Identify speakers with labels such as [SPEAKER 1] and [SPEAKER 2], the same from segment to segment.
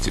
[SPEAKER 1] Se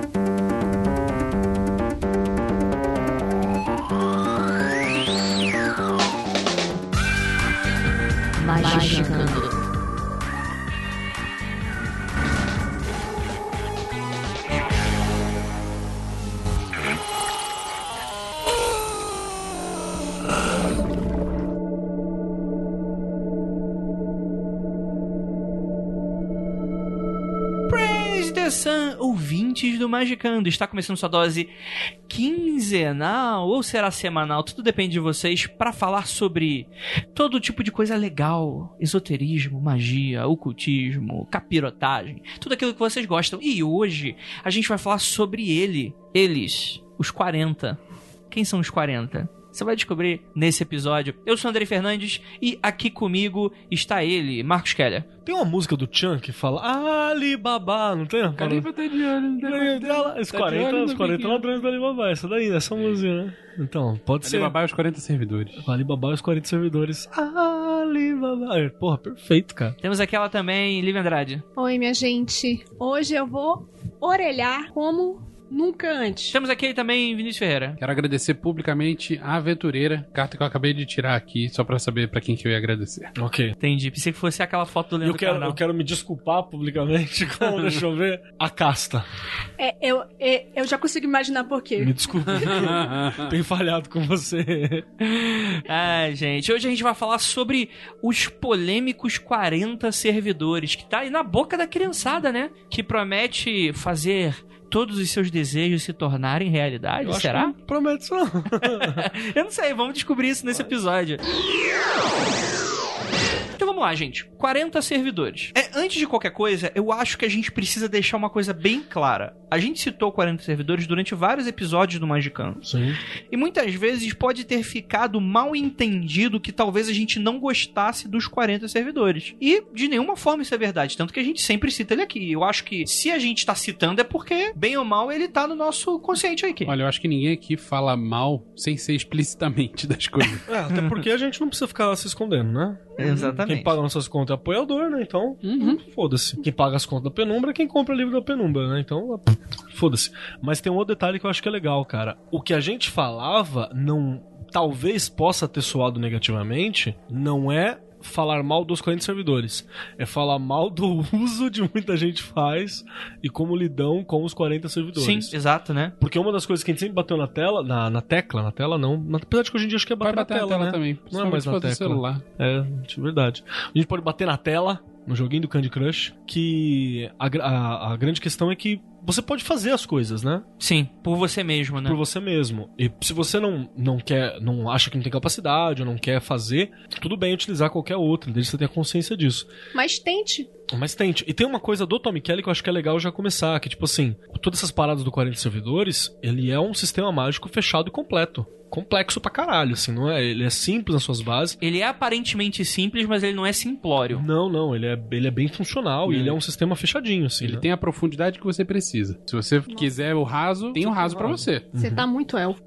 [SPEAKER 2] Magicando.
[SPEAKER 3] Praise the Sun, ouvintes do Magicando. Está começando sua dose quinzenal ou será semanal? Tudo depende de vocês para falar sobre todo tipo de coisa legal, esoterismo, magia, ocultismo, capirotagem, tudo aquilo que vocês gostam. E hoje a gente vai falar sobre ele, eles, os 40. Quem são os 40? Você vai descobrir nesse episódio. Eu sou Andrei Fernandes e aqui comigo está ele, Marcos Keller.
[SPEAKER 4] Tem uma música do Chan que fala Alibaba, não tem?
[SPEAKER 5] Califa tá de olho, não tem
[SPEAKER 4] Não,
[SPEAKER 5] como-
[SPEAKER 4] tá lá, Os
[SPEAKER 5] tá de olho
[SPEAKER 4] 40,
[SPEAKER 5] no
[SPEAKER 4] os é 40
[SPEAKER 5] biquinho.
[SPEAKER 4] ladrões do Alibaba, essa daí, né? essa música, né? Então, pode ser.
[SPEAKER 5] Alibaba e os 40 servidores.
[SPEAKER 4] Alibaba e os 40 servidores. Alibaba. É, Porra, perfeito, cara.
[SPEAKER 3] Temos aqui ela também, Lívia Andrade.
[SPEAKER 6] Oi, minha gente. Hoje eu vou orelhar como nunca antes.
[SPEAKER 3] Temos aqui também Vinícius Ferreira.
[SPEAKER 5] Quero agradecer publicamente a aventureira, carta que eu acabei de tirar aqui, só pra saber pra quem que eu ia agradecer.
[SPEAKER 4] Ok.
[SPEAKER 3] Entendi. Pensei que fosse aquela foto do Leandro
[SPEAKER 4] Eu quero,
[SPEAKER 3] Carnal.
[SPEAKER 4] eu quero me desculpar publicamente com, deixa eu ver, a casta.
[SPEAKER 6] É, eu, é, eu já consigo imaginar por quê.
[SPEAKER 4] Me desculpe, tenho falhado com você.
[SPEAKER 3] Ai, gente. Hoje a gente vai falar sobre os polêmicos 40 servidores, que tá aí na boca da criançada, né? Que promete fazer todos os seus desejos se tornarem realidade.
[SPEAKER 4] Eu acho
[SPEAKER 3] Será?
[SPEAKER 4] que não promete isso não.
[SPEAKER 3] Eu não sei, vamos descobrir isso nesse episódio. Então vamos lá, gente. 40 servidores. É, antes de qualquer coisa, eu acho que a gente precisa deixar uma coisa bem clara. A gente citou 40 servidores durante vários episódios do Magicano.
[SPEAKER 4] Sim.
[SPEAKER 3] E muitas vezes pode ter ficado mal entendido que talvez a gente não gostasse dos 40 servidores. E de nenhuma forma isso é verdade, tanto que a gente sempre cita ele aqui. Eu acho que se a gente tá citando é porque, bem ou mal, ele tá no nosso consciente aqui.
[SPEAKER 5] Olha, eu acho que ninguém aqui fala mal sem ser explicitamente das coisas.
[SPEAKER 4] É, até porque a gente não precisa ficar lá se escondendo, né? Quem paga nossas contas é apoiador, né? Então, foda-se. Quem paga as contas da penumbra é quem compra livro da penumbra, né? Então, foda-se. Mas tem um outro detalhe que eu acho que é legal, cara. O que a gente falava não. Talvez possa ter soado negativamente, não é falar mal dos 40 servidores. É falar mal do uso de muita gente faz e como lidam com os 40
[SPEAKER 3] Sim,
[SPEAKER 4] servidores.
[SPEAKER 3] exato, né?
[SPEAKER 4] Porque uma das coisas que a gente sempre bateu na tela, na, na tecla, na tela não, mas apesar de que hoje em dia acho que é
[SPEAKER 5] Vai
[SPEAKER 4] bater,
[SPEAKER 5] bater
[SPEAKER 4] na tela, né?
[SPEAKER 5] também.
[SPEAKER 4] Não é mais
[SPEAKER 5] principalmente se
[SPEAKER 4] na
[SPEAKER 5] for do
[SPEAKER 4] tecla.
[SPEAKER 5] celular.
[SPEAKER 4] É, de verdade. A gente pode bater na tela, no joguinho do Candy Crush, que a, gra- a- a grande questão é que você pode fazer as coisas, né?
[SPEAKER 3] Sim, por você mesmo, né?
[SPEAKER 4] Por você mesmo. E se você não, não quer, não acha que não tem capacidade ou não quer fazer, tudo bem utilizar qualquer outro, desde que você tenha consciência disso.
[SPEAKER 6] Mas tente.
[SPEAKER 4] Mas tente. E tem uma coisa do Tommy Kelly que eu acho que é legal já começar, que tipo assim, todas essas paradas do 40 servidores, ele é um sistema mágico fechado e completo. Complexo pra caralho, assim, não é? Ele é simples nas suas bases.
[SPEAKER 3] Ele é aparentemente simples, mas ele não é simplório.
[SPEAKER 4] Não, não, ele é, ele é bem funcional e
[SPEAKER 5] É.
[SPEAKER 4] ele é um sistema fechadinho, assim.
[SPEAKER 5] Ele
[SPEAKER 4] né?
[SPEAKER 5] tem a profundidade que você precisa. Se você quiser o raso, tem o raso pra você.
[SPEAKER 6] Você tá muito elfo.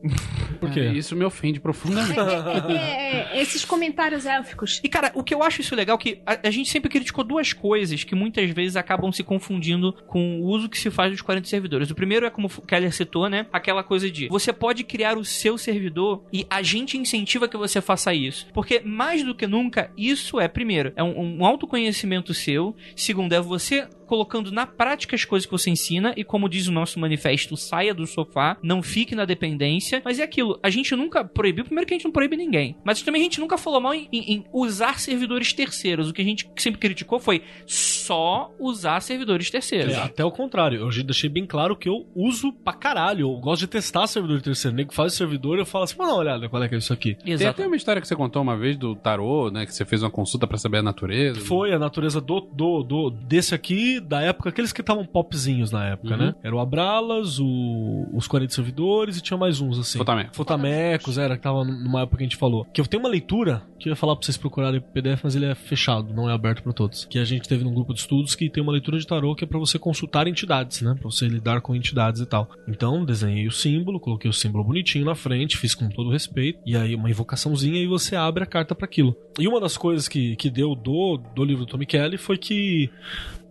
[SPEAKER 4] Por quê?
[SPEAKER 5] É, Isso me ofende profundamente.
[SPEAKER 6] É, é, esses comentários élficos.
[SPEAKER 3] E cara, o que eu acho isso legal é que a, a gente sempre criticou duas coisas que muitas vezes acabam se confundindo com o uso que se faz dos 40 servidores. O primeiro é como o Keller citou, né? Aquela coisa de você pode criar o seu servidor e a gente incentiva que você faça isso. Porque mais do que nunca, isso é, primeiro, é um, um autoconhecimento seu. Segundo, é você colocando na prática as coisas que você ensina e como diz o nosso manifesto, saia do sofá, não fique na dependência, mas é aquilo, a gente nunca proibiu, primeiro que a gente não proíbe ninguém, mas também a gente nunca falou mal em, em- em usar servidores terceiros, o que a gente sempre criticou foi só usar servidores terceiros.
[SPEAKER 4] É, até o contrário, eu já deixei bem claro que eu uso pra caralho. Eu gosto de testar servidor terceiro. O nego faz servidor e eu falo assim, mano, olhada, qual é que é isso aqui?
[SPEAKER 5] Tem
[SPEAKER 3] Exato.
[SPEAKER 5] até uma história que você contou uma vez do tarô, né? Que você fez uma consulta pra saber a natureza.
[SPEAKER 4] Foi a natureza do, do, do desse aqui, da época, aqueles que estavam popzinhos na época,
[SPEAKER 5] Uhum.
[SPEAKER 4] né? Era o Abralas, o, os 40 servidores e tinha mais uns, assim.
[SPEAKER 5] Fotamé.
[SPEAKER 4] Fotamecos, era, que tava numa época que a gente falou. Que eu tenho uma leitura, que eu ia falar pra vocês procurarem pro PDF, mas ele é fechado, não é aberto pra todos. Que a gente teve num grupo de estudos que tem uma leitura de tarô que é pra você consultar entidades, né? Pra você lidar com entidades e tal. Então, desenhei o símbolo, coloquei o símbolo bonitinho na frente, fiz com todo respeito, e aí uma invocaçãozinha e você abre a carta pra aquilo. E uma das coisas que, que deu do, do livro do Tommy Kelly foi que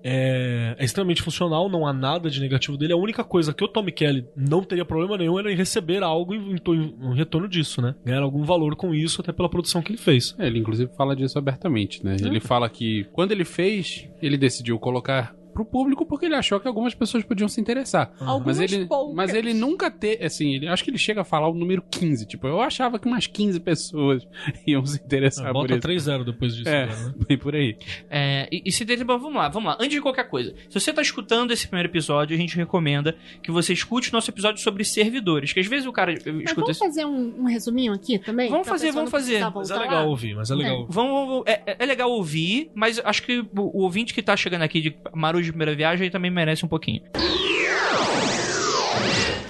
[SPEAKER 4] é, é extremamente funcional, não há nada de negativo dele. A única coisa que o Tommy Kelly não teria problema nenhum era em receber algo em, em to- em retorno disso, né? Ganhar algum valor com isso, até pela produção que ele fez.
[SPEAKER 5] É, ele inclusive fala disso abertamente, né?
[SPEAKER 4] É.
[SPEAKER 5] Ele fala que quando ele fez, ele decidiu colocar pro público porque ele achou que algumas pessoas podiam se interessar.
[SPEAKER 6] Algumas
[SPEAKER 5] Mas ele,
[SPEAKER 6] poucas.
[SPEAKER 5] mas ele nunca teve, assim, ele, acho que ele chega a falar o número 15, tipo, eu achava que umas 15 pessoas iam se interessar Ah, por
[SPEAKER 4] É, Bota
[SPEAKER 5] isso.
[SPEAKER 4] 3-0 depois disso.
[SPEAKER 5] É,
[SPEAKER 4] cara, né?
[SPEAKER 5] bem por aí.
[SPEAKER 3] É, e, e se der, bom, vamos lá, vamos lá. Antes de qualquer coisa, se você tá escutando esse primeiro episódio, a gente recomenda que você escute o nosso episódio sobre servidores, que às vezes o cara eh,
[SPEAKER 2] Mas
[SPEAKER 3] escuta
[SPEAKER 2] vamos
[SPEAKER 3] esse...
[SPEAKER 2] fazer um, um resuminho aqui também?
[SPEAKER 3] Vamos
[SPEAKER 2] Pra
[SPEAKER 3] fazer,
[SPEAKER 2] pessoa
[SPEAKER 3] vamos
[SPEAKER 2] não precisar
[SPEAKER 3] fazer.
[SPEAKER 4] Mas é
[SPEAKER 2] voltar
[SPEAKER 4] legal
[SPEAKER 2] lá?
[SPEAKER 4] ouvir, mas é legal.
[SPEAKER 3] Vamos, é, é- é legal ouvir, mas acho que o, o ouvinte que tá chegando aqui de Marujo de primeira viagem ele também merece um pouquinho.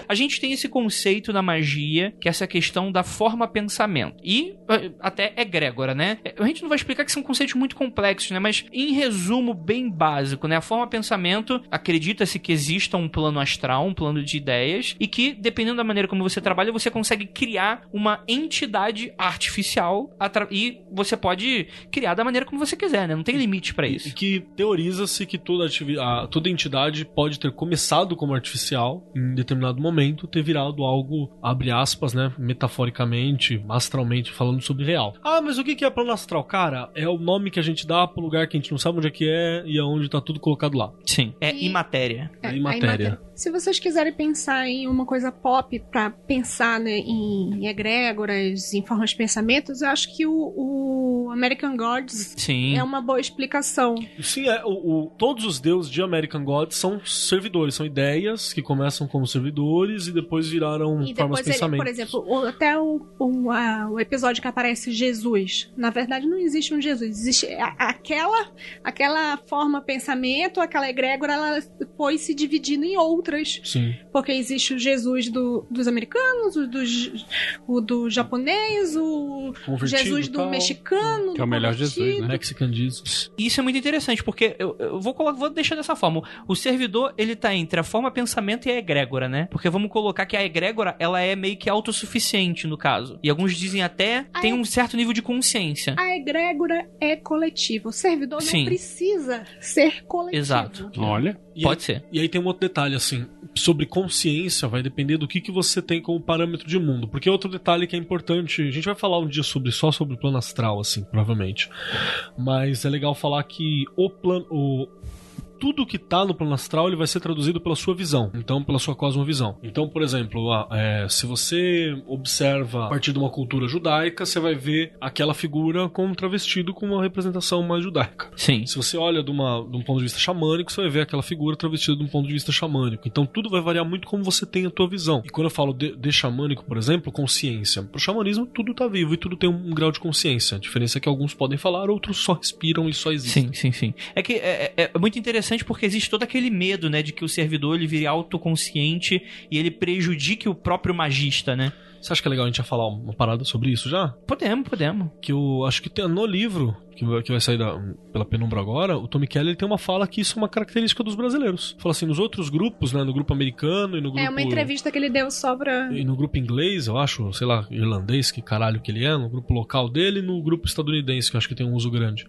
[SPEAKER 3] A gente tem esse conceito na magia, que é essa questão da forma pensamento. E eh, até egrégora, né? Eh, A gente não vai explicar que são conceitos muito complexos, né? Mas em resumo, bem básico, né? A forma pensamento, acredita-se que exista um plano astral, um plano de ideias, e que, dependendo da maneira como você trabalha, você consegue criar uma entidade artificial atra- e você pode criar da maneira como você quiser, né? Não tem limite pra
[SPEAKER 4] E
[SPEAKER 3] isso.
[SPEAKER 4] que teoriza-se que toda, ativi- a- toda entidade pode ter começado como artificial, em determinado momento, ter virado algo, abre aspas, né? Metaforicamente, astralmente, falando sobre real. Ah, mas o que que é plano astral? Cara, é o nome que a gente dá pro lugar que a gente não sabe onde é que é e aonde tá tudo colocado lá.
[SPEAKER 3] Sim. É
[SPEAKER 6] E-
[SPEAKER 3] imatéria.
[SPEAKER 6] É,
[SPEAKER 4] Em
[SPEAKER 6] aí
[SPEAKER 4] matéria.
[SPEAKER 6] matéria. Se vocês quiserem pensar em uma coisa pop pra pensar né, em egrégoras, em formas de pensamentos, eu acho que o, o American Gods
[SPEAKER 3] Sim.
[SPEAKER 6] é uma boa explicação.
[SPEAKER 4] Sim, é, o, o- todos os deuses de American Gods são servidores, são ideias que começam como servidores e depois viraram
[SPEAKER 6] E
[SPEAKER 4] formas de
[SPEAKER 6] depois ele,
[SPEAKER 4] pensamento.
[SPEAKER 6] por exemplo, o- até o, o, a- o episódio que aparece Jesus. Na verdade, não existe um Jesus. Existe a- aquela, aquela forma pensamento, aquela egrégora, ela foi se dividindo em outras.
[SPEAKER 4] Sim.
[SPEAKER 6] Porque existe o Jesus do- dos americanos, o do, j- o do japonês, o
[SPEAKER 4] Convertido,
[SPEAKER 6] Jesus do
[SPEAKER 4] tal.
[SPEAKER 6] mexicano.
[SPEAKER 5] Que é o melhor Jesus, né?
[SPEAKER 4] Mexican Jesus.
[SPEAKER 3] Isso é muito interessante, porque eu, eu vou, colo- vou deixar dessa forma. O servidor, ele tá entre a forma pensamento e a egrégora, né? Porque vamos colocar que a egrégora, ela é meio que autossuficiente, no caso. E alguns dizem até
[SPEAKER 6] Ah,
[SPEAKER 3] tem
[SPEAKER 6] é? Ah,
[SPEAKER 3] um certo nível de consciência.
[SPEAKER 6] A egrégora é coletiva. O servidor
[SPEAKER 3] Sim.
[SPEAKER 6] não precisa ser coletivo.
[SPEAKER 3] Exato.
[SPEAKER 5] Olha,
[SPEAKER 4] E
[SPEAKER 3] Pode ser.
[SPEAKER 4] E aí tem um outro detalhe, assim, sobre consciência, vai depender do que, que você tem como parâmetro de mundo. Porque outro detalhe que é importante, a gente vai falar um dia sobre só sobre o plano astral, assim, provavelmente. Mas é legal falar que o plano. O, tudo que tá no plano astral ele vai ser traduzido pela sua visão, então pela sua cosmovisão. Então, por exemplo, a- é, se você observa a partir de uma cultura judaica, você vai ver aquela figura como travestido com uma representação mais judaica.
[SPEAKER 3] Sim.
[SPEAKER 4] Se você olha de, uma- de um ponto de vista xamânico, você vai ver aquela figura travestida de um ponto de vista xamânico. Então tudo vai variar muito como você tem a tua visão. E quando eu falo de, de xamânico, por exemplo, consciência. Pro xamanismo, tudo tá vivo e tudo tem um, grau de consciência. A diferença é que alguns podem falar, outros só respiram e só existem.
[SPEAKER 3] Sim, sim, sim. É que é, é- é muito interessante porque existe todo aquele medo, né, de que o servidor ele vire autoconsciente e ele prejudique o próprio magista, né?
[SPEAKER 4] Você acha que é legal a gente já falar uma parada sobre isso já?
[SPEAKER 3] Podemos, podemos.
[SPEAKER 4] Que eu acho que tem no livro, que vai, que vai sair da- pela penumbra agora, o Tommy Kelly ele tem uma fala que isso é uma característica dos brasileiros. Fala assim, nos outros grupos, né? No grupo americano e no grupo.
[SPEAKER 6] É uma entrevista que ele deu só pra.
[SPEAKER 4] E no grupo inglês, eu acho, sei lá, irlandês, que caralho que ele é, no grupo local dele e no grupo estadunidense, que eu acho que tem um uso grande.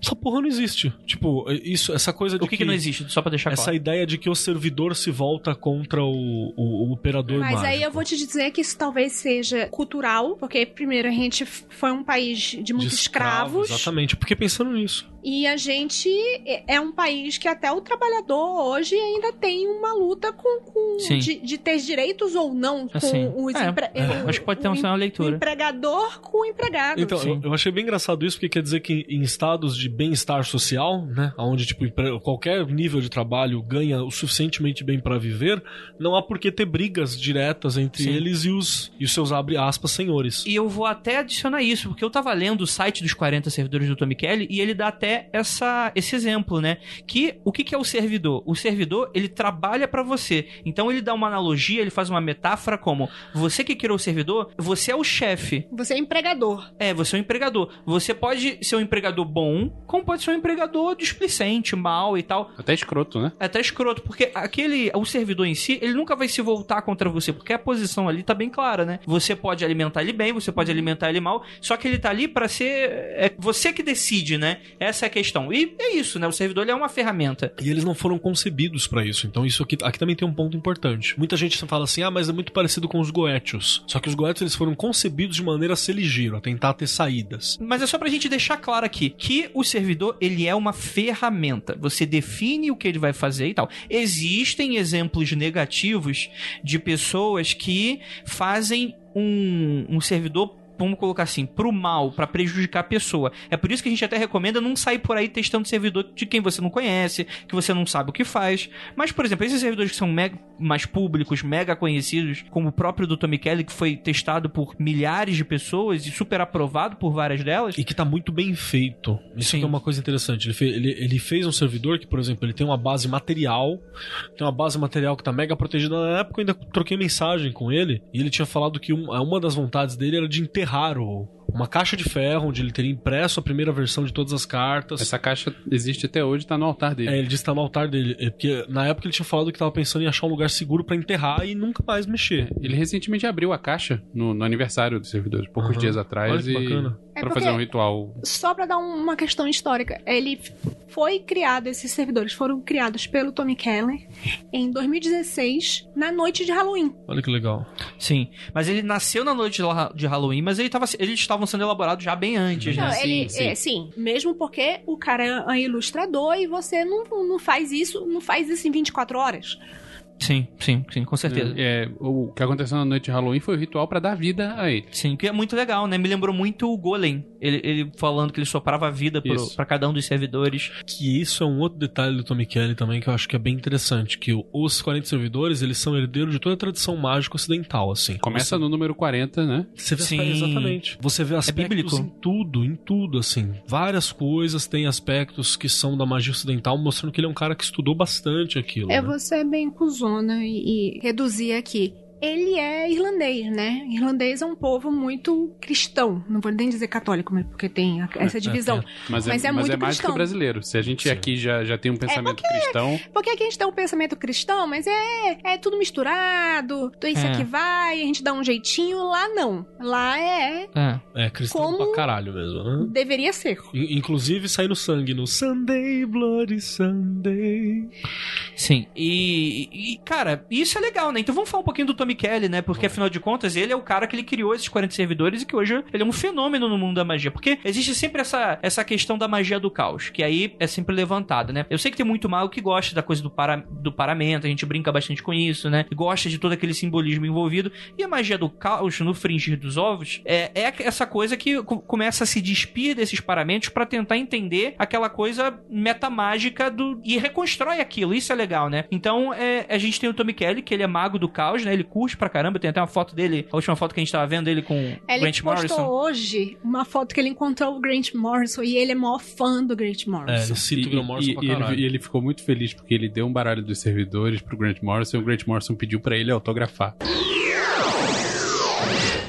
[SPEAKER 4] Essa porra não existe. Tipo, isso, essa coisa de
[SPEAKER 3] O que, que não existe, só pra deixar
[SPEAKER 4] Essa
[SPEAKER 3] claro.
[SPEAKER 4] ideia de que o servidor se volta contra o, o- o operador
[SPEAKER 6] Mas aí
[SPEAKER 4] mágico.
[SPEAKER 6] eu vou te dizer que isso talvez seja cultural, porque primeiro a gente f- foi um país de muitos
[SPEAKER 4] De escravo,
[SPEAKER 6] escravos
[SPEAKER 4] Exatamente, porque pensando nisso.
[SPEAKER 6] e a gente é- é um país que até o trabalhador hoje ainda tem uma luta com, com-
[SPEAKER 3] Sim.
[SPEAKER 6] de, de ter direitos ou não com
[SPEAKER 3] Assim,
[SPEAKER 6] os
[SPEAKER 3] é,
[SPEAKER 6] empre-
[SPEAKER 4] é.
[SPEAKER 6] o-
[SPEAKER 3] Acho que pode ter
[SPEAKER 6] o
[SPEAKER 3] uma
[SPEAKER 6] em-
[SPEAKER 3] uma
[SPEAKER 6] o
[SPEAKER 3] leitura.
[SPEAKER 6] empregador com o empregado.
[SPEAKER 4] Então,
[SPEAKER 3] Sim.
[SPEAKER 4] eu, eu achei bem engraçado isso, porque quer dizer que em estados de de bem-estar social, né? Onde, tipo, empre- qualquer nível de trabalho ganha o suficientemente bem para viver, não há por que ter brigas diretas entre
[SPEAKER 3] Sim.
[SPEAKER 4] eles e os, e os seus, abre aspas, senhores.
[SPEAKER 3] E eu vou até adicionar isso, porque eu tava lendo o site dos 40 servidores do Tommy Kelly e ele dá até essa, esse exemplo, né? Que o que, que é o servidor? O servidor, ele trabalha pra você. Então ele dá uma analogia, ele faz uma metáfora como: você que criou o servidor, você é o chefe.
[SPEAKER 6] Você é empregador.
[SPEAKER 3] É, você é o empregador. Você pode ser um empregador bom, como pode ser um empregador displicente, mal e tal.
[SPEAKER 5] Até escroto, né?
[SPEAKER 3] É até escroto, porque aquele, o servidor em si, ele nunca vai se voltar contra você, porque a posição ali tá bem clara, né? Você pode alimentar ele bem, você pode alimentar ele mal, só que ele tá ali pra ser. É você que decide, né? Essa é a questão. E é isso, né? O servidor ele é uma ferramenta.
[SPEAKER 4] E eles não foram concebidos pra isso. Então, isso aqui, aqui também tem um ponto importante. Muita gente fala assim: ah, mas é muito parecido com os goétios. Só que os goétios eles foram concebidos de maneira a se eligir, a tentar ter saídas.
[SPEAKER 3] Mas é só pra gente deixar claro aqui que o servidor ele é uma ferramenta. Você define o que ele vai fazer e tal. Existem exemplos negativos de pessoas que fazem um, um servidor. Vamos colocar assim, pro mal, pra prejudicar a pessoa. É por isso que a gente até recomenda não sair por aí testando servidor de quem você não conhece, que você não sabe o que faz. Mas, por exemplo, esses servidores que são mega, mais públicos, mega conhecidos, como o próprio do Tommy Kelly, que foi testado por milhares de pessoas e super aprovado por várias delas.
[SPEAKER 4] E que tá muito bem feito. Isso
[SPEAKER 3] Sim.
[SPEAKER 4] aqui é uma coisa interessante. Ele, fe- ele- ele fez um servidor que, por exemplo, ele tem uma base material. Tem uma base material que tá mega protegida. Na época eu ainda troquei mensagem com ele. E ele tinha falado que um- uma das vontades dele era de enterrar o. Uma caixa de ferro onde ele teria impresso a primeira versão de todas as cartas.
[SPEAKER 5] Essa caixa existe até hoje, tá no altar dele.
[SPEAKER 4] É, ele disse que tá no altar dele. É porque na época ele tinha falado que tava pensando em achar um lugar seguro pra enterrar e nunca mais mexer.
[SPEAKER 5] Ele recentemente abriu a caixa no, no aniversário dos servidores, poucos
[SPEAKER 4] Aham.
[SPEAKER 5] dias atrás.
[SPEAKER 4] Olha que
[SPEAKER 5] e
[SPEAKER 4] bacana.
[SPEAKER 6] É
[SPEAKER 5] Pra
[SPEAKER 6] porque-
[SPEAKER 5] fazer um ritual.
[SPEAKER 6] Só pra dar um- uma questão histórica, ele f- foi criado, esses servidores foram criados pelo Tommy Keller em 2016, na noite de Halloween.
[SPEAKER 4] Olha que legal.
[SPEAKER 3] Sim, mas ele nasceu na noite de la- de Halloween, mas ele tava, eles estavam sendo elaborados já bem antes,
[SPEAKER 6] Não,
[SPEAKER 3] né?
[SPEAKER 6] ele,
[SPEAKER 5] sim.
[SPEAKER 6] é, sim, mesmo porque o cara é um ilustrador e você não, não faz isso, não faz isso em 24 horas.
[SPEAKER 3] Sim, sim, sim, com certeza.
[SPEAKER 5] É, o que aconteceu na noite de Halloween foi o ritual pra dar vida a ele.
[SPEAKER 3] Sim, que é muito legal, né? Me lembrou muito o Golem. Ele, ele falando que ele soprava a vida pro,
[SPEAKER 5] Isso.
[SPEAKER 3] pra cada um dos servidores.
[SPEAKER 4] Que isso é um outro detalhe do Tommy Kelly também que eu acho que é bem interessante. Que o- os 40 servidores, eles são herdeiros de toda a tradição mágica ocidental, assim.
[SPEAKER 5] Começa no número 40, né?
[SPEAKER 4] Você vê
[SPEAKER 3] Sim.
[SPEAKER 4] aspectos- exatamente. É Você vê aspectos
[SPEAKER 3] bíblico.
[SPEAKER 4] em tudo, em tudo, assim. Várias coisas têm aspectos que são da magia ocidental, mostrando que ele é um cara que estudou bastante
[SPEAKER 5] Uhum.
[SPEAKER 4] aquilo.
[SPEAKER 6] É
[SPEAKER 4] né?
[SPEAKER 6] você bem cuzona e, e reduzir aqui. Ele é irlandês, né? Irlandês é um povo muito cristão. Não vou nem dizer católico, mas porque tem a- essa divisão.
[SPEAKER 5] Mas,
[SPEAKER 6] Mas
[SPEAKER 5] é,
[SPEAKER 6] é
[SPEAKER 5] mas
[SPEAKER 6] muito
[SPEAKER 5] é mais do que
[SPEAKER 6] cristão. É
[SPEAKER 5] o brasileiro. Se a gente
[SPEAKER 4] Sim.
[SPEAKER 5] aqui já, já tem um pensamento cristão,
[SPEAKER 6] Porque aqui a gente tem um pensamento cristão, mas é, é tudo misturado, tudo isso
[SPEAKER 3] É.
[SPEAKER 6] aqui vai, a gente dá um jeitinho. Lá não. Lá é.
[SPEAKER 3] É.
[SPEAKER 4] É, cristão
[SPEAKER 6] Como-
[SPEAKER 4] pra caralho mesmo, né?
[SPEAKER 6] Deveria ser.
[SPEAKER 4] In- Inclusive sai no sangue, no Sunday, Bloody Sunday.
[SPEAKER 3] Sim. E, e, cara, isso é legal, né? Então vamos falar um pouquinho do Tommy Kelly, né? Porque afinal de contas, ele é o cara que ele criou esses 40 servidores e que hoje ele é um fenômeno no mundo da magia. Porque existe sempre essa, essa questão da magia do caos, que aí é sempre levantada, né? Eu sei que tem muito mago que gosta da coisa do, para, do paramento, a gente brinca bastante com isso, né? Gosta de todo aquele simbolismo envolvido. E a magia do caos, no fringir dos ovos, é, é essa coisa que co- começa a se despir desses paramentos pra tentar entender aquela coisa metamágica do, e reconstrói aquilo. Isso é legal, né? Então, é, a gente tem o Tommy Kelly, que ele é mago do caos, né? Ele curte pra caramba. Tem até uma foto dele, a última foto que a gente tava vendo, ele com
[SPEAKER 6] É, Ele
[SPEAKER 3] Grant
[SPEAKER 6] postou
[SPEAKER 3] Morrison.
[SPEAKER 6] hoje uma foto que ele encontrou o Grant Morrison e ele é maior fã do Grant
[SPEAKER 4] É,
[SPEAKER 6] Morrison.
[SPEAKER 4] ele
[SPEAKER 5] E,
[SPEAKER 4] cita o Graham Morrison
[SPEAKER 5] e-
[SPEAKER 4] pra
[SPEAKER 5] e
[SPEAKER 4] caralho.
[SPEAKER 5] ele, e ele ficou muito feliz porque ele deu um baralho dos servidores pro Grant Morrison e o Grant Morrison pediu pra ele autografar.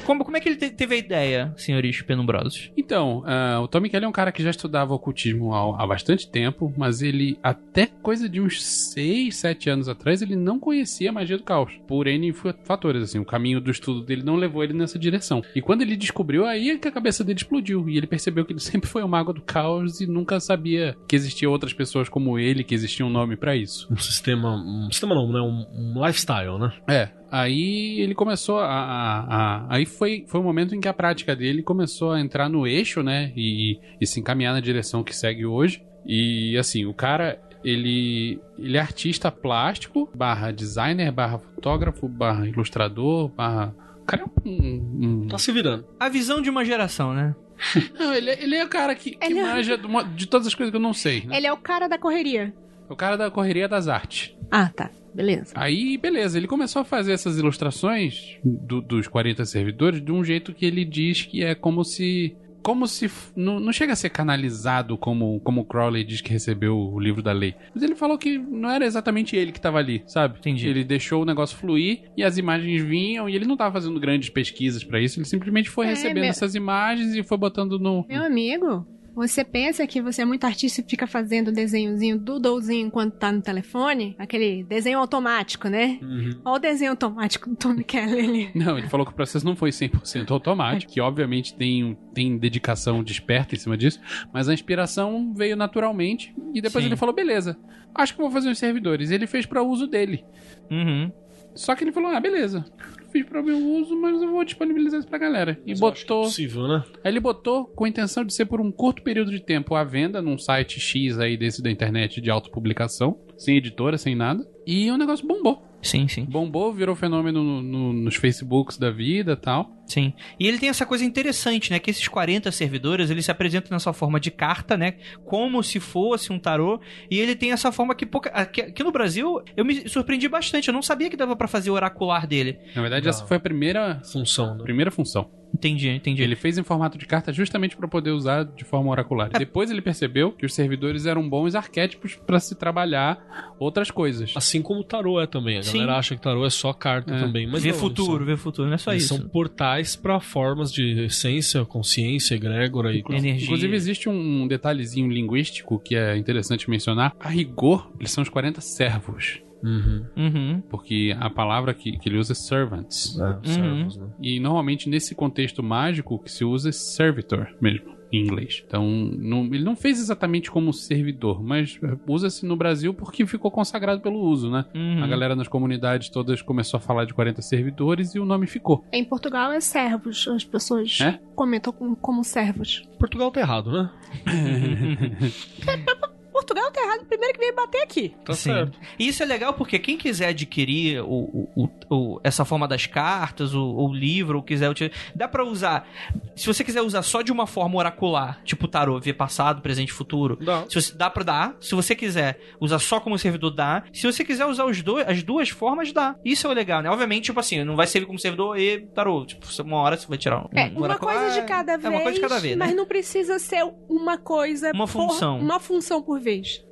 [SPEAKER 3] Como, como é que ele te- teve a ideia, senhores penumbrosos?
[SPEAKER 5] Então, ah, o Tommy Kelly é um cara que já estudava ocultismo há, há bastante tempo, mas ele, até coisa de uns 6, 7 anos atrás, ele não conhecia a magia do caos. Por N fa- fatores, assim, o caminho do estudo dele não levou ele nessa direção. E quando ele descobriu, aí é que a cabeça dele explodiu. E ele percebeu que ele sempre foi um mago do caos e nunca sabia que existiam outras pessoas como ele, que existia um nome pra isso.
[SPEAKER 4] Um sistema. Um sistema não, né? Um, um lifestyle, né?
[SPEAKER 5] É, aí ele começou a. a- a- aí foi, foi o momento em que a prática dele começou a entrar no eixo, né? E, e se encaminhar na direção que segue hoje. E assim, o cara. Ele, ele é artista plástico, barra designer, barra fotógrafo, barra ilustrador, barra. O cara é um- um- um
[SPEAKER 4] Tá se virando.
[SPEAKER 3] A visão de uma geração, né?
[SPEAKER 5] Não, ele, ele é o cara que, que
[SPEAKER 6] Ele é-
[SPEAKER 5] manja de uma- de todas as coisas que eu não sei, né?
[SPEAKER 6] Ele é o cara da correria.
[SPEAKER 5] O cara da correria das artes.
[SPEAKER 6] Ah, tá. Beleza.
[SPEAKER 5] Aí, beleza, ele começou a fazer essas ilustrações do- dos 40 servidores de um jeito que ele diz que é como se. Como se. f- Não, não chega a ser canalizado como, como o Crowley diz que recebeu o livro da lei. Mas ele falou que não era exatamente ele que tava ali, sabe?
[SPEAKER 3] Entendi.
[SPEAKER 5] Ele deixou o negócio fluir e as imagens vinham e ele não tava fazendo grandes pesquisas pra isso. Ele simplesmente foi
[SPEAKER 6] É,
[SPEAKER 5] recebendo
[SPEAKER 6] meu-
[SPEAKER 5] essas imagens e foi botando no.
[SPEAKER 6] Meu amigo, você pensa que você é muito artista e fica fazendo desenhozinho, doodlezinho enquanto tá no telefone? Aquele desenho automático, né? Olha o desenho automático do Tom Keller ali.
[SPEAKER 5] Não, ele falou que o processo não foi 100% automático, que obviamente tem, um, tem dedicação desperta em cima disso, mas a inspiração veio naturalmente e depois
[SPEAKER 3] Sim.
[SPEAKER 5] ele falou: beleza, acho que vou fazer os servidores. Ele fez pra uso dele.
[SPEAKER 3] Uhum.
[SPEAKER 5] Só que ele falou: ah, beleza, fiz pra meu uso, mas eu vou disponibilizar isso pra galera. E
[SPEAKER 4] Mas eu acho que é
[SPEAKER 5] botou.
[SPEAKER 4] possível, né?
[SPEAKER 5] Aí ele botou com a intenção de ser por um curto período de tempo à venda num site X aí desse da internet de autopublicação, sem editora, sem nada. E o negócio bombou.
[SPEAKER 3] Sim, sim,
[SPEAKER 5] Bombou, virou fenômeno no- no- nos Facebooks da vida e tal.
[SPEAKER 3] sim. E ele tem essa coisa interessante, né? Que esses 40 servidores, eles se apresentam nessa forma de carta, né? Como se fosse um tarô. E ele tem essa forma que pouca... Aqui aqui no Brasil, eu me surpreendi bastante. Eu não sabia que dava pra fazer o oracular dele.
[SPEAKER 5] Na verdade,
[SPEAKER 4] Não.
[SPEAKER 5] essa foi a primeira,
[SPEAKER 4] Função, né?
[SPEAKER 5] primeira função.
[SPEAKER 3] Entendi, entendi.
[SPEAKER 5] Ele fez em formato de carta justamente para poder usar de forma
[SPEAKER 3] É.
[SPEAKER 5] oracular. Depois ele percebeu que os servidores eram bons arquétipos para se trabalhar outras coisas.
[SPEAKER 4] Assim como o tarô é também. A
[SPEAKER 3] Sim.
[SPEAKER 4] galera acha que tarô é só carta
[SPEAKER 5] É.
[SPEAKER 4] também. Mas
[SPEAKER 3] vê
[SPEAKER 4] não,
[SPEAKER 3] futuro, vê futuro. Não é só
[SPEAKER 4] Eles
[SPEAKER 3] isso.
[SPEAKER 4] são, eles são portais pra formas de essência, consciência, egrégora e
[SPEAKER 3] Energia.
[SPEAKER 5] Inclusive, existe um detalhezinho linguístico que é interessante mencionar. A rigor, eles são os 40 servos.
[SPEAKER 4] Uhum.
[SPEAKER 3] Uhum.
[SPEAKER 5] Porque a palavra que, que ele usa é servants.
[SPEAKER 4] É, servos, né?
[SPEAKER 5] E normalmente nesse contexto mágico que se usa é servitor mesmo. Em inglês. Então, não- ele não fez exatamente como servidor, mas eh, usa-se no Brasil porque ficou consagrado pelo uso, né?
[SPEAKER 3] Uhum.
[SPEAKER 5] A galera nas comunidades todas começou a falar de 40 servidores e o nome ficou.
[SPEAKER 6] Em Portugal é servos, as pessoas
[SPEAKER 5] É?
[SPEAKER 6] comentam com- como servos.
[SPEAKER 4] Portugal tá errado, né?
[SPEAKER 3] uhum,
[SPEAKER 6] Portugal tá errado, primeiro que veio bater aqui.
[SPEAKER 4] Tá
[SPEAKER 3] Sim.
[SPEAKER 4] certo.
[SPEAKER 3] E isso é legal porque quem quiser adquirir o, o- o- o- essa forma das cartas, o, o livro, ou quiser utilizar, dá pra usar. Se você quiser usar só de uma forma oracular, tipo tarô, ver passado, presente, futuro.
[SPEAKER 4] Dá.
[SPEAKER 3] Se você, dá pra dar. Se você quiser usar só como servidor, dá. Se você quiser usar os dois, as duas formas, dá. Isso é o legal, né? Obviamente, tipo assim, não vai servir como servidor e tarô. Tipo, uma hora você vai tirar um,
[SPEAKER 6] É,
[SPEAKER 3] um
[SPEAKER 6] uma
[SPEAKER 3] oracular,
[SPEAKER 6] coisa de cada vez,
[SPEAKER 3] É uma coisa de cada vez, né?
[SPEAKER 6] mas não precisa ser uma coisa
[SPEAKER 3] Uma
[SPEAKER 6] por-
[SPEAKER 3] função.
[SPEAKER 6] uma função por vez.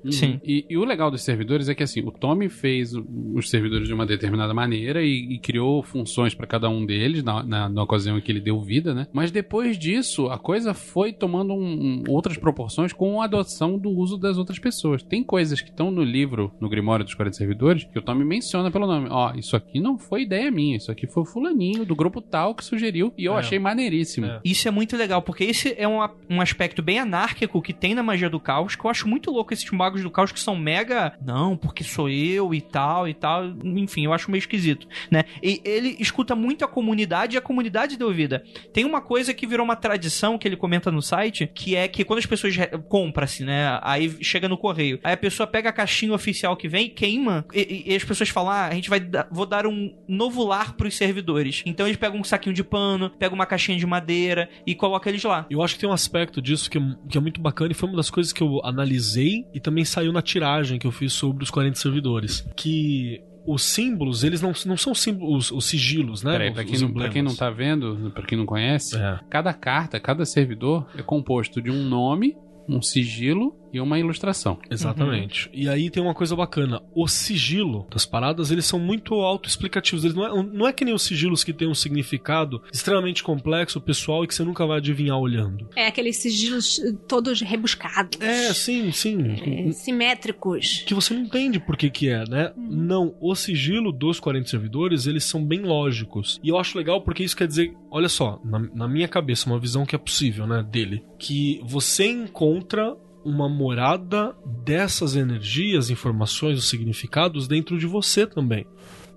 [SPEAKER 3] Sim.
[SPEAKER 5] Uhum. E, e o legal dos servidores é que assim, o Tommy fez o- os servidores de uma determinada maneira e, e criou funções pra cada um deles na, na, na ocasião em que ele deu vida, né? Mas depois disso, a coisa foi tomando um- um- outras proporções com a adoção do uso das outras pessoas. Tem coisas que estão no livro, no Grimório dos 40 Servidores, que o Tommy menciona pelo nome. Ó, isso aqui não foi ideia minha, isso aqui foi o fulaninho do grupo tal que sugeriu e eu
[SPEAKER 4] É.
[SPEAKER 5] achei maneiríssimo.
[SPEAKER 4] É.
[SPEAKER 3] Isso é muito legal, porque esse é um, a- um aspecto bem anárquico que tem na magia do caos, que eu acho muito louco esses magos do caos que são mega. Não, porque sou eu e tal e tal. Enfim, eu acho meio esquisito, né? E ele escuta muito a comunidade e a comunidade deu vida. Tem uma coisa que virou uma tradição que ele comenta no site, que é que quando as pessoas re- compram-se, né? Aí chega no correio. Aí a pessoa pega a caixinha oficial que vem, queima, e, e- e as pessoas falam: ah, a gente vai dar, vou dar um novo lar pros servidores. Então eles pegam um saquinho de pano, pegam uma caixinha de madeira e colocam eles lá.
[SPEAKER 4] Eu acho que tem um aspecto disso que é, que é muito bacana e foi uma das coisas que eu analisei e também saiu na tiragem que eu fiz sobre os 40 servidores. Que os símbolos, eles não, não são símbolos, os, os sigilos, né?
[SPEAKER 5] Peraí,
[SPEAKER 4] Os-
[SPEAKER 5] pra
[SPEAKER 4] os
[SPEAKER 5] quem, não, pra quem não
[SPEAKER 4] emblemas.
[SPEAKER 5] tá vendo, pra quem não conhece,
[SPEAKER 4] É.
[SPEAKER 5] Cada carta, cada servidor é composto de um nome, um sigilo e uma ilustração.
[SPEAKER 4] Exatamente. Uhum. E aí tem uma coisa bacana. O sigilo das paradas, eles são muito autoexplicativos. Eles não, é, não é que nem os sigilos que têm um significado extremamente complexo, pessoal, e que você nunca vai adivinhar olhando.
[SPEAKER 6] É aqueles sigilos eh, todos rebuscados.
[SPEAKER 4] É, sim, sim.
[SPEAKER 6] eh, Simétricos.
[SPEAKER 4] que você não entende por que que é, né?
[SPEAKER 6] Uhum.
[SPEAKER 4] Não, o sigilo dos 40 servidores, eles são bem lógicos. E eu acho legal porque isso quer dizer, olha só, na, na minha cabeça, uma visão que é possível, né, dele, que você encontra uma morada dessas energias, informações, os significados dentro de você também.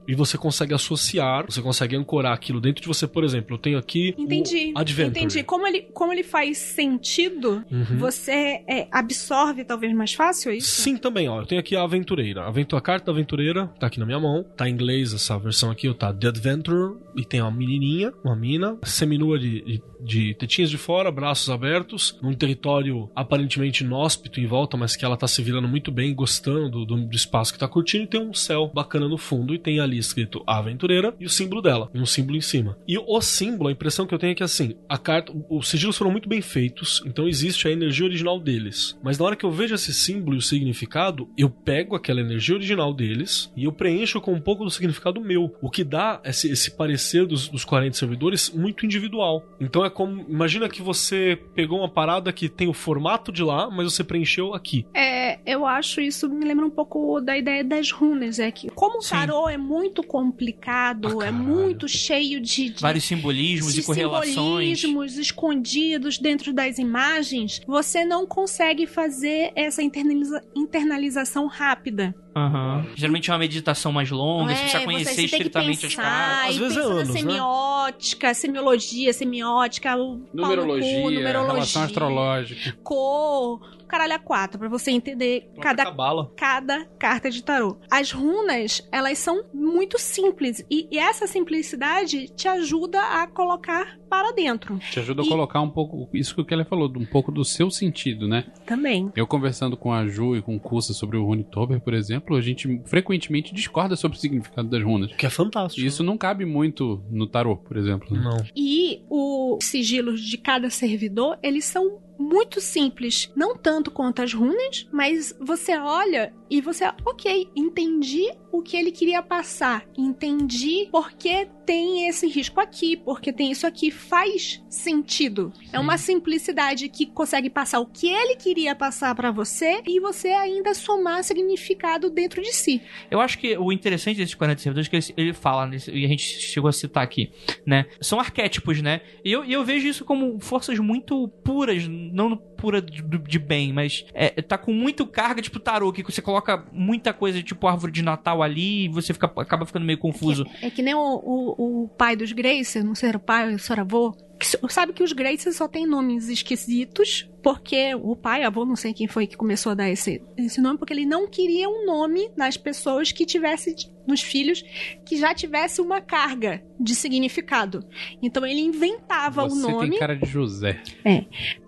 [SPEAKER 4] E você consegue associar, você consegue ancorar aquilo dentro de você. Por exemplo, eu tenho aqui. o
[SPEAKER 6] Entendi.
[SPEAKER 4] Adventure.
[SPEAKER 6] Entendi. Como ele, como ele faz sentido,
[SPEAKER 4] Uhum.
[SPEAKER 6] você é, absorve talvez mais fácil é isso?
[SPEAKER 4] Sim, também, ó. Eu tenho aqui a aventureira. A, aventu- a carta da aventureira tá aqui na minha mão. Tá em inglês essa versão aqui, ó. Tá The Adventurer. E tem uma menininha, uma mina, seminua de, de, de tetinhas de fora, braços abertos, num território aparentemente inóspito em volta, mas que ela tá se virando muito bem, gostando do, do- do espaço que tá curtindo. E tem um céu bacana no fundo. E tem ali escrito a aventureira e o símbolo dela. E um símbolo em cima. E o símbolo, a impressão que eu tenho é que assim, a carta. Os sigilos foram muito bem feitos, então existe a energia original deles. Mas na hora que eu vejo esse símbolo e o significado, eu pego aquela energia original deles e eu preencho com um pouco do significado meu. O que dá esse, esse parecer dos, dos 40 servidores muito individual. Então é como. Imagina que você pegou uma parada que tem o formato de lá, mas você preencheu aqui.
[SPEAKER 6] É, eu acho isso me lembra um pouco da ideia das runas. É que, como o
[SPEAKER 4] Sim.
[SPEAKER 6] tarô é muito complicado,
[SPEAKER 4] Ah,
[SPEAKER 6] é
[SPEAKER 4] caralho.
[SPEAKER 6] muito cheio de, de
[SPEAKER 3] Vários simbolismos e
[SPEAKER 6] de
[SPEAKER 3] correlações.
[SPEAKER 6] simbolismos escondidos dentro das imagens, você não consegue fazer essa internaliza- internalização rápida.
[SPEAKER 3] Aham. Geralmente é uma meditação mais longa, você precisa conhecer
[SPEAKER 6] É, você tem que
[SPEAKER 3] estritamente as
[SPEAKER 6] pensar,
[SPEAKER 3] caras.
[SPEAKER 4] Às
[SPEAKER 6] e
[SPEAKER 4] vezes é
[SPEAKER 6] pensa na
[SPEAKER 4] anos, né?
[SPEAKER 6] semiótica, semiologia, semiótica, o pau no
[SPEAKER 5] Numerologia,
[SPEAKER 6] cu, numerologia
[SPEAKER 5] relação astrológica.
[SPEAKER 6] cor, caralho a quatro, pra você entender cada
[SPEAKER 4] bala.
[SPEAKER 6] cada carta de tarô. As runas, elas são muito simples e, e essa simplicidade te ajuda a colocar para dentro
[SPEAKER 5] Te ajuda a
[SPEAKER 6] E-
[SPEAKER 5] colocar um pouco isso que o Keller falou, um pouco do seu sentido, né?
[SPEAKER 6] também.
[SPEAKER 5] Eu conversando com a Ju e com o Kusa sobre o Runitober, por exemplo, a gente frequentemente discorda sobre o significado das runas.
[SPEAKER 4] O que é fantástico.
[SPEAKER 5] E isso não cabe muito no tarô, por exemplo. né?
[SPEAKER 4] Não.
[SPEAKER 6] E os sigilos de cada servidor, eles são muito simples, não tanto quanto as runas, mas você olha e você, ok, entendi o que ele queria passar, entendi por que tem esse risco aqui, porque tem isso aqui, faz sentido. É uma simplicidade que consegue passar o que ele queria passar pra você e você ainda somar significado dentro de si.
[SPEAKER 3] Eu acho que o interessante desses 40 servidores é que ele, ele fala, nesse- e a gente chegou a citar aqui, né? São arquétipos, né? E eu, e eu vejo isso como forças muito puras, não no- pura de, do- de bem, mas é, tá com muito carga, tipo tarô, que você coloca muita coisa, tipo árvore de Natal ali, e você fica, acaba ficando meio confuso.
[SPEAKER 6] É que nem o, o, o pai dos Grace, não sei se era o pai ou se era avô. que s- sabe que os Grace só tem nomes esquisitos, porque o pai, avô, não sei quem foi que começou a dar esse, esse nome, porque ele não queria um nome nas pessoas que tivesse, nos filhos, que já tivesse uma carga de significado. Então ele inventava o
[SPEAKER 5] Você
[SPEAKER 6] nome
[SPEAKER 5] tem cara de José.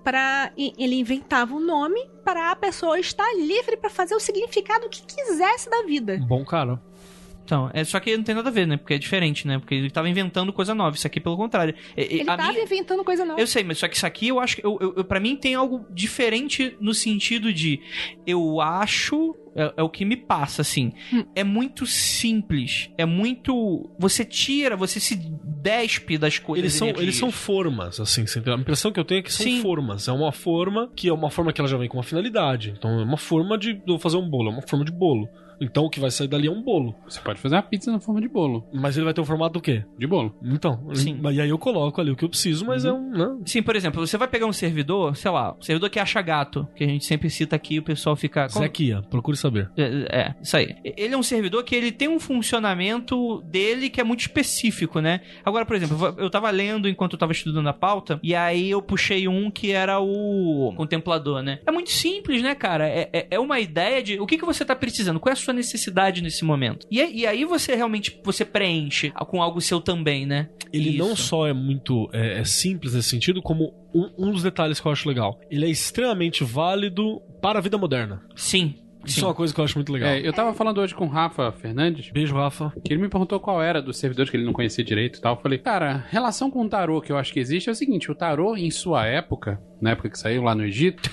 [SPEAKER 6] para ele inventava o nome para a pessoa estar livre para fazer o significado que quisesse da vida.
[SPEAKER 4] Bom, cara.
[SPEAKER 3] Então, é só que não tem nada a ver, né? Porque é diferente, né? Porque ele tava inventando coisa nova, isso aqui pelo contrário. É, é,
[SPEAKER 6] Ele
[SPEAKER 3] a
[SPEAKER 6] tava
[SPEAKER 3] minha-
[SPEAKER 6] inventando coisa nova.
[SPEAKER 3] Eu sei, mas só que isso aqui eu acho que. Eu, eu, eu- pra mim tem algo diferente no sentido de. Eu acho. É, é o que me passa, assim.
[SPEAKER 6] Hum.
[SPEAKER 3] É muito simples. É muito. Você tira, você se despe das coisas.
[SPEAKER 4] Eles são, eles
[SPEAKER 3] tipo, energias.
[SPEAKER 4] são formas, assim, você entendeu? A impressão que eu tenho é que são
[SPEAKER 3] Sim.
[SPEAKER 4] formas. É uma forma que é uma forma que ela já vem com uma finalidade. Então é uma forma de eu vou fazer um bolo, é uma forma de bolo. Então o que vai sair dali é um bolo.
[SPEAKER 5] Você pode fazer uma pizza na forma de bolo.
[SPEAKER 4] Mas ele vai ter o formato do quê?
[SPEAKER 5] De bolo.
[SPEAKER 4] Então.
[SPEAKER 3] Sim.
[SPEAKER 4] Mas e aí eu coloco ali o que eu preciso, mas é um. né?
[SPEAKER 3] Sim, por exemplo, você vai pegar um servidor, sei lá, um servidor que acha gato, que a gente sempre cita aqui, o pessoal fica. Como-
[SPEAKER 4] Zequia, procure saber.
[SPEAKER 3] É, é, isso aí. Ele é um servidor que ele tem um funcionamento dele que é muito específico, né? Agora, por exemplo, eu tava lendo enquanto eu tava estudando a pauta, e aí eu puxei um que era o contemplador, né? É muito simples, né, cara? É, é- é uma ideia de o que, que você tá precisando, qual é a sua necessidade nesse momento. E, aí- e aí você realmente você preenche com algo seu também, né?
[SPEAKER 4] Ele
[SPEAKER 3] Isso.
[SPEAKER 4] não só é muito é, é simples nesse sentido, como um, um dos detalhes que eu acho legal. Ele é extremamente válido para a vida moderna.
[SPEAKER 3] Sim.
[SPEAKER 4] Isso
[SPEAKER 3] sim.
[SPEAKER 4] é uma coisa que eu acho muito legal.
[SPEAKER 5] É, eu tava falando hoje com o Rafa Fernandes,
[SPEAKER 4] Beijo, Rafa.
[SPEAKER 5] que ele me perguntou qual era dos servidores que ele não conhecia direito e tal. Eu falei, cara, relação com o tarô que eu acho que existe é o seguinte: o tarô, em sua época, na época que saiu lá no Egito,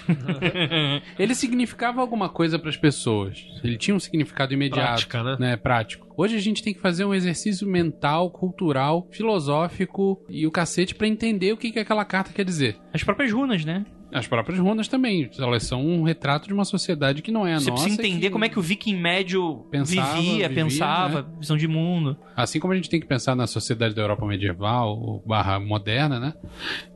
[SPEAKER 5] ele significava alguma coisa pras pessoas. Ele tinha um significado imediato.
[SPEAKER 4] Prática, né?
[SPEAKER 5] né, prático. Hoje a gente tem que fazer um exercício mental, cultural, filosófico e o cacete pra entender o que, que aquela carta quer dizer.
[SPEAKER 3] As próprias runas, né?
[SPEAKER 5] As próprias runas também. Elas são um retrato de uma sociedade que não é a
[SPEAKER 3] Você
[SPEAKER 5] nossa.
[SPEAKER 3] precisa entender
[SPEAKER 5] que-
[SPEAKER 3] como é que o viking médio
[SPEAKER 5] Pensava,
[SPEAKER 3] vivia,
[SPEAKER 5] vivia, né?
[SPEAKER 3] pensava, visão de mundo.
[SPEAKER 5] Assim como a gente tem que pensar na sociedade da Europa medieval ou barra moderna, né?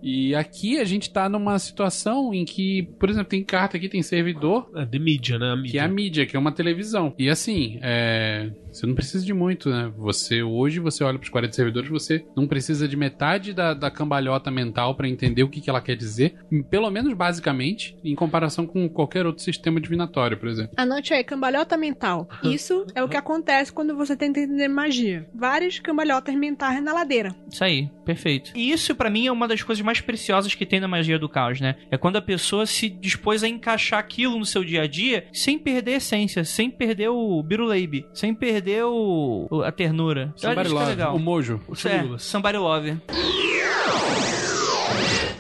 [SPEAKER 5] E aqui a gente tá numa situação em que, por exemplo, tem carta aqui, tem servidor,
[SPEAKER 4] É, de mídia, né? A mídia.
[SPEAKER 5] que é a mídia, que é uma televisão. E assim, é, você não precisa de muito, né? Você hoje você olha pros 40 servidores, você não precisa de metade da, da cambalhota mental pra entender o que, que ela quer dizer, pelo menos basicamente, em comparação com qualquer outro sistema divinatório, por exemplo.
[SPEAKER 6] Anote aí, é cambalhota mental. Isso é o que acontece quando você tenta entender magia. Várias cambalhotas mentais na ladeira.
[SPEAKER 3] Isso aí, perfeito. E isso pra mim é uma das coisas mais preciosas que tem na magia do caos, né? É quando a pessoa se dispôs a encaixar aquilo no seu dia a dia sem perder a essência, sem perder o biruleibe, sem perder o... o- a ternura. Olha
[SPEAKER 5] Somebody
[SPEAKER 3] isso que é
[SPEAKER 5] love,
[SPEAKER 3] legal.
[SPEAKER 5] o Mojo.
[SPEAKER 3] Isso é, somebody love.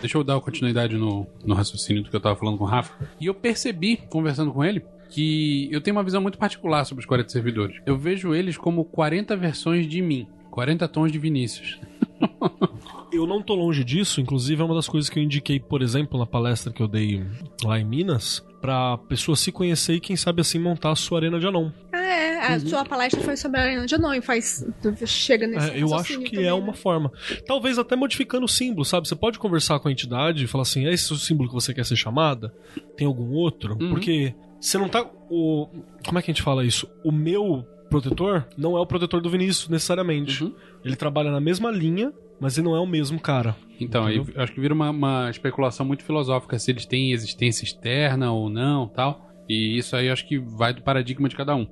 [SPEAKER 5] Deixa eu dar continuidade no, no raciocínio do que eu tava falando com o Rafa. E eu percebi, conversando com ele, que eu tenho uma visão muito particular sobre os 40 servidores. Eu vejo eles como 40 versões de mim. 40 tons de Vinícius.
[SPEAKER 4] Eu não tô longe disso, inclusive é uma das coisas que eu indiquei, por exemplo, na palestra que eu dei lá em Minas, pra pessoa se conhecer e, quem sabe, assim, montar a sua arena de anão.
[SPEAKER 6] Ah, é.
[SPEAKER 4] Uhum.
[SPEAKER 6] A sua palestra foi sobre a Arena de Anon e faz. Chega nesse.
[SPEAKER 4] É, eu acho
[SPEAKER 6] raciocínio
[SPEAKER 4] que
[SPEAKER 6] também,
[SPEAKER 4] é
[SPEAKER 6] né?
[SPEAKER 4] uma forma. Talvez até modificando o símbolo, sabe? Você pode conversar com a entidade e falar assim: é esse o símbolo que você quer ser chamada? Tem algum outro?
[SPEAKER 5] Uhum.
[SPEAKER 4] Porque você não tá. O... Como é que a gente fala isso? O meu protetor não é o protetor do Vinícius, necessariamente.
[SPEAKER 5] Uhum.
[SPEAKER 4] Ele trabalha na mesma linha, mas ele não é o mesmo cara.
[SPEAKER 5] Então, aí, eu acho que vira uma, uma especulação muito filosófica se eles têm existência externa ou não tal. E isso aí eu acho que vai do paradigma de cada um.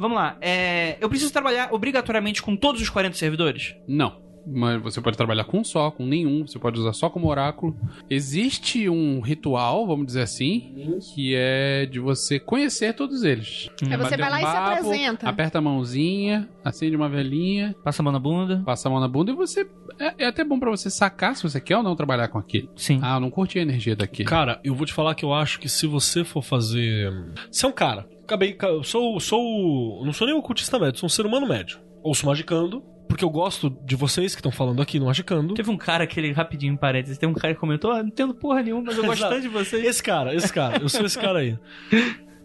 [SPEAKER 3] Vamos lá, é, eu preciso trabalhar obrigatoriamente com todos os 40 servidores?
[SPEAKER 5] Não. Mas você pode trabalhar com um só, com nenhum, você pode usar só como oráculo. Existe um ritual, vamos dizer assim, que é de você conhecer todos eles.
[SPEAKER 3] É,
[SPEAKER 6] Aí você
[SPEAKER 5] Bater
[SPEAKER 6] vai lá
[SPEAKER 5] um
[SPEAKER 6] e se
[SPEAKER 5] papo,
[SPEAKER 6] apresenta.
[SPEAKER 5] Aperta a mãozinha, acende uma velhinha,
[SPEAKER 3] Passa a mão na bunda?
[SPEAKER 5] passa a mão na bunda e você. É, é até bom pra você sacar se você quer ou não trabalhar com aquele.
[SPEAKER 3] Sim.
[SPEAKER 5] Ah, eu não curti a energia daqui.
[SPEAKER 4] Cara, eu vou te falar que eu acho que se você for fazer. Você é um cara. Acabei. ca- Eu sou. sou eu não sou nem um ocultista médio, sou um ser humano médio. Ouço magicando, porque eu gosto de vocês que estão falando aqui no magicando.
[SPEAKER 3] Teve um cara, aquele, rapidinho, em parênteses, tem um cara que comentou, ah, não entendo porra nenhuma, mas eu gosto
[SPEAKER 4] Exato.
[SPEAKER 3] tanto de vocês.
[SPEAKER 4] Esse cara, esse cara. Eu sou esse cara aí.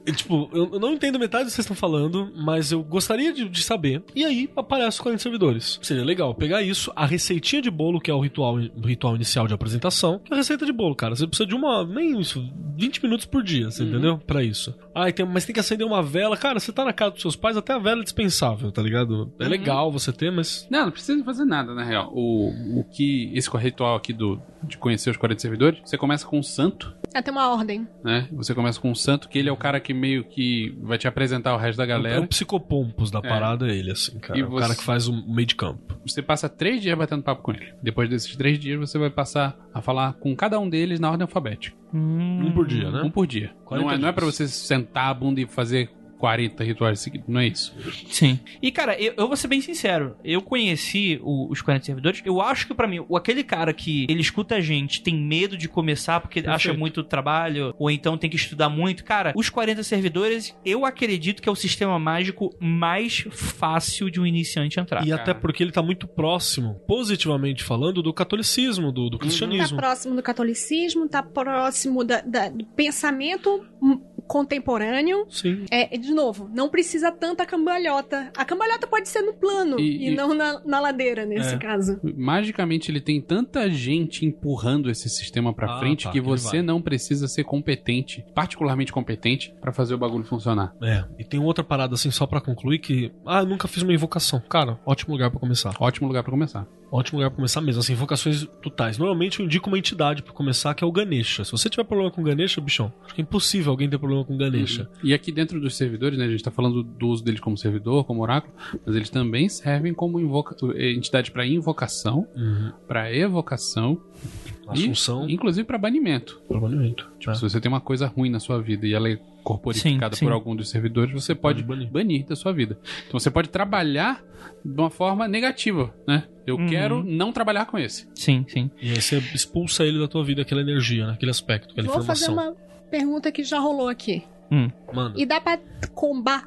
[SPEAKER 4] E, tipo, eu eu não entendo metade do que vocês estão falando, mas eu gostaria de, de saber. E aí aparece os 40 servidores. Seria legal pegar isso, a receitinha de bolo, que é o ritual, o ritual inicial de apresentação. que é A receita de bolo, cara. Você precisa de uma. Nem isso, 20 minutos por dia,
[SPEAKER 5] Uhum.
[SPEAKER 4] você entendeu? Pra isso. Ah, e tem, mas tem que acender uma vela. Cara, você tá na casa dos seus pais, até a vela é dispensável, tá ligado?
[SPEAKER 5] Uhum.
[SPEAKER 4] É legal você ter, mas.
[SPEAKER 5] Não, não precisa fazer nada, na real. O, o que. Esse ritual aqui do, de conhecer os 40 servidores, você começa com um santo,
[SPEAKER 6] É, tem uma ordem.
[SPEAKER 5] né? Você começa com um santo, que ele é o cara que meio que vai te apresentar o resto da
[SPEAKER 4] É um
[SPEAKER 5] galera.
[SPEAKER 4] psicopompos da parada, ele, assim, cara.
[SPEAKER 5] E
[SPEAKER 4] O cara
[SPEAKER 5] você-
[SPEAKER 4] que faz o meio de campo.
[SPEAKER 5] Você passa três dias batendo papo com ele. Depois desses três dias, você vai passar a falar com cada um deles na ordem alfabética.
[SPEAKER 4] Um por dia, né?
[SPEAKER 5] Um por dia.
[SPEAKER 4] 40
[SPEAKER 5] Não é, não é pra
[SPEAKER 4] dias.
[SPEAKER 5] você sentar a bunda e fazer 40 rituais seguidos, não é isso.
[SPEAKER 3] Sim. E, cara, eu, eu vou ser bem sincero. Eu conheci o- os 40 servidores. Eu acho que, pra mim, o- aquele cara que ele escuta a gente, tem medo de começar porque acha muito trabalho, ou então tem que estudar muito. Cara, os 40 servidores, eu acredito que é o sistema mágico mais fácil de um iniciante entrar.
[SPEAKER 4] E
[SPEAKER 5] cara.
[SPEAKER 4] até porque ele tá muito próximo, positivamente falando, do catolicismo, do, do
[SPEAKER 6] Tá
[SPEAKER 4] cristianismo.
[SPEAKER 6] próximo do catolicismo, tá próximo da- da- do pensamento hum, contemporâneo.
[SPEAKER 4] Sim.
[SPEAKER 6] É, de novo, não precisa tanta cambalhota. A cambalhota pode ser no plano
[SPEAKER 5] E-
[SPEAKER 6] e,
[SPEAKER 5] e-
[SPEAKER 6] não na, na ladeira, nesse
[SPEAKER 4] É.
[SPEAKER 6] caso.
[SPEAKER 5] Magicamente, ele tem tanta gente empurrando esse sistema pra
[SPEAKER 4] Ah,
[SPEAKER 5] frente
[SPEAKER 4] tá,
[SPEAKER 5] que
[SPEAKER 4] ele vai.
[SPEAKER 5] você não precisa ser competente, particularmente competente, pra fazer o bagulho funcionar.
[SPEAKER 4] É. E tem outra parada, assim, só pra concluir, que. Ah, eu nunca fiz uma invocação. Cara, ótimo lugar pra começar.
[SPEAKER 5] Ótimo lugar pra começar.
[SPEAKER 4] Ótimo lugar pra começar mesmo. Assim, invocações totais. Normalmente eu indico uma entidade pra começar, que é o Ganesha. Se você tiver problema com Ganesha, bichão, acho que é impossível alguém ter problema com Ganesha.
[SPEAKER 5] Uhum. E aqui dentro dos servidores, né? A gente tá falando do uso deles como servidor, como oráculo, mas eles também servem como invoca- entidade pra invocação,
[SPEAKER 6] Uhum.
[SPEAKER 5] pra evocação,
[SPEAKER 4] Uhum. Assunção,
[SPEAKER 3] Então-
[SPEAKER 5] e, inclusive pra banimento.
[SPEAKER 4] provavelmente. né?
[SPEAKER 5] Tipo, se você tem uma coisa ruim na sua vida e ela é corporificada
[SPEAKER 3] Tá. Sim, sim.
[SPEAKER 5] por algum dos servidores, você pode
[SPEAKER 4] pode
[SPEAKER 5] banir.
[SPEAKER 4] banir.
[SPEAKER 5] da sua vida. Então você pode trabalhar de uma forma negativa, né? Eu
[SPEAKER 3] Uhum.
[SPEAKER 5] quero não trabalhar com esse.
[SPEAKER 3] Sim, sim.
[SPEAKER 4] E aí você expulsa ele da tua vida, aquela energia, né? aquele aspecto, aquela
[SPEAKER 6] Vou fazer
[SPEAKER 4] informação.
[SPEAKER 6] uma pergunta que já rolou aqui.
[SPEAKER 4] Manda.
[SPEAKER 6] E dá pra combar?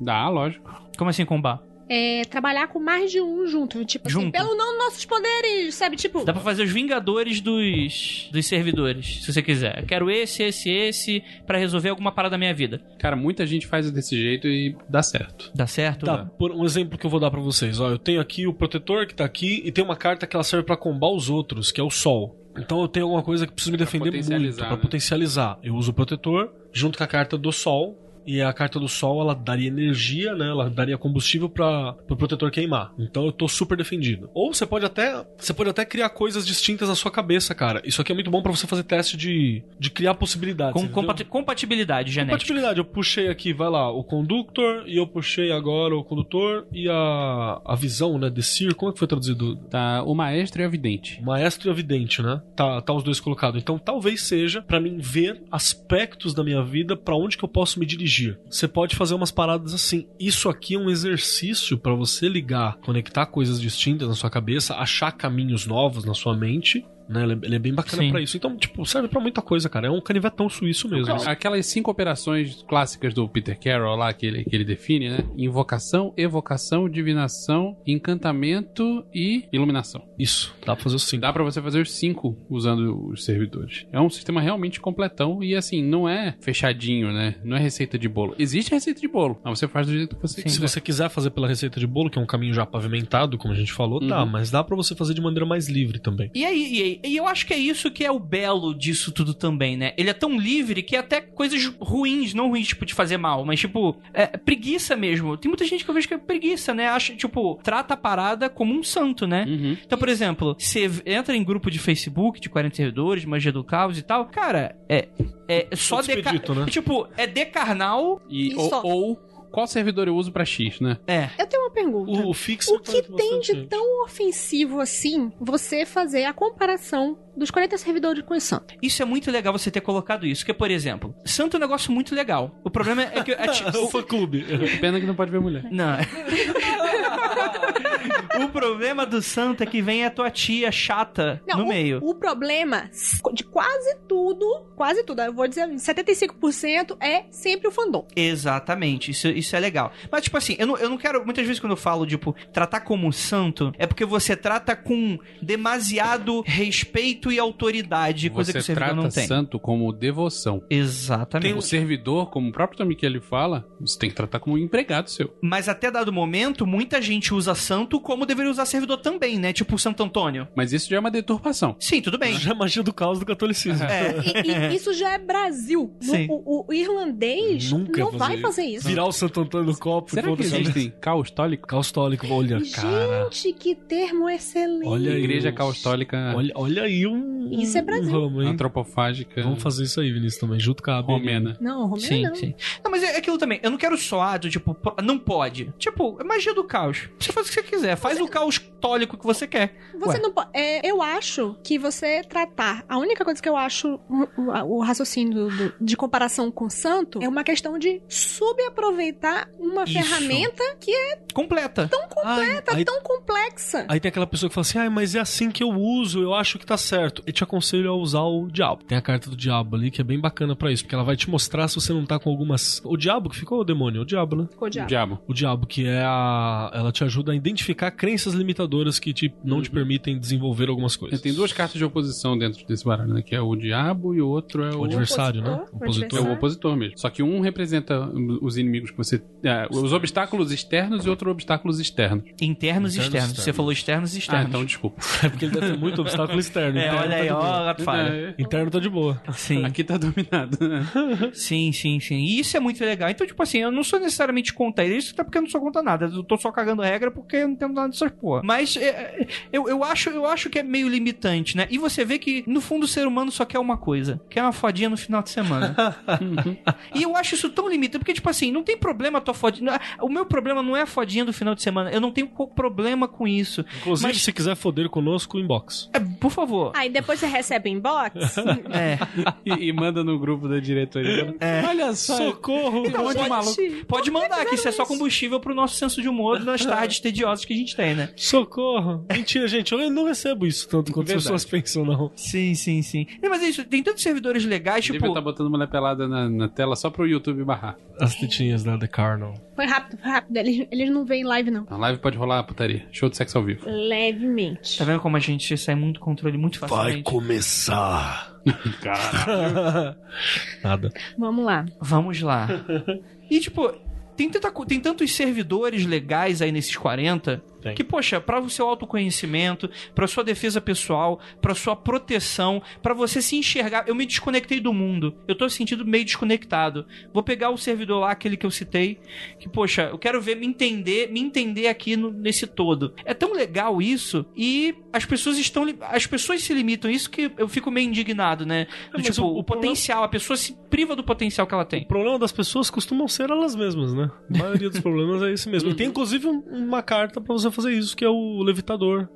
[SPEAKER 5] Dá, lógico.
[SPEAKER 3] Como assim, combar?
[SPEAKER 6] é, trabalhar com mais de um junto. Tipo assim,
[SPEAKER 3] Junto.
[SPEAKER 6] pelo não nossos poderes, sabe? Tipo,
[SPEAKER 3] Dá pra fazer os vingadores dos, dos servidores, se você quiser. Eu quero esse, esse, esse, pra resolver alguma parada da minha vida.
[SPEAKER 5] Cara, muita gente faz desse jeito e dá certo.
[SPEAKER 3] Dá certo? né?
[SPEAKER 4] Tá,
[SPEAKER 3] Léo?
[SPEAKER 4] por um exemplo que eu vou dar pra vocês. Ó, eu tenho aqui o protetor que tá aqui e tem uma carta que ela serve pra combar os outros, que é o sol. Então eu tenho alguma coisa que preciso me defender muito
[SPEAKER 5] potencializar,
[SPEAKER 4] pra
[SPEAKER 5] né?
[SPEAKER 4] potencializar. Eu uso o protetor junto com a carta do sol. E a carta do sol, ela daria energia, né? Ela daria combustível para o protetor queimar. Então eu tô super defendido. Ou você pode até, você pode até criar coisas distintas na sua cabeça, cara. Isso aqui é muito bom pra você fazer teste de, de criar possibilidades.
[SPEAKER 3] Com,
[SPEAKER 4] entendeu?
[SPEAKER 3] compati- compatibilidade genética.
[SPEAKER 4] Compatibilidade, eu puxei aqui, vai lá, o conductor e eu puxei agora o condutor e a, a visão, né, de Sir, como é que foi traduzido?
[SPEAKER 5] Tá, o maestro é o vidente.
[SPEAKER 4] O Maestro e o vidente, né? Tá, tá os dois colocados. Então talvez seja pra mim ver aspectos da minha vida pra onde que eu posso me dirigir. Você pode fazer umas paradas assim. Isso aqui é um exercício pra você ligar, conectar coisas distintas na sua cabeça, achar caminhos novos na sua mente. Né, ele é- ele é bem bacana
[SPEAKER 3] Sim.
[SPEAKER 4] pra isso. Então, tipo, serve pra muita coisa, cara. É um canivetão suíço mesmo.
[SPEAKER 5] Cara, Aquelas cinco operações clássicas do Peter Carroll lá que ele, que ele define, né? Invocação, evocação, divinação, encantamento e iluminação.
[SPEAKER 4] Isso, dá pra fazer assim, o sim.
[SPEAKER 5] Dá pra você fazer os cinco usando os servidores. É um sistema realmente completão e assim, não é fechadinho, né? Não é receita de bolo. Existe receita de bolo, mas você faz do jeito que você
[SPEAKER 4] Se
[SPEAKER 5] quiser.
[SPEAKER 4] você quiser fazer pela receita de bolo, que é um caminho já pavimentado, como a gente falou, tá,
[SPEAKER 5] Uhum.
[SPEAKER 4] mas dá pra você fazer de maneira mais livre também.
[SPEAKER 3] E aí, e aí- e eu acho que é isso que é o belo disso tudo também, né? Ele é tão livre que até coisas ruins, não ruins, tipo, de fazer mal, mas tipo, é, preguiça mesmo. Tem muita gente que eu vejo que é preguiça, né? Acha, tipo, trata a parada como um santo, né?
[SPEAKER 5] Uhum.
[SPEAKER 3] Então, por exemplo, você entra em grupo de Facebook, de 40 servidores, magia do caos e tal, cara, é. É só deca...
[SPEAKER 4] Expedito, né?
[SPEAKER 3] Tipo, é decarnal.
[SPEAKER 5] E,
[SPEAKER 6] E
[SPEAKER 5] ou,
[SPEAKER 6] só.
[SPEAKER 5] ou qual servidor eu uso pra X, né?
[SPEAKER 3] É.
[SPEAKER 6] eu tenho uma pergunta.
[SPEAKER 4] O, o fixo
[SPEAKER 6] O que tem de tão ofensivo assim você fazer a comparação dos 40 servidores com os santos?
[SPEAKER 3] Isso é muito legal você ter colocado isso. Porque, por exemplo, santo é um negócio muito legal. O problema é que. é tipo-
[SPEAKER 4] o fã clube.
[SPEAKER 5] Pena que não pode ver mulher.
[SPEAKER 3] Não. o problema do santo é que vem a tua tia chata no
[SPEAKER 6] o,
[SPEAKER 3] meio.
[SPEAKER 6] o problema de quase tudo, quase tudo, eu vou dizer 75% é sempre o fandom.
[SPEAKER 3] Exatamente, isso, isso é legal. Mas, tipo assim, eu não, eu não quero. Muitas vezes quando eu falo, tipo, tratar como santo, é porque você trata com demasiado respeito e autoridade, coisa que o
[SPEAKER 5] você
[SPEAKER 3] servidor
[SPEAKER 5] trata
[SPEAKER 3] não tem.
[SPEAKER 5] santo um- como devoção.
[SPEAKER 3] Exatamente.
[SPEAKER 5] O servidor, como o próprio Tommy Kelly fala, você tem que tratar como um empregado seu.
[SPEAKER 3] Mas até dado momento, muita gente usa santo como deveria usar servidor também, né? Tipo Santo Antônio.
[SPEAKER 5] Mas isso já é uma deturpação.
[SPEAKER 3] Sim, tudo bem.
[SPEAKER 4] Já é magia do caos do catolicismo.
[SPEAKER 3] É.
[SPEAKER 6] E, e isso já é Brasil. No-
[SPEAKER 3] Sim.
[SPEAKER 6] o, o irlandês
[SPEAKER 4] Nunca
[SPEAKER 6] não
[SPEAKER 4] fazer
[SPEAKER 6] vai
[SPEAKER 4] isso.
[SPEAKER 6] fazer isso.
[SPEAKER 4] Virar o Santo Antônio no copo.
[SPEAKER 5] Será que
[SPEAKER 4] foda-se.
[SPEAKER 5] existem caustólicos?
[SPEAKER 4] Caustólico, olha, cara.
[SPEAKER 6] Gente, que termo excelente.
[SPEAKER 4] Olha aí.
[SPEAKER 5] Igreja caustólica
[SPEAKER 4] Olha, olha aí um.
[SPEAKER 6] Isso é Brasil.
[SPEAKER 4] um ramo, hein?
[SPEAKER 5] antropofágica
[SPEAKER 4] Vamos fazer isso aí, Vinícius, também, junto com a abelha.
[SPEAKER 5] romena.
[SPEAKER 6] Não, Romeu
[SPEAKER 3] Sim,
[SPEAKER 6] não.
[SPEAKER 3] sim. Não, mas é aquilo também. Eu não quero soar do tipo, pô, não pode. Tipo, é magia do caos. Você faz o que você quiser. Faz o caos tólico que você quer.
[SPEAKER 6] Você
[SPEAKER 3] Ué.
[SPEAKER 6] não pode. eu acho que você tratar. A única coisa que eu acho o, o- o raciocínio do- do- de comparação com o santo é uma questão de subaproveitar uma
[SPEAKER 4] Isso.
[SPEAKER 6] ferramenta que é
[SPEAKER 3] Completa.
[SPEAKER 6] tão completa,
[SPEAKER 4] Ai, ai.
[SPEAKER 6] tão complexa.
[SPEAKER 4] Aí tem aquela pessoa que fala assim: ah, mas é assim que eu uso, eu acho que tá certo. Eu te aconselho a usar o diabo. Tem a carta do diabo ali que é bem bacana pra isso, porque ela vai te mostrar se você não tá com algumas. O diabo que ficou, o demônio? O diabo, né?
[SPEAKER 6] Ficou diabo.
[SPEAKER 5] Diabo.
[SPEAKER 4] O diabo, que é a. Ela te ajuda a identificar crenças limitadoras que te... não te permitem desenvolver algumas coisas.
[SPEAKER 5] Uhum. Tem duas cartas de oposição dentro desse baralho, né? Que é o diabo e o outro é
[SPEAKER 4] O
[SPEAKER 5] o.
[SPEAKER 4] adversário, né?
[SPEAKER 6] opositor,
[SPEAKER 5] É
[SPEAKER 4] Opositor.
[SPEAKER 5] o opositor mesmo. Só que um representa os inimigos que você. é, os obstáculos externos e outro obstáculos externos.
[SPEAKER 3] Internos e
[SPEAKER 4] Internos e
[SPEAKER 3] externos. Você
[SPEAKER 4] externos.
[SPEAKER 3] falou externos e
[SPEAKER 5] Ah,
[SPEAKER 3] externos.
[SPEAKER 5] então desculpa.
[SPEAKER 4] É porque ele deve ter muito obstáculo externo.
[SPEAKER 3] É,
[SPEAKER 4] Interno
[SPEAKER 3] olha
[SPEAKER 4] tá
[SPEAKER 3] aí,
[SPEAKER 4] de boa.
[SPEAKER 3] ó, gato falha.
[SPEAKER 5] É,
[SPEAKER 4] Interno tá de boa.
[SPEAKER 3] Sim,
[SPEAKER 5] Aqui tá dominado.
[SPEAKER 3] sim, sim, sim. E isso é muito legal. Então, tipo assim, eu não sou necessariamente contra isso, até porque eu não sou contra nada. Eu tô só cagando regra porque eu não tenho nada dessas porra. Mas é, é, eu, eu, acho, eu acho que é meio limitante, né? E você vê que, no fundo, o ser humano só quer uma coisa. Quer uma fodinha no final de semana. E eu acho isso tão limitante, porque, tipo assim, não tem problema a tua fodinha. O meu problema não é a fodinha do final de semana. Eu não tenho co- problema com isso.
[SPEAKER 4] Inclusive,
[SPEAKER 3] Mas-
[SPEAKER 4] se quiser foder conosco, inbox.
[SPEAKER 3] É, por favor.
[SPEAKER 6] Aí depois você recebe inbox?
[SPEAKER 3] É,
[SPEAKER 5] e, e manda no grupo da diretoria. Olha só.
[SPEAKER 4] Socorro!
[SPEAKER 5] É.
[SPEAKER 3] Então,
[SPEAKER 5] tem um monte de maluco.
[SPEAKER 3] pode mandar, que isso é só combustível pro nosso senso de humor nas tardes tediosas que a gente tem, né?
[SPEAKER 4] socorro. Mentira, gente, eu não recebo isso tanto quanto as
[SPEAKER 5] Verdade.
[SPEAKER 4] pessoas pensam, não.
[SPEAKER 3] Sim, sim, sim. Não, mas é isso, tem tantos servidores legais,
[SPEAKER 5] Devia
[SPEAKER 3] tipo.
[SPEAKER 5] estar botando mulher pelada na, na tela só pro YouTube barrar.
[SPEAKER 4] As tetinhas da The Carnal.
[SPEAKER 6] Foi rápido, foi rápido. Eles, eles não veem live, não.
[SPEAKER 5] A live pode rolar putaria. Show de sexo ao vivo.
[SPEAKER 6] Levemente.
[SPEAKER 3] Tá vendo como a gente sai muito controle muito facilmente?
[SPEAKER 4] começar.
[SPEAKER 5] Cara.
[SPEAKER 4] Nada.
[SPEAKER 6] Vamos lá.
[SPEAKER 3] Vamos lá. E tipo, tem, tanta, co- tem tantos servidores legais aí nesses 40
[SPEAKER 4] Tem.
[SPEAKER 3] que, poxa, para o seu autoconhecimento, pra sua defesa pessoal, pra sua proteção, pra você se enxergar. Eu me desconectei do mundo. Eu tô sentindo meio desconectado. Vou pegar o servidor lá, aquele que eu citei, que, poxa, eu quero ver, me entender, me entender aqui no- nesse todo. É tão legal isso e as pessoas estão. li- As pessoas se limitam. Isso que eu fico meio indignado, né? Do
[SPEAKER 4] É, mas
[SPEAKER 3] tipo,
[SPEAKER 4] o-
[SPEAKER 3] o,
[SPEAKER 4] o problema-
[SPEAKER 3] potencial, a pessoa se priva do potencial que ela tem.
[SPEAKER 4] O problema das pessoas costumam ser elas mesmas, né? A maioria dos problemas é esse mesmo. E tem inclusive um- uma carta pra você fazer isso, que é o levitador.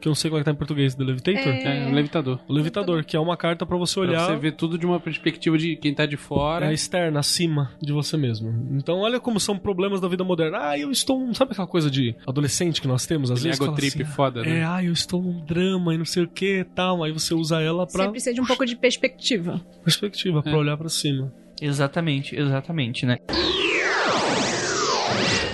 [SPEAKER 4] Que eu não sei como é que tá em português, The Levitator?
[SPEAKER 5] É, um levitador.
[SPEAKER 4] O levitador, que é uma carta pra você
[SPEAKER 5] Pra
[SPEAKER 4] olhar
[SPEAKER 5] você ver tudo de uma perspectiva de quem tá de fora.
[SPEAKER 4] é externa, acima de você mesmo. Então, olha como são problemas da vida moderna. Ah, eu estou. um- Sabe aquela coisa de adolescente que nós temos? Às
[SPEAKER 5] Aquele
[SPEAKER 4] vezes. fala
[SPEAKER 5] egotrip
[SPEAKER 4] assim,
[SPEAKER 5] foda, né?
[SPEAKER 4] É, ah, eu estou num drama e não sei o que tal. Aí você usa ela pra
[SPEAKER 6] Você precisa de um pouco de perspectiva.
[SPEAKER 4] perspectiva, pra olhar pra cima.
[SPEAKER 3] Exatamente, exatamente, né?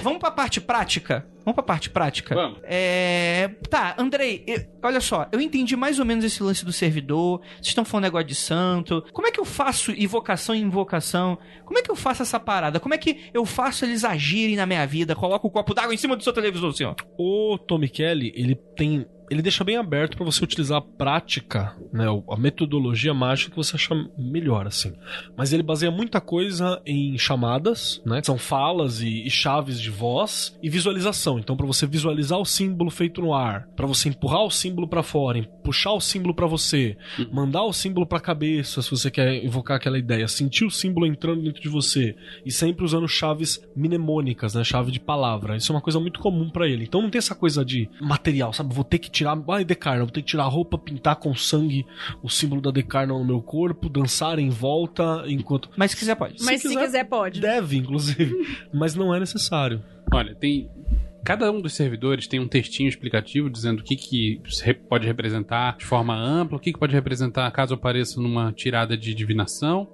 [SPEAKER 3] Vamos pra parte prática? Vamos pra parte prática?
[SPEAKER 5] Vamos.
[SPEAKER 3] É. Tá, Andrei, eu- olha só, eu entendi mais ou menos esse lance do servidor. Vocês estão falando negócio de santo. Como é que eu faço invocação em invocação? Como é que eu faço essa parada? Como é que eu faço eles agirem na minha vida? Coloco o copo d'água em cima do seu televisor, senhor.
[SPEAKER 4] O Tommy Kelly, ele tem. Ele deixa bem aberto pra você utilizar a prática, né, o- a metodologia mágica que você achar melhor, assim. Mas ele baseia muita coisa em chamadas, né? que São falas e, e chaves de voz e visualização. Então, pra você visualizar o símbolo feito no ar, pra você empurrar o símbolo pra fora, em- puxar o símbolo pra você, mandar o símbolo pra cabeça, se você quer invocar aquela ideia, sentir o símbolo entrando dentro de você, e sempre usando chaves mnemônicas, né? Chave de palavra. Isso é uma coisa muito comum pra ele. Então não tem essa coisa de material, sabe? Vou ter que tirar. Ai, Decarno, vou ter que tirar a roupa, pintar com sangue o símbolo da Decarno no meu corpo, dançar em volta enquanto.
[SPEAKER 3] Mas se quiser, pode.
[SPEAKER 4] Se
[SPEAKER 6] Mas se
[SPEAKER 4] quiser-
[SPEAKER 6] quiser, pode.
[SPEAKER 4] Deve, inclusive, mas não é necessário.
[SPEAKER 5] Olha, tem. Cada um dos servidores tem um textinho explicativo dizendo o que, que se re- pode representar de forma ampla, o que, que pode representar caso apareça numa tirada de divinação.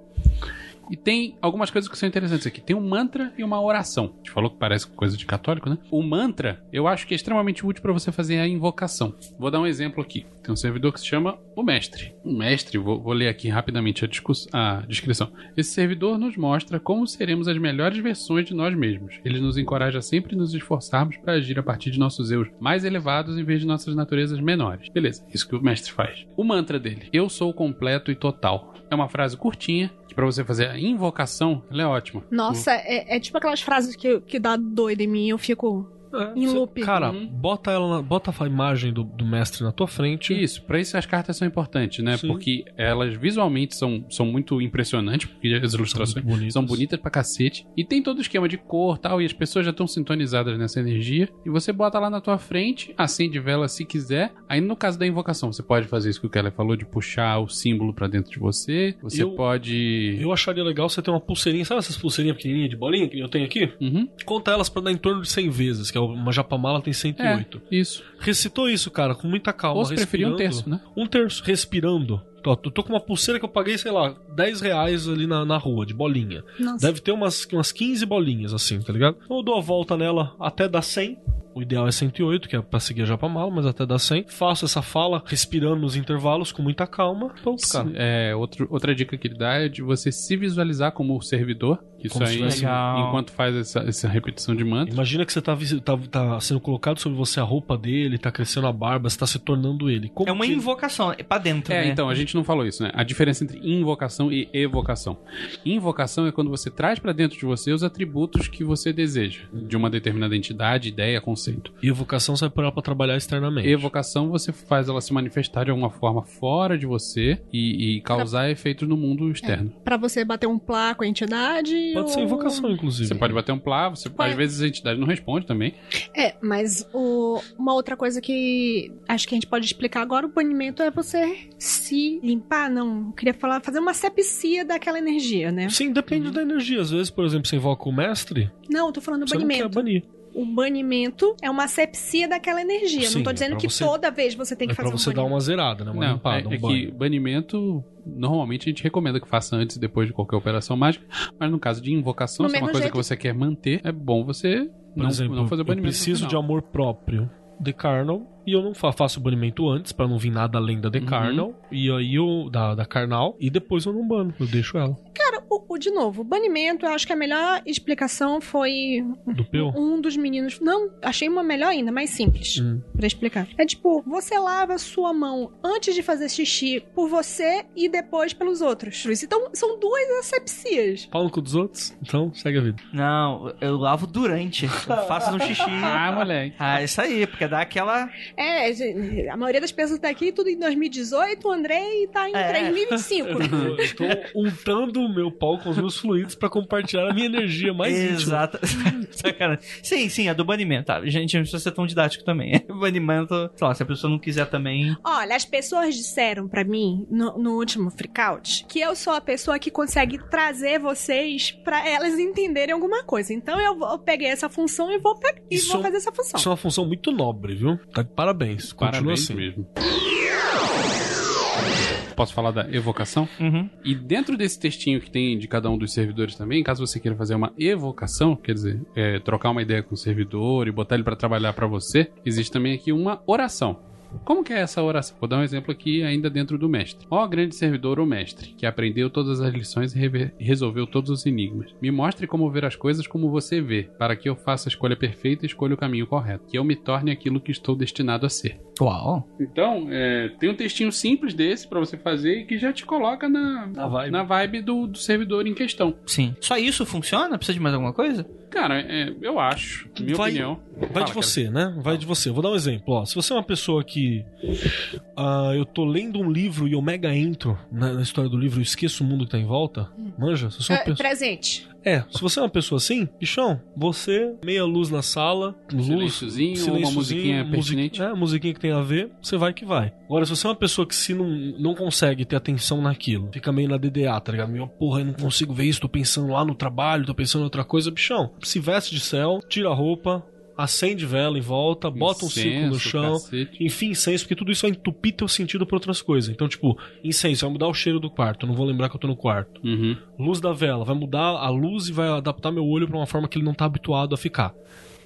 [SPEAKER 5] E tem algumas coisas que são interessantes aqui. Tem um mantra e uma oração. A gente falou que parece coisa de católico, né? O mantra, eu acho que é extremamente útil para você fazer a invocação. Vou dar um exemplo aqui. Tem um servidor que se chama o mestre. O mestre, vou, vou ler aqui rapidamente a, discuss- a descrição. Esse servidor nos mostra como seremos as melhores versões de nós mesmos. Ele nos encoraja a sempre nos esforçarmos para agir a partir de nossos eus mais elevados em vez de nossas naturezas menores. Beleza, isso que o mestre faz. O mantra dele: Eu sou completo e total. É uma frase curtinha que para você fazer a invocação, ela é ótima.
[SPEAKER 6] Nossa, é, é tipo aquelas frases que, que dá doido em mim. Eu fico. Em
[SPEAKER 4] Você-
[SPEAKER 6] loop. né?
[SPEAKER 4] Cara,
[SPEAKER 5] Uhum.
[SPEAKER 4] bota ela na- bota a imagem do, do mestre na tua frente.
[SPEAKER 5] Isso, pra isso as cartas são importantes, né?
[SPEAKER 4] Sim.
[SPEAKER 5] Porque elas visualmente são, são muito impressionantes, porque as ilustrações
[SPEAKER 4] bonitas.
[SPEAKER 5] são bonitas pra cacete. E tem todo o esquema de cor tal, e as pessoas já estão sintonizadas nessa energia. E você bota lá na tua frente, acende vela se quiser. Aí no caso da invocação, você pode fazer isso que o Keller falou, de puxar o símbolo pra dentro de você. Você
[SPEAKER 4] Eu-
[SPEAKER 5] pode.
[SPEAKER 4] Eu acharia legal você ter uma pulseirinha, sabe essas pulseirinhas pequenininhas de bolinha que eu tenho aqui?
[SPEAKER 5] Uhum,
[SPEAKER 4] Conta elas pra dar em torno de 100 vezes, que é uma japamala tem 108.
[SPEAKER 5] isso.
[SPEAKER 4] Recitou isso, cara, com muita calma.
[SPEAKER 5] Ou se preferir um
[SPEAKER 4] respirando.
[SPEAKER 5] terço, né?
[SPEAKER 4] Um terço, respirando. Tô, tô tô com uma pulseira que eu paguei, sei lá, 10 reais ali na, na rua, de bolinha.
[SPEAKER 6] Nossa.
[SPEAKER 4] Deve ter umas, umas 15 bolinhas, assim, tá ligado? Então eu dou a volta nela até dar 100. O ideal é 108, que é pra seguir a Japamala, mas até dar 100. Faço essa fala, respirando nos intervalos, com muita calma. Pronto, cara.
[SPEAKER 5] É, outro, outra dica que ele dá é de você se visualizar como o servidor. que Isso
[SPEAKER 4] Como se
[SPEAKER 5] aí,
[SPEAKER 4] tivesse-
[SPEAKER 3] Legal.
[SPEAKER 5] enquanto faz essa, essa repetição de mantra.
[SPEAKER 4] Imagina que você tá, visi- tá- tá sendo colocado sobre você a roupa dele, tá crescendo a barba, você tá se tornando ele. Como
[SPEAKER 3] É uma
[SPEAKER 4] que-
[SPEAKER 3] invocação, é pra dentro,
[SPEAKER 5] É,
[SPEAKER 3] né?
[SPEAKER 5] então, a gente não falou isso, né? A diferença entre invocação e evocação. Invocação é quando você traz pra dentro de você os atributos que você deseja, de uma determinada entidade, ideia, conceito.
[SPEAKER 4] Evocação você vai pôr ela pra trabalhar externamente.
[SPEAKER 5] Evocação você faz ela se manifestar de alguma forma fora de você e, e causar efeitos no mundo externo.
[SPEAKER 4] É.
[SPEAKER 6] Pra você bater um placo, a entidade.
[SPEAKER 4] Pode ser
[SPEAKER 6] ou-
[SPEAKER 4] invocação, inclusive.
[SPEAKER 5] Você pode bater um plá, você,
[SPEAKER 6] Qual é?
[SPEAKER 5] às vezes a entidade não responde também.
[SPEAKER 6] É, mas o- uma outra coisa que acho que a gente pode explicar agora, o banimento é você se limpar, não. Eu queria falar, fazer uma sepsia daquela energia, né?
[SPEAKER 4] Sim, depende da energia. Às vezes, por exemplo, você invoca o mestre,
[SPEAKER 6] Não, eu tô falando do
[SPEAKER 4] você não quer
[SPEAKER 6] banimento.
[SPEAKER 4] banir.
[SPEAKER 6] o banimento é uma asepsia daquela energia.
[SPEAKER 4] Sim,
[SPEAKER 6] não tô
[SPEAKER 4] é
[SPEAKER 6] dizendo
[SPEAKER 4] pra
[SPEAKER 6] que
[SPEAKER 4] você-
[SPEAKER 6] toda vez você tem que
[SPEAKER 4] É pra
[SPEAKER 6] fazer um
[SPEAKER 4] você dar
[SPEAKER 6] banimento.
[SPEAKER 4] uma zerada, né? Uma
[SPEAKER 5] Não,
[SPEAKER 4] limpada,
[SPEAKER 5] é,
[SPEAKER 4] um
[SPEAKER 5] é
[SPEAKER 4] banho.
[SPEAKER 5] que banimento, normalmente a gente recomenda que faça antes e depois de qualquer operação mágica, mas no caso de invocação,
[SPEAKER 6] Do
[SPEAKER 5] se é uma
[SPEAKER 6] mesmo
[SPEAKER 5] coisa
[SPEAKER 6] jeito.
[SPEAKER 5] que você quer manter, é bom você
[SPEAKER 4] Por
[SPEAKER 5] não,
[SPEAKER 4] exemplo,
[SPEAKER 5] não fazer o
[SPEAKER 4] eu
[SPEAKER 5] banimento. no
[SPEAKER 4] preciso de
[SPEAKER 5] final.
[SPEAKER 4] amor próprio de Carnal e eu não fa- faço o banimento antes pra não vir nada além da de
[SPEAKER 5] Uhum.
[SPEAKER 4] Carnal e aí eu da, da Carnal e depois eu não bano, eu deixo ela.
[SPEAKER 6] Cara, o, o- de novo, o banimento, eu acho que a melhor explicação foi
[SPEAKER 4] Do Peu?
[SPEAKER 6] um dos meninos. Não, achei uma melhor ainda, mais simples
[SPEAKER 4] Hum.
[SPEAKER 6] pra explicar. É tipo, você lava sua mão antes de fazer xixi por você e depois pelos outros. Então, são duas asepsias.
[SPEAKER 4] Pau no cu dos outros, então segue a vida.
[SPEAKER 7] Não, eu lavo durante. Eu faço no xixi.
[SPEAKER 5] Ah, moleque.
[SPEAKER 7] Ah, isso aí, porque dá aquela.
[SPEAKER 6] É, gente, a maioria das pessoas daqui, tudo em 2018, o Andrei tá em
[SPEAKER 7] É.
[SPEAKER 6] 2025.
[SPEAKER 5] Uhum.
[SPEAKER 4] Eu estou untando o meu pau com os meus fluidos pra compartilhar a minha energia mais íntima.
[SPEAKER 7] Exato. Sacanagem. Sim, sim, é do banimento. Tá, gente, não precisa ser tão didático também. É banimento. Sei lá, se a pessoa não quiser também.
[SPEAKER 6] Olha, as pessoas disseram pra mim no, no último freakout que eu sou a pessoa que consegue trazer vocês pra elas entenderem alguma coisa. Então eu, vou- eu peguei essa função e vou, pe- e
[SPEAKER 4] Isso-
[SPEAKER 6] vou fazer essa função.
[SPEAKER 4] Isso é uma função muito nobre, viu? Tá de parabéns. Continua
[SPEAKER 5] Parabéns
[SPEAKER 4] assim.
[SPEAKER 5] mesmo. Posso falar da evocação?
[SPEAKER 7] Uhum.
[SPEAKER 5] E dentro desse textinho que tem de cada um dos servidores também, caso você queira fazer uma evocação, quer dizer, é, trocar uma ideia com o servidor e botar ele pra trabalhar pra você, existe também aqui uma oração. Como que é essa oração? Vou dar um exemplo aqui ainda dentro do mestre. Ó grande servidor ou mestre, que aprendeu todas as lições e rever- resolveu todos os enigmas. Me mostre como ver as coisas como você vê, para que eu faça a escolha perfeita e escolha o caminho correto. Que eu me torne aquilo que estou destinado a ser.
[SPEAKER 7] Uau.
[SPEAKER 5] Então, é, tem um textinho simples desse pra você fazer e que já te coloca na,
[SPEAKER 4] Na vibe.
[SPEAKER 5] na vibe do, do servidor em questão.
[SPEAKER 7] Sim. Só isso funciona? Precisa de mais alguma coisa?
[SPEAKER 5] Cara, é, eu acho, minha
[SPEAKER 4] Vai-
[SPEAKER 5] opinião.
[SPEAKER 4] Vai
[SPEAKER 5] Fala,
[SPEAKER 4] de
[SPEAKER 5] cara.
[SPEAKER 4] você, né? Vai de você. Eu vou dar um exemplo. Ó, se você é uma pessoa que. ah, eu tô lendo um livro e eu mega entro na, na história do livro eu esqueço o mundo que tá em volta. Manja? Se você é uma
[SPEAKER 6] Ah,
[SPEAKER 4] pessoa.
[SPEAKER 6] presente.
[SPEAKER 4] É, se você é uma pessoa assim, bichão, você, meia luz na sala, luz.
[SPEAKER 5] Um Silênciozinho, uma musiquinha pertinente.
[SPEAKER 4] é, musiquinha que tem a ver, você vai que vai. Agora, se você é uma pessoa que se não, não consegue ter atenção naquilo, fica meio na DDA, tá ligado? Meu, porra, eu não consigo ver isso, tô pensando lá no trabalho, tô pensando em outra coisa, bichão. Se veste de céu, tira a roupa, acende vela em volta, bota um círculo no
[SPEAKER 5] Incenso,
[SPEAKER 4] chão.
[SPEAKER 5] cacete.
[SPEAKER 4] Enfim, incenso, porque tudo isso vai entupir teu sentido pra outras coisas. Então, tipo, incenso vai mudar o cheiro do quarto, eu não vou lembrar que eu tô no quarto.
[SPEAKER 5] Uhum.
[SPEAKER 4] Luz da vela, vai mudar a luz e vai adaptar meu olho pra uma forma que ele não tá habituado a ficar.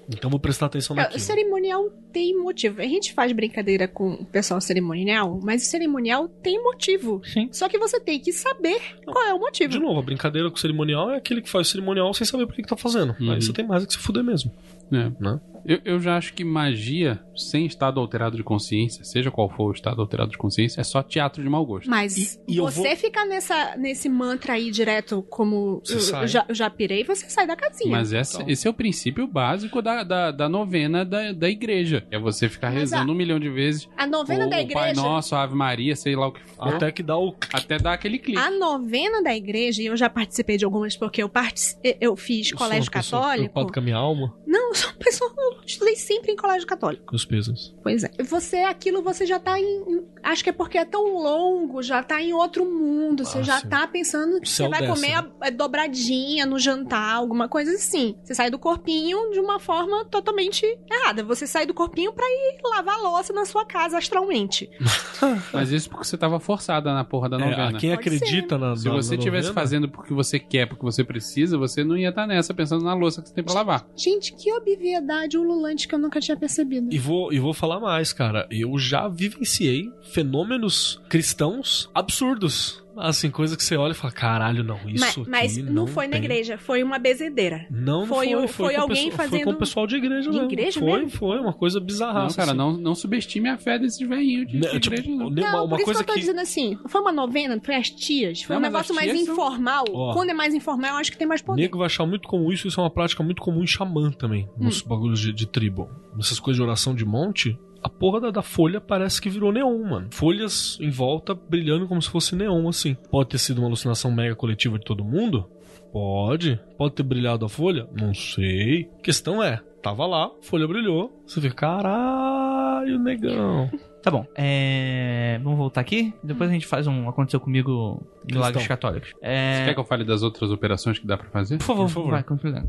[SPEAKER 4] Então vou prestar atenção
[SPEAKER 6] É, O
[SPEAKER 4] naquilo.
[SPEAKER 6] cerimonial tem motivo. A gente faz brincadeira com o pessoal cerimonial, mas o cerimonial tem motivo.
[SPEAKER 7] Sim.
[SPEAKER 6] Só que você tem que saber qual é o
[SPEAKER 4] De
[SPEAKER 6] motivo.
[SPEAKER 4] novo, a brincadeira com o cerimonial é aquele que faz o cerimonial sem saber por que, que tá fazendo.
[SPEAKER 5] Uhum.
[SPEAKER 4] Aí você tem mais é que se fuder mesmo.
[SPEAKER 5] É.
[SPEAKER 4] Né?
[SPEAKER 5] Eu, eu já acho que magia, sem estado alterado de consciência, seja qual for o estado alterado de consciência, é só teatro de mau gosto.
[SPEAKER 6] Mas
[SPEAKER 4] E- e eu
[SPEAKER 6] você ficar nessa, nesse mantra aí direto, como
[SPEAKER 4] Você
[SPEAKER 6] eu,
[SPEAKER 4] sai.
[SPEAKER 6] eu já, eu já pirei, você sai da casinha.
[SPEAKER 5] Mas essa-
[SPEAKER 4] Então.
[SPEAKER 5] esse é o princípio básico da, da, da novena da, da igreja. É você ficar
[SPEAKER 6] Mas
[SPEAKER 5] rezando
[SPEAKER 6] a-
[SPEAKER 5] um milhão de vezes.
[SPEAKER 6] A novena
[SPEAKER 5] ou
[SPEAKER 6] da
[SPEAKER 5] o Pai
[SPEAKER 6] igreja.
[SPEAKER 5] Nosso, Ave Maria, sei lá o que for.
[SPEAKER 4] Até que dá o.
[SPEAKER 5] Até dar aquele clique.
[SPEAKER 6] A novena da igreja, e eu já participei de algumas porque eu, partici- eu fiz colégio
[SPEAKER 4] Eu sou uma pessoa preocupada
[SPEAKER 6] católico.
[SPEAKER 4] com a minha alma,
[SPEAKER 6] Não, eu sou uma pessoa. Eu estudei sempre em colégio católico.
[SPEAKER 4] com os pesos.
[SPEAKER 6] Pois é. Você, aquilo, você já tá em. em- Acho que é porque é tão longo, já tá em outro mundo. Você
[SPEAKER 4] Ah,
[SPEAKER 6] já
[SPEAKER 4] sim. Então
[SPEAKER 6] tá pensando que
[SPEAKER 4] Céu
[SPEAKER 6] você vai
[SPEAKER 4] desce,
[SPEAKER 6] comer a- a dobradinha no jantar, alguma coisa assim. Você sai do corpinho de uma forma totalmente errada. Você sai do corpinho pra ir lavar a louça na sua casa astralmente.
[SPEAKER 5] Mas isso porque você tava forçada na porra da
[SPEAKER 4] É, a
[SPEAKER 5] novena.
[SPEAKER 4] quem
[SPEAKER 6] né? Pode
[SPEAKER 4] acredita na.
[SPEAKER 5] Se
[SPEAKER 4] na-
[SPEAKER 5] você
[SPEAKER 4] na
[SPEAKER 5] estivesse
[SPEAKER 4] novena-
[SPEAKER 5] fazendo porque você quer, porque você precisa, você não ia estar nessa pensando na louça que você tem pra lavar.
[SPEAKER 6] Gente, que obviedade ululante que eu nunca tinha percebido.
[SPEAKER 4] E vou, e vou falar mais, cara. Eu já vivenciei fenômenos cristãos absurdos. Assim, coisa que você olha e fala, caralho, não,
[SPEAKER 6] Ma-
[SPEAKER 4] isso
[SPEAKER 6] mas
[SPEAKER 4] aqui
[SPEAKER 6] não,
[SPEAKER 4] não
[SPEAKER 6] foi na
[SPEAKER 4] tem."
[SPEAKER 6] igreja, foi uma bezedeira.
[SPEAKER 4] Não, não foi.
[SPEAKER 6] Foi o- foi
[SPEAKER 4] com o
[SPEAKER 6] alguém
[SPEAKER 4] pessoal- Foi com
[SPEAKER 6] fazendo-
[SPEAKER 4] o pessoal de igreja
[SPEAKER 6] De
[SPEAKER 4] mesmo.
[SPEAKER 6] igreja
[SPEAKER 4] foi,
[SPEAKER 6] mesmo?
[SPEAKER 4] foi uma coisa bizarra. assim,
[SPEAKER 5] não, cara, não, não subestime a fé desses velhinhos
[SPEAKER 4] Né,
[SPEAKER 5] de, de igreja, não.
[SPEAKER 6] Não,
[SPEAKER 4] tipo, uma
[SPEAKER 6] por isso que
[SPEAKER 4] coisa
[SPEAKER 6] eu tô dizendo assim, foi uma novena, foi as tias, foi um
[SPEAKER 5] Não, mas
[SPEAKER 6] negócio
[SPEAKER 5] as
[SPEAKER 6] mais
[SPEAKER 5] tias são-
[SPEAKER 6] informal.
[SPEAKER 4] Ó.
[SPEAKER 6] Quando é mais informal, eu acho que tem mais
[SPEAKER 4] O
[SPEAKER 6] poder.
[SPEAKER 4] nego vai achar muito comum isso, isso é uma prática muito comum em xamã também, nos
[SPEAKER 6] Hum.
[SPEAKER 4] bagulhos de, de tribo. Nessas coisas de oração de monte, a porra da, da folha parece que virou neon, mano. Folhas em volta brilhando como se fosse neon, assim. Pode ter sido uma alucinação mega coletiva de todo mundo? Pode. Pode ter brilhado a folha? Não sei. Questão é, tava lá, a folha brilhou, você fica, caralho, negão.
[SPEAKER 7] Tá bom. É... Vamos voltar aqui? Depois a gente faz um Aconteceu Comigo Milagres
[SPEAKER 4] Cristão.
[SPEAKER 7] Católicos.
[SPEAKER 5] Você
[SPEAKER 7] É...
[SPEAKER 5] quer que eu fale das outras operações que dá pra fazer?
[SPEAKER 7] Por favor,
[SPEAKER 4] Por favor.
[SPEAKER 7] vai, continua.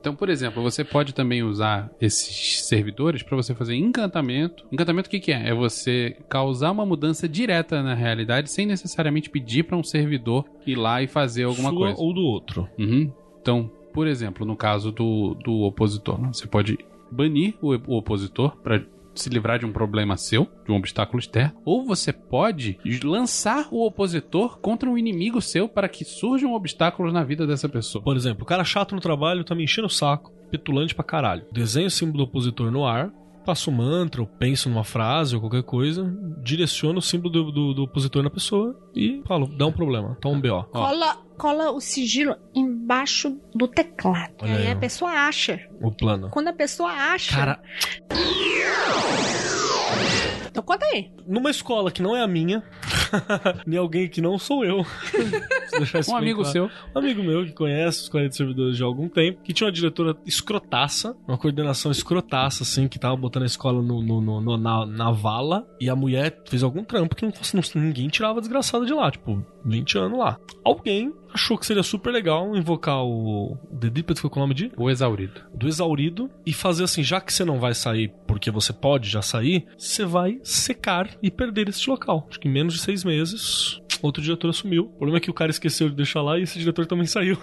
[SPEAKER 5] Então, por exemplo, você pode também usar esses servidores para você fazer encantamento. Encantamento o que, que é? É você causar uma mudança direta na realidade sem necessariamente pedir para um servidor ir lá e fazer alguma
[SPEAKER 4] Sua
[SPEAKER 5] coisa.
[SPEAKER 4] ou do outro.
[SPEAKER 5] Uhum. Então, por exemplo, no caso do, do opositor, né? você pode banir o, o opositor para se livrar de um problema seu, de um obstáculo externo, ou você pode lançar o opositor contra um inimigo seu para que surjam obstáculos na vida dessa pessoa. Um
[SPEAKER 4] Por exemplo, o cara chato no trabalho tá me enchendo o saco, petulante pra caralho. Desenho o símbolo do opositor no ar, passo um mantra, ou penso numa frase ou qualquer coisa, direciono o símbolo do, do- do opositor na pessoa e falo, dá um problema, toma um BO.
[SPEAKER 5] Ó.
[SPEAKER 6] Cola, cola o sigilo embaixo do teclado.
[SPEAKER 4] Olha
[SPEAKER 6] aí
[SPEAKER 4] aí,
[SPEAKER 6] a
[SPEAKER 4] ó.
[SPEAKER 6] pessoa acha.
[SPEAKER 4] O plano.
[SPEAKER 6] Quando a pessoa acha.
[SPEAKER 4] Cara,
[SPEAKER 6] Então conta aí.
[SPEAKER 4] numa escola que não é a minha, nem alguém que não sou eu. Preciso deixar isso
[SPEAKER 5] Um
[SPEAKER 4] bem
[SPEAKER 5] amigo
[SPEAKER 4] claro.
[SPEAKER 5] seu.
[SPEAKER 4] Um amigo meu que conhece os 40 servidores já há algum tempo, que tinha uma diretora escrotaça, uma coordenação escrotaça, assim, que tava botando a escola no, no- no- no- na, na vala, e a mulher fez algum trampo que não, não- ninguém tirava a desgraçada de lá, tipo, 20 anos lá. Alguém achou que seria super legal invocar o. The Deepet foi com o nome de?
[SPEAKER 5] O exaurido.
[SPEAKER 4] do exaurido e fazer assim, já que você não vai sair porque você pode já sair, você vai secar e perder este local. Acho que em menos de seis meses, outro diretor assumiu. O problema é que o cara esqueceu de deixar lá e esse diretor também saiu.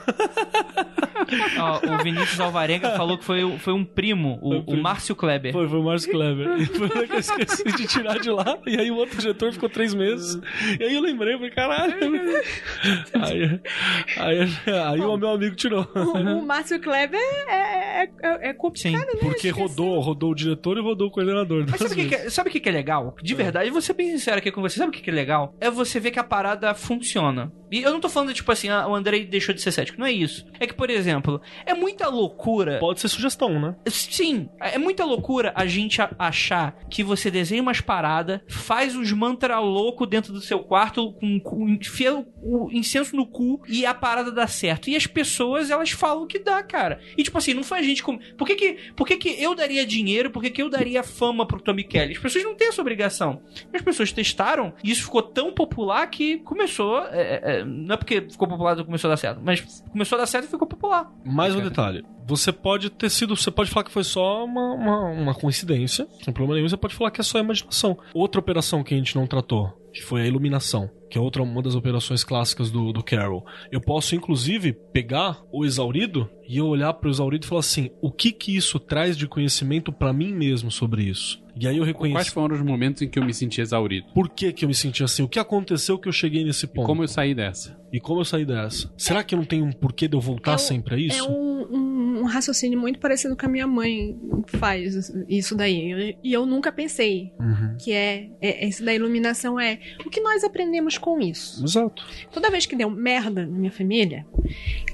[SPEAKER 3] Ó, o Vinícius Alvarenga falou que foi, foi um primo,
[SPEAKER 4] Foi
[SPEAKER 3] o,
[SPEAKER 4] um
[SPEAKER 3] o
[SPEAKER 4] primo.
[SPEAKER 3] Márcio Kleber.
[SPEAKER 4] Foi, foi o Márcio Kleber. E foi o que eu esqueci de tirar de lá. E aí o outro diretor ficou três meses. E aí eu lembrei, falei, caralho. Aí, aí, aí o meu amigo tirou.
[SPEAKER 6] O, o Márcio Kleber é, é, é, é
[SPEAKER 3] Sim.
[SPEAKER 6] complicado, né?
[SPEAKER 4] Porque rodou, rodou o diretor e rodou o coordenador.
[SPEAKER 3] Mas sabe o que, que é- sabe o que, que é legal? De verdade, eu vou ser bem sincero aqui com você. Sabe o que, que é legal? É você ver que a parada funciona. E eu não tô falando, tipo assim, ah, o Andrei deixou de ser cético. Não é isso. É que, por exemplo, é muita loucura.
[SPEAKER 4] Pode ser sugestão, né?
[SPEAKER 3] Sim, é muita loucura a gente a- achar que você desenha umas paradas, faz os mantra louco dentro do seu quarto, com, com enfia o- o incenso no cu e a parada dá certo. E as pessoas, elas falam que dá, cara. E tipo assim, não foi a gente como. Por que que, por que, que eu daria dinheiro, por que, que eu daria fama pro Tommy Kelly? As pessoas não têm essa obrigação. As pessoas testaram e isso ficou tão popular que começou. é, é, não é porque ficou popular que começou a dar certo, mas começou a dar certo e ficou popular.
[SPEAKER 4] Mais um detalhe. Você pode ter sido. Você pode falar que foi só uma, uma, uma coincidência. Sem problema nenhum. Você pode falar que é só imaginação. Outra operação que a gente não tratou, que foi a iluminação. Que é outra uma das operações clássicas do, do Carol. Eu posso, inclusive, pegar o exaurido e eu olhar pro exaurido e falar assim: o que que isso traz de conhecimento pra mim mesmo sobre isso? E aí eu
[SPEAKER 5] Quais
[SPEAKER 4] reconheço.
[SPEAKER 5] foram os momentos em que eu me senti exaurido?
[SPEAKER 4] Por que, que eu me senti assim? O que aconteceu que eu cheguei nesse
[SPEAKER 5] E
[SPEAKER 4] ponto?
[SPEAKER 5] como eu saí dessa?
[SPEAKER 4] eu saí dessa? Será que não tem um porquê de eu voltar
[SPEAKER 6] É um-
[SPEAKER 4] sempre a isso?
[SPEAKER 6] É um, um- um raciocínio muito parecido com a minha mãe faz isso daí. E eu nunca pensei
[SPEAKER 4] Uhum.
[SPEAKER 6] que é, é esse da iluminação é o que nós aprendemos com isso.
[SPEAKER 4] Exato.
[SPEAKER 6] Toda vez que deu merda na minha família,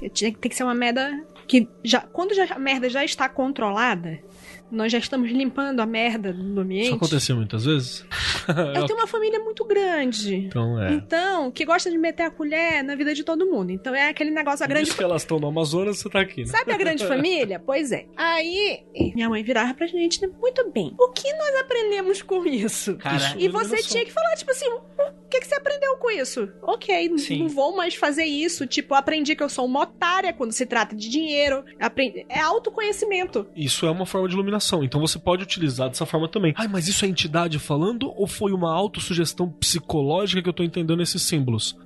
[SPEAKER 6] eu tinha que ter que ser uma merda que já quando já, a merda já está controlada, nós já estamos limpando a merda do ambiente.
[SPEAKER 4] Isso aconteceu muitas vezes?
[SPEAKER 6] Eu tenho uma família muito grande.
[SPEAKER 4] Então é.
[SPEAKER 6] Então, que gosta de meter a colher na vida de todo mundo. Então é aquele negócio, a
[SPEAKER 4] Por
[SPEAKER 6] grande
[SPEAKER 4] isso que elas estão no Amazonas, você tá aqui, né?
[SPEAKER 6] Sabe a grande família? Pois é. Aí, minha mãe virava pra gente, né? Muito bem. O que nós aprendemos com isso?
[SPEAKER 3] Cara,
[SPEAKER 6] E você tinha que falar, tipo assim, o que, que você aprendeu com isso? Ok, n-
[SPEAKER 3] Sim.
[SPEAKER 6] não vou mais fazer isso. Tipo, eu aprendi que eu sou uma otária quando se trata de dinheiro. Aprendi... É autoconhecimento.
[SPEAKER 4] Isso é uma forma de iluminação, então você pode utilizar dessa forma também. Ai, mas isso é entidade falando ou foi uma autossugestão psicológica que eu tô entendendo esses símbolos?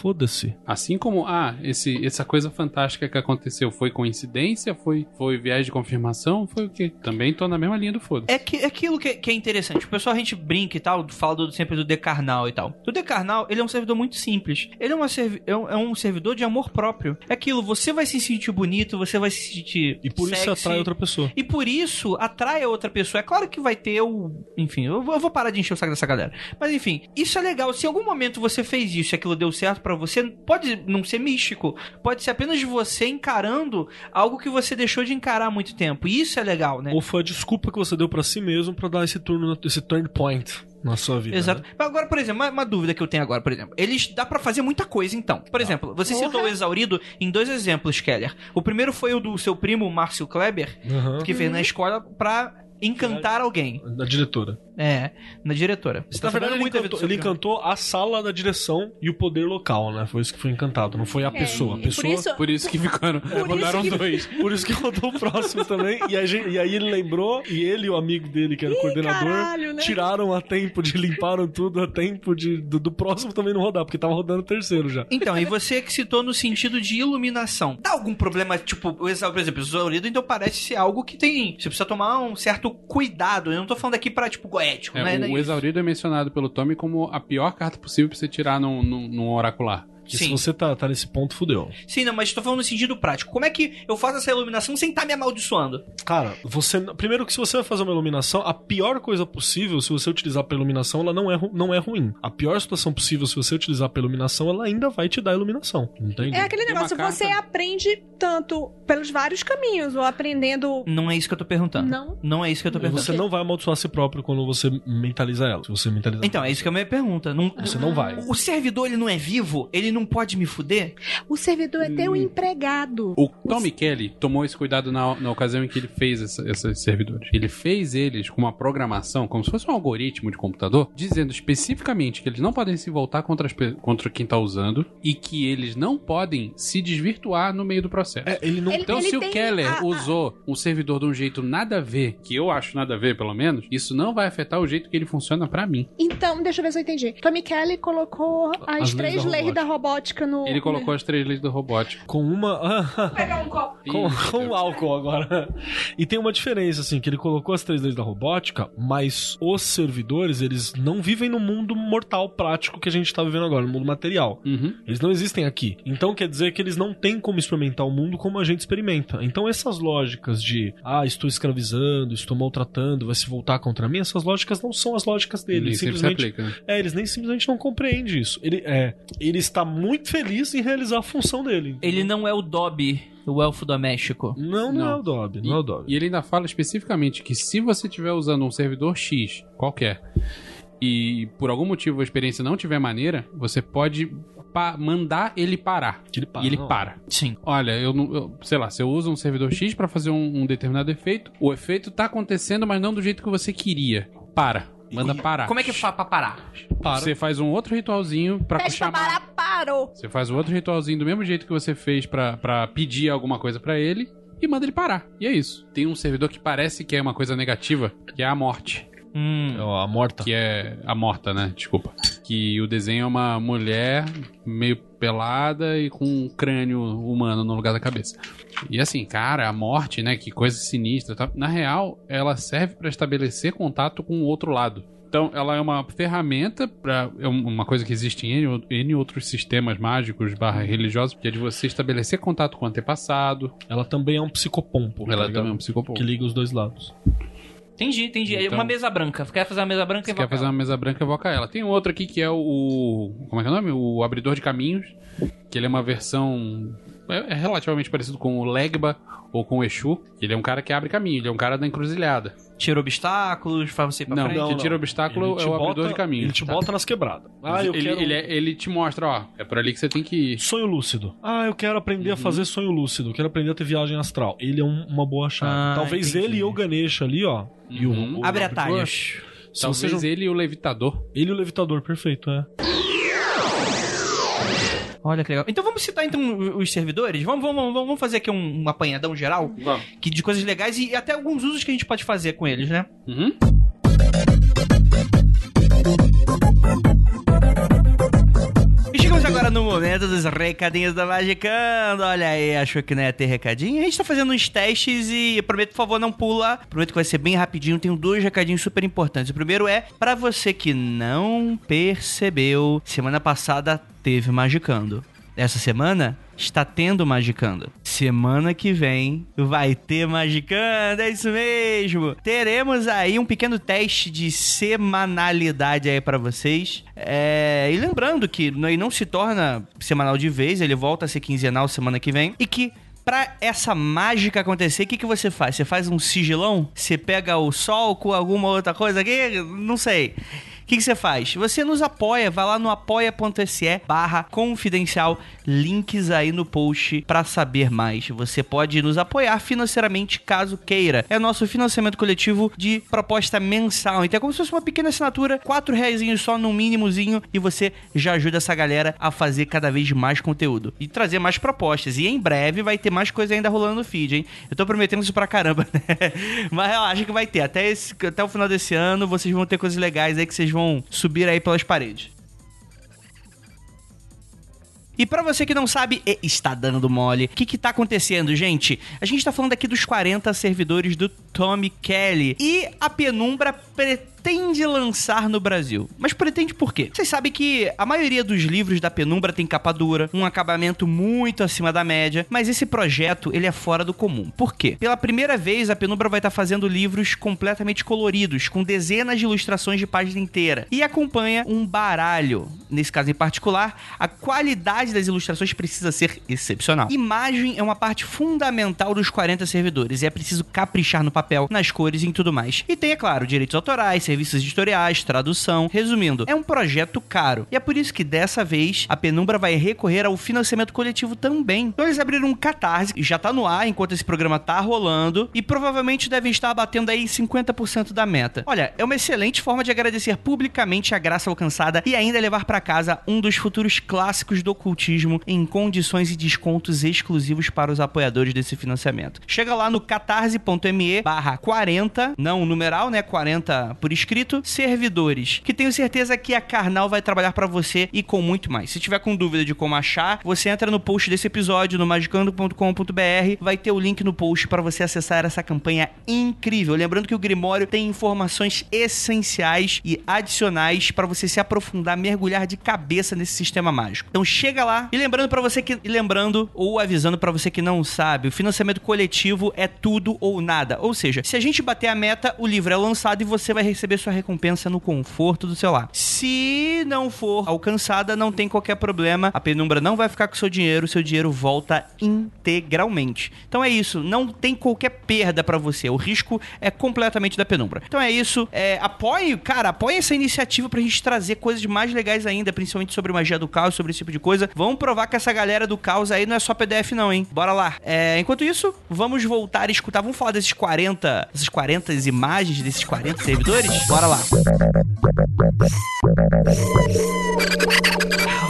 [SPEAKER 4] Foda-se.
[SPEAKER 5] Assim como, ah, esse, essa coisa fantástica que aconteceu foi coincidência? Foi, foi viés de confirmação? Foi o quê? Também tô na mesma linha do foda.
[SPEAKER 3] É que, é aquilo que, que é interessante. O pessoal, a gente brinca e tal, fala do- sempre do Decarnal e tal. O Decarnal, ele é um servidor muito simples. Ele é, uma servi- é um, é um servidor de amor próprio. É aquilo, você vai se sentir bonito, você vai se sentir
[SPEAKER 4] E por isso
[SPEAKER 3] sexy,
[SPEAKER 4] você atrai outra pessoa.
[SPEAKER 3] E por isso atrai a outra pessoa. É claro que vai ter o... Enfim, eu, vou- eu vou parar de encher o saco dessa galera. Mas enfim, isso é legal. Se em algum momento você fez isso e aquilo deu certo pra você, pode não ser místico. Pode ser apenas você encarando algo que você deixou de encarar há muito tempo. E isso é legal, né?
[SPEAKER 4] Ou foi a desculpa que você deu pra si mesmo pra dar esse turno, esse turn point na sua vida.
[SPEAKER 3] Exato.
[SPEAKER 4] né?
[SPEAKER 3] Mas agora, por exemplo, uma, uma dúvida que eu tenho agora, por exemplo. Eles dá pra fazer muita coisa, então. Por exemplo, você citou o exaurido em dois exemplos, Keller. O primeiro foi o do seu primo, Márcio Kleber,
[SPEAKER 4] né? Aham.
[SPEAKER 3] que fez na escola pra encantar alguém.
[SPEAKER 4] Da diretora.
[SPEAKER 3] É, na diretora. Você
[SPEAKER 4] Na
[SPEAKER 3] tá sabendo
[SPEAKER 4] verdade, ele
[SPEAKER 3] muito da vida
[SPEAKER 4] encantou,
[SPEAKER 3] do seu
[SPEAKER 4] ele
[SPEAKER 3] filho.
[SPEAKER 4] encantou a sala da direção e o poder local, né? Foi isso que foi encantado, não foi a
[SPEAKER 6] É,
[SPEAKER 4] pessoa. A
[SPEAKER 6] e
[SPEAKER 4] pessoa.
[SPEAKER 6] Por isso,
[SPEAKER 5] Por isso que ficaram.
[SPEAKER 6] isso
[SPEAKER 5] Mandaram
[SPEAKER 6] que-
[SPEAKER 5] dois.
[SPEAKER 4] Por isso que rodou o próximo também. E, a gente- e aí ele lembrou, e ele e o amigo dele, que era o coordenador,
[SPEAKER 6] caralho, né?
[SPEAKER 4] tiraram a tempo de limparam tudo, a tempo de, do, do próximo também não rodar, porque tava rodando o terceiro já.
[SPEAKER 3] Então, e você que citou no sentido de iluminação. Dá algum problema, tipo, o exa- por exemplo, o exaurido, então parece ser algo que tem. Você precisa tomar um certo cuidado. Eu não tô falando aqui pra, tipo, goético,
[SPEAKER 5] É,
[SPEAKER 3] né?
[SPEAKER 5] o, o Exaurido é mencionado pelo Tommy como a pior carta possível pra você tirar num, num, num oracular.
[SPEAKER 4] Que
[SPEAKER 3] Sim.
[SPEAKER 4] se você tá, tá nesse ponto, fudeu.
[SPEAKER 3] Sim, não, mas tô falando no sentido prático. Como é que eu faço essa iluminação sem estar me amaldiçoando?
[SPEAKER 4] Cara, você. Primeiro que se você vai fazer uma iluminação, a pior coisa possível, se você utilizar pra iluminação, ela não é, ru- não é ruim. A pior situação possível, se você utilizar pra iluminação, ela ainda vai te dar iluminação. Entende?
[SPEAKER 6] É aquele
[SPEAKER 5] Tem uma
[SPEAKER 6] negócio,
[SPEAKER 5] carta-
[SPEAKER 6] você aprende tanto pelos vários caminhos, ou aprendendo.
[SPEAKER 3] Não é isso que eu tô perguntando.
[SPEAKER 6] Não.
[SPEAKER 3] Não é isso que eu tô perguntando.
[SPEAKER 4] Você não vai amaldiçoar a si próprio quando você mentaliza ela. Se você mentalizar.
[SPEAKER 3] Então, é isso que é a minha pergunta. Não...
[SPEAKER 4] Você não vai.
[SPEAKER 3] O servidor, ele não é vivo? Ele não pode me fuder?
[SPEAKER 6] O servidor é teu empregado.
[SPEAKER 5] O Tommy Kelly tomou esse cuidado na, na ocasião em que ele fez essa- esses servidores. Ele fez eles com uma programação, como se fosse um algoritmo de computador, dizendo especificamente que eles não podem se voltar contra, as pe- contra quem tá usando e que eles não podem se desvirtuar no meio do processo.
[SPEAKER 4] É, ele não
[SPEAKER 6] Ele-
[SPEAKER 5] Então, se o
[SPEAKER 6] tem
[SPEAKER 5] Keller
[SPEAKER 6] a- a-
[SPEAKER 5] usou um servidor de um jeito nada a ver, que eu acho nada a ver, pelo menos, isso não vai afetar o jeito que ele funciona pra mim.
[SPEAKER 6] Então, deixa eu ver se eu entendi. Tommy Kelly colocou as,
[SPEAKER 4] As leis
[SPEAKER 6] três
[SPEAKER 4] da
[SPEAKER 6] leis da robótica no.
[SPEAKER 5] Ele colocou
[SPEAKER 4] né?
[SPEAKER 5] as três leis do robótico.
[SPEAKER 4] Com uma.
[SPEAKER 5] É
[SPEAKER 6] Pegar um copo.
[SPEAKER 4] Com, com álcool agora. E tem uma diferença, assim, que ele colocou as três leis da robótica, mas os servidores, eles não vivem no mundo mortal prático que a gente tá vivendo agora, no mundo material.
[SPEAKER 5] Uhum.
[SPEAKER 4] Eles não existem aqui. Então quer dizer que eles não têm como experimentar o mundo como a gente experimenta. Então essas lógicas de, ah, estou escravizando, estou maltratando, vai se voltar contra mim, essas lógicas não são as lógicas dele.
[SPEAKER 5] Ele
[SPEAKER 4] Ele
[SPEAKER 5] sempre se
[SPEAKER 4] simplesmente
[SPEAKER 5] aplica. né?
[SPEAKER 4] é, eles nem simplesmente não compreendem isso. Ele é, ele está muito feliz em realizar a função dele.
[SPEAKER 3] Ele não é o Dobby, o elfo doméstico.
[SPEAKER 4] não, não,
[SPEAKER 5] Não.
[SPEAKER 4] é o Dobby,
[SPEAKER 5] E,
[SPEAKER 4] não é o Dobby.
[SPEAKER 5] e ele ainda fala especificamente que se você estiver usando um servidor X, qualquer, e por algum motivo a experiência não tiver maneira, você pode pa- mandar ele parar.
[SPEAKER 4] Que ele para,
[SPEAKER 5] e ele
[SPEAKER 4] não.
[SPEAKER 5] para.
[SPEAKER 3] Sim.
[SPEAKER 5] Olha, eu não. eu- sei lá, se eu uso um servidor X pra fazer um, um determinado efeito, o efeito tá acontecendo, mas não do jeito que você queria. Para. Manda parar.
[SPEAKER 3] Como é que faz pra parar?
[SPEAKER 5] Você faz um outro ritualzinho pra
[SPEAKER 6] Pede pra
[SPEAKER 5] chamar.
[SPEAKER 6] parar, parou.
[SPEAKER 5] Você faz o outro ritualzinho do mesmo jeito que você fez pra pra pedir alguma coisa pra ele e manda ele parar. E é isso. Tem um servidor que parece que é uma coisa negativa, que é a morte.
[SPEAKER 4] É
[SPEAKER 3] Hum.
[SPEAKER 4] a morta.
[SPEAKER 5] Que é a morta, né? Desculpa. Que o desenho é uma mulher meio pelada e com um crânio humano no lugar da cabeça. E assim, cara, a morte, né? Que coisa sinistra. tá? Na real, ela serve pra estabelecer contato com o outro lado. Então, ela é uma ferramenta para é um- uma coisa que existe em N, ou- N outros sistemas mágicos barra religiosos, que é de você estabelecer contato com o antepassado.
[SPEAKER 4] Ela também é um psicopompo. tá
[SPEAKER 5] ela
[SPEAKER 4] ligado?
[SPEAKER 5] também é um psicopompo.
[SPEAKER 4] Que liga os dois lados.
[SPEAKER 3] Entendi, entendi. É
[SPEAKER 5] Então-
[SPEAKER 3] uma mesa branca. Quer fazer uma mesa branca
[SPEAKER 5] Se
[SPEAKER 3] e vai.
[SPEAKER 5] quer fazer uma mesa branca, evoca ela. Tem outro aqui que é o. Como é que é o nome? O Abridor de Caminhos. Que ele é uma versão. É é relativamente parecido com o Legba ou com o Exu. Ele é um cara que abre caminho, ele é um cara da encruzilhada.
[SPEAKER 3] Tira obstáculos, faz você ir pra
[SPEAKER 5] Não,
[SPEAKER 3] frente.
[SPEAKER 5] que tira obstáculo é o abridor de caminho.
[SPEAKER 4] Ele te
[SPEAKER 5] Tá.
[SPEAKER 4] bota nas quebradas. Ah, eu
[SPEAKER 5] ele,
[SPEAKER 4] quero.
[SPEAKER 5] ele, é- ele te mostra, ó, é por ali que você tem que ir.
[SPEAKER 4] Sonho lúcido. Ah, eu quero aprender
[SPEAKER 5] Uhum.
[SPEAKER 4] a fazer sonho lúcido. Quero aprender a ter viagem astral. Ele é um- uma boa chave.
[SPEAKER 3] Ah,
[SPEAKER 4] Talvez
[SPEAKER 3] entendi.
[SPEAKER 4] ele e o Ganesha ali, ó. E
[SPEAKER 5] Uhum.
[SPEAKER 4] o, o
[SPEAKER 3] Abre
[SPEAKER 4] abridor.
[SPEAKER 3] atalhos.
[SPEAKER 4] Se
[SPEAKER 5] Talvez
[SPEAKER 4] você jun-
[SPEAKER 5] ele e o levitador.
[SPEAKER 4] ele e o levitador, perfeito, é.
[SPEAKER 3] Olha que legal. Então vamos citar então os servidores? Vamos, vamos, vamos, vamos fazer aqui um, um apanhadão geral que de coisas legais e até alguns usos que a gente pode fazer com eles, né?
[SPEAKER 5] Uhum.
[SPEAKER 3] E chegamos agora no momento dos recadinhos da Magicando. Olha aí, achou que não ia ter recadinho? A gente tá fazendo uns testes e prometo, por favor, não pula. Prometo que vai ser bem rapidinho. Tenho dois recadinhos super importantes. O primeiro é, pra você que não percebeu, semana passada teve Magicando. Essa semana está tendo Magicando. Semana que vem vai ter Magicando, é isso mesmo. Teremos aí um pequeno teste de semanalidade aí pra vocês. É, E lembrando que ele não se torna semanal de vez, ele volta a ser quinzenal semana que vem. E que Pra essa mágica acontecer, o que, que você faz? Você faz um sigilão? Você pega o sol com alguma outra coisa aqui? Não sei. O que, que você faz? Você nos apoia, vai lá no apoia.se barra confidencial, links aí no post pra saber mais. Você pode nos apoiar financeiramente caso queira. É nosso financiamento coletivo de proposta mensal. Então é como se fosse uma pequena assinatura, quatro reais só no mínimozinho e você já ajuda essa galera a fazer cada vez mais conteúdo e trazer mais propostas. E em breve vai ter mais coisa ainda rolando no feed, hein? Eu tô prometendo isso pra caramba, né? Mas eu acho que vai ter. Até, esse, até o final desse ano vocês vão ter coisas legais aí que vocês vão subir aí pelas paredes. E pra você que não sabe, e está dando mole. O que que tá acontecendo, gente? A gente tá falando aqui dos 40 servidores do Tommy Kelly e a Penumbra pretende lançar no Brasil. Mas pretende por quê? Vocês sabem que a maioria dos livros da Penumbra tem capa dura, um acabamento muito acima da média, mas esse projeto, ele é fora do comum. Por quê? Pela primeira vez, a Penumbra vai estar fazendo livros completamente coloridos, com dezenas de ilustrações de página inteira, e acompanha um baralho. Nesse caso em particular, a qualidade qualidade das ilustrações precisa ser excepcional. Imagem é uma parte fundamental dos 40 servidores e é preciso caprichar no papel, nas cores e em tudo mais. E tem, é claro, direitos autorais, serviços editoriais, tradução. Resumindo, é um projeto caro. E é por isso que dessa vez a Penumbra vai recorrer ao financiamento coletivo também. Então eles abriram um catarse, já tá no ar enquanto esse programa tá rolando e provavelmente devem estar batendo aí 50% da meta. Olha, é uma excelente forma de agradecer publicamente a graça alcançada e ainda levar para casa um dos futuros clássicos do oculto ocultismo em condições e descontos exclusivos para os apoiadores desse financiamento. Chega lá no catarse.me barra 40, não numeral, né? 40 por escrito, servidores, que tenho certeza que a Carnal vai trabalhar para você e com muito mais. Se tiver com dúvida de como achar, você entra no post desse episódio no magicando.com.br, vai ter o link no post para você acessar essa campanha incrível. Lembrando que o Grimório tem informações essenciais e adicionais para você se aprofundar, mergulhar de cabeça nesse sistema mágico. Então chega lá. E lembrando para você que lembrando ou avisando para você que não sabe, o financiamento coletivo é tudo ou nada. Ou seja, se a gente bater a meta, o livro é lançado e você vai receber sua recompensa no conforto do seu lar. Se não for alcançada, não tem qualquer problema. A penumbra não vai ficar com seu dinheiro, seu dinheiro volta integralmente. Então é isso, não tem qualquer perda para você. O risco é completamente da penumbra. Então é isso, é, apoie, cara, apoie essa iniciativa pra gente trazer coisas mais legais ainda, principalmente sobre magia do caos, sobre esse tipo de coisa. Vamos provar que essa galera do caos aí não é só PDF, não, hein? Bora lá. É, enquanto isso, vamos voltar a escutar. Vamos falar desses 40. Essas 40 imagens desses 40 servidores? Bora lá.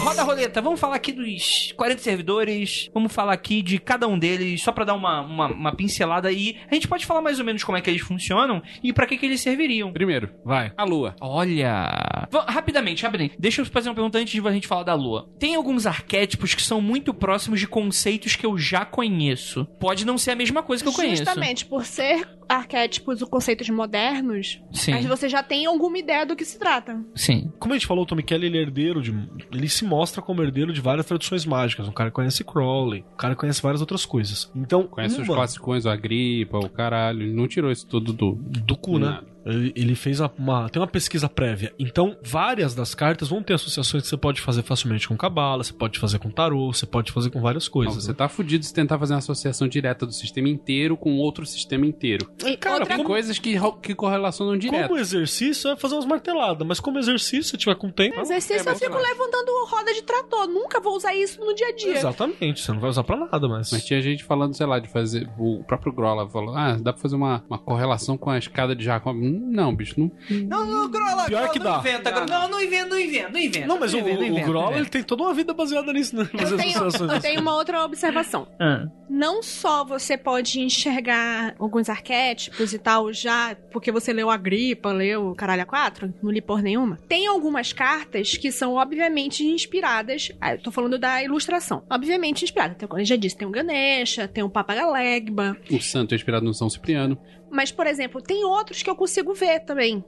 [SPEAKER 3] Roda a roleta, vamos falar aqui dos 40 servidores, vamos falar aqui de cada um deles, só pra dar uma, uma, uma pincelada aí. A gente pode falar mais ou menos como é que eles funcionam e pra que, que eles serviriam.
[SPEAKER 5] Primeiro, vai. A
[SPEAKER 4] Uhum,
[SPEAKER 5] lua.
[SPEAKER 8] Olha! Va- rapidamente, rapidamente. Deixa eu fazer uma pergunta antes de a gente falar da lua. Tem alguns arquétipos que são muito próximos de conceitos que eu já conheço. Pode não ser a mesma coisa que eu conheço.
[SPEAKER 6] Justamente por ser arquétipos ou conceitos modernos,
[SPEAKER 8] Sim.
[SPEAKER 6] mas você já tem alguma ideia do que se trata.
[SPEAKER 8] Sim.
[SPEAKER 4] Como a gente falou, o Tommy Kelly ele é herdeiro de. Ele se mostra como herdeiro de várias tradições mágicas. Um cara que conhece Crowley, um cara que conhece várias outras coisas. Então,
[SPEAKER 5] Conhece os
[SPEAKER 4] uma-
[SPEAKER 5] classicões, a gripa, o caralho. Ele não tirou isso tudo do.
[SPEAKER 4] do cu, né?
[SPEAKER 5] Nada.
[SPEAKER 4] Ele ele fez uma, uma- Tem uma pesquisa prévia. Então, várias das cartas vão ter associações que você pode fazer facilmente com cabala, você pode fazer com tarô, você pode fazer com várias
[SPEAKER 5] Não,
[SPEAKER 4] coisas.
[SPEAKER 5] você
[SPEAKER 4] né?
[SPEAKER 5] tá fudido se tentar fazer uma associação direta do sistema inteiro com outro sistema inteiro.
[SPEAKER 6] E
[SPEAKER 5] Cara,
[SPEAKER 6] outra
[SPEAKER 5] tem coisas que, ro- que correlacionam direto.
[SPEAKER 4] Como exercício, é fazer umas marteladas, mas como exercício, se tiver com tempo.
[SPEAKER 6] exercício
[SPEAKER 5] É,
[SPEAKER 6] eu fico
[SPEAKER 5] mas-
[SPEAKER 6] levantando roda de trator. Nunca vou usar isso no dia a um dia.
[SPEAKER 4] Exatamente, você não vai usar pra nada, mas.
[SPEAKER 5] Mas tinha gente falando, sei lá, de fazer. O próprio Grola falou: ah, dá pra fazer uma, uma correlação com a escada de Jacob. Hum, Não, bicho, não.
[SPEAKER 3] Não, não, Grola,
[SPEAKER 4] Pior
[SPEAKER 3] Grola,
[SPEAKER 4] que
[SPEAKER 3] não
[SPEAKER 4] dá.
[SPEAKER 3] inventa, Grola. Não, é, não inventa, não inventa, não inventa.
[SPEAKER 4] Não, mas o,
[SPEAKER 3] inventa,
[SPEAKER 4] o
[SPEAKER 3] inventa,
[SPEAKER 4] Grola,
[SPEAKER 3] inventa.
[SPEAKER 4] ele tem toda uma vida baseada nisso, né? Fazer
[SPEAKER 6] Eu tenho, eu
[SPEAKER 4] associações.
[SPEAKER 6] tenho uma outra observação.
[SPEAKER 3] Ah.
[SPEAKER 6] Não só você pode enxergar alguns arquétipos e tal, já porque você leu a gripa, leu Caralho a 4, não li por nenhuma. Tem algumas cartas que são obviamente inspiradas. Ah, eu tô falando da ilustração. Obviamente inspirada. Então, como eu já disse, tem o Ganesha, tem o Papa Galegba.
[SPEAKER 5] O santo é inspirado no São Cipriano.
[SPEAKER 6] Mas, por exemplo, tem outros que eu consigo ver também.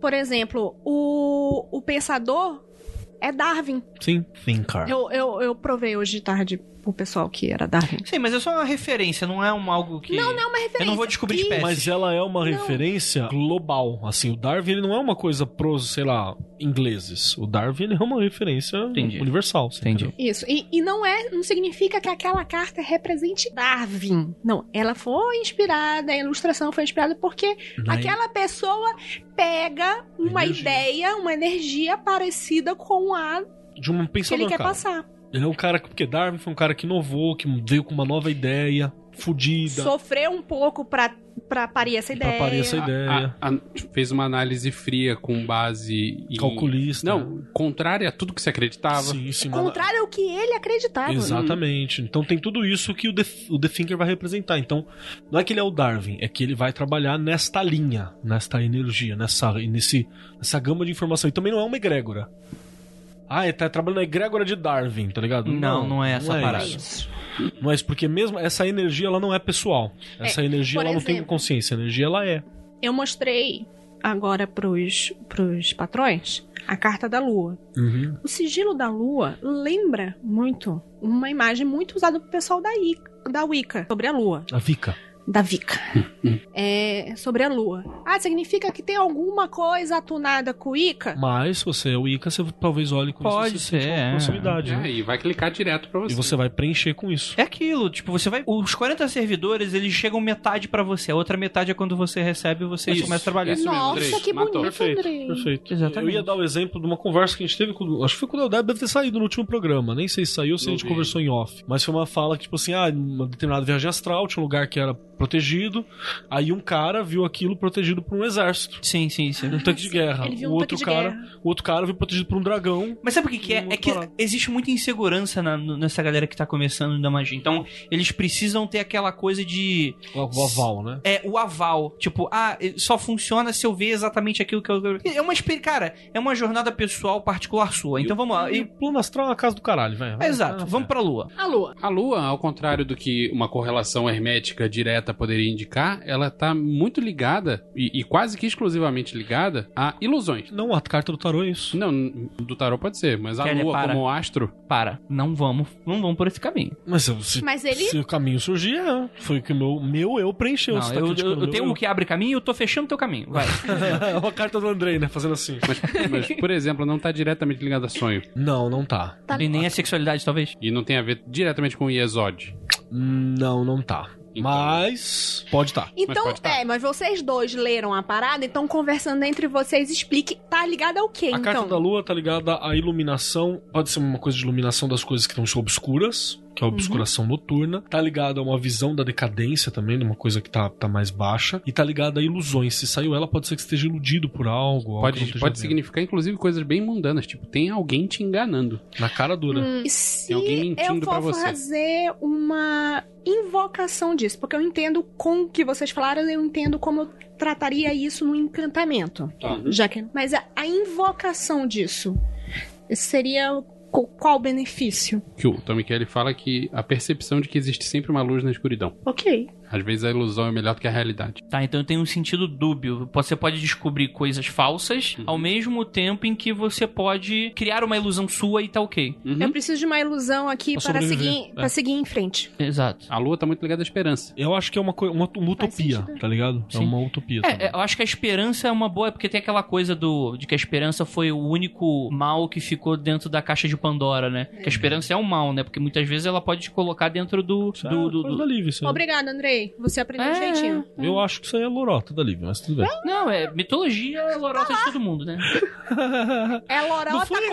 [SPEAKER 6] Por exemplo, o, o Pensador é Darwin.
[SPEAKER 4] Sim. Think
[SPEAKER 3] Ah.
[SPEAKER 6] Eu, eu, eu provei hoje de tarde o pessoal que era Darwin.
[SPEAKER 3] Sei, mas é só uma referência, não é um algo que.
[SPEAKER 6] Não, não é uma
[SPEAKER 3] Eu não vou
[SPEAKER 6] referência,
[SPEAKER 3] descobrir
[SPEAKER 6] que-
[SPEAKER 3] espécies.
[SPEAKER 4] Mas ela é uma referência global. Assim, o Darwin ele não é uma coisa pros, sei lá, ingleses. O Darwin ele é uma referência
[SPEAKER 3] Entendi.
[SPEAKER 4] universal. você
[SPEAKER 3] Entendi.
[SPEAKER 4] entendeu?
[SPEAKER 6] Isso. E, e não é, não significa que aquela carta represente Darwin. Não, ela foi inspirada, a ilustração foi inspirada porque
[SPEAKER 3] é
[SPEAKER 4] Na-
[SPEAKER 6] aquela pessoa pega uma
[SPEAKER 4] Energia.
[SPEAKER 6] ideia, uma energia parecida com a
[SPEAKER 4] De um
[SPEAKER 6] que ele
[SPEAKER 4] pensador,
[SPEAKER 6] quer
[SPEAKER 4] cara.
[SPEAKER 6] passar.
[SPEAKER 4] Ele é um cara que, porque Darwin foi um cara que inovou, que veio com uma nova ideia, fudida,
[SPEAKER 6] Sofreu um pouco pra, pra parir essa
[SPEAKER 4] pra
[SPEAKER 6] ideia.
[SPEAKER 4] parir essa ideia,
[SPEAKER 5] A- a- fez uma análise fria com base em...
[SPEAKER 4] calculista.
[SPEAKER 5] Não, contrária a tudo que se
[SPEAKER 3] Ah,
[SPEAKER 5] acreditava.
[SPEAKER 4] sim, sim, mas-
[SPEAKER 6] É Contrário né? ao que ele acreditava.
[SPEAKER 4] Exatamente. Então tem tudo isso que o The, o The Thinker vai representar. Então, não é que ele é o Darwin, é que ele vai trabalhar nesta linha, nesta energia, nessa, nesse, nessa gama de informação. E também não é uma egrégora. Ah, ele tá trabalhando na egrégora de Darwin, tá ligado?
[SPEAKER 3] Não, não é essa parada.
[SPEAKER 4] isso. Não é isso, porque mesmo essa energia ela não é pessoal. Essa energia
[SPEAKER 6] por
[SPEAKER 4] ela não tem
[SPEAKER 6] exemplo.
[SPEAKER 4] consciência, a energia ela é.
[SPEAKER 6] Eu mostrei agora pros, pros patrões a carta da lua. O sigilo da lua lembra muito uma imagem muito usada pro pessoal da, I- da Wicca, sobre a lua.
[SPEAKER 4] A Vika.
[SPEAKER 6] Da Wicca. é, sobre a lua. Ah, significa que tem alguma coisa atunada com Ica?
[SPEAKER 4] Mas se você é o Ica, você talvez olhe com
[SPEAKER 3] Pode
[SPEAKER 4] isso, você sente
[SPEAKER 3] ser,
[SPEAKER 4] uma
[SPEAKER 3] é.
[SPEAKER 4] proximidade, né?
[SPEAKER 5] É, e vai clicar direto pra
[SPEAKER 6] É,
[SPEAKER 5] você.
[SPEAKER 4] E você vai preencher com isso.
[SPEAKER 3] É aquilo, tipo, você vai. Os 40 servidores, eles chegam metade pra você. A outra metade é quando você recebe e você
[SPEAKER 5] Isso.
[SPEAKER 3] começa a trabalhar.
[SPEAKER 5] Isso mesmo,
[SPEAKER 6] Nossa,
[SPEAKER 5] Andrés,
[SPEAKER 6] que
[SPEAKER 5] matou.
[SPEAKER 6] bonito,
[SPEAKER 4] Perfeito,
[SPEAKER 6] Andrei.
[SPEAKER 4] perfeito.
[SPEAKER 3] Exatamente.
[SPEAKER 4] Eu ia dar o exemplo de uma conversa que a gente teve com. Acho que foi com o Deodé, deve ter saído no último programa. Nem sei se saiu ou se
[SPEAKER 5] Não
[SPEAKER 4] a gente
[SPEAKER 5] vi.
[SPEAKER 4] conversou em off. Mas foi uma fala que, tipo assim, ah, uma determinada viagem astral, tinha um lugar que era protegido. Aí um cara viu aquilo protegido por um exército.
[SPEAKER 3] Sim, sim, sim.
[SPEAKER 4] Um tanque de guerra.
[SPEAKER 6] Ele viu
[SPEAKER 4] o
[SPEAKER 6] um
[SPEAKER 4] outro
[SPEAKER 6] tanque de
[SPEAKER 4] cara,
[SPEAKER 6] guerra.
[SPEAKER 4] o outro cara viu protegido por um dragão.
[SPEAKER 3] Mas sabe o que, que é?
[SPEAKER 4] Não,
[SPEAKER 3] É que
[SPEAKER 4] parado.
[SPEAKER 3] existe muita insegurança na- no- nessa galera que tá começando da magia. Então, eles precisam ter aquela coisa de.
[SPEAKER 4] O o aval, né?
[SPEAKER 3] É, o aval. Tipo, ah, só funciona se eu ver exatamente aquilo que eu. É uma. experi- Cara, é uma jornada pessoal particular sua. Então vamos lá.
[SPEAKER 4] E
[SPEAKER 3] E-
[SPEAKER 4] o plano astral é uma casa do caralho, velho.
[SPEAKER 3] é, exato, vamos pra lua.
[SPEAKER 2] A lua.
[SPEAKER 5] A Lua, ao contrário do que uma correlação hermética direta poderia indicar, ela está muito ligada e, e quase que exclusivamente ligada a ilusões.
[SPEAKER 4] Não, a carta do tarô é isso.
[SPEAKER 5] Não, do tarô pode ser, mas a
[SPEAKER 3] Kelly,
[SPEAKER 5] Lua
[SPEAKER 3] para.
[SPEAKER 5] como astro.
[SPEAKER 3] Para, não vamos, não vamos por esse caminho.
[SPEAKER 4] Mas se,
[SPEAKER 6] Mas ele-
[SPEAKER 4] se o caminho surgir, é. Foi o que o meu, meu eu preencheu.
[SPEAKER 3] Não,
[SPEAKER 4] Você tá
[SPEAKER 3] eu, eu-
[SPEAKER 4] criticando
[SPEAKER 3] eu
[SPEAKER 4] o meu
[SPEAKER 3] tenho um que abre caminho e eu tô fechando teu caminho. Vai.
[SPEAKER 4] É uma carta do Andrei, né? Fazendo assim.
[SPEAKER 5] Mas, mas, por exemplo, não está diretamente ligada a sonho.
[SPEAKER 4] Não, não tá.
[SPEAKER 3] E nem a sexualidade, talvez.
[SPEAKER 5] E não tem a ver diretamente com o Iesod.
[SPEAKER 4] Não, não tá.
[SPEAKER 5] Então-
[SPEAKER 4] Mas pode tá.
[SPEAKER 6] Então,
[SPEAKER 5] pode tá.
[SPEAKER 6] é, mas vocês dois leram a parada, então conversando entre vocês, explique, tá ligado ao quê,
[SPEAKER 4] A
[SPEAKER 6] então?
[SPEAKER 4] carta da lua tá ligada à iluminação. Pode ser uma coisa de iluminação das coisas que estão obscuras, que é a
[SPEAKER 6] Uhum.
[SPEAKER 4] obscuração noturna. Tá ligada a uma visão da decadência também, de uma coisa que tá, tá mais baixa. E tá ligada a ilusões. Se saiu ela, pode ser que esteja iludido por algo. algo que não
[SPEAKER 5] Pode,
[SPEAKER 4] esteja
[SPEAKER 5] pode
[SPEAKER 4] vendo.
[SPEAKER 5] significar, inclusive, coisas bem mundanas. Tipo, tem alguém te enganando.
[SPEAKER 4] Na cara dura.
[SPEAKER 6] E se
[SPEAKER 5] Tem alguém mentindo
[SPEAKER 6] eu
[SPEAKER 5] pra
[SPEAKER 6] for
[SPEAKER 5] você.
[SPEAKER 6] fazer uma invocação disso, porque eu entendo com o que vocês falaram, eu entendo como eu trataria isso no encantamento.
[SPEAKER 4] Hum.
[SPEAKER 6] Já que, mas a, a invocação disso seria co- qual o benefício?
[SPEAKER 5] Que o Tom Kelly fala que a percepção de que existe sempre uma luz na escuridão.
[SPEAKER 6] Ok.
[SPEAKER 5] Às vezes a ilusão é melhor do que a realidade.
[SPEAKER 3] Tá, então tem um sentido dúbio. Você pode descobrir coisas falsas, ao mesmo tempo em que você pode criar uma ilusão sua e tá ok.
[SPEAKER 6] Eu preciso de uma ilusão aqui
[SPEAKER 4] Hum? Pra
[SPEAKER 6] para
[SPEAKER 4] sobreviver,
[SPEAKER 6] seguir,
[SPEAKER 4] é.
[SPEAKER 6] para seguir em frente.
[SPEAKER 3] Exato.
[SPEAKER 5] A lua tá muito ligada à esperança.
[SPEAKER 4] Eu acho que é uma, coi- uma, uma
[SPEAKER 6] Faz
[SPEAKER 4] utopia,
[SPEAKER 6] sentido.
[SPEAKER 4] tá ligado? É
[SPEAKER 3] Sim.
[SPEAKER 4] uma utopia. também.
[SPEAKER 3] É, é, eu acho que a esperança é uma boa, porque tem aquela coisa do de que a esperança foi o único mal que ficou dentro da caixa de Pandora, né? Que a esperança é um mal, né? Porque muitas vezes ela pode te colocar dentro do.
[SPEAKER 4] Isso é
[SPEAKER 3] do, do- do-
[SPEAKER 4] coisa da Liv, isso aí.
[SPEAKER 6] Obrigada, Andrei. Você aprendeu
[SPEAKER 3] É.
[SPEAKER 6] direitinho.
[SPEAKER 4] Eu acho que isso aí é lorota da Liv, mas tudo bem.
[SPEAKER 3] Não, é mitologia é lorota de todo mundo, né?
[SPEAKER 6] É
[SPEAKER 4] Não
[SPEAKER 6] lorota
[SPEAKER 4] fui eu que deixei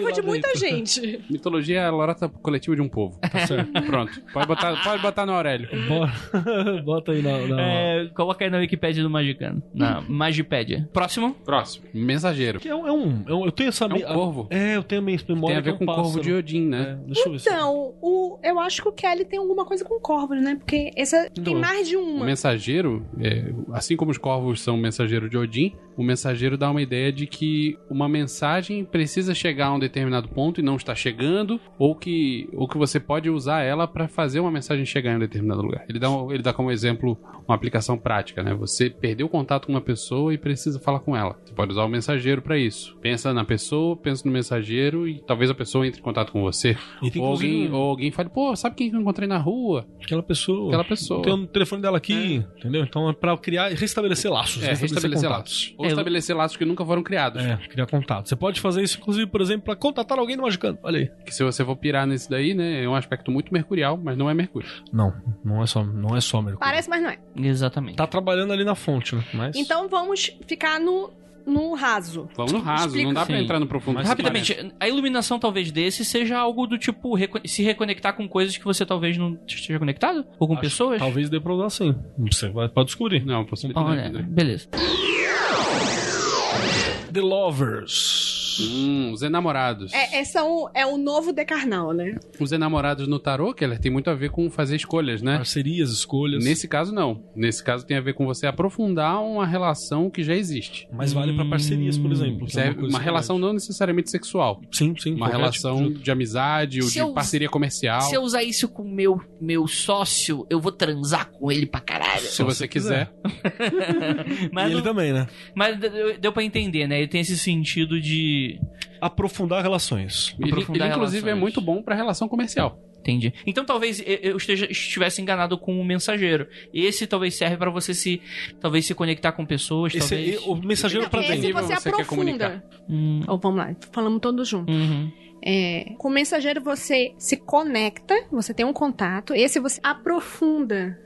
[SPEAKER 4] lá
[SPEAKER 6] coletiva de muita
[SPEAKER 4] dentro.
[SPEAKER 6] gente.
[SPEAKER 5] Mitologia é a lorota coletiva de um povo.
[SPEAKER 4] Tá certo.
[SPEAKER 5] Pronto. Pode botar, pode botar no Aurélio.
[SPEAKER 4] Bora- Bota aí na. na-
[SPEAKER 3] É, coloca aí na Wikipédia do Magicano. Na Magipédia. Próximo.
[SPEAKER 5] Próximo. Mensageiro.
[SPEAKER 4] Que é, um- é um, é um- Eu tenho essa.
[SPEAKER 5] É um
[SPEAKER 4] me- a-
[SPEAKER 5] corvo.
[SPEAKER 4] É, eu tenho a minha
[SPEAKER 5] Tem
[SPEAKER 4] memória.
[SPEAKER 5] a ver
[SPEAKER 4] que
[SPEAKER 5] com
[SPEAKER 4] é um
[SPEAKER 5] o corvo
[SPEAKER 4] pássaro.
[SPEAKER 5] de Odin, né?
[SPEAKER 4] É, deixa eu ver se-
[SPEAKER 6] Então, o, eu acho que o Kelly tem alguma coisa com corvos, né? Porque essa tem
[SPEAKER 4] Não.
[SPEAKER 6] mais de
[SPEAKER 5] O
[SPEAKER 6] uma.
[SPEAKER 5] mensageiro, é, assim como os corvos são mensageiro de Odin, o mensageiro dá uma ideia de que uma mensagem precisa chegar a um determinado ponto e não está chegando, ou que, ou que você pode usar ela para fazer uma mensagem chegar em um determinado lugar. Ele dá, um- ele dá como exemplo uma aplicação prática, né? Você perdeu contato com uma pessoa e precisa falar com ela. Você pode usar o mensageiro para isso. Pensa na pessoa, pensa no mensageiro e talvez a pessoa entre em contato com você.
[SPEAKER 4] E tem
[SPEAKER 5] Ou
[SPEAKER 4] inclusive
[SPEAKER 5] alguém,
[SPEAKER 4] um-
[SPEAKER 5] ou alguém fale, pô, sabe quem que eu encontrei na rua?
[SPEAKER 4] Aquela pessoa.
[SPEAKER 5] Aquela pessoa.
[SPEAKER 4] Tem o telefone dela aqui, entendeu? Então é pra criar e restabelecer laços.
[SPEAKER 5] É, restabelecer laços. Ou
[SPEAKER 3] É,
[SPEAKER 5] estabelecer laços que nunca foram criados.
[SPEAKER 4] É, criar contato. Você pode fazer isso, inclusive, por exemplo, pra contatar alguém do Magicano. Olha aí.
[SPEAKER 5] Que se você for pirar nesse daí, né? É um aspecto muito mercurial, mas não é mercúrio.
[SPEAKER 4] Não, não é só, não é só Mercúrio.
[SPEAKER 6] Parece, mas não é.
[SPEAKER 3] Exatamente.
[SPEAKER 4] Tá trabalhando ali na fonte, né? Mas...
[SPEAKER 6] Então vamos ficar no, no raso.
[SPEAKER 5] Vamos no raso,
[SPEAKER 6] Explica.
[SPEAKER 5] não dá pra
[SPEAKER 3] Sim.
[SPEAKER 5] entrar no profundo.
[SPEAKER 4] Mas
[SPEAKER 5] desse
[SPEAKER 3] Rapidamente, a iluminação talvez desse seja algo do tipo reco- se reconectar com coisas que você talvez não esteja conectado? Ou com
[SPEAKER 4] Acho que
[SPEAKER 3] pessoas?
[SPEAKER 4] Talvez dê pra usar sim. Você vai, pode descobrir.
[SPEAKER 5] planeta. Não, possibilidade.
[SPEAKER 3] Olha,
[SPEAKER 5] né?
[SPEAKER 3] beleza.
[SPEAKER 4] The Lovers.
[SPEAKER 5] Hum, os enamorados.
[SPEAKER 6] É, é, são, é o novo decarnal, né?
[SPEAKER 5] Os enamorados no tarô, Keller, tem muito a ver com fazer escolhas, né?
[SPEAKER 4] Parcerias, escolhas.
[SPEAKER 5] Nesse caso, não. Nesse caso, tem a ver com você aprofundar uma relação que já existe.
[SPEAKER 4] Mas vale pra parcerias, por exemplo. que é
[SPEAKER 5] Serve-
[SPEAKER 4] coisa
[SPEAKER 5] Hum, uma
[SPEAKER 4] que
[SPEAKER 5] relação
[SPEAKER 4] vale.
[SPEAKER 5] não necessariamente sexual.
[SPEAKER 4] Sim, sim.
[SPEAKER 5] Uma
[SPEAKER 4] qualquer
[SPEAKER 5] relação
[SPEAKER 4] tipo
[SPEAKER 5] de amizade ou
[SPEAKER 9] Se
[SPEAKER 5] de
[SPEAKER 9] eu-
[SPEAKER 5] parceria comercial.
[SPEAKER 9] Se eu usar isso com meu meu sócio, eu vou transar com ele pra caralho.
[SPEAKER 5] Se você quiser.
[SPEAKER 4] de-
[SPEAKER 3] Mas,
[SPEAKER 4] E ele
[SPEAKER 3] não-
[SPEAKER 4] também, né?
[SPEAKER 3] mas deu deu pra entender, né? Ele tem esse sentido de.
[SPEAKER 4] Aprofundar relações.
[SPEAKER 5] Ele,
[SPEAKER 3] Aprofundar
[SPEAKER 5] ele, inclusive, é
[SPEAKER 3] relações.
[SPEAKER 5] muito bom pra relação comercial.
[SPEAKER 3] Entendi. Então talvez e- eu esteja, estivesse enganado com o mensageiro. Esse talvez serve pra você se. Talvez se conectar com pessoas,
[SPEAKER 4] Esse é,
[SPEAKER 3] talvez.
[SPEAKER 4] o mensageiro
[SPEAKER 5] Não,
[SPEAKER 4] pra
[SPEAKER 5] esse-
[SPEAKER 4] dentro.
[SPEAKER 6] Esse é tipo assim,
[SPEAKER 5] nível
[SPEAKER 6] você
[SPEAKER 5] você quer
[SPEAKER 6] aprofunda.
[SPEAKER 5] comunicar?
[SPEAKER 3] Hum,
[SPEAKER 6] Ou vamos lá, falamos todos juntos.
[SPEAKER 3] uhum.
[SPEAKER 6] É, com o mensageiro você se conecta, você tem um contato, esse você aprofunda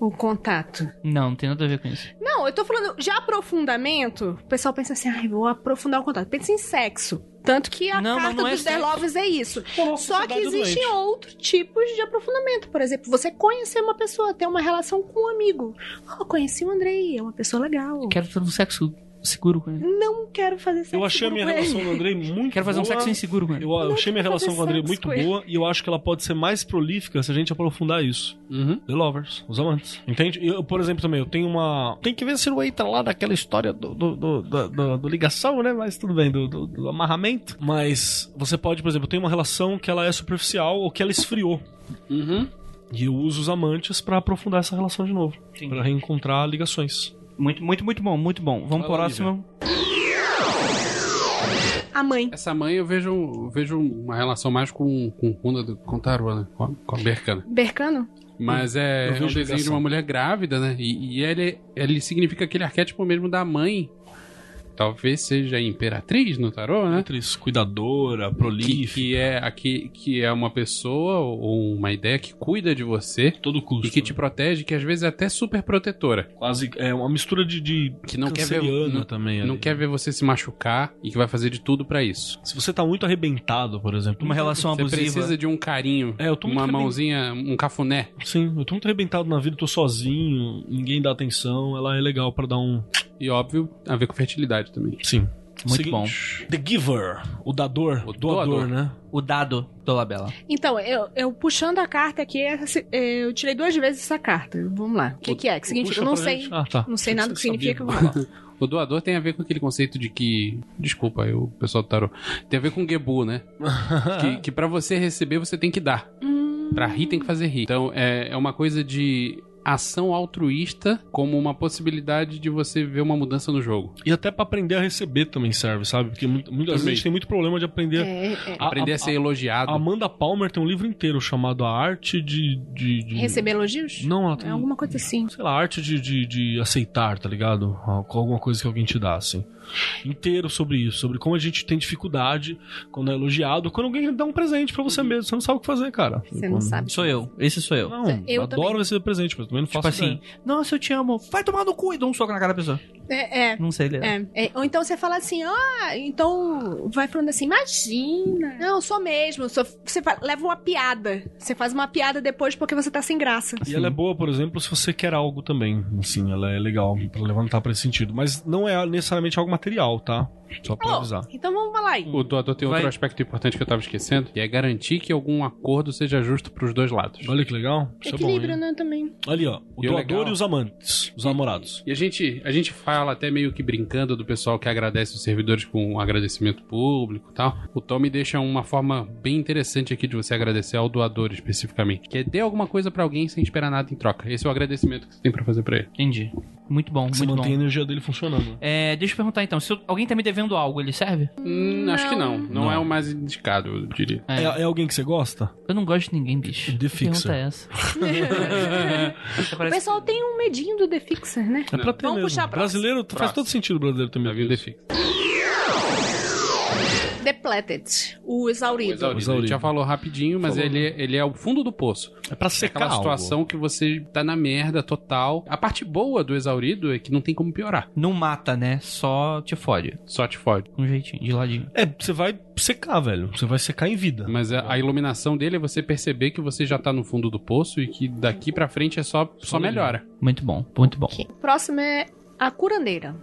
[SPEAKER 6] o contato.
[SPEAKER 3] Não, não tem nada a ver com isso.
[SPEAKER 6] Não, eu tô falando de aprofundamento. O pessoal pensa assim, ai, vou aprofundar o contato. Pensa em sexo. Tanto que a
[SPEAKER 3] Não, não,
[SPEAKER 6] carta
[SPEAKER 3] não é
[SPEAKER 6] dos The
[SPEAKER 3] sexo.
[SPEAKER 6] Loves é isso. Só que
[SPEAKER 4] existe
[SPEAKER 6] existem outros tipos de aprofundamento. Por exemplo, você conhecer uma pessoa, ter uma relação com um amigo. Oh, conheci o Andrei, é uma pessoa legal.
[SPEAKER 3] Quero ter um sexo seguro com ele.
[SPEAKER 6] Não quero fazer um sexo.
[SPEAKER 4] Eu achei a
[SPEAKER 6] com
[SPEAKER 4] minha
[SPEAKER 6] ele.
[SPEAKER 4] relação com o Andrei muito
[SPEAKER 3] Quero fazer um
[SPEAKER 4] boa.
[SPEAKER 3] sexo inseguro com ele.
[SPEAKER 4] Eu eu achei minha relação
[SPEAKER 6] fazer
[SPEAKER 4] com o Andrei
[SPEAKER 6] sexo
[SPEAKER 4] muito
[SPEAKER 6] com ele.
[SPEAKER 4] boa e eu acho que ela pode ser mais prolífica se a gente aprofundar isso.
[SPEAKER 5] Uhum.
[SPEAKER 4] The Lovers, os amantes. Entende? Eu, por exemplo, também, eu tenho uma. Tem que ver se não entra lá daquela história do, do, do, do- do- do ligação, né? Mas tudo bem, do, do- do amarramento. Mas você pode, por exemplo, eu tenho uma relação que ela é superficial ou que ela esfriou.
[SPEAKER 5] Uhum.
[SPEAKER 4] E eu uso os amantes pra aprofundar essa relação de novo.
[SPEAKER 3] Entendi.
[SPEAKER 4] Pra reencontrar ligações.
[SPEAKER 3] Muito, muito, muito bom, muito bom. Vamos pro
[SPEAKER 5] Fala,
[SPEAKER 3] próximo.
[SPEAKER 6] A mãe.
[SPEAKER 5] Essa mãe eu vejo, eu vejo uma relação mais com, com, com, com o tarô, né? Com a, com a bercana.
[SPEAKER 6] Bercano?
[SPEAKER 5] Mas é,
[SPEAKER 4] Eu
[SPEAKER 5] é um
[SPEAKER 4] vejo
[SPEAKER 5] desenho de
[SPEAKER 4] ligação.
[SPEAKER 5] uma mulher grávida, né? E, e ele, ele significa aquele arquétipo mesmo da mãe. Talvez seja a imperatriz no tarô, né?
[SPEAKER 4] Atriz cuidadora,
[SPEAKER 5] Que,
[SPEAKER 4] prolífica,
[SPEAKER 5] que é, aqui, que é uma pessoa ou uma ideia que cuida de você
[SPEAKER 4] a todo custo.
[SPEAKER 5] e que tipo te protege, que às vezes é até super protetora.
[SPEAKER 4] Quase. É uma mistura de. de
[SPEAKER 5] Que não quer ver,
[SPEAKER 4] canceriana tá
[SPEAKER 5] não,
[SPEAKER 4] também.
[SPEAKER 5] não
[SPEAKER 4] ali.
[SPEAKER 5] quer ver você se machucar e que vai fazer de tudo pra isso.
[SPEAKER 4] Se você tá muito arrebentado, por exemplo.
[SPEAKER 3] Uma relação
[SPEAKER 5] Você
[SPEAKER 3] abusiva.
[SPEAKER 5] precisa de um carinho,
[SPEAKER 4] É, eu tô muito
[SPEAKER 5] uma
[SPEAKER 4] arrebentado.
[SPEAKER 5] mãozinha, um cafuné.
[SPEAKER 4] Sim, eu tô muito arrebentado na vida, tô sozinho, ninguém dá atenção, ela é legal pra dar um.
[SPEAKER 5] E óbvio, a ver com fertilidade também.
[SPEAKER 4] Sim.
[SPEAKER 3] Muito bom.
[SPEAKER 4] The Giver, o dador,
[SPEAKER 5] O
[SPEAKER 4] doador,
[SPEAKER 5] doador.
[SPEAKER 4] né?
[SPEAKER 3] O dado do Labela.
[SPEAKER 6] Então, eu, eu puxando a carta aqui, essa- eh, eu tirei duas vezes essa carta. Vamos lá. O que, que é? O que significa?
[SPEAKER 4] Puxa
[SPEAKER 6] Eu não
[SPEAKER 4] pra
[SPEAKER 6] sei.
[SPEAKER 4] gente. Ah, tá.
[SPEAKER 6] Não sei nada o que
[SPEAKER 4] Você sabia.
[SPEAKER 6] significa. Vamos lá.
[SPEAKER 5] O doador tem a ver com aquele conceito de que. Desculpa, eu, o pessoal do tarô. Tem a ver com Gebu, né? que que para você receber, você tem que dar.
[SPEAKER 6] Hum,
[SPEAKER 5] Pra rir, tem que fazer rir. Então, é, é uma coisa de ação altruísta como uma possibilidade de você ver uma mudança no jogo.
[SPEAKER 4] E até pra aprender a receber também serve, sabe? Porque muito- muitas vezes a
[SPEAKER 5] Também.
[SPEAKER 4] gente tem muito problema de aprender.
[SPEAKER 6] é, é.
[SPEAKER 4] A-
[SPEAKER 5] Aprender a, ser elogiado.
[SPEAKER 4] a Amanda Palmer tem um livro inteiro chamado A Arte de. de, de-
[SPEAKER 6] Receber elogios?
[SPEAKER 4] Não, ela tem.
[SPEAKER 6] É alguma coisa assim.
[SPEAKER 4] Sei lá, a arte de, de, de aceitar, tá ligado? Al- Com alguma coisa que alguém te dá, assim. Inteiro sobre isso, sobre como a gente tem dificuldade quando é elogiado, quando alguém dá um presente pra você mesmo. Você não sabe o que fazer, cara.
[SPEAKER 6] Você não sabe.
[SPEAKER 3] Sou eu. Esse sou eu.
[SPEAKER 4] Não, eu
[SPEAKER 6] Eu
[SPEAKER 4] adoro
[SPEAKER 6] também.
[SPEAKER 4] receber presente, mas também não
[SPEAKER 3] Tipo
[SPEAKER 4] faço
[SPEAKER 3] assim, nossa, eu te amo. Vai tomar no cu e dou um soco na cara da pessoa.
[SPEAKER 6] É, é.
[SPEAKER 3] Não sei ler.
[SPEAKER 6] É, é. ou então você fala assim, ah, então vai falando assim, imagina. Não, sou mesmo. sou- você fa- leva uma piada. Você faz uma piada depois porque você tá sem graça.
[SPEAKER 4] E ela é boa, por exemplo, se você quer algo também. Assim, ela é legal pra levantar pra esse sentido. Mas não é necessariamente algo material, tá? Só pra
[SPEAKER 6] Alô,
[SPEAKER 4] avisar.
[SPEAKER 6] então vamos lá.
[SPEAKER 5] O doador tem
[SPEAKER 3] Vai.
[SPEAKER 5] outro aspecto importante que eu tava esquecendo, que é garantir que algum acordo seja justo pros dois lados.
[SPEAKER 4] Olha que legal. Isso
[SPEAKER 6] Equilíbrio,
[SPEAKER 4] é bom, hein?
[SPEAKER 6] né, também.
[SPEAKER 4] Ali, ó. O
[SPEAKER 5] E o
[SPEAKER 4] doador
[SPEAKER 5] legal-
[SPEAKER 4] e os amantes. Os namorados.
[SPEAKER 5] E a gente, a gente fala até meio que brincando do pessoal que agradece os servidores com um agradecimento público e tal. O Tommy deixa uma forma bem interessante aqui de você agradecer ao doador especificamente, que é dê alguma coisa pra alguém sem esperar nada em troca. Esse é o agradecimento que você tem pra fazer pra ele.
[SPEAKER 3] Entendi. Muito bom,
[SPEAKER 4] Você
[SPEAKER 3] muito
[SPEAKER 4] mantém a
[SPEAKER 3] bom.
[SPEAKER 4] energia dele funcionando.
[SPEAKER 3] É, deixa eu perguntar então, se eu- alguém tá me devendo algo, ele serve?
[SPEAKER 5] Hum, Acho que não. não.
[SPEAKER 3] Não.
[SPEAKER 5] é o mais indicado, eu diria.
[SPEAKER 4] É, é alguém que você gosta?
[SPEAKER 3] Eu não gosto de ninguém, bicho.
[SPEAKER 4] The
[SPEAKER 3] Que pergunta
[SPEAKER 4] Fixer.
[SPEAKER 3] é essa? Essa
[SPEAKER 6] O
[SPEAKER 3] parece-
[SPEAKER 6] pessoal tem um medinho do The Fixer, né?
[SPEAKER 4] É pra ter
[SPEAKER 6] Vamos
[SPEAKER 4] mesmo.
[SPEAKER 6] puxar a próxima.
[SPEAKER 4] Brasileiro faz todo sentido o brasileiro também.
[SPEAKER 5] Já vi o um defeito.
[SPEAKER 6] Depleted, é, o exaurido.
[SPEAKER 4] Exaurido.
[SPEAKER 5] Exaurido. A gente é, já falou rapidinho, mas ele, ele é o fundo do poço.
[SPEAKER 4] É pra
[SPEAKER 5] É
[SPEAKER 4] secar
[SPEAKER 5] aquela situação
[SPEAKER 4] algo.
[SPEAKER 5] que você tá na merda total. A parte boa do exaurido é que não tem como piorar.
[SPEAKER 3] Não mata, né? Só te fode.
[SPEAKER 5] Só te fode.
[SPEAKER 3] Com um jeitinho, de ladinho.
[SPEAKER 4] É, você vai secar, velho. Você vai secar em vida.
[SPEAKER 5] Tá. Mas a, a iluminação dele é você perceber que você já tá no fundo do poço e que daqui pra frente é só, só melhora.
[SPEAKER 3] Muito bom, muito bom.
[SPEAKER 6] O próximo é a curandeira.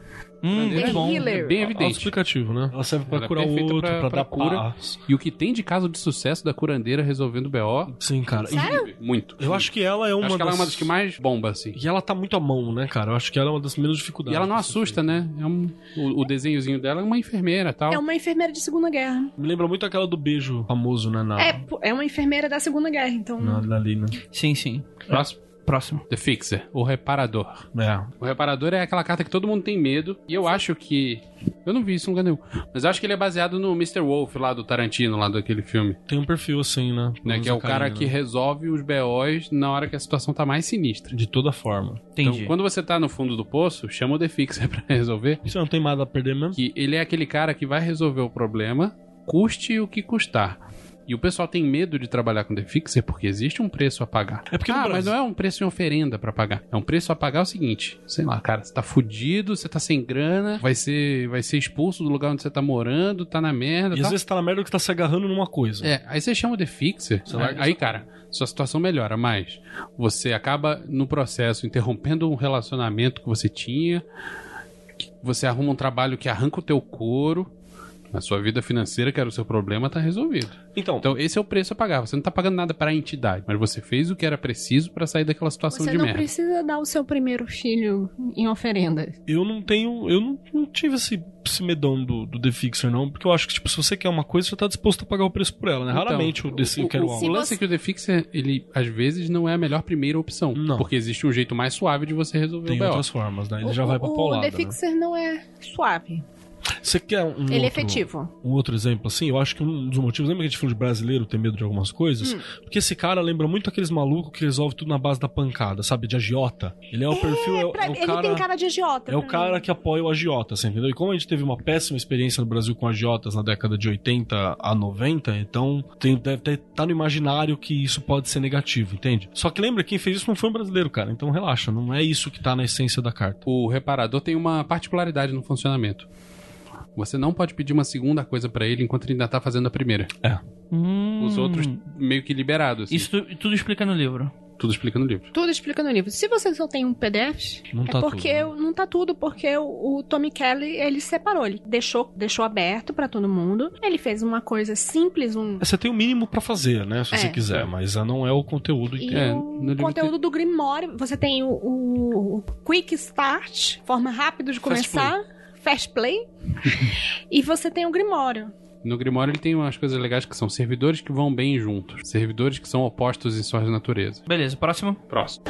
[SPEAKER 3] Hum, muito
[SPEAKER 6] The
[SPEAKER 3] bom.
[SPEAKER 5] É
[SPEAKER 6] healer.
[SPEAKER 5] bem evidente.
[SPEAKER 4] Auto-explicativo, né? Ela serve pra
[SPEAKER 5] Ela é
[SPEAKER 4] curar o
[SPEAKER 5] perfeita
[SPEAKER 4] outro,
[SPEAKER 5] pra-
[SPEAKER 4] pra,
[SPEAKER 5] pra
[SPEAKER 4] dar
[SPEAKER 5] cura.
[SPEAKER 4] paz.
[SPEAKER 5] E o que tem de caso de sucesso da curandeira resolvendo o BO?
[SPEAKER 4] Sim, cara. E
[SPEAKER 5] Muito.
[SPEAKER 4] eu acho que ela é
[SPEAKER 5] Eu
[SPEAKER 4] uma
[SPEAKER 5] acho que ela é
[SPEAKER 4] das...
[SPEAKER 5] uma das que mais bomba, assim.
[SPEAKER 4] E ela tá muito à mão, né, cara? Eu acho que ela é uma das menos
[SPEAKER 5] E
[SPEAKER 4] dificuldades.
[SPEAKER 5] ela não
[SPEAKER 4] que você
[SPEAKER 5] assusta, né? É um- o, o desenhozinho dela é uma enfermeira e tal.
[SPEAKER 6] É uma enfermeira de Segunda Guerra.
[SPEAKER 4] fez. Me lembra muito aquela do beijo famoso, né? Na,
[SPEAKER 6] É, pô, é uma enfermeira da Segunda Guerra, então.
[SPEAKER 4] na, na Lina.
[SPEAKER 3] Sim, sim.
[SPEAKER 5] Próximo.
[SPEAKER 3] Próximo.
[SPEAKER 5] The Fixer, o reparador.
[SPEAKER 4] É.
[SPEAKER 5] O reparador é aquela carta que todo mundo tem medo. E eu acho que. Eu não vi isso em lugar nenhum. Mas eu acho que ele é baseado no Mr. Wolf lá do Tarantino, lá daquele filme.
[SPEAKER 4] Tem um perfil assim, né?
[SPEAKER 5] Né? Que é o cara que resolve os BOs na hora que a situação tá mais sinistra.
[SPEAKER 4] né? De toda forma.
[SPEAKER 3] Entendi.
[SPEAKER 5] Então, quando você tá no fundo do poço, chama o The Fixer pra resolver.
[SPEAKER 4] Você não tem nada a perder mesmo?
[SPEAKER 5] Que ele é aquele cara que vai resolver o problema, custe o que custar. E o pessoal tem medo de trabalhar com The Fixer porque existe um preço a pagar.
[SPEAKER 4] É porque no
[SPEAKER 5] ah, mas
[SPEAKER 4] Brasil-
[SPEAKER 5] não é um preço em oferenda pra pagar. É um preço a pagar é o seguinte, sei lá, cara, você tá fudido, você tá sem grana, vai ser, vai ser expulso do lugar onde você tá morando, tá na merda,
[SPEAKER 4] E
[SPEAKER 5] tá?
[SPEAKER 4] às vezes tá na merda que tá se agarrando numa coisa.
[SPEAKER 5] É, aí você chama o The Fixer,
[SPEAKER 4] Você
[SPEAKER 5] aí,
[SPEAKER 4] larga
[SPEAKER 5] aí, cara, sua situação melhora, mas você acaba no processo interrompendo um relacionamento que você tinha, que você arruma um trabalho que arranca o teu couro, a sua vida financeira, que era o seu problema, tá resolvido.
[SPEAKER 4] Então,
[SPEAKER 5] Então esse é o preço a pagar. Você não tá pagando nada pra entidade, mas você fez o que era preciso pra sair daquela situação
[SPEAKER 6] Você
[SPEAKER 5] de
[SPEAKER 6] não
[SPEAKER 5] merda.
[SPEAKER 6] precisa dar o seu primeiro filho em oferenda.
[SPEAKER 4] eu não tenho. Eu não, não tive esse, esse medão do, do The Fixer, não. Porque eu acho que, tipo, se você quer uma coisa, você tá disposto a pagar o preço por ela, né?
[SPEAKER 5] Então,
[SPEAKER 4] Raramente eu, desse, eu quero
[SPEAKER 5] o,
[SPEAKER 4] algo.
[SPEAKER 5] o lance é que o The Fixer, ele às vezes não é a melhor primeira opção.
[SPEAKER 4] Não.
[SPEAKER 5] Porque existe um jeito mais suave de você resolver
[SPEAKER 4] Tem
[SPEAKER 5] o BO.
[SPEAKER 4] outras formas, né? Ele
[SPEAKER 6] O-
[SPEAKER 4] já vai pra
[SPEAKER 6] o,
[SPEAKER 4] paulada,
[SPEAKER 6] O The Fixer não é suave.
[SPEAKER 4] né? Você quer um
[SPEAKER 6] Ele é
[SPEAKER 4] outro-
[SPEAKER 6] efetivo.
[SPEAKER 4] um outro exemplo, assim, eu acho que um dos motivos, lembra que a gente falou de brasileiro ter medo de algumas coisas?
[SPEAKER 6] Hum.
[SPEAKER 4] Porque esse cara lembra muito aqueles malucos que resolve tudo na base da pancada, sabe? De agiota. Ele é o perfil, é, o-
[SPEAKER 6] Pra-
[SPEAKER 4] é o
[SPEAKER 6] ele
[SPEAKER 4] cara...
[SPEAKER 6] tem cara de agiota.
[SPEAKER 4] É o
[SPEAKER 6] pra
[SPEAKER 4] cara
[SPEAKER 6] mim.
[SPEAKER 4] que apoia o agiota, você entendeu? E como a gente teve uma péssima experiência no Brasil com agiotas na década de 80 a 90, então tem, deve ter, tá no imaginário que isso pode ser negativo, entende? Só que lembra, quem fez isso não foi um brasileiro, cara. Então relaxa, não é isso que tá na essência da carta.
[SPEAKER 5] O reparador tem uma particularidade no funcionamento. Você não pode pedir uma segunda coisa pra ele enquanto ele ainda tá fazendo a primeira.
[SPEAKER 3] Hum.
[SPEAKER 5] Os outros meio que liberados. assim.
[SPEAKER 3] Isso tu- tudo explica no livro.
[SPEAKER 5] tudo explica no livro.
[SPEAKER 6] Tudo explica no livro. Se você só tem um PDF,
[SPEAKER 4] Não tá
[SPEAKER 6] é porque
[SPEAKER 4] tudo, né?
[SPEAKER 6] eu- não tá tudo, porque o, o Tommy Kelly, ele separou, ele deixou, deixou aberto pra todo mundo. Ele fez uma coisa simples, um
[SPEAKER 4] É, Você tem o mínimo pra fazer, né? Se
[SPEAKER 6] É.
[SPEAKER 4] você quiser, mas ah, não é o conteúdo
[SPEAKER 6] E
[SPEAKER 4] inteiro.
[SPEAKER 5] É, no
[SPEAKER 6] o
[SPEAKER 5] livro
[SPEAKER 6] conteúdo do Grimório, você tem o, o- o Quick Start, forma rápida de
[SPEAKER 5] Fast
[SPEAKER 6] começar, Fast Play, e você tem o Grimório.
[SPEAKER 5] No Grimório ele tem umas coisas legais que são servidores que vão bem juntos, servidores que são opostos em suas naturezas.
[SPEAKER 3] Beleza, próximo.
[SPEAKER 5] Próximo.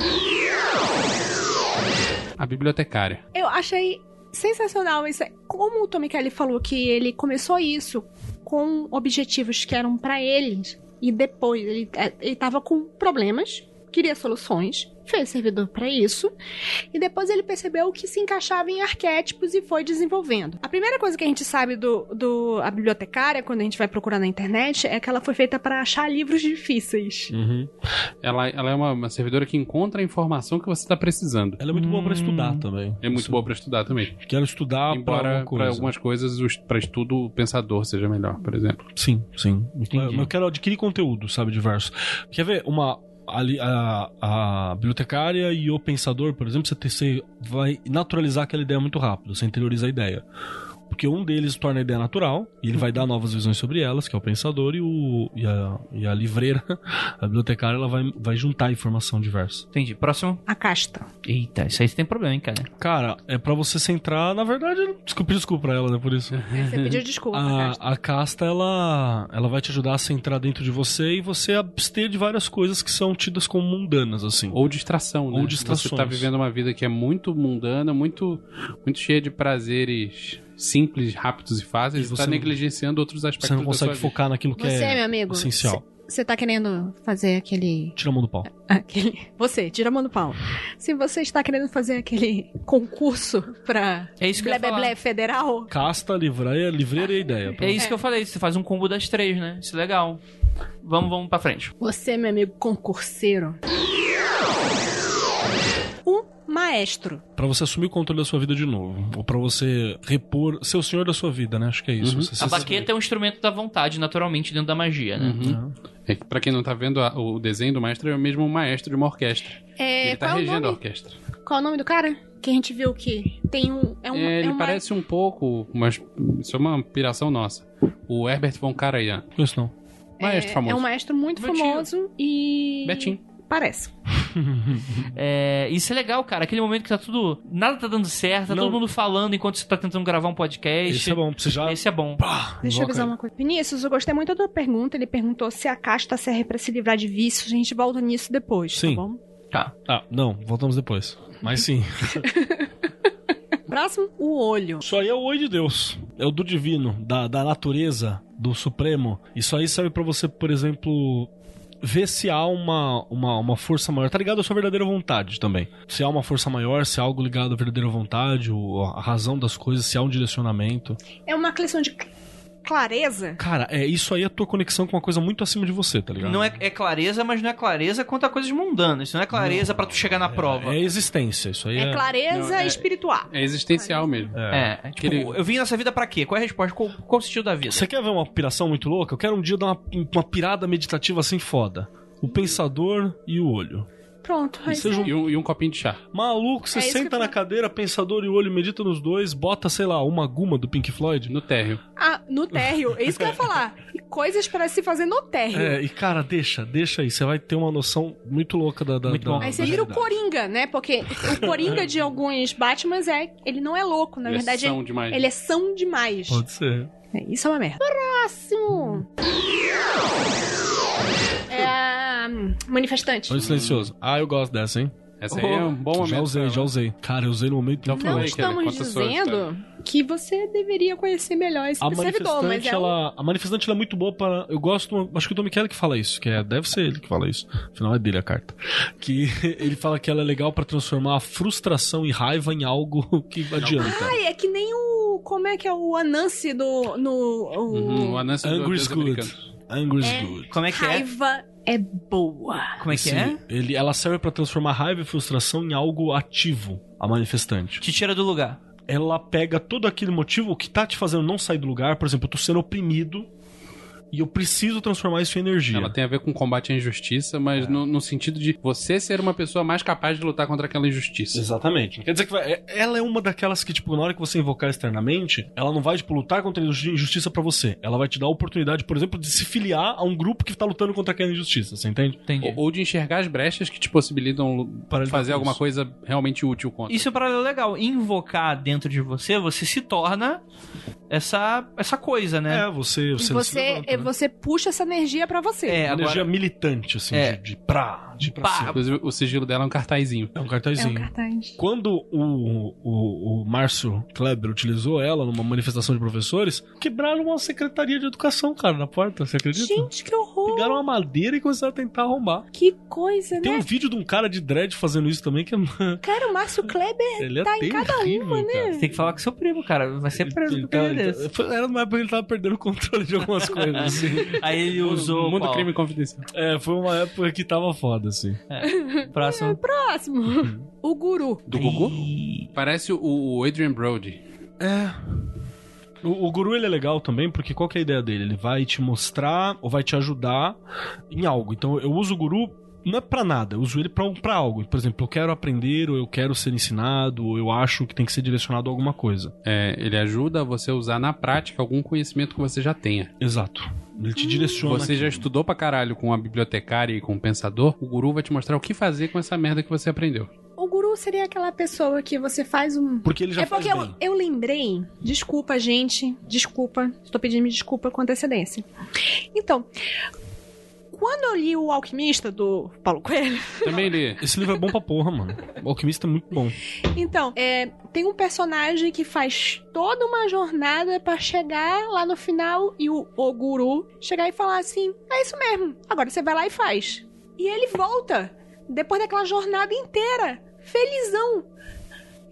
[SPEAKER 5] A bibliotecária.
[SPEAKER 6] Eu achei sensacional isso. É Como o Tommy Kelly falou que ele começou isso com objetivos que eram pra ele, e depois ele, eh, ele tava com problemas, queria soluções, fez servidor pra isso, e depois ele percebeu que se encaixava em arquétipos e foi desenvolvendo. A primeira coisa que a gente sabe do, do a bibliotecária, quando a gente vai procurar na internet, é que ela foi feita pra achar livros difíceis.
[SPEAKER 4] Uhum.
[SPEAKER 5] Ela, ela é uma, uma servidora que encontra a informação que você está precisando.
[SPEAKER 4] Ela é muito boa pra estudar também.
[SPEAKER 5] É muito
[SPEAKER 4] Isso.
[SPEAKER 5] boa para estudar também.
[SPEAKER 4] Quero estudar pra
[SPEAKER 5] Embora
[SPEAKER 4] alguma coisa.
[SPEAKER 5] para algumas coisas, para estudo, o pensador seja melhor, por exemplo.
[SPEAKER 4] Sim, sim. Mas eu quero adquirir conteúdo, sabe, diverso. Quer ver uma. ali- A, a bibliotecária e o pensador, por exemplo, você, te- você vai naturalizar aquela ideia muito rápido, você interioriza a ideia. Porque um deles torna a ideia natural, e ele vai dar novas visões sobre elas, que é o pensador, e, o, e, a, e a livreira, a bibliotecária, ela vai, vai juntar informação diversa.
[SPEAKER 3] Entendi. Próximo.
[SPEAKER 6] A casta.
[SPEAKER 3] Eita, isso aí tem problema, hein, cara.
[SPEAKER 4] Cara, é pra você centrar, na verdade, desculpa, desculpa pra ela, né, por isso.
[SPEAKER 6] Você pediu desculpa,
[SPEAKER 4] A,
[SPEAKER 6] casta.
[SPEAKER 4] a casta, ela, ela vai te ajudar a centrar dentro de você e você abster de várias coisas que são tidas como mundanas, assim.
[SPEAKER 5] Ou distração, né?
[SPEAKER 4] Ou distrações.
[SPEAKER 5] Você tá vivendo uma vida que é muito mundana, muito, muito cheia de prazeres simples, rápidos e fáceis.
[SPEAKER 4] E
[SPEAKER 5] Você
[SPEAKER 4] você
[SPEAKER 5] tá
[SPEAKER 4] não-
[SPEAKER 5] negligenciando outros aspectos
[SPEAKER 4] Você não
[SPEAKER 5] da
[SPEAKER 4] consegue
[SPEAKER 5] sua vida.
[SPEAKER 4] focar naquilo que
[SPEAKER 6] Você,
[SPEAKER 4] é
[SPEAKER 6] meu amigo.
[SPEAKER 4] essencial.
[SPEAKER 6] Você tá querendo fazer aquele.
[SPEAKER 4] Tira a mão do pau.
[SPEAKER 6] É. aquele. Você, tira a mão do pau. Se você está querendo fazer aquele concurso pra.
[SPEAKER 3] É isso que eu ia falar.
[SPEAKER 6] Blebeblé federal.
[SPEAKER 4] Casta, livreira, livreira e ideia.
[SPEAKER 3] É isso que eu falei, você faz um combo das três, né? Isso é legal. Vamos, vamos pra frente.
[SPEAKER 6] Você, meu amigo concurseiro. Um maestro.
[SPEAKER 4] Pra você assumir o controle da sua vida de novo. Ou pra você repor. Ser o senhor da sua vida, né? Acho que é isso.
[SPEAKER 5] Uhum.
[SPEAKER 4] Você-
[SPEAKER 3] A
[SPEAKER 4] você-
[SPEAKER 3] baqueta é um instrumento da vontade, naturalmente, dentro da magia, né?
[SPEAKER 5] Uhum. É que pra quem não tá vendo, a- o desenho do maestro é o mesmo maestro de uma orquestra.
[SPEAKER 6] É,
[SPEAKER 5] ele tá
[SPEAKER 6] qual é o
[SPEAKER 5] regendo a
[SPEAKER 6] nome?
[SPEAKER 5] orquestra.
[SPEAKER 6] Qual é o nome do cara? Que a gente viu que tem um. É um,
[SPEAKER 5] É,
[SPEAKER 6] é
[SPEAKER 5] ele
[SPEAKER 6] um ma-
[SPEAKER 5] parece um pouco, mas isso é uma piração nossa. O Herbert von Karajan.
[SPEAKER 4] Não conheço, não.
[SPEAKER 5] Maestro
[SPEAKER 6] é,
[SPEAKER 5] famoso.
[SPEAKER 6] É um maestro muito
[SPEAKER 3] Betinho.
[SPEAKER 6] famoso e.
[SPEAKER 5] Betinho.
[SPEAKER 6] Parece.
[SPEAKER 3] É, isso é legal, cara. Aquele momento que tá tudo. Nada tá dando certo, tá
[SPEAKER 4] Não.
[SPEAKER 3] todo mundo falando enquanto você tá tentando gravar um podcast.
[SPEAKER 4] Esse é bom. Tá Você já.
[SPEAKER 3] Esse é bom.
[SPEAKER 4] Pá,
[SPEAKER 6] Deixa eu
[SPEAKER 4] invoca
[SPEAKER 6] avisar um-
[SPEAKER 4] ele.
[SPEAKER 6] uma coisa. Vinícius, eu gostei muito da tua pergunta. Ele perguntou se a casta serve pra se livrar de vícios. A gente volta nisso depois,
[SPEAKER 4] Sim.
[SPEAKER 6] tá bom?
[SPEAKER 4] Ah, não, voltamos depois. Mas sim.
[SPEAKER 6] Próximo, o olho.
[SPEAKER 4] Isso aí é o oi de Deus. É o do divino, da, da natureza, do supremo. Isso aí serve pra você, por exemplo, ver se há uma, uma, uma força maior. Tá ligado à sua verdadeira vontade também. Se há uma força maior, se há algo ligado à verdadeira vontade, ou à razão das coisas, se há um direcionamento.
[SPEAKER 6] É uma questão de cl- clareza.
[SPEAKER 4] Cara, é isso aí é a tua conexão com uma coisa muito acima de você, tá ligado?
[SPEAKER 3] Não é, é clareza, mas não é clareza quanto a coisas mundanas. Isso não é clareza pra tu chegar na prova.
[SPEAKER 4] É existência, isso aí é.
[SPEAKER 6] É clareza
[SPEAKER 5] Não, é-
[SPEAKER 6] espiritual.
[SPEAKER 5] É existencial mesmo.
[SPEAKER 3] É, é, tipo,
[SPEAKER 5] Aquele-
[SPEAKER 3] eu vim nessa vida pra quê? Qual é a resposta? Qual, qual o sentido da vida?
[SPEAKER 4] Você quer ver uma piração muito louca? Eu quero um dia dar uma, uma pirada meditativa assim foda. O pensador e o olho.
[SPEAKER 6] Pronto. aí
[SPEAKER 4] Seja
[SPEAKER 6] você-
[SPEAKER 4] um
[SPEAKER 5] E um, e um copinho de chá.
[SPEAKER 4] Maluco, você
[SPEAKER 6] É isso que
[SPEAKER 4] senta
[SPEAKER 6] eu
[SPEAKER 4] na
[SPEAKER 6] falo.
[SPEAKER 4] cadeira, pensador e olho, medita nos dois, bota, sei lá, uma guma do Pink Floyd.
[SPEAKER 5] No térreo.
[SPEAKER 6] Ah, no térreo. É isso que eu ia falar. Coisas pra se fazer no térreo.
[SPEAKER 4] É, e cara, deixa, deixa aí, você vai ter uma noção muito louca da. da
[SPEAKER 3] Muito
[SPEAKER 4] da-
[SPEAKER 3] bom.
[SPEAKER 6] Aí
[SPEAKER 4] da
[SPEAKER 6] você vira o
[SPEAKER 4] realidade.
[SPEAKER 6] Coringa, né? Porque o Coringa de alguns Batmans é. Ele não é louco, na
[SPEAKER 5] Ele é
[SPEAKER 6] verdade.
[SPEAKER 5] são demais.
[SPEAKER 6] Ele é são demais.
[SPEAKER 4] Pode ser.
[SPEAKER 6] É, isso é uma merda. Próximo! É a. hum, Manifestante.
[SPEAKER 4] Olho silencioso. Ah, eu gosto dessa, hein?
[SPEAKER 5] Essa aí é um bom momento.
[SPEAKER 4] já usei,
[SPEAKER 5] pra-
[SPEAKER 4] já usei. é, Cara, eu usei no momento.
[SPEAKER 5] Então
[SPEAKER 4] muito
[SPEAKER 5] fala
[SPEAKER 6] Não
[SPEAKER 5] aí,
[SPEAKER 4] louco.
[SPEAKER 5] Kelly,
[SPEAKER 6] estamos
[SPEAKER 5] conta a sua
[SPEAKER 6] dizendo que você deveria conhecer melhor esse
[SPEAKER 4] A
[SPEAKER 6] servidor, mas
[SPEAKER 4] manifestante,
[SPEAKER 6] é. um-
[SPEAKER 4] ela, a manifestante ela é muito boa para. Eu gosto. Acho que o Tom Kelly que fala isso, que é, deve ser ele que fala isso. Afinal, é dele a carta. Que ele fala que ela é legal pra transformar a frustração e raiva em algo que adianta.
[SPEAKER 6] Ai, é que nem o. Como é que é o Anansi do. No, o...
[SPEAKER 5] Uhum, o anúncio do
[SPEAKER 4] Angry is
[SPEAKER 5] Deus
[SPEAKER 4] good.
[SPEAKER 5] americano.
[SPEAKER 4] Angry is
[SPEAKER 6] É.
[SPEAKER 4] good.
[SPEAKER 3] Como é que é?
[SPEAKER 6] Raiva é boa.
[SPEAKER 3] Como é que
[SPEAKER 4] Esse-
[SPEAKER 3] é?
[SPEAKER 4] Ele, ela serve pra transformar raiva e frustração em algo ativo, a manifestante.
[SPEAKER 3] Te tira do lugar.
[SPEAKER 4] Ela pega todo aquele motivo que tá te fazendo não sair do lugar, por exemplo, eu tô sendo oprimido e eu preciso transformar isso em energia.
[SPEAKER 5] Ela tem a ver com combate à injustiça,
[SPEAKER 4] É.
[SPEAKER 5] mas no, no sentido de você ser uma pessoa mais capaz de lutar contra aquela injustiça.
[SPEAKER 4] Exatamente. Quer dizer que vai- é- ela é uma daquelas que, tipo, na hora que você invocar externamente, ela não vai, tipo, lutar contra a injustiça pra você. Ela vai te dar a oportunidade, por exemplo, de se filiar a um grupo que tá lutando contra aquela injustiça, você entende?
[SPEAKER 3] Entendi.
[SPEAKER 5] Ou, ou de enxergar as brechas que te possibilitam lu-
[SPEAKER 4] Para lidar
[SPEAKER 5] fazer
[SPEAKER 4] com
[SPEAKER 5] alguma
[SPEAKER 4] isso.
[SPEAKER 5] coisa realmente útil contra.
[SPEAKER 3] Isso é um paralelo legal. Invocar dentro de você, você se torna essa, essa coisa, né?
[SPEAKER 4] É, você...
[SPEAKER 6] E
[SPEAKER 4] Você,
[SPEAKER 6] você,
[SPEAKER 4] levanta,
[SPEAKER 6] é,
[SPEAKER 4] né? É,
[SPEAKER 6] você puxa essa energia pra você.
[SPEAKER 5] É,
[SPEAKER 4] Energia militante, assim,
[SPEAKER 3] É.
[SPEAKER 4] de, de pra, de pra
[SPEAKER 3] Pá.
[SPEAKER 4] cima.
[SPEAKER 5] Inclusive, o sigilo dela é um cartazinho.
[SPEAKER 4] É um
[SPEAKER 6] É um
[SPEAKER 4] cartazinho.
[SPEAKER 6] cartaz.
[SPEAKER 4] Quando o, o, o Márcio Kleber utilizou ela numa manifestação de professores, quebraram uma secretaria de educação, cara, na porta, você acredita?
[SPEAKER 6] Gente, que horror!
[SPEAKER 4] Pegaram uma madeira e começaram a tentar arrombar.
[SPEAKER 6] Que coisa,
[SPEAKER 4] Tem
[SPEAKER 6] né?
[SPEAKER 4] um vídeo de um cara de dread fazendo isso também, que é,
[SPEAKER 6] Cara, o Márcio Kleber.
[SPEAKER 4] ele é
[SPEAKER 6] Tá em cada
[SPEAKER 4] terrível, cara.
[SPEAKER 3] Você tem que falar com seu primo, cara. Vai ser é preso
[SPEAKER 4] Ele
[SPEAKER 3] por
[SPEAKER 4] tá-
[SPEAKER 5] Então,
[SPEAKER 3] causa
[SPEAKER 4] ele tá-
[SPEAKER 3] desse.
[SPEAKER 4] foi- era uma época que ele tava perdendo o controle de algumas coisas, assim.
[SPEAKER 3] Aí ele usou.
[SPEAKER 5] então, Mundo
[SPEAKER 3] qual?
[SPEAKER 5] crime confidencial.
[SPEAKER 4] É, foi uma época que tava foda, assim.
[SPEAKER 3] Próximo.
[SPEAKER 6] Próximo. é
[SPEAKER 4] Uhum.
[SPEAKER 6] o guru.
[SPEAKER 5] Do Gugu? Parece o, o Adrian Brody.
[SPEAKER 4] É. O, o guru ele é legal também, porque qual que é a ideia dele? Ele vai te mostrar ou vai te ajudar em algo. Então eu uso o guru não é pra nada, eu uso ele pra, pra algo. Por exemplo, eu quero aprender, ou eu quero ser ensinado, ou eu acho que tem que ser direcionado a alguma coisa.
[SPEAKER 5] É, ele ajuda você a usar na prática algum conhecimento que você já tenha.
[SPEAKER 4] Exato. Ele
[SPEAKER 6] Hum.
[SPEAKER 4] te direciona.
[SPEAKER 5] Você já estudou pra caralho com a bibliotecária e com o pensador, o guru vai te mostrar o que fazer com essa merda que você aprendeu.
[SPEAKER 6] O guru seria aquela pessoa que você faz um.
[SPEAKER 4] Porque ele já
[SPEAKER 6] é
[SPEAKER 4] faz
[SPEAKER 6] porque
[SPEAKER 4] bem.
[SPEAKER 6] eu, eu lembrei. Desculpa, gente. Desculpa. Estou pedindo desculpa com antecedência. Então, quando eu li O Alquimista do Paulo Coelho,
[SPEAKER 5] Também ele.
[SPEAKER 4] Esse livro é bom pra porra, mano. O Alquimista é muito bom.
[SPEAKER 6] então, é, tem um personagem que faz toda uma jornada pra chegar lá no final e o, o guru chegar e falar assim: é isso mesmo, agora você vai lá e faz. E ele volta, depois daquela jornada inteira, felizão.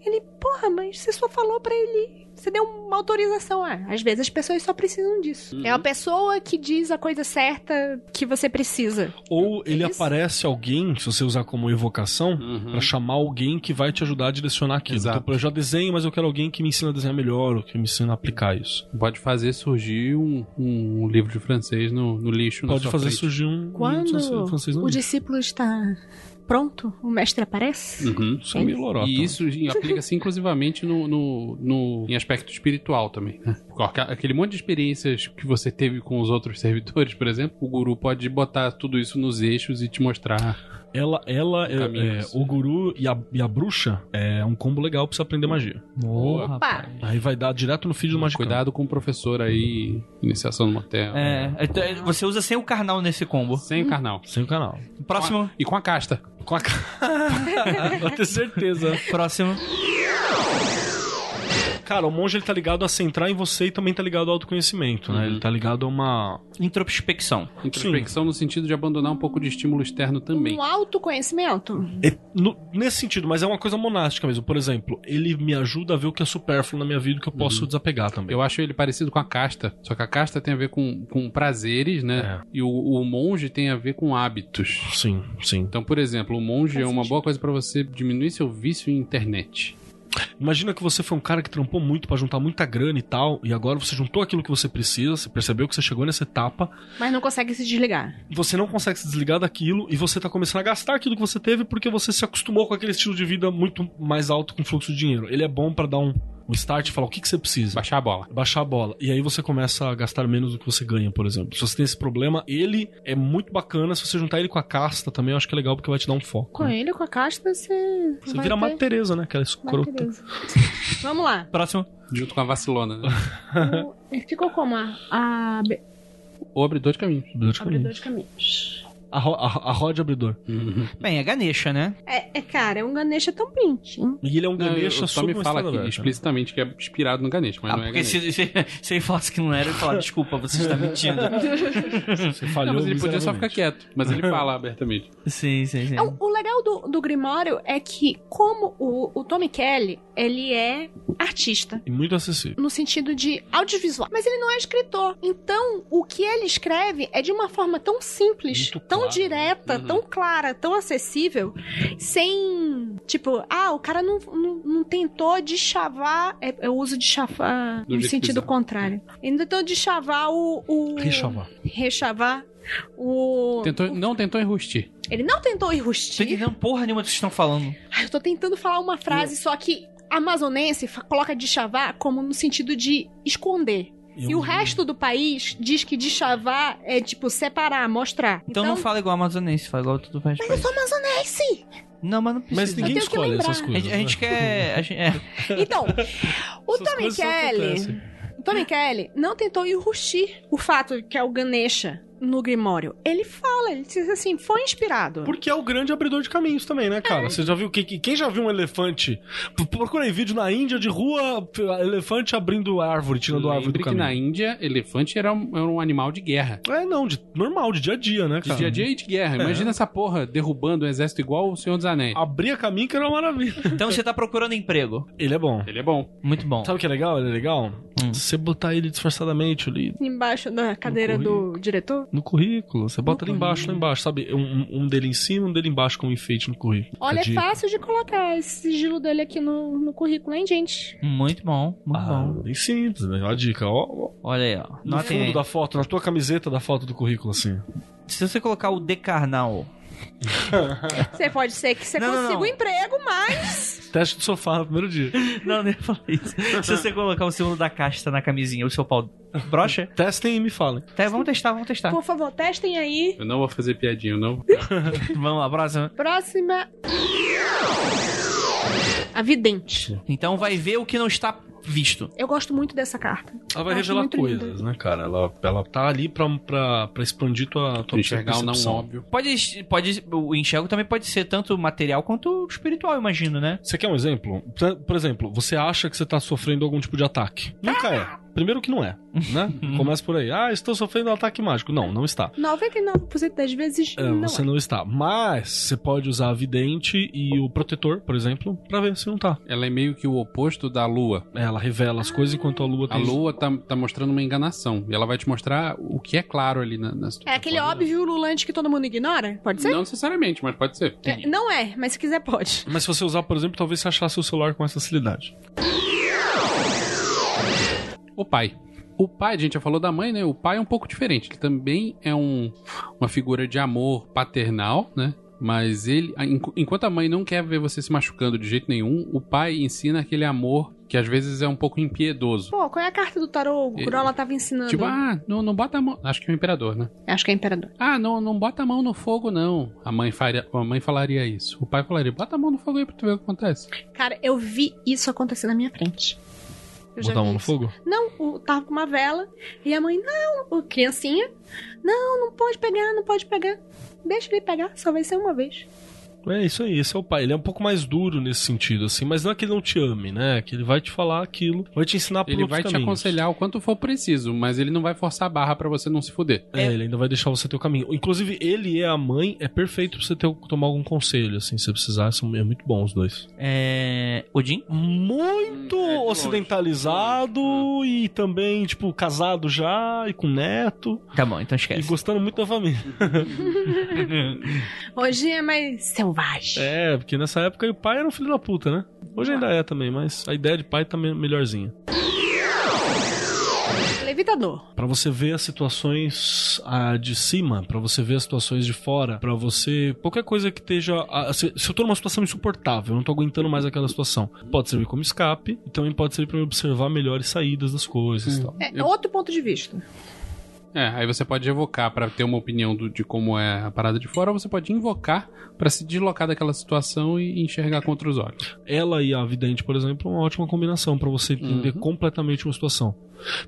[SPEAKER 6] Ele, porra, mas você só falou pra ele. Você deu uma autorização. Ah, às vezes as pessoas só precisam disso. É a pessoa que diz a coisa certa que você precisa.
[SPEAKER 4] Ou ele
[SPEAKER 6] É Isso.
[SPEAKER 4] aparece alguém, se você usar como evocação, pra chamar alguém que vai te ajudar a direcionar aquilo.
[SPEAKER 5] Uhum. Exato.
[SPEAKER 4] Então, pô, eu já desenho, mas eu quero alguém que me ensina a desenhar melhor, ou que me ensina a aplicar isso.
[SPEAKER 5] Pode fazer surgir um, um livro de francês no, no lixo. na
[SPEAKER 4] Pode
[SPEAKER 5] sua
[SPEAKER 4] fazer
[SPEAKER 5] frente.
[SPEAKER 4] surgir um
[SPEAKER 6] Quando
[SPEAKER 4] um francês no
[SPEAKER 6] o
[SPEAKER 4] livro.
[SPEAKER 6] discípulo está pronto, o mestre aparece.
[SPEAKER 5] Uhum.
[SPEAKER 4] Isso é meio lorota.
[SPEAKER 5] E isso aplica-se inclusivamente no, no, no- em aspecto espiritual também. né? Com aca- Aquele monte de experiências que você teve com os outros servidores, por exemplo, o guru pode botar tudo isso nos eixos e te mostrar.
[SPEAKER 4] Ela, ela é-
[SPEAKER 5] Caminhos.
[SPEAKER 4] é, o guru e a, e a bruxa é um combo legal pra você aprender magia.
[SPEAKER 5] Boa.
[SPEAKER 6] Pá,
[SPEAKER 4] Aí vai dar direto no feed do Magicamp.
[SPEAKER 5] Cuidado com o professor aí, iniciação no motel.
[SPEAKER 3] É, então, é, você usa sem o carnal nesse combo.
[SPEAKER 5] Sem o carnal.
[SPEAKER 4] Sem o canal.
[SPEAKER 3] Próximo,
[SPEAKER 5] E com a casta.
[SPEAKER 4] Com a cara. Pode ter certeza.
[SPEAKER 3] próximo.
[SPEAKER 4] Cara, o monge ele tá ligado a centrar em você e também tá ligado ao autoconhecimento, né?
[SPEAKER 5] Uhum.
[SPEAKER 4] Ele tá ligado a uma.
[SPEAKER 3] Introspecção.
[SPEAKER 5] Introspecção no sentido de abandonar um pouco de estímulo externo também.
[SPEAKER 6] um autoconhecimento.
[SPEAKER 4] No- nesse sentido, mas é uma coisa monástica mesmo. Por exemplo, ele me ajuda a ver o que é supérfluo na minha vida e o que eu posso desapegar também.
[SPEAKER 5] Eu acho ele parecido com a casta, só que a casta tem a ver com, com prazeres,
[SPEAKER 4] É.
[SPEAKER 5] né? E o, o monge tem a ver com hábitos.
[SPEAKER 4] Sim, sim.
[SPEAKER 5] Então, por exemplo, o monge é uma boa coisa pra você diminuir seu vício em internet.
[SPEAKER 4] Imagina que você foi um cara que trampou muito pra juntar muita grana e tal, e agora você juntou aquilo que você precisa, você percebeu que você chegou nessa etapa,
[SPEAKER 6] Mas não consegue se desligar.
[SPEAKER 4] você não consegue se desligar daquilo e você tá começando a gastar aquilo que você teve porque você se acostumou com aquele estilo de vida muito mais alto com fluxo de dinheiro. Ele é bom pra dar um, um start e falar o que, que você precisa.
[SPEAKER 5] Baixar a bola.
[SPEAKER 4] baixar a bola. E aí você começa a gastar menos do que você ganha, por exemplo. Se você tem esse problema, ele é muito bacana. Se você juntar ele com a casta também, eu acho que é legal porque vai te dar um foco.
[SPEAKER 6] Com
[SPEAKER 4] né?
[SPEAKER 6] ele, com a casta, você. é
[SPEAKER 4] Você
[SPEAKER 6] vai
[SPEAKER 4] vira a
[SPEAKER 6] ter-
[SPEAKER 4] Madre Teresa, né? Aquela
[SPEAKER 6] vai ter
[SPEAKER 4] escrota.
[SPEAKER 6] Deus. Vamos lá.
[SPEAKER 3] Próximo.
[SPEAKER 5] Junto com a vacilona, né?
[SPEAKER 6] O- Ficou como? A, a be-
[SPEAKER 5] Ou abrir dois caminhos.
[SPEAKER 4] Abridor de
[SPEAKER 6] abridor
[SPEAKER 4] caminho.
[SPEAKER 6] de caminhos.
[SPEAKER 4] A, ro a, a roda abridor.
[SPEAKER 7] Bem, é Ganesha, né?
[SPEAKER 6] É, é, cara, é um Ganesha tão bonitinho.
[SPEAKER 4] E ele é um
[SPEAKER 5] Não, eu,
[SPEAKER 4] Ganesha
[SPEAKER 5] eu só
[SPEAKER 4] sobre
[SPEAKER 5] me
[SPEAKER 4] uma
[SPEAKER 5] fala
[SPEAKER 4] estrada
[SPEAKER 5] aqui
[SPEAKER 4] aberta.
[SPEAKER 5] explicitamente que é inspirado no Ganesh, mas
[SPEAKER 3] Ah,
[SPEAKER 5] não é
[SPEAKER 3] porque
[SPEAKER 5] Ganesh.
[SPEAKER 3] se, se, se ele falasse que não era, ele falava, desculpa, você está mentindo.
[SPEAKER 4] Você falhou né,
[SPEAKER 5] Não, mas ele podia só ficar
[SPEAKER 4] miseravelmente.
[SPEAKER 5] quieto, mas ele fala abertamente.
[SPEAKER 3] sim, sim, sim.
[SPEAKER 6] É, O, o legal do, do Grimório é que, como o, o Tommy Kelly, ele é artista.
[SPEAKER 4] E muito acessível.
[SPEAKER 6] no sentido de audiovisual, mas ele não é escritor. Então, o que ele escreve é de uma forma tão simples,
[SPEAKER 4] Muito
[SPEAKER 6] tão
[SPEAKER 4] claro.
[SPEAKER 6] direta,
[SPEAKER 5] Uhum.
[SPEAKER 6] tão clara, tão acessível, sem, tipo, ah, o cara não, não, não tentou deschavar, é, eu uso de chavar
[SPEAKER 5] Do
[SPEAKER 6] no
[SPEAKER 5] jeito
[SPEAKER 6] sentido
[SPEAKER 5] bizarro.
[SPEAKER 6] contrário. Ele não tentou deschavar o... o
[SPEAKER 4] Richava.
[SPEAKER 6] rechavar o...
[SPEAKER 5] Tentou, não tentou enrustir.
[SPEAKER 6] Ele não tentou
[SPEAKER 3] Tô
[SPEAKER 6] enrustir.
[SPEAKER 3] entendendo porra nenhuma do que vocês estão falando.
[SPEAKER 6] Ai, eu tô tentando falar uma frase, só que amazonense fa- coloca deschavar como no sentido de esconder. E o resto do país diz que deschavar é tipo separar, mostrar. é
[SPEAKER 3] Então, não fala igual amazonense, fala igual tudo faz.
[SPEAKER 6] Mas eu sou amazonense!
[SPEAKER 3] Não, mas não precisa.
[SPEAKER 4] Mas ninguém
[SPEAKER 6] Eu tenho que
[SPEAKER 4] escolhe
[SPEAKER 6] lembrar.
[SPEAKER 4] essas
[SPEAKER 3] A
[SPEAKER 4] coisas. né?
[SPEAKER 3] gente, a gente quer. a gente- é.
[SPEAKER 6] Então, o
[SPEAKER 4] Essas
[SPEAKER 6] Tommy
[SPEAKER 4] coisas só
[SPEAKER 6] Kelly.
[SPEAKER 4] acontecem.
[SPEAKER 6] o Tommy Kelly não tentou enrustir o fato que é o Ganesha no Grimório. Ele fala, ele diz assim, foi inspirado.
[SPEAKER 4] Porque é o grande abridor de caminhos também, né, cara?
[SPEAKER 5] É.
[SPEAKER 4] Você já viu que que- quem já viu um elefante? P- Procura aí vídeo na Índia de rua, p- elefante abrindo árvore, tirando a árvore
[SPEAKER 5] Lembre
[SPEAKER 4] do
[SPEAKER 5] que na
[SPEAKER 4] caminho.
[SPEAKER 5] Índia, elefante era um, era um animal de guerra.
[SPEAKER 4] É não, de, normal, de dia a dia, né,
[SPEAKER 5] De
[SPEAKER 4] cara?
[SPEAKER 5] dia a dia e de guerra. Imagina essa porra derrubando um exército igual o Senhor dos Anéis.
[SPEAKER 4] Abria caminho que era uma maravilha.
[SPEAKER 3] Então você tá procurando emprego.
[SPEAKER 4] Ele é bom.
[SPEAKER 5] Ele é bom.
[SPEAKER 3] Muito bom. Hum.
[SPEAKER 4] Sabe o que é legal? Ele é legal? Você botar ele disfarçadamente ali
[SPEAKER 6] Embaixo da cadeira do diretor.
[SPEAKER 4] no currículo. Você bota
[SPEAKER 5] Uhum.
[SPEAKER 4] ele embaixo, lá embaixo, sabe? Um, um- um dele em cima, um dele embaixo com um enfeite no currículo.
[SPEAKER 6] Olha, é
[SPEAKER 4] Fica de-
[SPEAKER 6] fácil de colocar esse sigilo dele aqui no, no currículo, hein, gente?
[SPEAKER 3] Muito bom, muito
[SPEAKER 4] Ah,
[SPEAKER 3] bom.
[SPEAKER 4] bem simples, né? Uma dica, ó. ó,
[SPEAKER 3] Olha aí, ó.
[SPEAKER 4] No
[SPEAKER 3] Notem
[SPEAKER 4] fundo
[SPEAKER 3] aí.
[SPEAKER 4] da foto, na tua camiseta da foto do currículo, assim.
[SPEAKER 3] Se você colocar o decarnal
[SPEAKER 6] Você pode ser que você
[SPEAKER 7] Não, não,
[SPEAKER 6] consiga
[SPEAKER 7] não.
[SPEAKER 6] um emprego, mas
[SPEAKER 4] Teste do sofá no primeiro dia.
[SPEAKER 3] Não, nem falar isso. Se você colocar o símbolo da casta na camisinha, o seu pau brocha,
[SPEAKER 4] Testem e me falem.
[SPEAKER 3] tá, vamos testar, vamos testar.
[SPEAKER 6] por favor, testem aí.
[SPEAKER 5] Eu não vou fazer piadinha, eu não.
[SPEAKER 3] Vamos lá, próxima.
[SPEAKER 6] Próxima.
[SPEAKER 2] A vidente.
[SPEAKER 3] Então vai ver o que não está visto.
[SPEAKER 6] Eu gosto muito dessa carta.
[SPEAKER 4] Ela vai
[SPEAKER 6] Acho
[SPEAKER 4] revelar
[SPEAKER 6] muito
[SPEAKER 4] coisas, né, cara? Ela, ela tá ali pra, pra, pra expandir tua, tua um
[SPEAKER 5] Enxergar o não
[SPEAKER 4] percepção.
[SPEAKER 5] óbvio.
[SPEAKER 3] Pode, pode, o enxergo também pode ser tanto material quanto espiritual, imagino, né?
[SPEAKER 4] Você quer um exemplo? Por- Por exemplo, você acha que você tá sofrendo algum tipo de ataque. Nunca é. Primeiro que não é, né? Começa por aí. Ah, estou sofrendo um ataque mágico. Não, não está.
[SPEAKER 6] 99% das vezes
[SPEAKER 4] É,
[SPEAKER 6] não.
[SPEAKER 4] você
[SPEAKER 6] é.
[SPEAKER 4] não está. Mas você pode usar a vidente e o protetor, por exemplo, pra ver se não tá. É,
[SPEAKER 5] Ela é meio que o oposto da lua.
[SPEAKER 4] Ela revela as coisas enquanto a lua
[SPEAKER 5] A
[SPEAKER 4] tem...
[SPEAKER 5] lua tá, tá mostrando uma enganação. E ela vai te mostrar o que é claro ali na, na situação.
[SPEAKER 6] É aquele óbvio lulante que todo mundo ignora? Pode ser?
[SPEAKER 5] Não necessariamente, mas pode ser.
[SPEAKER 6] É, não é, mas se quiser pode.
[SPEAKER 4] Mas se você usar, por exemplo, talvez você achasse o celular com mais facilidade.
[SPEAKER 5] O pai. O pai, a gente já falou da mãe, né? O pai é um pouco diferente. Ele também é um, uma figura de amor paternal, né? Mas ele, a- enqu- enquanto a mãe não quer ver você se machucando de jeito nenhum, o pai ensina aquele amor que às vezes é um pouco impiedoso.
[SPEAKER 6] Pô, qual é a carta do tarô? O
[SPEAKER 5] É.
[SPEAKER 6] Grola tava ensinando.
[SPEAKER 5] Tipo, ah, não, não bota a mão. Acho que é o imperador, né?
[SPEAKER 6] Acho que é imperador.
[SPEAKER 5] Ah, não, não bota a mão no fogo, não. A mãe, faria, a mãe falaria isso. O pai falaria, bota a mão no fogo aí pra tu ver o que acontece.
[SPEAKER 6] Cara, eu vi isso acontecer na minha frente. Eu já
[SPEAKER 4] Botar a
[SPEAKER 6] vi
[SPEAKER 4] mão no
[SPEAKER 6] isso.
[SPEAKER 4] fogo?
[SPEAKER 6] Não, o, tava com uma vela. E a mãe, não, o criancinha, não, não pode pegar, não pode pegar. Deixa ele pegar, só vai ser uma vez.
[SPEAKER 4] É isso aí, esse é o pai. Ele é um pouco mais duro nesse sentido, assim, mas não é que ele não te ame, né? É Que ele vai te falar aquilo, vai te ensinar por
[SPEAKER 5] Ele
[SPEAKER 4] outros
[SPEAKER 5] vai te
[SPEAKER 4] caminhos.
[SPEAKER 5] aconselhar o quanto for preciso, mas ele não vai forçar a barra pra você não se fuder.
[SPEAKER 4] É, ele ainda vai deixar você ter o caminho. Inclusive, ele e a mãe é perfeito pra você ter, tomar algum conselho, assim, se você precisar. São, é muito bom os dois.
[SPEAKER 3] É. Odin?
[SPEAKER 4] Muito
[SPEAKER 5] Hum, é de longe.
[SPEAKER 4] ocidentalizado e também, tipo, casado já e com neto.
[SPEAKER 3] Tá bom, então
[SPEAKER 4] E
[SPEAKER 3] esquece.
[SPEAKER 4] gostando muito da família.
[SPEAKER 6] Hoje é mais selvagem.
[SPEAKER 4] É, porque nessa época o pai era um filho da puta, né? Hoje ainda é também, mas a ideia de pai tá me- melhorzinha. É.
[SPEAKER 6] Levitador.
[SPEAKER 4] Pra você ver as situações ah, de cima, pra você ver as situações de fora, pra você. qualquer coisa que esteja. ah, se, se eu tô numa situação insuportável, eu não tô aguentando mais aquela situação, pode servir como escape e também pode servir pra me observar melhores saídas das coisas e tal.
[SPEAKER 6] É
[SPEAKER 5] Eu-
[SPEAKER 6] outro ponto de vista.
[SPEAKER 5] É, aí você pode evocar pra ter uma opinião do- de como é a parada de fora, ou você pode invocar pra se deslocar daquela situação e enxergar contra os olhos.
[SPEAKER 4] Ela e a vidente, por exemplo, é uma ótima combinação pra você entender
[SPEAKER 5] Uhum.
[SPEAKER 4] completamente uma situação.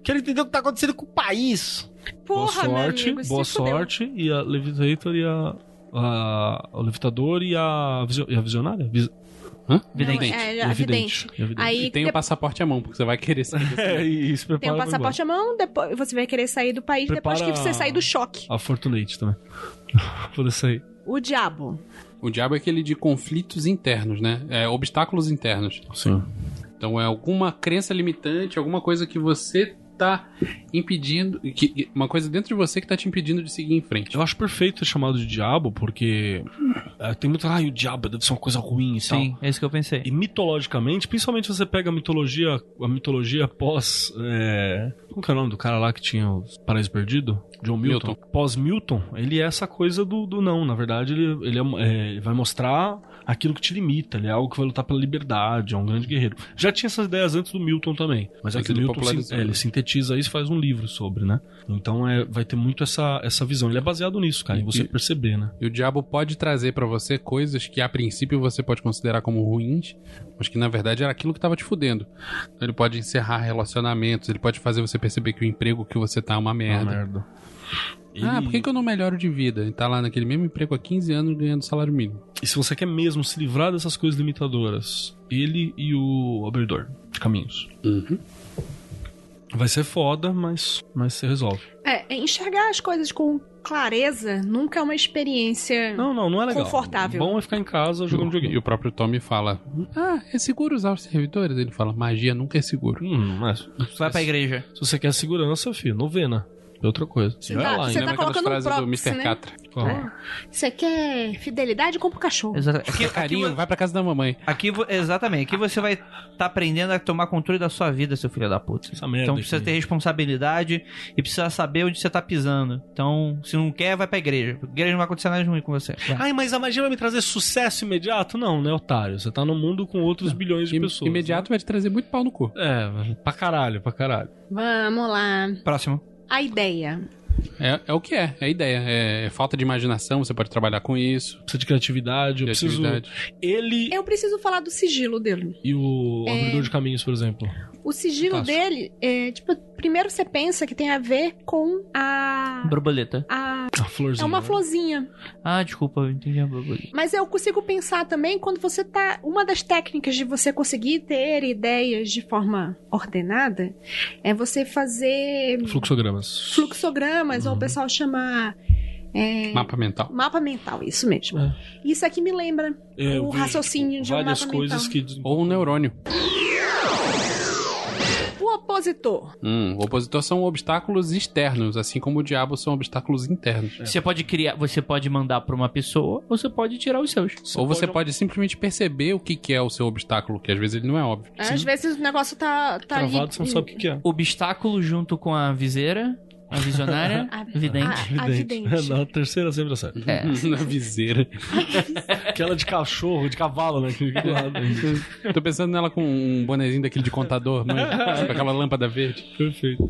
[SPEAKER 4] Quero entender o que tá acontecendo com o país.
[SPEAKER 6] Porra,
[SPEAKER 4] boa
[SPEAKER 6] meu
[SPEAKER 4] sorte,
[SPEAKER 6] amigo, se
[SPEAKER 4] boa
[SPEAKER 6] fudeu.
[SPEAKER 4] sorte e a levitator e a, a- o levitador e a, visio- e a visionária, Vis-
[SPEAKER 5] Vidente.
[SPEAKER 6] Não, é,
[SPEAKER 4] e
[SPEAKER 6] é,
[SPEAKER 4] a
[SPEAKER 6] a vidente.
[SPEAKER 4] e a vidente.
[SPEAKER 6] Aí
[SPEAKER 5] E tem o
[SPEAKER 6] de-
[SPEAKER 5] passaporte à mão, porque você vai querer sair desse
[SPEAKER 4] É, e se
[SPEAKER 6] tem o
[SPEAKER 4] prepara pra ir embora.
[SPEAKER 6] passaporte à mão, depois você vai querer sair do país depois
[SPEAKER 4] Prepara-
[SPEAKER 6] que você sair do choque.
[SPEAKER 4] A Fortunate também. Por isso aí.
[SPEAKER 6] O diabo.
[SPEAKER 5] O diabo é aquele de conflitos internos, né? É, obstáculos internos.
[SPEAKER 4] Sim.
[SPEAKER 5] Então é alguma crença limitante, alguma coisa que você tá impedindo, que- que- uma coisa dentro de você que tá te impedindo de seguir em frente.
[SPEAKER 4] Eu acho perfeito ser chamado de diabo, porque eh, tem muito. Ai, o diabo deve ser uma coisa ruim e tal.
[SPEAKER 3] Sim, é isso que eu pensei.
[SPEAKER 4] E mitologicamente, principalmente você pega a mitologia, a mitologia pós. eh, Como que é o nome do cara lá que tinha o Paraíso Perdido? John Milton. Pós-Milton, ele é essa coisa do, do não. Na verdade, ele, ele é- eh, ele vai mostrar aquilo que te limita. Ele é algo que vai lutar pela liberdade, é um grande guerreiro. Já tinha essas ideias antes do Milton também. Mas é
[SPEAKER 5] Mas
[SPEAKER 4] que o
[SPEAKER 5] ele
[SPEAKER 4] Milton sin-
[SPEAKER 5] popularizou,
[SPEAKER 4] é, ele
[SPEAKER 5] né?
[SPEAKER 4] sintetiza isso e faz um livro sobre, né? Então é, vai ter muito essa, essa visão. Ele é baseado nisso, cara, em você
[SPEAKER 5] E-
[SPEAKER 4] perceber, né?
[SPEAKER 5] E o diabo pode trazer pra você coisas que a princípio você pode considerar como ruins, mas que na verdade era aquilo que tava te fudendo. Então, ele pode encerrar relacionamentos, ele pode fazer você perceber que o emprego que você tá é uma merda.
[SPEAKER 4] Ah, merda.
[SPEAKER 5] Ah,
[SPEAKER 4] Ele-
[SPEAKER 5] por que, que eu não melhoro de vida? E tá lá naquele mesmo emprego há 15 anos ganhando salário mínimo.
[SPEAKER 4] E se você quer mesmo se livrar dessas coisas limitadoras, ele e o abridor de caminhos. Vai ser foda, mas, mas você resolve.
[SPEAKER 6] É, enxergar as coisas com clareza nunca é uma experiência.
[SPEAKER 4] Não, não, não é legal.
[SPEAKER 6] Confortável.
[SPEAKER 4] Bom é ficar em casa jogando
[SPEAKER 5] E
[SPEAKER 4] videogame.
[SPEAKER 5] o próprio Tommy fala: Ah, é seguro usar os servidores? Ele fala: Magia nunca é seguro.
[SPEAKER 4] Hum, mas
[SPEAKER 3] Vai pra igreja.
[SPEAKER 4] se você quer segurança, filho, novena.
[SPEAKER 5] É outra coisa.
[SPEAKER 6] Você tá- você tá
[SPEAKER 5] lembra aquelas
[SPEAKER 6] colocando um
[SPEAKER 5] frases do
[SPEAKER 6] proxy,
[SPEAKER 5] Mr.
[SPEAKER 6] né?
[SPEAKER 5] Catra?
[SPEAKER 6] Você quer fidelidade? Compra um cachorro.
[SPEAKER 7] Exatamente. Aqui,
[SPEAKER 3] É
[SPEAKER 5] Que
[SPEAKER 7] aqui,
[SPEAKER 5] carinho, vai pra casa da mamãe.
[SPEAKER 7] aqui vo- exatamente. Aqui você vai estar aprendendo a tomar controle da sua vida, seu filho da puta.
[SPEAKER 4] Essa merda
[SPEAKER 7] Então precisa
[SPEAKER 4] aqui.
[SPEAKER 7] ter responsabilidade e precisa saber onde você tá pisando. Então, se não quer, vai pra igreja. A igreja não vai acontecer nada de ruim com você. Vai.
[SPEAKER 4] Ai, mas a magia vai me trazer sucesso imediato? Não, né, otário? Você tá no mundo com outros bilhões de
[SPEAKER 5] Im-
[SPEAKER 4] pessoas.
[SPEAKER 5] imediato vai te trazer muito pau no cu.
[SPEAKER 4] né? É, pra caralho, pra caralho.
[SPEAKER 6] Vamos lá.
[SPEAKER 7] Próximo.
[SPEAKER 6] A ideia.
[SPEAKER 5] É, é o que é, é a ideia. É, é falta de imaginação, você pode trabalhar com isso.
[SPEAKER 4] Precisa de criatividade, eu preciso.
[SPEAKER 5] criatividade.
[SPEAKER 4] Ele
[SPEAKER 6] Eu preciso falar do sigilo dele.
[SPEAKER 4] e o
[SPEAKER 6] É.
[SPEAKER 4] abridor de caminhos, por exemplo.
[SPEAKER 6] O sigilo
[SPEAKER 5] Fantástico.
[SPEAKER 6] dele é, tipo, primeiro você pensa que tem a ver com a.
[SPEAKER 7] Borboleta.
[SPEAKER 4] Ah.
[SPEAKER 6] a
[SPEAKER 4] A florzinha.
[SPEAKER 6] é uma
[SPEAKER 4] né?
[SPEAKER 6] florzinha.
[SPEAKER 7] Ah, desculpa, eu entendi a borboleta.
[SPEAKER 6] Mas eu consigo pensar também quando você tá. Uma das técnicas de você conseguir ter ideias de forma ordenada é você fazer
[SPEAKER 4] Fluxogramas.
[SPEAKER 6] fluxogramas,
[SPEAKER 4] Uhum.
[SPEAKER 6] ou o pessoal chama. é,
[SPEAKER 5] Mapa mental.
[SPEAKER 6] mapa mental, isso mesmo.
[SPEAKER 4] É.
[SPEAKER 6] Isso aqui me lembra
[SPEAKER 4] É, eu
[SPEAKER 6] o
[SPEAKER 4] vejo,
[SPEAKER 6] raciocínio
[SPEAKER 4] tipo,
[SPEAKER 6] de um
[SPEAKER 4] várias
[SPEAKER 6] mapa
[SPEAKER 4] coisas
[SPEAKER 6] mental.
[SPEAKER 4] que.
[SPEAKER 5] Ou um neurônio.
[SPEAKER 6] O opositor.
[SPEAKER 5] Hum, o opositor são obstáculos externos, assim como o diabo são obstáculos
[SPEAKER 4] É.
[SPEAKER 5] internos.
[SPEAKER 3] Você pode criar, você pode mandar pra uma pessoa ou você pode tirar os seus.
[SPEAKER 5] Ou você pode... um simplesmente perceber o que, que é o seu obstáculo, que às vezes ele não é óbvio.
[SPEAKER 6] Às vezes o negócio tá, tá ali.
[SPEAKER 4] Travado, você não sabe o que que é.
[SPEAKER 3] Obstáculo junto com a viseira, a visionária,
[SPEAKER 4] Ah.
[SPEAKER 6] A-
[SPEAKER 3] vidente.
[SPEAKER 6] a-
[SPEAKER 4] é Evidente. né? Na terceira sempre dá certo.
[SPEAKER 3] É.
[SPEAKER 5] Na viseira.
[SPEAKER 4] Aquela de cachorro, de cavalo, né? Que fica do lado.
[SPEAKER 5] Tô pensando nela com um bonezinho daquele de contador, mãe. com aquela lâmpada verde.
[SPEAKER 4] Perfeito.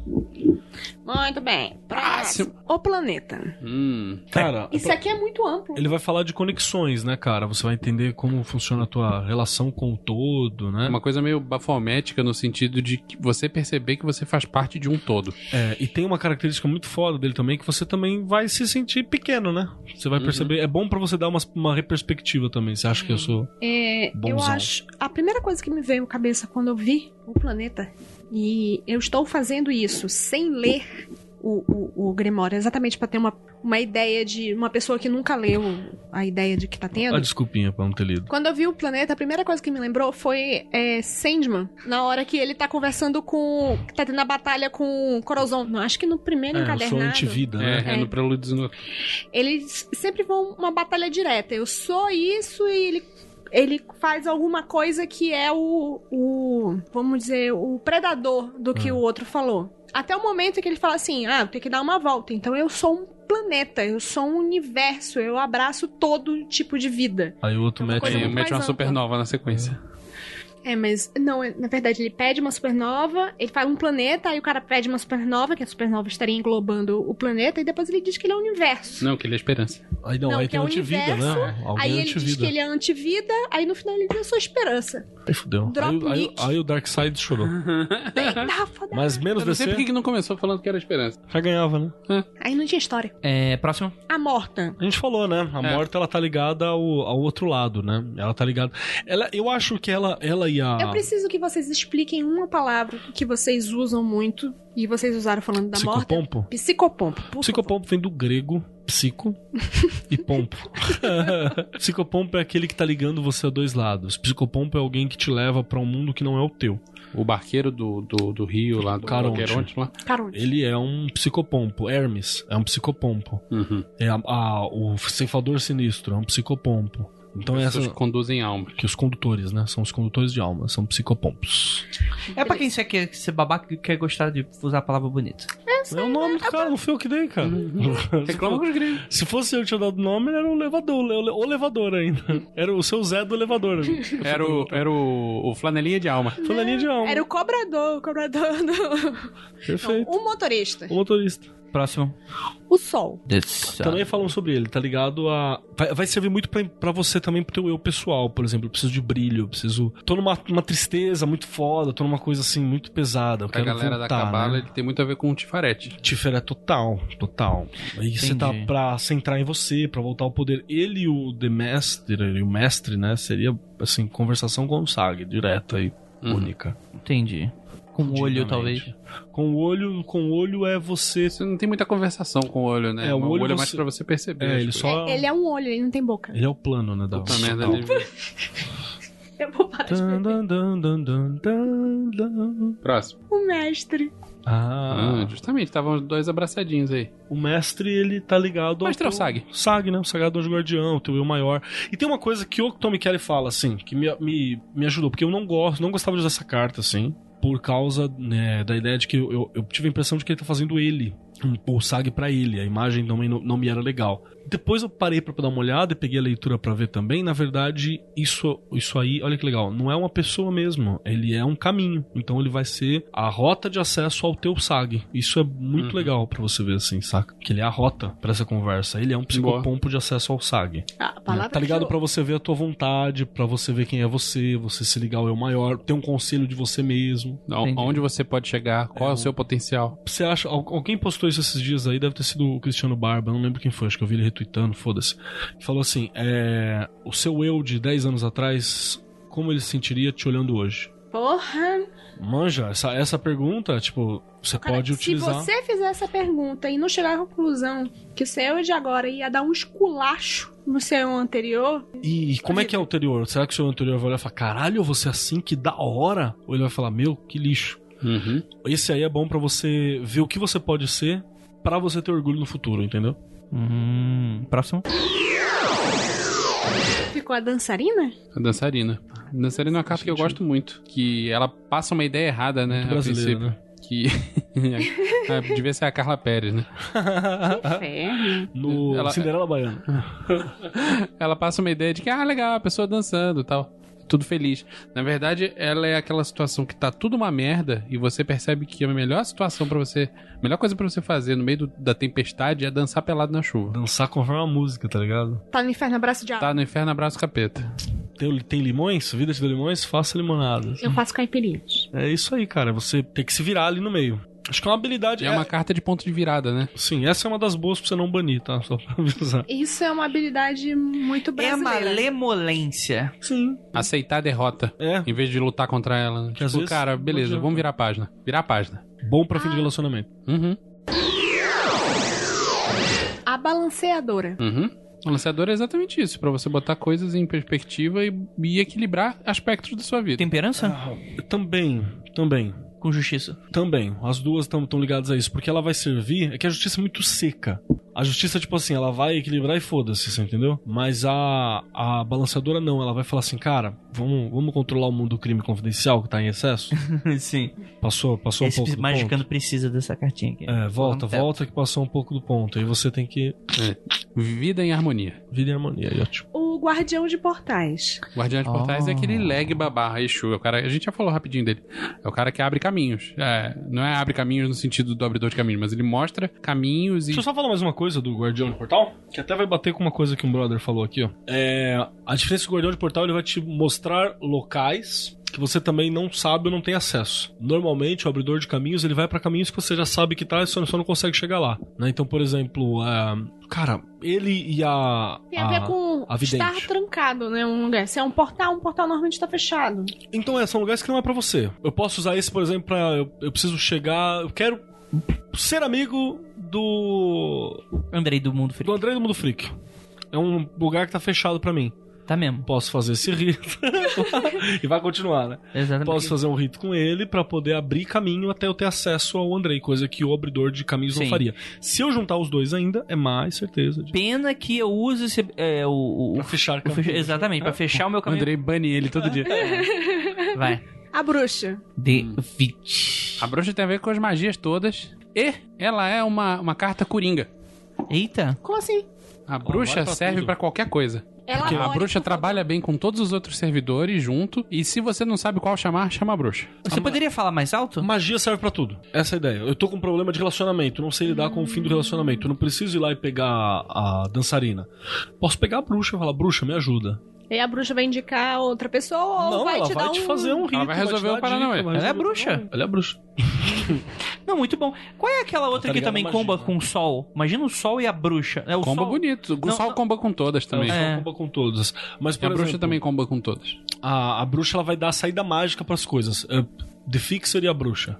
[SPEAKER 6] Muito bem.
[SPEAKER 5] Próximo.
[SPEAKER 6] O planeta.
[SPEAKER 5] Hum.
[SPEAKER 4] Cara,
[SPEAKER 6] Isso aqui é muito amplo.
[SPEAKER 4] ele vai falar de conexões, né, cara? Você vai entender como funciona a tua relação com o todo,
[SPEAKER 5] É
[SPEAKER 4] né?
[SPEAKER 5] uma coisa meio bafomética no sentido de que você perceber que você faz parte de um todo.
[SPEAKER 4] É, e tem uma característica muito foda dele também, que você também vai se sentir pequeno, né? Você vai
[SPEAKER 5] Uhum.
[SPEAKER 4] perceber. É bom pra você dar uma, uma reperspectiva também. Você acha que eu sou.
[SPEAKER 6] É, eu
[SPEAKER 4] Bonzão.
[SPEAKER 6] acho. A primeira coisa que me veio à cabeça quando eu vi o planeta, e eu estou fazendo isso sem ler o, o, o Grimório, exatamente para ter uma, uma ideia de uma pessoa que nunca leu a ideia de que tá
[SPEAKER 4] Ah,
[SPEAKER 6] tendo.
[SPEAKER 4] desculpinha pra não ter lido.
[SPEAKER 6] Quando eu vi o planeta, a primeira coisa que me lembrou foi é, Sandman, na hora que ele tá conversando com. que tá tendo a batalha com o Corozon. Não, Acho que no primeiro
[SPEAKER 4] É, eu sou
[SPEAKER 6] encadernado.
[SPEAKER 4] antivida,
[SPEAKER 5] É,
[SPEAKER 4] né?
[SPEAKER 5] é, no prelúdio no...
[SPEAKER 6] eles sempre vão uma batalha direta. Eu sou isso e ele, ele faz alguma coisa que é o, o vamos dizer, o predador do que
[SPEAKER 4] Ah.
[SPEAKER 6] o outro falou. Até o momento em que ele fala assim: ah, eu tenho que dar uma volta. Então eu sou um planeta, eu sou um universo, eu abraço todo tipo de vida.
[SPEAKER 4] Aí o outro
[SPEAKER 6] É uma
[SPEAKER 4] mete.
[SPEAKER 6] coisa
[SPEAKER 5] Aí
[SPEAKER 6] muito
[SPEAKER 5] mete uma
[SPEAKER 6] mais ampla.
[SPEAKER 5] supernova na sequência.
[SPEAKER 6] É, mas não, é- na verdade ele pede uma supernova, ele fala um planeta, aí o cara pede uma supernova, que a supernova estaria englobando o planeta, e depois ele diz que ele é o universo.
[SPEAKER 5] Não, que ele é a esperança.
[SPEAKER 4] Aí não,
[SPEAKER 6] Não,
[SPEAKER 4] aí
[SPEAKER 6] que
[SPEAKER 4] tem
[SPEAKER 6] é o
[SPEAKER 4] antivida, né?
[SPEAKER 6] universo,
[SPEAKER 4] Alguém
[SPEAKER 6] aí
[SPEAKER 4] é
[SPEAKER 6] ele diz que
[SPEAKER 4] antivida.
[SPEAKER 6] ele é antivida, aí no final ele diz: Eu sou esperança.
[SPEAKER 4] Aí fudeu. Aí,
[SPEAKER 6] Drop Ah.
[SPEAKER 4] o- aí o-
[SPEAKER 6] Nick.
[SPEAKER 4] aí o Darkseid chorou.
[SPEAKER 6] Rafa, dá.
[SPEAKER 4] Mas menos
[SPEAKER 5] Eu não sei por
[SPEAKER 4] você
[SPEAKER 5] que que não começou falando que era esperança.
[SPEAKER 4] já ganhava, né?
[SPEAKER 6] Aí não tinha história.
[SPEAKER 3] É, próximo.
[SPEAKER 6] A morta.
[SPEAKER 4] A gente falou, né? A
[SPEAKER 5] É.
[SPEAKER 4] morta, ela tá ligada ao, ao outro lado, né? Ela tá ligada... Ela, eu acho que ela, ela e a...
[SPEAKER 6] Eu preciso que vocês expliquem uma palavra que vocês usam muito e vocês usaram falando da morta.
[SPEAKER 4] Psicopompo?
[SPEAKER 6] Psicopompo. por favor.
[SPEAKER 4] Psicopompo vem do grego psico e pompo. Psicopompo é aquele que tá ligando você a dois lados. Psicopompo é alguém que te leva pra um mundo que não é o teu.
[SPEAKER 5] O barqueiro do, do, do rio lá, do
[SPEAKER 4] Caronte.
[SPEAKER 5] Caronte lá.
[SPEAKER 6] Carol.
[SPEAKER 4] Ele é um psicopompo. Hermes é um psicopompo.
[SPEAKER 5] Uhum.
[SPEAKER 4] É a- a- o ceifador sinistro é um psicopompo. Então é
[SPEAKER 5] Pessoas
[SPEAKER 4] essa...
[SPEAKER 5] que conduzem alma.
[SPEAKER 4] Que os condutores, né? São os condutores de alma. São psicopompos.
[SPEAKER 7] É pra quem você quer ser babaca e quer gostar de usar a palavra bonita.
[SPEAKER 4] É o
[SPEAKER 6] né?
[SPEAKER 4] nome do cara, não foi eu que dei, cara.
[SPEAKER 5] Reclama com os gregos.
[SPEAKER 4] Se fosse eu que tinha dado o nome, ele era o levador, le- le- o levador ainda. Era o seu Zé do levador. né?
[SPEAKER 5] Era, o, era o, o flanelinha de alma.
[SPEAKER 4] Fulaninho de alma.
[SPEAKER 6] Era o cobrador, o cobrador do.
[SPEAKER 4] Perfeito.
[SPEAKER 6] O motorista.
[SPEAKER 4] O motorista.
[SPEAKER 7] Próximo.
[SPEAKER 6] O sol.
[SPEAKER 4] Também falam sobre ele, tá ligado a. Vai, vai servir muito pra, pra você também, pro teu eu pessoal, por exemplo. Eu preciso de brilho, eu preciso. Tô numa uma tristeza muito foda, tô numa coisa assim muito pesada. Eu
[SPEAKER 5] Pra
[SPEAKER 4] quero
[SPEAKER 5] galera
[SPEAKER 4] voltar,
[SPEAKER 5] da cabala,
[SPEAKER 4] né?
[SPEAKER 5] ele tem muito a ver com o tifarete.
[SPEAKER 4] Tifera é total, total. Aí você tá
[SPEAKER 7] Entendi.
[SPEAKER 4] pra centrar em você, pra voltar ao poder. Ele e o The Master, ele, e o mestre, né? Seria, assim, conversação com o Sag, direta e
[SPEAKER 5] Uhum.
[SPEAKER 4] única.
[SPEAKER 7] Entendi. Com o olho,
[SPEAKER 4] Dignamente.
[SPEAKER 7] talvez.
[SPEAKER 4] Com o olho, com o olho é você.
[SPEAKER 5] Você não tem muita conversação com o olho, né?
[SPEAKER 4] É, o
[SPEAKER 5] Mas
[SPEAKER 4] olho
[SPEAKER 5] é mais
[SPEAKER 4] você-
[SPEAKER 5] pra você perceber.
[SPEAKER 4] É,
[SPEAKER 5] as
[SPEAKER 4] ele
[SPEAKER 5] coisas.
[SPEAKER 4] só.
[SPEAKER 6] Ele é um olho, ele não tem boca.
[SPEAKER 4] Ele é o plano, né? Da
[SPEAKER 5] Puta merda, ele- é
[SPEAKER 6] Eu vou parar de
[SPEAKER 4] Tan,
[SPEAKER 6] beber.
[SPEAKER 4] dan, dan, dan, dan, dan, dan.
[SPEAKER 5] Próximo.
[SPEAKER 6] O mestre.
[SPEAKER 5] Ah, justamente, estavam os dois abraçadinhos aí.
[SPEAKER 4] O mestre, ele tá ligado
[SPEAKER 5] Mestre é o
[SPEAKER 4] teu-
[SPEAKER 5] Sag.
[SPEAKER 4] Sag, né? O Sagrado Anjo Guardião, o teu eu maior. E tem uma coisa que o Tommy Kelly fala, assim, que me, me, me ajudou, porque eu não gosto, não gostava de usar essa carta, assim, por causa né, da ideia de que eu, eu, eu tive a impressão de que ele tá fazendo ele, um- o Sag pra ele. A imagem também não, não me era legal. Depois eu parei pra dar uma olhada e peguei a leitura pra ver também. Na verdade, isso, isso aí, olha que legal, não é uma pessoa mesmo, ele é um caminho. Então ele vai ser a rota de acesso ao teu Sag. Isso é muito
[SPEAKER 5] Uhum.
[SPEAKER 4] legal pra você ver assim, saca? Que ele é a rota pra essa conversa. Ele é um psicopompo de acesso ao SAG.
[SPEAKER 6] A palavra
[SPEAKER 4] tá ligado
[SPEAKER 6] que
[SPEAKER 4] pra você ver a tua vontade, pra você ver quem é você, você se ligar ao eu maior, ter um conselho de você mesmo.
[SPEAKER 5] Não,
[SPEAKER 3] Entendi.
[SPEAKER 5] Onde você pode chegar, qual é, o seu potencial.
[SPEAKER 4] Você acha. al- Alguém postou isso esses dias aí, deve ter sido o Cristiano Barba, não lembro quem foi, acho que eu vi ele retweetando, foda-se. Falou assim: é, o seu eu de 10 anos atrás, como ele se sentiria te olhando hoje?
[SPEAKER 6] Porra.
[SPEAKER 4] Manja, essa, essa pergunta, tipo, você
[SPEAKER 6] Cara,
[SPEAKER 4] pode utilizar.
[SPEAKER 6] Se você fizer essa pergunta e não chegar à conclusão que o seu é de agora ia dar um esculacho no seu anterior,
[SPEAKER 4] E como é que é o anterior? Será que o seu anterior vai olhar e falar, caralho, eu vou ser assim, que da hora? Ou ele vai falar, meu, que lixo.
[SPEAKER 5] Uhum.
[SPEAKER 4] Esse aí é bom pra você ver o que você pode ser pra você ter orgulho no futuro, entendeu?
[SPEAKER 3] Hum, próximo.
[SPEAKER 6] ficou a dançarina?
[SPEAKER 5] A dançarina. A dançarina é uma carta que eu gosto muito. Que ela passa uma ideia errada, né?
[SPEAKER 4] Muito
[SPEAKER 5] a
[SPEAKER 4] brasileiro,
[SPEAKER 5] princípio.
[SPEAKER 4] né?
[SPEAKER 5] Que. Ah, devia ser a Carla Pérez, né?
[SPEAKER 6] Inferno.
[SPEAKER 4] No
[SPEAKER 5] Ela-
[SPEAKER 4] Cinderela Baiana.
[SPEAKER 5] Ela passa uma ideia de que, ah, legal, a pessoa dançando e tal. Tudo feliz. Na verdade, ela é aquela situação que tá tudo uma merda e você percebe que a melhor situação pra você. A melhor coisa pra você fazer no meio do- da tempestade é dançar pelado na chuva.
[SPEAKER 4] Dançar conforme a música, tá ligado?
[SPEAKER 6] Tá no inferno, abraço de água.
[SPEAKER 5] Tá no inferno, abraço capeta.
[SPEAKER 4] Tem, tem limões? Vida te dá limões? Faça limonadas.
[SPEAKER 6] Eu faço caipirinhas.
[SPEAKER 4] É isso aí, cara. Você tem que se virar ali no meio. Acho que é uma habilidade.
[SPEAKER 5] É uma carta de ponto de virada, né?
[SPEAKER 4] Sim, essa é uma das boas pra você não banir, tá? Só pra avisar.
[SPEAKER 6] Isso é uma habilidade muito
[SPEAKER 7] É
[SPEAKER 6] brasileira.
[SPEAKER 7] malemolência.
[SPEAKER 4] Sim.
[SPEAKER 5] Aceitar a derrota.
[SPEAKER 4] É.
[SPEAKER 5] Em vez de lutar contra ela. Né?
[SPEAKER 4] Que às
[SPEAKER 5] Tipo,
[SPEAKER 4] vezes
[SPEAKER 5] cara,
[SPEAKER 4] não
[SPEAKER 5] beleza,
[SPEAKER 4] adianta.
[SPEAKER 5] vamos virar a página. Virar a página.
[SPEAKER 4] Bom pra fim de relacionamento.
[SPEAKER 5] Uhum.
[SPEAKER 6] A balanceadora.
[SPEAKER 5] Uhum. O lançador é exatamente isso, pra você botar coisas em perspectiva e, e equilibrar aspectos da sua vida.
[SPEAKER 3] Temperança?
[SPEAKER 4] Também, também.
[SPEAKER 7] Ah.
[SPEAKER 3] Com justiça.
[SPEAKER 4] Também, as duas estão ligadas a isso, porque ela vai servir. É que a justiça é muito seca. A justiça, tipo assim, ela vai equilibrar e foda-se, você entendeu? Mas a, a balanceadora não, ela vai falar assim, cara, vamos, vamos controlar o mundo do crime confidencial que tá em excesso?
[SPEAKER 7] Sim.
[SPEAKER 4] Passou, passou um
[SPEAKER 7] Esse
[SPEAKER 4] pouco do ponto.
[SPEAKER 7] magicando precisa dessa cartinha aqui.
[SPEAKER 4] É, volta,
[SPEAKER 7] Vamos ter-
[SPEAKER 4] volta que passou um pouco do ponto. Aí você tem que
[SPEAKER 5] Vida em harmonia.
[SPEAKER 4] vir em harmonia. Aí, ótimo.
[SPEAKER 6] O guardião de portais.
[SPEAKER 5] Guardião de
[SPEAKER 7] Ah.
[SPEAKER 5] Portais é aquele leg barra Exu. É o cara, a gente já falou rapidinho dele. É o cara que abre caminhos. É, não é abre caminhos no sentido do abridor de caminhos, mas ele mostra caminhos e.
[SPEAKER 4] Deixa eu só falar mais uma coisa do Guardião de Portal, que até vai bater com uma coisa que um brother falou aqui, ó. É, a diferença do Guardião de Portal, ele vai te mostrar locais que você também não sabe ou não tem acesso. Normalmente, o abridor de caminhos, ele vai pra caminhos que você já sabe que tá e só, só não consegue chegar lá, né? Então, por exemplo, é, cara, ele e a...
[SPEAKER 6] Tem a, ver com
[SPEAKER 4] a vidente.
[SPEAKER 6] estar trancado, né? Um lugar. Se é um portal, um portal normalmente tá fechado.
[SPEAKER 4] Então, é, são lugares que não é pra você. Eu posso usar esse, por exemplo, pra... Eu, eu preciso chegar... Eu quero ser amigo do...
[SPEAKER 7] Andrei do Mundo
[SPEAKER 4] do
[SPEAKER 7] Frio.
[SPEAKER 4] André do Mundo Freak. É um lugar que tá fechado pra mim.
[SPEAKER 7] Tá mesmo.
[SPEAKER 4] posso fazer esse rito e vai continuar, né?
[SPEAKER 7] Exatamente.
[SPEAKER 4] Posso fazer um rito com ele pra poder abrir caminho até eu ter acesso ao Andrei, coisa que o abridor de caminhos não
[SPEAKER 7] Sim.
[SPEAKER 4] faria. Se eu juntar os dois ainda, é mais certeza de
[SPEAKER 7] Pena que eu uso esse. É, o, o-
[SPEAKER 4] pra fechar
[SPEAKER 7] o-
[SPEAKER 4] caminho.
[SPEAKER 7] exatamente, pra fechar o meu caminho.
[SPEAKER 5] Andrei bane ele todo dia.
[SPEAKER 7] Vai.
[SPEAKER 6] A bruxa.
[SPEAKER 7] The
[SPEAKER 4] Hum.
[SPEAKER 7] Witch.
[SPEAKER 5] A bruxa tem a ver com as magias todas. E ela é uma, uma carta coringa.
[SPEAKER 7] Eita.
[SPEAKER 6] Como assim?
[SPEAKER 5] A bruxa
[SPEAKER 4] vai pra
[SPEAKER 5] serve
[SPEAKER 4] tudo.
[SPEAKER 5] pra qualquer coisa.
[SPEAKER 6] Ela
[SPEAKER 5] a
[SPEAKER 6] pode-
[SPEAKER 5] bruxa trabalha bem com todos os outros servidores junto. E se você não sabe qual chamar, chama a bruxa.
[SPEAKER 7] Você poderia falar mais alto?
[SPEAKER 4] Magia serve pra tudo. Essa é a ideia. Eu tô com um problema de relacionamento, não sei lidar com o fim do relacionamento. Eu não preciso ir lá e pegar a dançarina. Posso pegar a bruxa e falar, bruxa, me ajuda.
[SPEAKER 6] E a bruxa vai indicar outra pessoa ou
[SPEAKER 4] não,
[SPEAKER 6] vai
[SPEAKER 4] ela
[SPEAKER 6] te
[SPEAKER 4] vai
[SPEAKER 6] dar
[SPEAKER 4] te
[SPEAKER 6] um...
[SPEAKER 4] fazer um rito.
[SPEAKER 5] vai resolver o Paranauê.
[SPEAKER 4] Ela
[SPEAKER 7] Ela é bruxa.
[SPEAKER 4] Ela é bruxa.
[SPEAKER 7] Não, muito bom. Qual é aquela outra
[SPEAKER 4] Tá
[SPEAKER 7] que
[SPEAKER 4] ligado
[SPEAKER 7] também
[SPEAKER 4] à magia,
[SPEAKER 7] comba
[SPEAKER 4] né?
[SPEAKER 7] com o sol? Imagina o sol e a bruxa. É o
[SPEAKER 5] comba
[SPEAKER 7] sol.
[SPEAKER 5] bonito. O
[SPEAKER 7] Não,
[SPEAKER 5] sol
[SPEAKER 7] não.
[SPEAKER 5] comba com todas também.
[SPEAKER 4] Ela
[SPEAKER 7] É.
[SPEAKER 4] só comba com todas. Mas,
[SPEAKER 5] E
[SPEAKER 4] por
[SPEAKER 5] a bruxa
[SPEAKER 4] exemplo,
[SPEAKER 5] também comba com todas.
[SPEAKER 4] A, a bruxa ela vai dar a saída mágica pras coisas. É, The Fixer e a bruxa.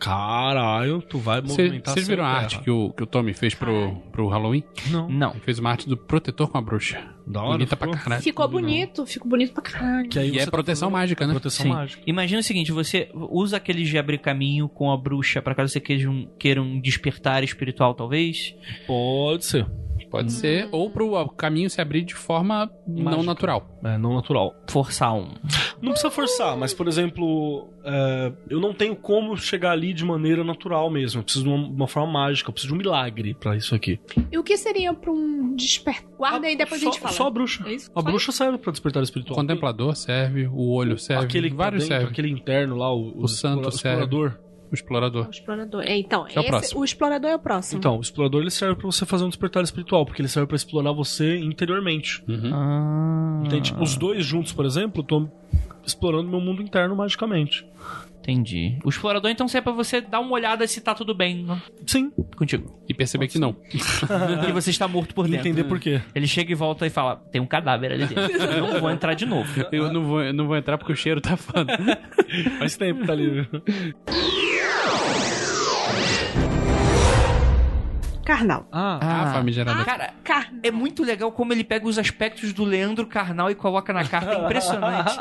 [SPEAKER 4] Caralho, tu vai
[SPEAKER 5] Cê-
[SPEAKER 4] movimentar
[SPEAKER 5] Vocês viram a
[SPEAKER 4] céu e
[SPEAKER 5] arte
[SPEAKER 4] terra.
[SPEAKER 5] que o, que o Tommy fez pro, pro Halloween?
[SPEAKER 4] Não.
[SPEAKER 7] Não.
[SPEAKER 5] Ele fez uma arte do protetor com a bruxa.
[SPEAKER 4] Da hora.
[SPEAKER 5] Bonita
[SPEAKER 4] ficou.
[SPEAKER 5] pra caralho.
[SPEAKER 6] Ficou bonito, ficou bonito pra caralho.
[SPEAKER 4] Que aí
[SPEAKER 5] E é
[SPEAKER 4] você
[SPEAKER 5] proteção
[SPEAKER 4] tá-
[SPEAKER 5] mágica, né?
[SPEAKER 4] Proteção
[SPEAKER 3] Sim.
[SPEAKER 4] mágica.
[SPEAKER 3] Imagina o seguinte, você usa aquele de abrir caminho com a bruxa pra caso você queira um, queira um despertar espiritual, talvez.
[SPEAKER 4] Pode ser.
[SPEAKER 5] Pode ser. Ou pro ó, caminho se abrir de forma não
[SPEAKER 3] Mágica.
[SPEAKER 5] natural.
[SPEAKER 4] É, não natural.
[SPEAKER 3] Forçar um.
[SPEAKER 4] Não precisa forçar, mas, por exemplo, é, eu não tenho como chegar ali de maneira natural mesmo. Eu preciso de uma, uma forma mágica, eu preciso de um milagre pra isso aqui.
[SPEAKER 6] E o que seria pra um despertar? Guarda aí, depois
[SPEAKER 4] só,
[SPEAKER 6] a gente fala.
[SPEAKER 4] Só a bruxa.
[SPEAKER 6] É isso?
[SPEAKER 4] A
[SPEAKER 6] Só
[SPEAKER 4] bruxa serve pra despertar
[SPEAKER 5] O
[SPEAKER 4] espiritual.
[SPEAKER 5] contemplador serve, o olho serve,
[SPEAKER 4] aquele que tá
[SPEAKER 5] vários
[SPEAKER 4] dentro,
[SPEAKER 5] servem.
[SPEAKER 4] aquele interno lá, o,
[SPEAKER 5] O santo
[SPEAKER 4] explora-
[SPEAKER 5] serve.
[SPEAKER 4] explorador.
[SPEAKER 5] O explorador.
[SPEAKER 6] O explorador. É, então,
[SPEAKER 5] Que é o
[SPEAKER 6] esse-
[SPEAKER 5] próximo.
[SPEAKER 6] o explorador é o próximo.
[SPEAKER 4] Então, o explorador ele serve pra você fazer um despertar espiritual, porque ele serve pra explorar você interiormente.
[SPEAKER 5] Uhum.
[SPEAKER 3] Ah,
[SPEAKER 4] Entende? Os dois juntos, por exemplo, estão explorando meu mundo interno magicamente.
[SPEAKER 3] entendi. O explorador então serve pra você dar uma olhada se tá tudo bem né?
[SPEAKER 4] Sim,
[SPEAKER 3] contigo.
[SPEAKER 5] E perceber que não.
[SPEAKER 3] e você está morto por dentro.
[SPEAKER 4] Ah. entender por quê.
[SPEAKER 3] Ele chega e volta e fala: tem um cadáver ali dentro. Eu não vou entrar de novo.
[SPEAKER 5] Eu não vou, eu não vou entrar porque o cheiro tá foda.
[SPEAKER 4] Faz tempo, tá livre.
[SPEAKER 6] Carnal.
[SPEAKER 5] Ah, famigerada.
[SPEAKER 3] Cara,
[SPEAKER 6] Carnal.
[SPEAKER 3] é muito legal como ele pega os aspectos do Leandro Carnal e coloca na carta. É impressionante.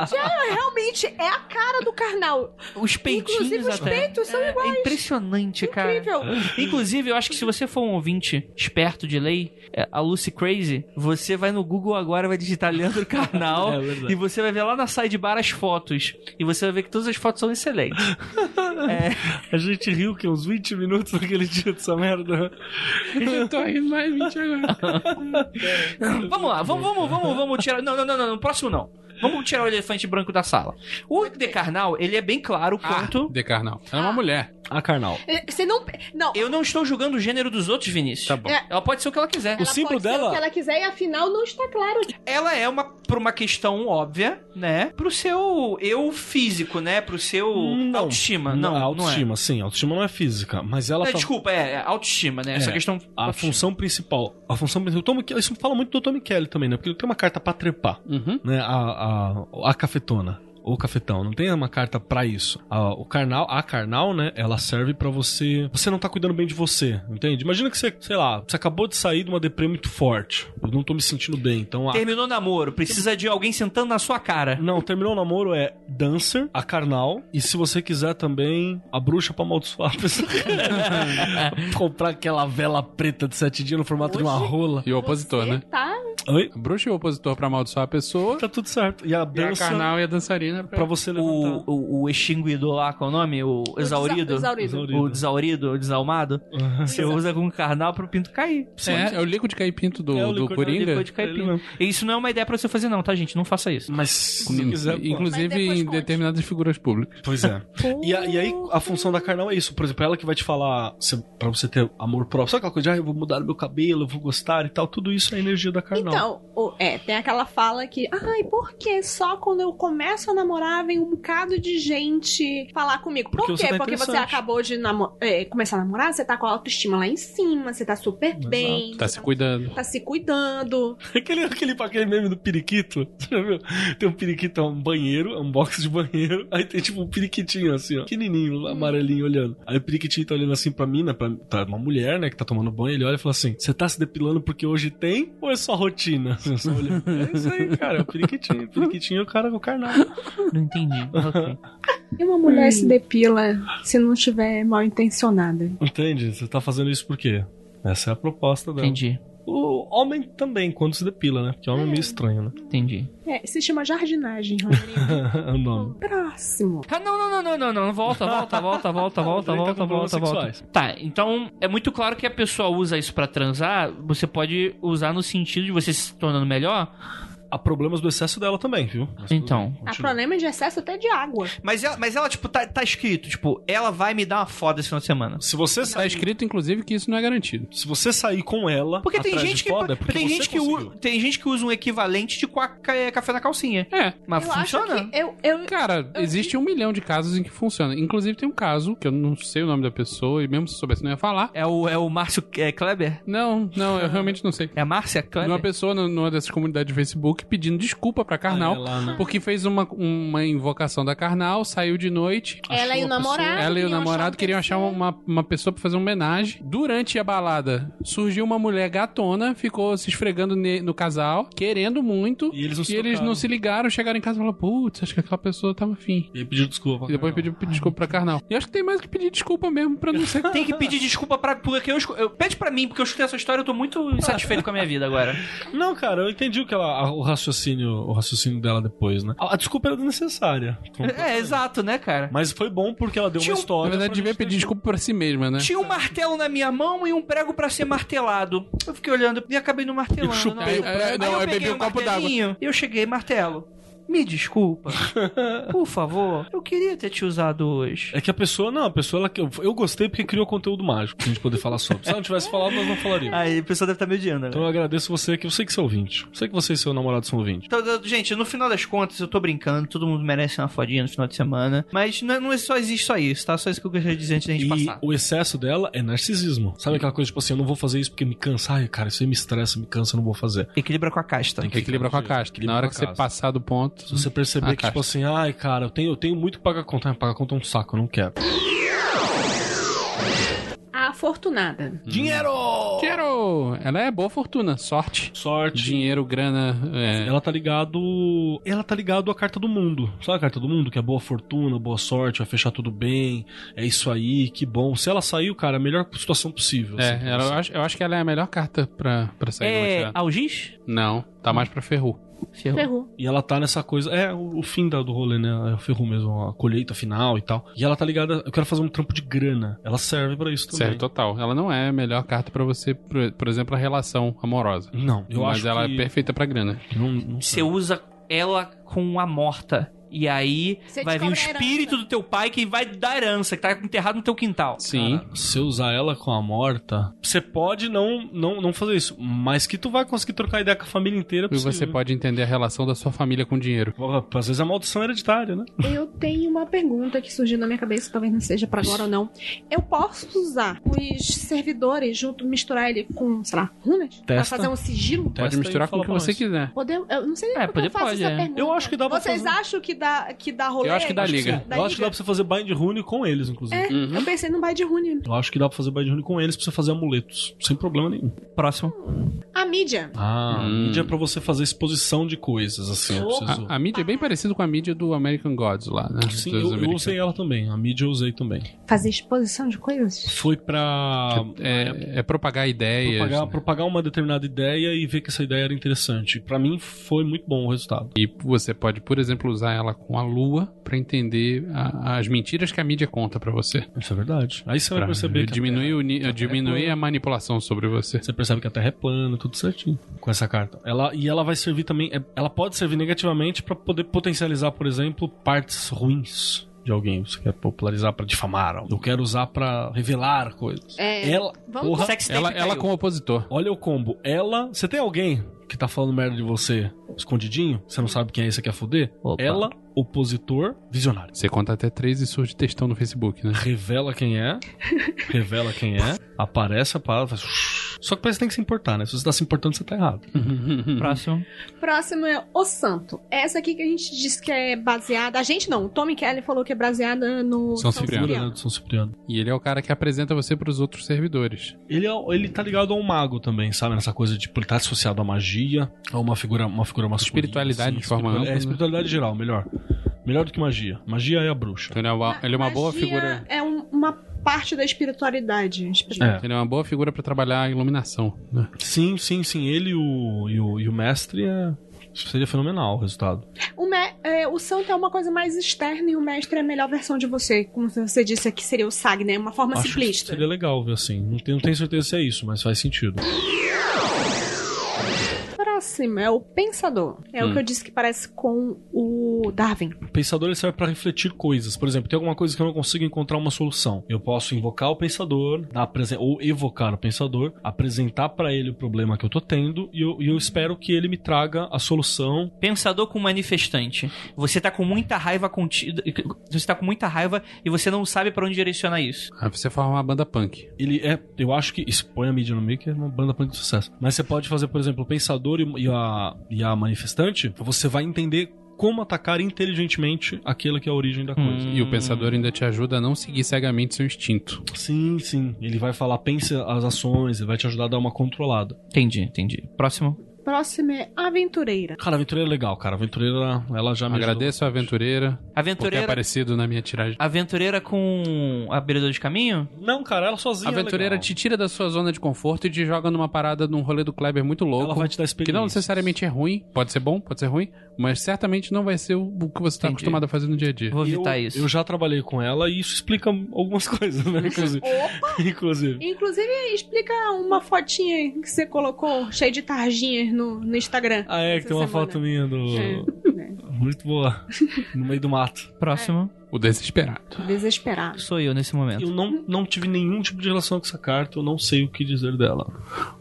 [SPEAKER 6] Realmente é a cara do carnal.
[SPEAKER 3] Os peitinhos
[SPEAKER 6] Inclusive, os
[SPEAKER 3] até.
[SPEAKER 6] peitos são
[SPEAKER 3] É
[SPEAKER 6] iguais.
[SPEAKER 3] impressionante, cara.
[SPEAKER 6] Incrível.
[SPEAKER 3] Inclusive, eu acho que se você for um ouvinte esperto de lei, é, a Lucy Crazy, você vai no Google agora, vai digitar Leandro Carnal
[SPEAKER 4] É verdade.
[SPEAKER 3] e você vai ver lá na sidebar as fotos. E você vai ver que todas as fotos são excelentes.
[SPEAKER 4] A gente riu que uns 20 minutos naquele dia dessa merda.
[SPEAKER 5] Ah, Eu tô rindo mais 20 agora.
[SPEAKER 3] Vamos lá, vamos, vamos, vamos, vamos tirar. Não, não, não, não, no próximo não. Vamos tirar o elefante branco da sala. O de Carnal, ele é bem claro quanto.
[SPEAKER 5] Decarnal. Ela é uma mulher.
[SPEAKER 4] Ah, carnal.
[SPEAKER 6] É, Você não. Não.
[SPEAKER 3] Eu não estou julgando o gênero dos outros, Vinícius.
[SPEAKER 5] Tá bom.
[SPEAKER 6] É.
[SPEAKER 3] Ela pode ser o que ela quiser.
[SPEAKER 4] O símbolo
[SPEAKER 6] pode ser
[SPEAKER 4] dela-
[SPEAKER 6] O que ela quiser e afinal não está claro.
[SPEAKER 3] Ela é uma por uma questão óbvia, né? Pro seu eu físico, né? Pro seu
[SPEAKER 4] Não.
[SPEAKER 3] autoestima. Não, não,
[SPEAKER 4] é autoestima,
[SPEAKER 3] é.
[SPEAKER 4] sim. Autoestima não é física, mas ela
[SPEAKER 3] É,
[SPEAKER 4] fa-
[SPEAKER 3] desculpa, é, é autoestima, né? Essa
[SPEAKER 4] É,
[SPEAKER 3] questão.
[SPEAKER 4] a função principal, a função principal, o Tom Kelly- isso fala muito do Tommy Kelly também, né? Porque ele tem uma carta pra trepar,
[SPEAKER 5] Uhum.
[SPEAKER 4] né? A, a, a cafetona ou cafetão, não tem uma carta pra isso. A, o carnal, a carnal, né? Ela serve pra você, você não tá cuidando bem de você, entende? Imagina que você, sei lá, você acabou de sair de uma deprê muito forte. Eu não tô me sentindo bem, então a
[SPEAKER 3] Terminou o namoro, precisa de alguém sentando na sua cara.
[SPEAKER 4] Não, terminou o namoro é Dancer, a Carnal, e se você quiser também, a bruxa pra amaldiçoar a pessoa. Comprar aquela vela preta de sete dias no formato de uma rola.
[SPEAKER 5] E o opositor,
[SPEAKER 6] Você
[SPEAKER 5] né?
[SPEAKER 6] Tá.
[SPEAKER 4] Oi?
[SPEAKER 5] A bruxa e o opositor pra amaldiçoar a pessoa.
[SPEAKER 4] Tá tudo certo. E a
[SPEAKER 5] E a
[SPEAKER 4] dança
[SPEAKER 5] carnal e a dançarina pra...
[SPEAKER 4] pra você levantar.
[SPEAKER 3] é O, o, o extinguido lá, qual é o nome? O exaurido.
[SPEAKER 6] desa- Exaurido.
[SPEAKER 3] O desaurido, o desalmado. Você usa com um carnal pro pinto cair.
[SPEAKER 5] É, é o líquido de caipinto do,
[SPEAKER 4] É o
[SPEAKER 5] do
[SPEAKER 4] licor-
[SPEAKER 5] Coringa.
[SPEAKER 3] Depois de cair
[SPEAKER 4] Ele
[SPEAKER 3] pinto. Isso não é uma ideia pra você fazer, não, tá, gente? Não faça isso.
[SPEAKER 4] Mas se
[SPEAKER 5] Sim,
[SPEAKER 4] você quiser, pô.
[SPEAKER 5] inclusive
[SPEAKER 6] Mas depois
[SPEAKER 5] em
[SPEAKER 6] conte.
[SPEAKER 5] determinadas figuras públicas.
[SPEAKER 4] Pois é. E, a- e aí, a função da carnal é isso. Por exemplo, ela que vai te falar se, pra você ter amor próprio. Sabe aquela coisa de, ah, eu vou mudar o meu cabelo, eu vou gostar e tal. Tudo isso é a energia da carnal.
[SPEAKER 6] Então, o- é, tem aquela fala que, ai, por que só quando eu começo a namorar vem um bocado de gente falar comigo?
[SPEAKER 4] Porque
[SPEAKER 6] por
[SPEAKER 4] você
[SPEAKER 6] quê?
[SPEAKER 4] tá
[SPEAKER 6] Porque você
[SPEAKER 4] interessante.
[SPEAKER 6] acabou de namo- é, começar a namorar, você tá com a autoestima lá em cima, você tá super bem.
[SPEAKER 5] Tá se cuidando.
[SPEAKER 6] Tá se cuidando.
[SPEAKER 4] Aquele, aquele, aquele meme do periquito, você já viu? Tem um periquito, é um banheiro, é um box de banheiro. Aí tem tipo um periquitinho assim, ó, pequenininho, amarelinho, olhando. Aí o periquitinho tá olhando assim pra mim, né? Pra, tá uma mulher, né, que tá tomando banho. Ele olha e fala assim: Você tá se depilando porque hoje tem ou é só rotina? Assim, só olhando. É isso aí, cara, é o periquitinho. O periquitinho é o cara com o carnal.
[SPEAKER 3] Não entendi. Ok.
[SPEAKER 6] E uma
[SPEAKER 4] Hum.
[SPEAKER 6] mulher se depila se não estiver mal intencionada.
[SPEAKER 4] Entende? Você tá fazendo isso por quê? Essa é a proposta dela.
[SPEAKER 3] Entendi.
[SPEAKER 4] O homem também, quando se depila, né? Porque homem é meio estranho, né? É
[SPEAKER 3] Entendi.
[SPEAKER 6] É, se chama jardinagem, Rodrigo.
[SPEAKER 4] o nome.
[SPEAKER 6] Próximo.
[SPEAKER 3] Ah, não, não, não, não, não, não. Volta, volta, volta, volta, volta,
[SPEAKER 4] Ele tá
[SPEAKER 3] volta,
[SPEAKER 4] com problemas
[SPEAKER 3] volta, volta.
[SPEAKER 4] sexuais.
[SPEAKER 3] Tá, então é muito claro que a pessoa usa isso pra transar. Você pode usar no sentido de você se tornando melhor.
[SPEAKER 4] Há problemas do excesso dela também, viu?
[SPEAKER 3] Então.
[SPEAKER 6] Há problema de excesso até de água.
[SPEAKER 3] Mas ela, mas ela tipo, tá, tá escrito, tipo, ela vai me dar uma foda esse final de semana.
[SPEAKER 4] Se você
[SPEAKER 5] Tá
[SPEAKER 4] sair,
[SPEAKER 5] escrito, inclusive, que isso não é garantido.
[SPEAKER 4] se você sair com ela,
[SPEAKER 3] Porque tem
[SPEAKER 4] atrás
[SPEAKER 3] gente,
[SPEAKER 4] de
[SPEAKER 3] que,
[SPEAKER 4] foda, é porque
[SPEAKER 3] tem,
[SPEAKER 4] você
[SPEAKER 3] gente que
[SPEAKER 4] conseguiu.
[SPEAKER 3] usa, tem gente que usa um equivalente de qua- ca- é, café na calcinha.
[SPEAKER 5] É.
[SPEAKER 4] Ah,
[SPEAKER 3] Mas
[SPEAKER 6] eu
[SPEAKER 3] funciona.
[SPEAKER 6] acho que. Eu, eu,
[SPEAKER 5] Cara,
[SPEAKER 6] Eu-
[SPEAKER 5] existe um milhão de casos em que funciona. Inclusive, tem um caso, que eu não sei o nome da pessoa, e mesmo se soubesse, não ia falar.
[SPEAKER 3] É o, é o Márcio é, Kleber?
[SPEAKER 5] Não, não, eu realmente não sei.
[SPEAKER 3] É a Márcia Kleber?
[SPEAKER 5] Uma pessoa no- numa dessas comunidades de Facebook Luke pedindo desculpa pra Karnal,
[SPEAKER 4] Ah, é lá, né?
[SPEAKER 5] porque fez uma, uma invocação da Karnal, saiu de noite.
[SPEAKER 6] Ela e o namorado.
[SPEAKER 5] Ela e o
[SPEAKER 6] queriam achar um
[SPEAKER 5] namorado queriam achar
[SPEAKER 6] terceiro.
[SPEAKER 5] uma, uma pessoa pra fazer uma homenagem. Durante a balada, surgiu uma mulher gatona, ficou se esfregando ne- no casal, querendo muito.
[SPEAKER 4] E eles não se
[SPEAKER 5] eles
[SPEAKER 4] tocaram.
[SPEAKER 5] não se ligaram, chegaram em casa e falaram: Putz, acho que aquela pessoa tava afim.
[SPEAKER 4] E aí pediu desculpa.
[SPEAKER 5] E depois pediu desculpa pra Karnal. E acho que tem mais que pedir desculpa mesmo pra não ser.
[SPEAKER 3] Tem que pedir desculpa pra. Porque eu, esco- eu- Pede pra mim, porque eu escutei essa história e eu tô muito insatisfeito com a minha vida agora.
[SPEAKER 4] Não, cara, eu entendi o que ela, a- o raciocínio, o raciocínio dela depois, né? A, a desculpa era desnecessária.
[SPEAKER 3] É, exato, né, cara?
[SPEAKER 4] Mas foi bom porque ela deu
[SPEAKER 3] Tinha um-
[SPEAKER 4] uma
[SPEAKER 5] Na
[SPEAKER 4] história.
[SPEAKER 5] verdade,
[SPEAKER 4] pra
[SPEAKER 5] devia
[SPEAKER 4] gente ter-
[SPEAKER 5] pedir desculpa pra si mesma, né?
[SPEAKER 3] Tinha um martelo na minha mão e um prego pra ser martelado. Eu fiquei olhando e acabei no martelando.
[SPEAKER 4] Eu
[SPEAKER 3] né?
[SPEAKER 4] chutei
[SPEAKER 5] o prego.
[SPEAKER 3] Aí
[SPEAKER 5] Não, eu
[SPEAKER 3] eu
[SPEAKER 5] bebi
[SPEAKER 3] peguei
[SPEAKER 5] um
[SPEAKER 3] o
[SPEAKER 5] copo d'água.
[SPEAKER 3] martelinho e eu cheguei, martelo. Me desculpa. Por favor, eu queria ter te usado hoje.
[SPEAKER 4] É que a pessoa, não, a pessoa, ela, eu, eu gostei porque criou conteúdo mágico pra gente poder falar sobre. Se ela não tivesse falado, nós não falaríamos.
[SPEAKER 7] Aí a pessoa deve estar me odiando, né?
[SPEAKER 4] Então eu agradeço você, que eu sei que você é ouvinte. Eu sei que você e seu namorado são ouvinte.
[SPEAKER 3] Então, eu- gente, no final das contas, eu tô brincando, todo mundo merece uma fodinha no final de semana. Mas não, é- não é só existe só isso, tá? Só isso que eu gostaria de dizer antes da gente
[SPEAKER 4] E
[SPEAKER 3] passar.
[SPEAKER 4] o excesso dela é narcisismo. Sabe aquela coisa, tipo assim, eu não vou fazer isso porque me cansa. Ai, cara, isso aí me estressa, me cansa, eu não vou fazer.
[SPEAKER 3] Equilibra com a casta.
[SPEAKER 4] Tem
[SPEAKER 5] Equilibra com a caixa.
[SPEAKER 4] Equilibra
[SPEAKER 5] Na hora
[SPEAKER 4] com
[SPEAKER 5] que
[SPEAKER 4] a
[SPEAKER 5] você
[SPEAKER 4] caixa.
[SPEAKER 5] passar do ponto.
[SPEAKER 4] Se você perceber
[SPEAKER 5] Ah,
[SPEAKER 4] que,
[SPEAKER 5] cara.
[SPEAKER 4] tipo assim, ai, cara, eu tenho, eu tenho muito que pagar conta. Ah, Pagar conta é um saco, eu não quero.
[SPEAKER 2] A afortunada.
[SPEAKER 4] Dinheiro!
[SPEAKER 5] Uhum. Quero! Ela é boa fortuna, sorte.
[SPEAKER 4] Sorte.
[SPEAKER 5] Dinheiro, grana. É...
[SPEAKER 4] Ela tá ligado. Ela tá ligado à carta do mundo. Sabe a carta do mundo? Que é boa fortuna, boa sorte, vai fechar tudo bem. É isso aí, que bom. Se ela saiu, cara, é a melhor situação possível. assim,
[SPEAKER 5] É,
[SPEAKER 4] pra
[SPEAKER 5] ela- eu,
[SPEAKER 4] você.
[SPEAKER 5] acho, eu acho que ela é a melhor carta pra, pra sair do
[SPEAKER 3] É.
[SPEAKER 5] Oceano.
[SPEAKER 3] Algiz?
[SPEAKER 5] Não,
[SPEAKER 4] Hum.
[SPEAKER 5] tá mais pra Ferru.
[SPEAKER 3] Ferrou.
[SPEAKER 2] Ferrou.
[SPEAKER 4] E ela tá nessa coisa. É, o, o fim da- do rolê, né? É o ferro mesmo, a colheita final e tal. E ela tá ligada. Eu quero fazer um trampo de grana. Ela serve pra isso também.
[SPEAKER 5] Serve total. Ela não é a melhor carta pra você, por, por exemplo, a relação amorosa.
[SPEAKER 4] Não, eu
[SPEAKER 5] Mas
[SPEAKER 4] acho
[SPEAKER 5] ela
[SPEAKER 4] que.
[SPEAKER 5] é perfeita pra grana.
[SPEAKER 4] Não, não
[SPEAKER 3] Você
[SPEAKER 4] sei.
[SPEAKER 3] usa ela com a morta. E aí
[SPEAKER 6] Você
[SPEAKER 3] vai vir o
[SPEAKER 6] descobre a
[SPEAKER 3] espírito
[SPEAKER 6] herança.
[SPEAKER 3] do teu pai que vai dar herança, que tá enterrado no teu quintal.
[SPEAKER 5] Sim.
[SPEAKER 4] Cara, se eu usar ela com a morta, você pode não, não, não fazer isso. Mas que tu vai conseguir trocar ideia com a família inteira é
[SPEAKER 5] e você
[SPEAKER 4] possível.
[SPEAKER 5] pode entender a relação da sua família com o dinheiro.
[SPEAKER 4] Porra, Às vezes a maldição é hereditária, né?
[SPEAKER 6] Eu tenho uma pergunta que surgiu na minha cabeça, talvez não seja pra agora ou não. Eu posso usar os servidores junto, misturar ele com, sei lá, runas? Pra
[SPEAKER 4] Testa.
[SPEAKER 6] fazer um sigilo?
[SPEAKER 4] Testa
[SPEAKER 5] pode
[SPEAKER 4] aí,
[SPEAKER 5] misturar com
[SPEAKER 4] fala
[SPEAKER 5] o que
[SPEAKER 4] pra
[SPEAKER 5] você
[SPEAKER 4] nós.
[SPEAKER 5] quiser.
[SPEAKER 2] Poder, eu não sei nem
[SPEAKER 3] É,
[SPEAKER 2] por que
[SPEAKER 3] poder
[SPEAKER 2] eu faço
[SPEAKER 3] pode,
[SPEAKER 2] essa
[SPEAKER 3] é.
[SPEAKER 2] pergunta.
[SPEAKER 4] Eu acho que dá pra
[SPEAKER 6] Vocês
[SPEAKER 4] fazer. um-
[SPEAKER 6] acham que dá, que dá rolê?
[SPEAKER 5] Eu acho que dá liga.
[SPEAKER 6] Da
[SPEAKER 4] eu acho que dá pra você fazer bind rune com eles, inclusive.
[SPEAKER 6] É, eu pensei num de rune.
[SPEAKER 4] Eu acho que dá pra fazer bind rune com eles pra você fazer amuletos. Sem problema nenhum.
[SPEAKER 3] Próximo.
[SPEAKER 6] A mídia.
[SPEAKER 4] Ah,
[SPEAKER 5] Hum.
[SPEAKER 4] mídia é pra você fazer exposição de coisas, assim. Eu preciso...
[SPEAKER 5] A, a mídia é bem parecida com a mídia do American Gods lá, né?
[SPEAKER 4] Sim, eu,
[SPEAKER 5] Dos
[SPEAKER 4] eu
[SPEAKER 5] americanos.
[SPEAKER 4] usei ela também. A mídia eu usei também.
[SPEAKER 6] Fazer exposição de coisas?
[SPEAKER 4] Foi pra
[SPEAKER 5] É, é propagar ideias.
[SPEAKER 4] propagar,
[SPEAKER 5] né?
[SPEAKER 4] propagar uma determinada ideia e ver que essa ideia era interessante. Pra mim foi muito bom o resultado.
[SPEAKER 5] E você pode, por exemplo, usar ela com a lua pra entender a- as mentiras que a mídia conta pra você.
[SPEAKER 4] Isso é verdade. Aí você vai
[SPEAKER 5] Pra
[SPEAKER 4] perceber que. a Então, é
[SPEAKER 5] diminuir, o ni-
[SPEAKER 4] Terra-
[SPEAKER 5] diminuir a manipulação sobre você.
[SPEAKER 4] Você percebe que a Terra é plana, tudo certinho com essa carta. Ela, e ela vai servir também, é- ela pode servir negativamente pra poder potencializar, por exemplo, partes ruins de alguém. Você quer popularizar pra difamar, eu quero usar pra revelar coisas.
[SPEAKER 6] É.
[SPEAKER 4] Ela,
[SPEAKER 6] Vamos
[SPEAKER 4] porra,
[SPEAKER 3] Sex tape
[SPEAKER 5] Ela, ela
[SPEAKER 3] caiu.
[SPEAKER 5] com o opositor.
[SPEAKER 4] olha o combo. Ela, você tem alguém que tá falando merda de você escondidinho? Você não sabe quem é esse que quer fuder?
[SPEAKER 3] Opa.
[SPEAKER 4] Ela, opositor, visionário.
[SPEAKER 5] Você conta até três e surge textão no Facebook, né?
[SPEAKER 4] Revela quem é, revela quem é, aparece a parada, faz... Só que parece que tem que se importar, né? Se você tá se importando, você tá errado.
[SPEAKER 3] Próximo.
[SPEAKER 6] Próximo é O Santo. Essa aqui que a gente disse que é baseada. A gente não, o Tommy Kelly falou que é baseada no.
[SPEAKER 5] São Cipriano.
[SPEAKER 4] Figura, né, do São Cipriano.
[SPEAKER 5] E ele é o cara que apresenta você pros outros servidores.
[SPEAKER 4] Ele, é- ele tá ligado a um mago também, sabe? Nessa coisa de tipo, ele tá associado à magia, a uma figura, uma figura masculina.
[SPEAKER 5] Espiritualidade de forma
[SPEAKER 4] espiritual-
[SPEAKER 5] ampla,
[SPEAKER 4] É,
[SPEAKER 5] né?
[SPEAKER 4] espiritualidade geral, melhor. Melhor do que magia. Magia é a bruxa.
[SPEAKER 5] Então ele é
[SPEAKER 6] Ah,
[SPEAKER 5] uma, ele é uma boa
[SPEAKER 6] Magia
[SPEAKER 5] figura.
[SPEAKER 6] É um- uma parte da espiritualidade.
[SPEAKER 4] É.
[SPEAKER 5] Ele é uma boa figura pra trabalhar a iluminação. né?
[SPEAKER 4] Sim, sim, sim. Ele e o, e o, e o mestre é- seria fenomenal o resultado.
[SPEAKER 6] O, me- é, o santo é uma coisa mais externa e o mestre é a melhor versão de você. Como você disse aqui, seria o SAG, né? Uma forma
[SPEAKER 4] Acho que
[SPEAKER 6] simplista.
[SPEAKER 4] seria legal ver assim. Não tenho, não tenho certeza se é isso, mas faz sentido.
[SPEAKER 6] Próximo é o pensador. É
[SPEAKER 5] Hum.
[SPEAKER 6] o que eu disse que parece com o Darwin.
[SPEAKER 4] O pensador ele serve pra refletir coisas. Por exemplo, tem alguma coisa que eu não consigo encontrar uma solução. Eu posso invocar o pensador, dar apresen- ou evocar o pensador, apresentar pra ele o problema que eu tô tendo e eu, e eu espero que ele me traga a solução.
[SPEAKER 3] Pensador com manifestante. Você tá com muita raiva contida. Você tá com muita raiva e você não sabe pra onde direcionar isso.
[SPEAKER 5] Aí você forma uma banda punk.
[SPEAKER 4] Ele é, eu acho que isso põe a mídia no meio que é uma banda punk de sucesso. Mas você pode fazer, por exemplo, o pensador e, e e a, e a manifestante, você vai entender como atacar inteligentemente aquela que é a origem da coisa.
[SPEAKER 5] Hum, E o pensador ainda te ajuda a não seguir cegamente seu instinto.
[SPEAKER 4] Tá Sim, sim. Ele vai falar, pense as ações, ele vai te ajudar a dar uma controlada.
[SPEAKER 3] Entendi, entendi. Próximo.
[SPEAKER 6] Próximo é aventureira.
[SPEAKER 4] Cara, a aventureira é legal, cara. A aventureira, ela já me
[SPEAKER 5] Agradeço a aventureira por ter
[SPEAKER 3] Aventureira. Ah,
[SPEAKER 5] aparecido na minha tiragem.
[SPEAKER 3] Aventureira com abridor de caminho?
[SPEAKER 4] ajudou. Não, cara, ela sozinha.
[SPEAKER 5] A
[SPEAKER 4] é
[SPEAKER 5] aventureira
[SPEAKER 4] legal.
[SPEAKER 5] te tira da sua zona de conforto e te joga numa parada num rolê do Kleber muito
[SPEAKER 4] Ela
[SPEAKER 5] louco.
[SPEAKER 4] vai te dar
[SPEAKER 5] Que
[SPEAKER 4] experiência.
[SPEAKER 5] não necessariamente é ruim, pode ser bom, pode ser ruim, mas certamente não vai ser o o que você está
[SPEAKER 3] Entendi.
[SPEAKER 5] acostumado a fazer no dia a dia.
[SPEAKER 3] Vou evitar
[SPEAKER 4] eu,
[SPEAKER 3] isso.
[SPEAKER 4] eu já trabalhei com ela e isso explica algumas coisas, né? Inclusive. Inclusive.
[SPEAKER 6] Inclusive, explica uma fotinha que você colocou cheia de tarjinhas no, no Instagram.
[SPEAKER 4] Ah, é, que
[SPEAKER 6] Essa
[SPEAKER 4] tem uma
[SPEAKER 6] semana.
[SPEAKER 4] foto minha do.
[SPEAKER 6] É.
[SPEAKER 4] Muito boa. No meio do mato.
[SPEAKER 3] Próximo.
[SPEAKER 5] O desesperado.
[SPEAKER 6] Desesperado.
[SPEAKER 3] Sou eu nesse momento.
[SPEAKER 4] Eu não, não tive nenhum tipo de relação com essa carta, eu não sei o que dizer dela.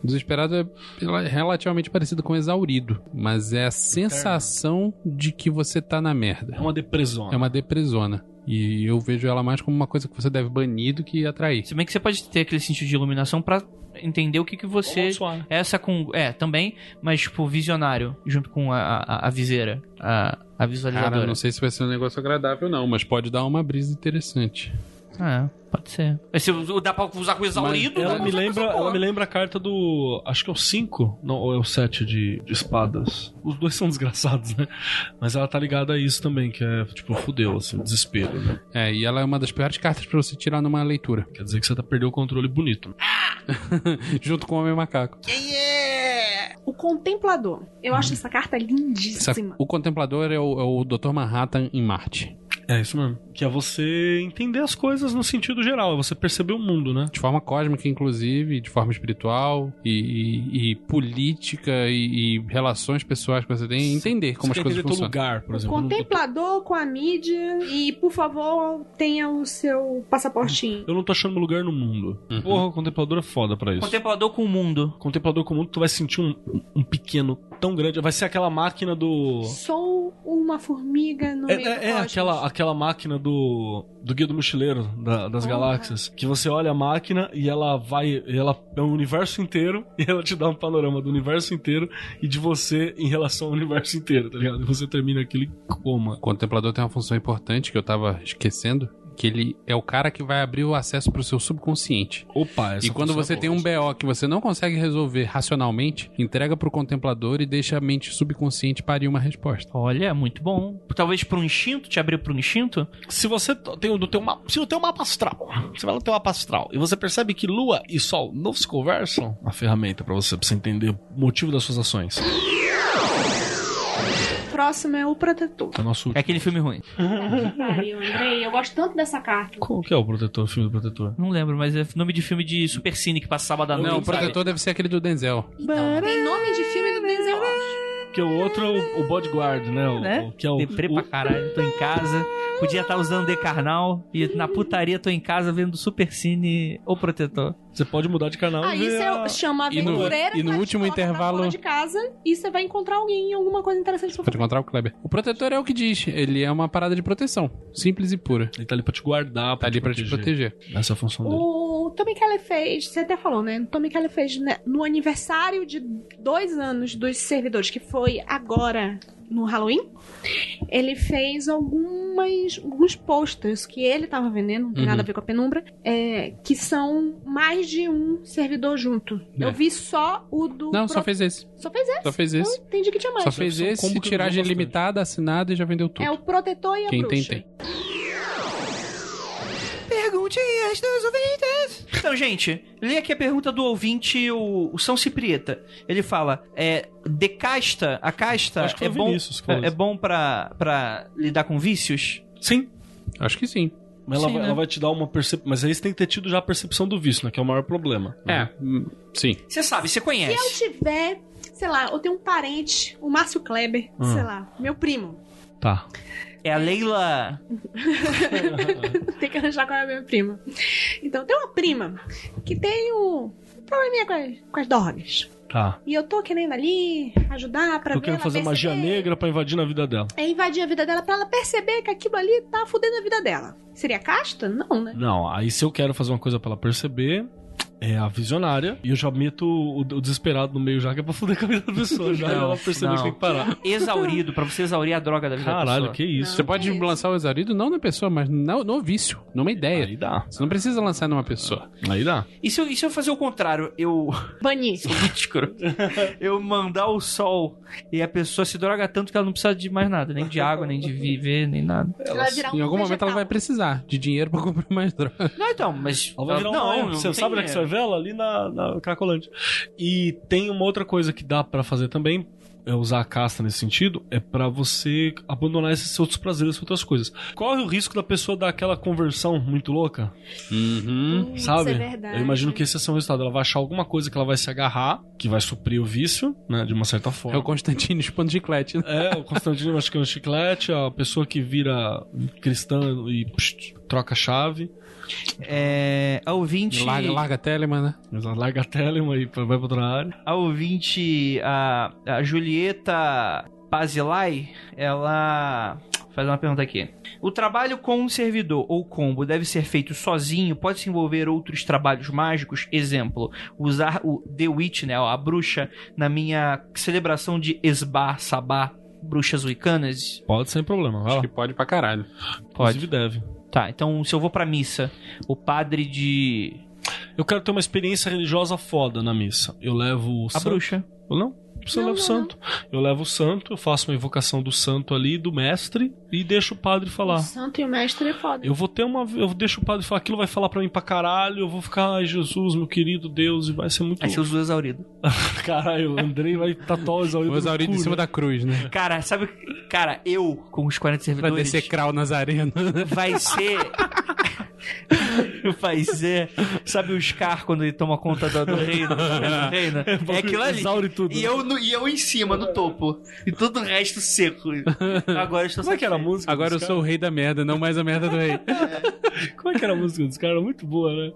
[SPEAKER 5] O desesperado é pela- relativamente parecido com o exaurido, mas é a sensação de que você tá na merda.
[SPEAKER 4] É uma depressão.
[SPEAKER 5] É uma depresona. E eu vejo ela mais como uma coisa que você deve banir do que atrair.
[SPEAKER 3] Se bem que você pode ter aquele sentido de iluminação pra entender o que, que você. Essa com. É, também, mas tipo, visionário, junto com a, a, a viseira, a, a
[SPEAKER 5] Cara, eu
[SPEAKER 3] visualizadora.
[SPEAKER 5] não sei se vai ser um negócio agradável, não, mas pode dar uma brisa interessante.
[SPEAKER 3] Ah, é, pode ser. Mas se eu- dá pra usar com exaurido, dá
[SPEAKER 4] Ela
[SPEAKER 3] pra
[SPEAKER 4] me,
[SPEAKER 3] usar com
[SPEAKER 4] lembra,
[SPEAKER 3] essa porra.
[SPEAKER 4] ela me lembra a carta do. Acho que é o 5. Não, ou é o 7 de, de espadas. Os dois são desgraçados, né? Mas ela tá ligada a isso também, que é tipo, fudeu, assim, desespero, né?
[SPEAKER 5] É, e ela é uma das piores cartas pra você tirar numa leitura,
[SPEAKER 4] Quer dizer que você tá perdendo o controle bonito.
[SPEAKER 5] junto com o Homem Macaco.
[SPEAKER 6] O contemplador. Eu acho essa carta
[SPEAKER 5] Essa-
[SPEAKER 6] lindíssima.
[SPEAKER 5] o Contemplador é o, é o Dr. Manhattan em Marte,
[SPEAKER 4] É isso mesmo. Que é você entender as coisas no sentido geral, é você perceber o mundo, né?
[SPEAKER 5] de forma cósmica, inclusive, de forma espiritual e, e- e política e, e relações pessoais que você tem, e entender como
[SPEAKER 4] você quer
[SPEAKER 5] as coisas
[SPEAKER 4] entender teu
[SPEAKER 5] funcionam.
[SPEAKER 4] lugar, por
[SPEAKER 6] O
[SPEAKER 4] exemplo.
[SPEAKER 6] contemplador com a mídia. E, por favor, tenha o seu passaportinho.
[SPEAKER 4] Eu não tô achando meu lugar no mundo.
[SPEAKER 5] Uhum.
[SPEAKER 4] Porra, o contemplador é foda pra isso.
[SPEAKER 3] Contemplador com o mundo.
[SPEAKER 4] Contemplador comum, tu vai sentir um, um pequeno tão grande. Vai ser aquela máquina do.
[SPEAKER 6] Sou uma formiga no
[SPEAKER 4] É,
[SPEAKER 6] meio do
[SPEAKER 4] é- é
[SPEAKER 6] cosmos.
[SPEAKER 4] aquela, aquela máquina do, do Guia do Mochileiro da- das
[SPEAKER 6] Ah.
[SPEAKER 4] Galáxias. Que você olha a máquina e ela vai. e Ela é um universo inteiro e ela te dá um panorama do universo inteiro e de você em relação ao universo inteiro, tá ligado? E você termina aquele coma.
[SPEAKER 5] O contemplador tem uma função importante que eu tava esquecendo, que ele é o cara que vai abrir o acesso pro seu subconsciente.
[SPEAKER 4] Opa, essa
[SPEAKER 5] e quando
[SPEAKER 4] função é
[SPEAKER 5] você
[SPEAKER 4] boa.
[SPEAKER 5] tem um BO que você não consegue resolver racionalmente, entrega pro contemplador e deixa a mente subconsciente parir uma resposta.
[SPEAKER 3] Olha, muito bom. Talvez pro instinto, te abrir pro instinto?
[SPEAKER 4] Se você t- tem o do teu mapa, se o teu mapa astral, você vai lá no teu mapa astral e você percebe que lua e sol não se conversam, uma ferramenta pra você, pra você entender o motivo das suas ações.
[SPEAKER 6] O próximo é o protetor.
[SPEAKER 4] É o nosso
[SPEAKER 3] É aquele filme ruim.
[SPEAKER 6] Pariu, Andrei. Eu gosto tanto dessa carta.
[SPEAKER 4] Qual que é o protetor, o filme do protetor?
[SPEAKER 3] Não lembro, mas é nome de filme de Super Cine que passa
[SPEAKER 4] Ah,
[SPEAKER 3] sábado à noite.
[SPEAKER 5] Não, o
[SPEAKER 3] sabe?
[SPEAKER 5] protetor deve ser aquele do Denzel.
[SPEAKER 6] Então, tem nome de filme do Denzel Washington.
[SPEAKER 4] Que o outro é o, o bodyguard, né? O,
[SPEAKER 3] Né?
[SPEAKER 4] o que é o,
[SPEAKER 3] Deprê pra
[SPEAKER 4] o,
[SPEAKER 3] caralho, tô em casa. Podia estar usando decarnal e na putaria tô em casa vendo Super Cine ou protetor.
[SPEAKER 4] Você pode mudar de canal.
[SPEAKER 6] Ah,
[SPEAKER 4] e ver
[SPEAKER 3] é
[SPEAKER 6] isso
[SPEAKER 4] a-
[SPEAKER 6] eu chamo
[SPEAKER 5] E no-
[SPEAKER 6] aventureira.
[SPEAKER 5] e no
[SPEAKER 6] mas
[SPEAKER 5] último
[SPEAKER 6] ela tá
[SPEAKER 5] intervalo-
[SPEAKER 6] fora de casa e você vai encontrar alguém, alguma coisa interessante pra
[SPEAKER 5] Pode
[SPEAKER 6] fazer.
[SPEAKER 5] encontrar o Kleber. O protetor é o que diz. Ele é uma parada de proteção. Simples e pura.
[SPEAKER 4] Ele tá ali pra te guardar,
[SPEAKER 5] Tá ali pra te proteger.
[SPEAKER 4] Essa é a função dele.
[SPEAKER 6] O Tommy Kelly fez, você até falou, né? O Tommy Kelly fez né, no aniversário de dois anos dos servidores, que foi agora no Halloween. Ele fez algumas, alguns posters que ele tava vendendo, não tem
[SPEAKER 5] Uhum.
[SPEAKER 6] nada a ver com a penumbra, é, que são mais de um servidor junto.
[SPEAKER 5] É.
[SPEAKER 6] Eu vi só o do.
[SPEAKER 5] Não, só
[SPEAKER 6] pro-
[SPEAKER 5] fez esse.
[SPEAKER 6] Só fez esse?
[SPEAKER 5] Só fez
[SPEAKER 6] Eu
[SPEAKER 5] esse.
[SPEAKER 6] entendi que tinha mais.
[SPEAKER 5] Só fez
[SPEAKER 4] são um combo
[SPEAKER 5] esse,
[SPEAKER 4] que eu
[SPEAKER 5] tiragem
[SPEAKER 4] gosto bastante.
[SPEAKER 5] limitada, assinada e já vendeu tudo.
[SPEAKER 6] É o protetor e a
[SPEAKER 5] Quem tem,
[SPEAKER 6] bruxa.
[SPEAKER 5] tem.
[SPEAKER 7] Perguntinhas dos ouvintes.
[SPEAKER 3] Então, gente, lê aqui a pergunta do ouvinte, o, o São Ciprieta. Ele fala: é, de casta, a casta
[SPEAKER 4] Acho que foi
[SPEAKER 3] é
[SPEAKER 4] o
[SPEAKER 3] bom,
[SPEAKER 4] Vinícius que falou
[SPEAKER 3] é, é
[SPEAKER 4] isso.
[SPEAKER 3] bom pra, pra lidar com vícios?
[SPEAKER 4] Sim.
[SPEAKER 5] Acho que sim.
[SPEAKER 4] Mas ela,
[SPEAKER 3] Sim,
[SPEAKER 4] vai,
[SPEAKER 3] né?
[SPEAKER 4] ela vai te dar uma percepção. Mas aí você tem que ter tido já a percepção do vício, né? Que é o maior problema.
[SPEAKER 5] É, hum, sim.
[SPEAKER 3] Você sabe, você
[SPEAKER 6] Se eu
[SPEAKER 3] conhece.
[SPEAKER 6] tiver, sei lá, eu tenho um parente, o Márcio Kleber,
[SPEAKER 5] Ah.
[SPEAKER 4] Hum.
[SPEAKER 6] sei lá, meu primo.
[SPEAKER 4] Tá.
[SPEAKER 3] É a Leila.
[SPEAKER 6] tem que arranjar qual é a minha prima. Então, tem uma prima que tem um probleminha com as, com as drogas.
[SPEAKER 4] Tá.
[SPEAKER 6] E eu tô querendo ali ajudar pra
[SPEAKER 4] Eu
[SPEAKER 6] ver
[SPEAKER 4] quero
[SPEAKER 6] ela
[SPEAKER 4] fazer magia
[SPEAKER 6] perceber.
[SPEAKER 4] negra pra invadir na vida dela.
[SPEAKER 6] É invadir a vida dela pra ela perceber que aquilo ali tá fudendo a vida dela. Seria casta? Não, né?
[SPEAKER 4] Não, aí se eu quero fazer uma coisa pra ela perceber, é a visionária. E eu já meto o, o desesperado no meio já, que é pra foder com a vida da pessoa. Já
[SPEAKER 3] Não,
[SPEAKER 4] ela percebeu que
[SPEAKER 3] não.
[SPEAKER 4] tem que parar.
[SPEAKER 3] Exaurido, pra você exaurir a droga da vida da
[SPEAKER 4] Caralho,
[SPEAKER 3] pessoa.
[SPEAKER 4] que isso.
[SPEAKER 5] Você pode lançar o exaurido não na pessoa, mas no, no vício, numa ideia.
[SPEAKER 4] Aí dá.
[SPEAKER 5] Você não precisa lançar numa pessoa.
[SPEAKER 4] Aí dá.
[SPEAKER 3] E se, eu, e se eu fazer o contrário? Eu.
[SPEAKER 2] Bani.
[SPEAKER 3] Sou muito escroto. Eu mandar o sol e a pessoa se droga tanto que ela não precisa de mais nada, nem de água, nem de viver, nem nada.
[SPEAKER 2] Ela vai virar um
[SPEAKER 5] Em algum momento ela vai
[SPEAKER 2] vegetal.
[SPEAKER 5] precisar de dinheiro pra comprar mais droga.
[SPEAKER 3] Não, então, mas.
[SPEAKER 4] Ela vai virar uma
[SPEAKER 3] não,
[SPEAKER 4] árvore.
[SPEAKER 3] não
[SPEAKER 4] Você
[SPEAKER 3] tem
[SPEAKER 4] sabe onde é que você vai ver ela? Ali na, na Cracolândia. E tem uma outra coisa que dá pra fazer também, é usar a casta nesse sentido, é pra você abandonar esses outros prazeres, essas outras coisas. Corre o risco da pessoa dar aquela conversão muito louca,
[SPEAKER 5] Uhum.
[SPEAKER 6] Hum,
[SPEAKER 4] sabe?
[SPEAKER 6] Isso é verdade.
[SPEAKER 4] Eu imagino que esse é o resultado. Ela vai achar alguma coisa que ela vai se agarrar, que vai suprir o vício, né, de uma certa
[SPEAKER 5] É
[SPEAKER 4] forma.
[SPEAKER 5] o Constantino chupando chiclete. né?
[SPEAKER 4] É, o Constantino masticando chiclete, a pessoa que vira cristã e psh, troca a chave,
[SPEAKER 7] É, a ouvinte.
[SPEAKER 5] Larga, larga a tela, mano.
[SPEAKER 4] mas ela larga a Telemann e vai pra outra área.
[SPEAKER 7] A ouvinte, a, a Julieta Basilai, ela faz uma pergunta aqui. O trabalho com um servidor ou combo deve ser feito sozinho? Pode se envolver outros trabalhos mágicos? Exemplo, usar o The Witch, né, a bruxa, na minha celebração de Esbar, Sabá, bruxas wiccanas?
[SPEAKER 4] Pode sem problema, vai
[SPEAKER 5] Acho
[SPEAKER 4] lá.
[SPEAKER 5] que pode pra caralho.
[SPEAKER 3] Pode.
[SPEAKER 4] Inclusive deve.
[SPEAKER 7] Tá, então se eu vou pra missa, o padre de...
[SPEAKER 4] Eu quero ter uma experiência religiosa foda na missa. Eu levo o
[SPEAKER 7] A
[SPEAKER 4] santo.
[SPEAKER 7] bruxa.
[SPEAKER 4] Eu Não, você
[SPEAKER 6] Não,
[SPEAKER 4] leva o
[SPEAKER 6] não,
[SPEAKER 4] santo. Eu levo o santo, eu faço uma invocação do santo ali, do mestre, e deixo o padre
[SPEAKER 2] O
[SPEAKER 4] falar.
[SPEAKER 2] santo e o mestre é foda.
[SPEAKER 4] Eu vou ter uma. Eu deixo o padre falar, aquilo vai falar pra mim pra caralho, eu vou ficar, ai Jesus, meu querido Deus, e vai ser muito.
[SPEAKER 7] Aí você usa o exaurido.
[SPEAKER 4] Caralho, o Andrei vai tá tatuar o exaurido.
[SPEAKER 5] O
[SPEAKER 4] no
[SPEAKER 5] exaurido em
[SPEAKER 4] cu, né?
[SPEAKER 5] cima da cruz, né?
[SPEAKER 7] Cara, sabe... Cara, eu, com os 40
[SPEAKER 5] Pra
[SPEAKER 7] servidores...
[SPEAKER 5] dessecrar o Nazareno.
[SPEAKER 7] vai ser. vai ser. Sabe o Scar quando ele toma conta do, do reino? do reino? É aquilo ali.
[SPEAKER 4] Exaure tudo.
[SPEAKER 7] E eu, no- e eu em cima, no topo. E todo o resto seco. Agora eu estou
[SPEAKER 4] Como é que era a música?
[SPEAKER 5] Agora eu
[SPEAKER 4] dos
[SPEAKER 5] sou o rei da merda, não mais a merda do rei.
[SPEAKER 4] caras? Como é que era a música dos caras? Era Muito boa, né?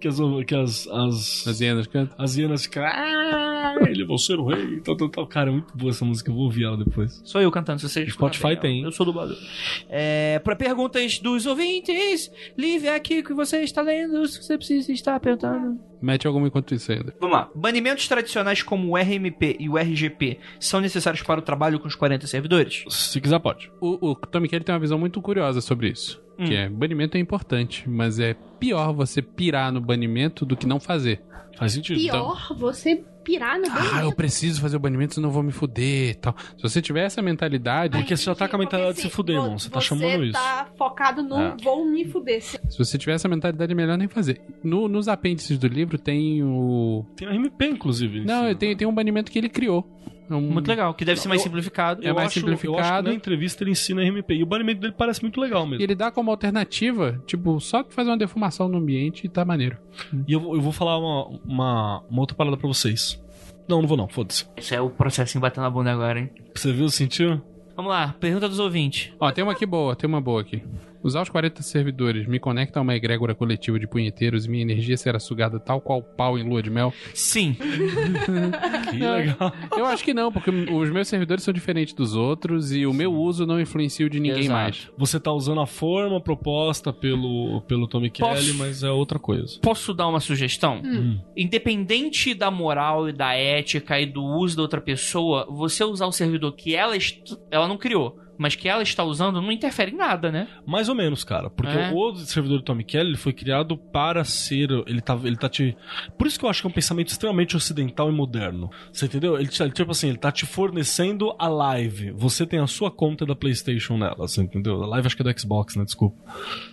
[SPEAKER 4] Que as. Que as, as...
[SPEAKER 5] As hienas cantam.
[SPEAKER 4] As hienas ficam. "Ah, Ele vai ser o rei. Tal, tal, tal. Cara, é muito boa essa música. Eu vou ouvir ela depois.
[SPEAKER 7] Sou eu cantando, se vocês
[SPEAKER 4] Spotify
[SPEAKER 7] escutarem,
[SPEAKER 4] tem.
[SPEAKER 7] Eu sou dublador. É, para perguntas dos ouvintes, livre aqui o que você está lendo, se você precisa estar perguntando.
[SPEAKER 5] Mete alguma enquanto isso ainda.
[SPEAKER 7] Vamos lá. Banimentos tradicionais como o RMP e o RGP são necessários para o trabalho com os 40 servidores?
[SPEAKER 4] Se quiser, pode.
[SPEAKER 5] O, o Tommy Kelly tem uma visão muito curiosa sobre isso. Que
[SPEAKER 3] Hum.
[SPEAKER 5] é, banimento é importante, mas é pior você pirar no banimento do que não fazer.
[SPEAKER 4] Faz sentido. Então,
[SPEAKER 2] Pior você pirar no
[SPEAKER 5] Ah, eu
[SPEAKER 2] banheiro.
[SPEAKER 5] preciso fazer o banimento, senão eu vou me fuder e tal. Se você tiver essa mentalidade,
[SPEAKER 4] Porque você já tá com a mentalidade de se fuder,
[SPEAKER 6] assim, vo-
[SPEAKER 4] irmão. Você tá chamando isso.
[SPEAKER 6] Você tá focado no
[SPEAKER 4] É.
[SPEAKER 6] vou me fuder. Se-
[SPEAKER 5] se você tiver essa mentalidade, é melhor nem fazer. No- nos apêndices do livro tem o.
[SPEAKER 4] Tem um RMP, inclusive. em
[SPEAKER 5] Não,
[SPEAKER 4] cima.
[SPEAKER 5] tem, tem um banimento que ele criou. É um-
[SPEAKER 3] Muito legal, que deve ser mais
[SPEAKER 4] Hum, Eu-
[SPEAKER 3] simplificado.
[SPEAKER 5] é mais
[SPEAKER 4] acho, Eu acho que
[SPEAKER 5] simplificado.
[SPEAKER 4] na entrevista ele ensina RMP. E o banimento dele parece muito legal
[SPEAKER 5] E
[SPEAKER 4] mesmo.
[SPEAKER 5] ele dá como alternativa, tipo, só fazer uma defumação no ambiente e tá maneiro.
[SPEAKER 4] E eu, vou- eu vou falar uma, uma, uma outra parada pra vocês. Não, não vou não. Foda-se.
[SPEAKER 7] Isso é o processinho batendo na bunda agora, hein?
[SPEAKER 4] Você viu, sentiu?
[SPEAKER 3] Vamos lá, pergunta dos ouvintes.
[SPEAKER 5] Ó, tem uma aqui boa, tem uma boa aqui. Usar os 40 servidores me conecta a uma egrégora coletiva de punheteiros e minha energia será sugada tal qual pau em lua de mel?
[SPEAKER 7] Sim.
[SPEAKER 4] Que legal.
[SPEAKER 5] Eu acho que não, porque os meus servidores são diferentes dos outros e o meu uso não influencia o de ninguém
[SPEAKER 3] Exato.
[SPEAKER 5] mais.
[SPEAKER 4] Você tá usando a forma proposta pelo, pelo Tommy
[SPEAKER 3] Posso-
[SPEAKER 4] Kelly, mas é outra coisa.
[SPEAKER 3] Posso dar uma sugestão?
[SPEAKER 4] Hum.
[SPEAKER 3] Independente da moral e da ética e do uso da outra pessoa, você usar o servidor que ela, est- ela não criou, mas que ela está usando, não interfere em nada, né?
[SPEAKER 4] Mais ou menos, cara. Porque
[SPEAKER 3] É.
[SPEAKER 4] o outro servidor do Tommy Kelly ele foi criado para ser. Ele tá, ele tá te. Por isso que eu acho que é um pensamento extremamente ocidental e moderno. Você entendeu? Ele, te- ele, tipo assim, ele tá te fornecendo a live. Você tem a sua conta da PlayStation nela, você entendeu? A live acho que é do Xbox, né? Desculpa.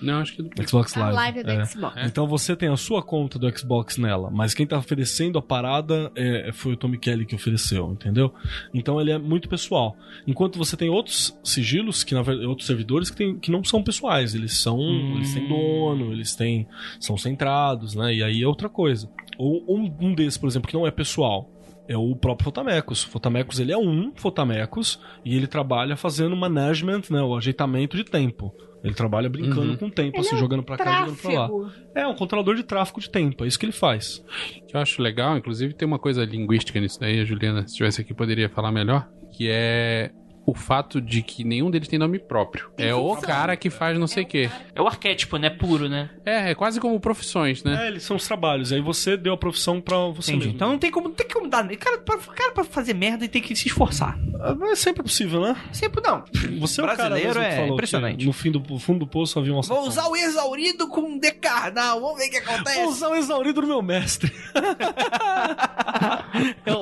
[SPEAKER 5] Não, acho que
[SPEAKER 4] Xbox
[SPEAKER 2] A
[SPEAKER 6] tá
[SPEAKER 4] Live.
[SPEAKER 2] live é da
[SPEAKER 4] É.
[SPEAKER 2] Xbox.
[SPEAKER 4] Então você tem a sua conta do Xbox nela, mas quem tá oferecendo a parada é, foi o Tommy Kelly que ofereceu, entendeu? Então ele é muito pessoal. Enquanto você tem outros sigilos, que na verdade, outros servidores que, tem, que não são pessoais, eles são. Eles têm dono, eles têm. são centrados, né? E aí é outra coisa. Ou um, um desses, por exemplo, que não é pessoal. É o próprio Fotamecos. Fotamecos, ele é um Fotamecos e ele trabalha fazendo management, né? O ajeitamento de tempo. Ele trabalha brincando
[SPEAKER 5] Uhum.
[SPEAKER 4] com o tempo,
[SPEAKER 2] Ele é
[SPEAKER 4] assim,
[SPEAKER 2] um
[SPEAKER 4] jogando pra cá, jogando pra lá.
[SPEAKER 2] Tráfego.
[SPEAKER 4] É, um controlador de tráfico de tempo, é isso que ele faz.
[SPEAKER 5] que eu acho legal, inclusive tem uma coisa linguística nisso daí, a Juliana, se estivesse aqui, poderia falar melhor, que é o fato de que nenhum deles tem nome próprio. É o cara que faz não sei o quê.
[SPEAKER 3] É o arquétipo, né? Puro, né?
[SPEAKER 5] É, é quase como profissões, né?
[SPEAKER 4] É, eles são os trabalhos. Aí você deu a profissão pra você
[SPEAKER 3] Entendi.
[SPEAKER 4] mesmo.
[SPEAKER 3] Então não tem como, não tem como dar. Cara, pra, cara, pra fazer merda, ele tem que se esforçar.
[SPEAKER 4] Ah, É sempre possível, né?
[SPEAKER 3] Sempre não.
[SPEAKER 4] Você é o cara
[SPEAKER 7] Então, Brasileiro
[SPEAKER 4] mesmo que
[SPEAKER 7] é
[SPEAKER 4] falou que
[SPEAKER 7] impressionante.
[SPEAKER 4] No fim do no fundo do poço havia uma
[SPEAKER 7] Vou usar o exaurido com um decarnal. Vamos ver o que
[SPEAKER 4] Vou
[SPEAKER 7] acontece.
[SPEAKER 4] usar o exaurido do meu mestre.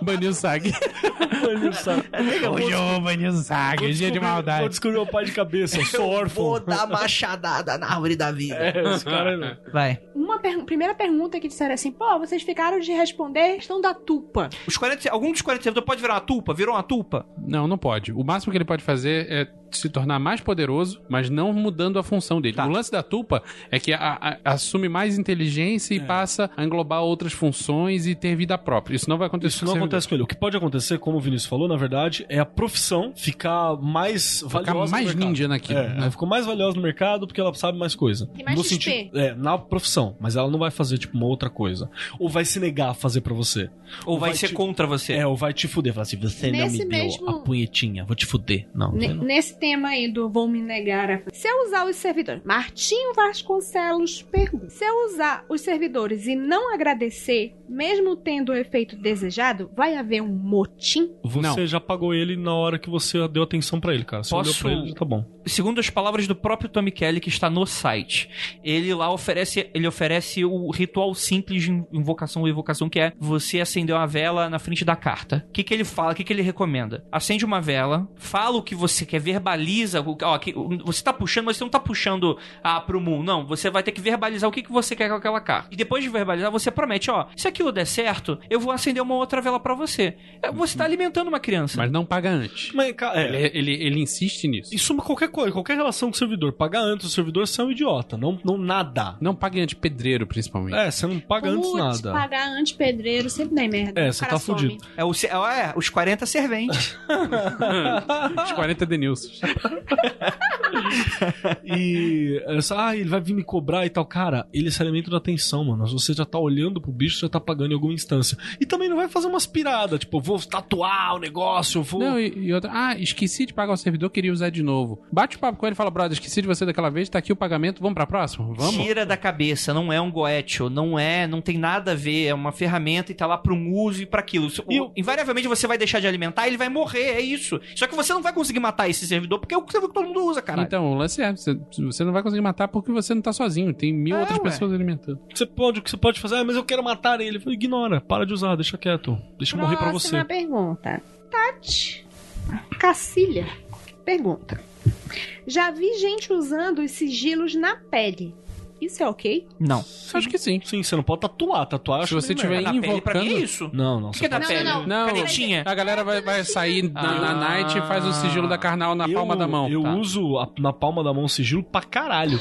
[SPEAKER 5] Banir É, o Sag.
[SPEAKER 4] Ele não
[SPEAKER 7] É,
[SPEAKER 4] sabe.
[SPEAKER 5] Hoje eu vou banir o Sag. Dia de
[SPEAKER 4] Descobri- Vou
[SPEAKER 5] maldade.
[SPEAKER 4] descobrir o pai de cabeça. Eu sou
[SPEAKER 7] Vou
[SPEAKER 4] órfão.
[SPEAKER 7] dar machadada na árvore da vida.
[SPEAKER 4] É, esse cara...
[SPEAKER 7] Vai.
[SPEAKER 6] Uma pergu- primeira pergunta que disseram assim, pô, vocês ficaram de responder a questão da tupa.
[SPEAKER 3] Os 40, algum dos 40 servidores pode virar uma tulpa? Virou uma tulpa?
[SPEAKER 5] Não, não pode. O máximo que ele pode fazer é se tornar mais poderoso, mas não mudando a função dele.
[SPEAKER 3] Tá.
[SPEAKER 5] O lance da tupa é que a- a- assume mais inteligência e
[SPEAKER 4] É.
[SPEAKER 5] passa a englobar outras funções e ter vida própria. Isso não vai acontecer.
[SPEAKER 4] Isso não
[SPEAKER 5] com servidor.
[SPEAKER 4] acontece com ele. O que pode acontecer, como o Vinícius falou, na verdade, é a profissão ficar mais
[SPEAKER 5] Ficar
[SPEAKER 4] valiosa
[SPEAKER 5] mais
[SPEAKER 4] no mercado.
[SPEAKER 5] ninja naquilo.
[SPEAKER 4] É,
[SPEAKER 5] né?
[SPEAKER 4] ela ficou mais valiosa no mercado porque ela sabe mais coisa.
[SPEAKER 2] Tem mais
[SPEAKER 4] no
[SPEAKER 2] XP.
[SPEAKER 4] sentido, é, na profissão, mas ela não vai fazer tipo uma outra coisa. Ou vai se negar a fazer pra você.
[SPEAKER 3] Ou vai,
[SPEAKER 4] Vai
[SPEAKER 3] ser
[SPEAKER 4] te-
[SPEAKER 3] contra você?
[SPEAKER 4] É, ou vai te fuder, falar assim, você
[SPEAKER 2] Nesse
[SPEAKER 4] não me
[SPEAKER 2] mesmo-
[SPEAKER 4] deu a punhetinha, vou te fuder. Não,
[SPEAKER 6] Ne-
[SPEAKER 4] não.
[SPEAKER 6] Nesse tema aí do vou me negar a... Se eu usar os servidores... Martinho Vasconcelos pergunta. Se eu usar os servidores e não agradecer, mesmo tendo o efeito desejado, vai haver um motim?
[SPEAKER 4] Você
[SPEAKER 5] Não.
[SPEAKER 4] já pagou ele na hora que você deu atenção pra ele, cara. Você olhou
[SPEAKER 3] Posso-
[SPEAKER 4] pra ele, já tá bom.
[SPEAKER 3] Segundo as palavras do próprio Tommy Kelly, que está no site, ele lá oferece, ele oferece o ritual simples de invocação ou evocação, que é você acender uma vela na frente da carta. O que, que ele fala? O que, que ele recomenda? Acende uma vela, fala o que você quer, verbaliza. o- Ó, que, você tá puxando, mas você não tá puxando ah, pro mundo. Não, você vai ter que verbalizar o que, que você quer com aquela carta. E depois de verbalizar, você promete, ó, se aquilo der certo, eu vou acender uma outra vela pra você. É, Você tá alimentando uma criança.
[SPEAKER 5] Mas não paga antes.
[SPEAKER 4] Mas, cara, é,
[SPEAKER 5] Ele, ele- ele insiste nisso.
[SPEAKER 4] Isso é qualquer coisa, qualquer relação com o servidor. Pagar antes o servidor, você é um idiota. Não, não nada.
[SPEAKER 5] Não pague antes pedreiro, principalmente.
[SPEAKER 4] É, você não paga antes
[SPEAKER 6] Putz,
[SPEAKER 4] nada.
[SPEAKER 6] pagar antes pedreiro sempre dá merda.
[SPEAKER 4] É,
[SPEAKER 6] O
[SPEAKER 4] você
[SPEAKER 6] cara
[SPEAKER 4] tá
[SPEAKER 6] some.
[SPEAKER 4] fudido.
[SPEAKER 3] É, o, se- é, os 40 serventes.
[SPEAKER 4] É.
[SPEAKER 5] Os 40 denilson.
[SPEAKER 4] E essa, ah, ele vai vir me cobrar e tal. Cara, ele se alimenta da atenção, mano. Você já tá olhando pro bicho, já tá pagando em alguma instância. E também não vai fazer umas piradas, tipo, vou tatuar o negócio, vou.
[SPEAKER 5] Não, e, e outra. Ah, esqueci de pagar o servidor, queria usar de novo. Bate o papo com ele e fala, brother, esqueci de você daquela vez, tá aqui o pagamento, vamos pra próxima? Vamos.
[SPEAKER 3] Tira da cabeça, não é um goetio, não é, não tem nada a ver, é uma ferramenta e tá lá pra um uso e pra aquilo. Isso-
[SPEAKER 4] E
[SPEAKER 3] o-
[SPEAKER 4] o-
[SPEAKER 3] Invariavelmente você vai deixar de alimentar, ele vai morrer, é isso. Só que você não vai conseguir matar esse servidor porque é o servidor que todo mundo usa, caralho.
[SPEAKER 5] Então, o lance é, você, você não vai conseguir matar porque você não tá sozinho, tem mil
[SPEAKER 3] É,
[SPEAKER 5] outras
[SPEAKER 3] ué.
[SPEAKER 5] pessoas alimentando.
[SPEAKER 4] Você pode, o que você pode fazer, ah, mas eu quero matar ele. Eu falei, Ignora, para de usar, deixa quieto. Deixa eu morrer pra você.
[SPEAKER 6] Próxima pergunta. Tati Cacilha pergunta. Já vi gente usando os sigilos na pele. Isso é ok?
[SPEAKER 3] não.
[SPEAKER 5] Acho que sim.
[SPEAKER 4] Sim, você não pode tatuar, tatuar. eu
[SPEAKER 5] Se
[SPEAKER 4] acho
[SPEAKER 5] você
[SPEAKER 4] meio
[SPEAKER 5] tiver
[SPEAKER 4] merda.
[SPEAKER 3] Na pele pra mim é
[SPEAKER 5] invocando-
[SPEAKER 3] isso.
[SPEAKER 4] Não, não.
[SPEAKER 3] O que,
[SPEAKER 4] você
[SPEAKER 3] que é da
[SPEAKER 4] pode-
[SPEAKER 3] pele?
[SPEAKER 2] não.
[SPEAKER 5] Não.
[SPEAKER 3] Canetinha.
[SPEAKER 5] A galera vai, vai sair na, na
[SPEAKER 3] Ah.
[SPEAKER 5] night e faz o sigilo da carnal na
[SPEAKER 4] Eu-
[SPEAKER 5] palma da mão.
[SPEAKER 4] Eu
[SPEAKER 5] Tá.
[SPEAKER 4] uso a- na palma da mão o sigilo pra caralho.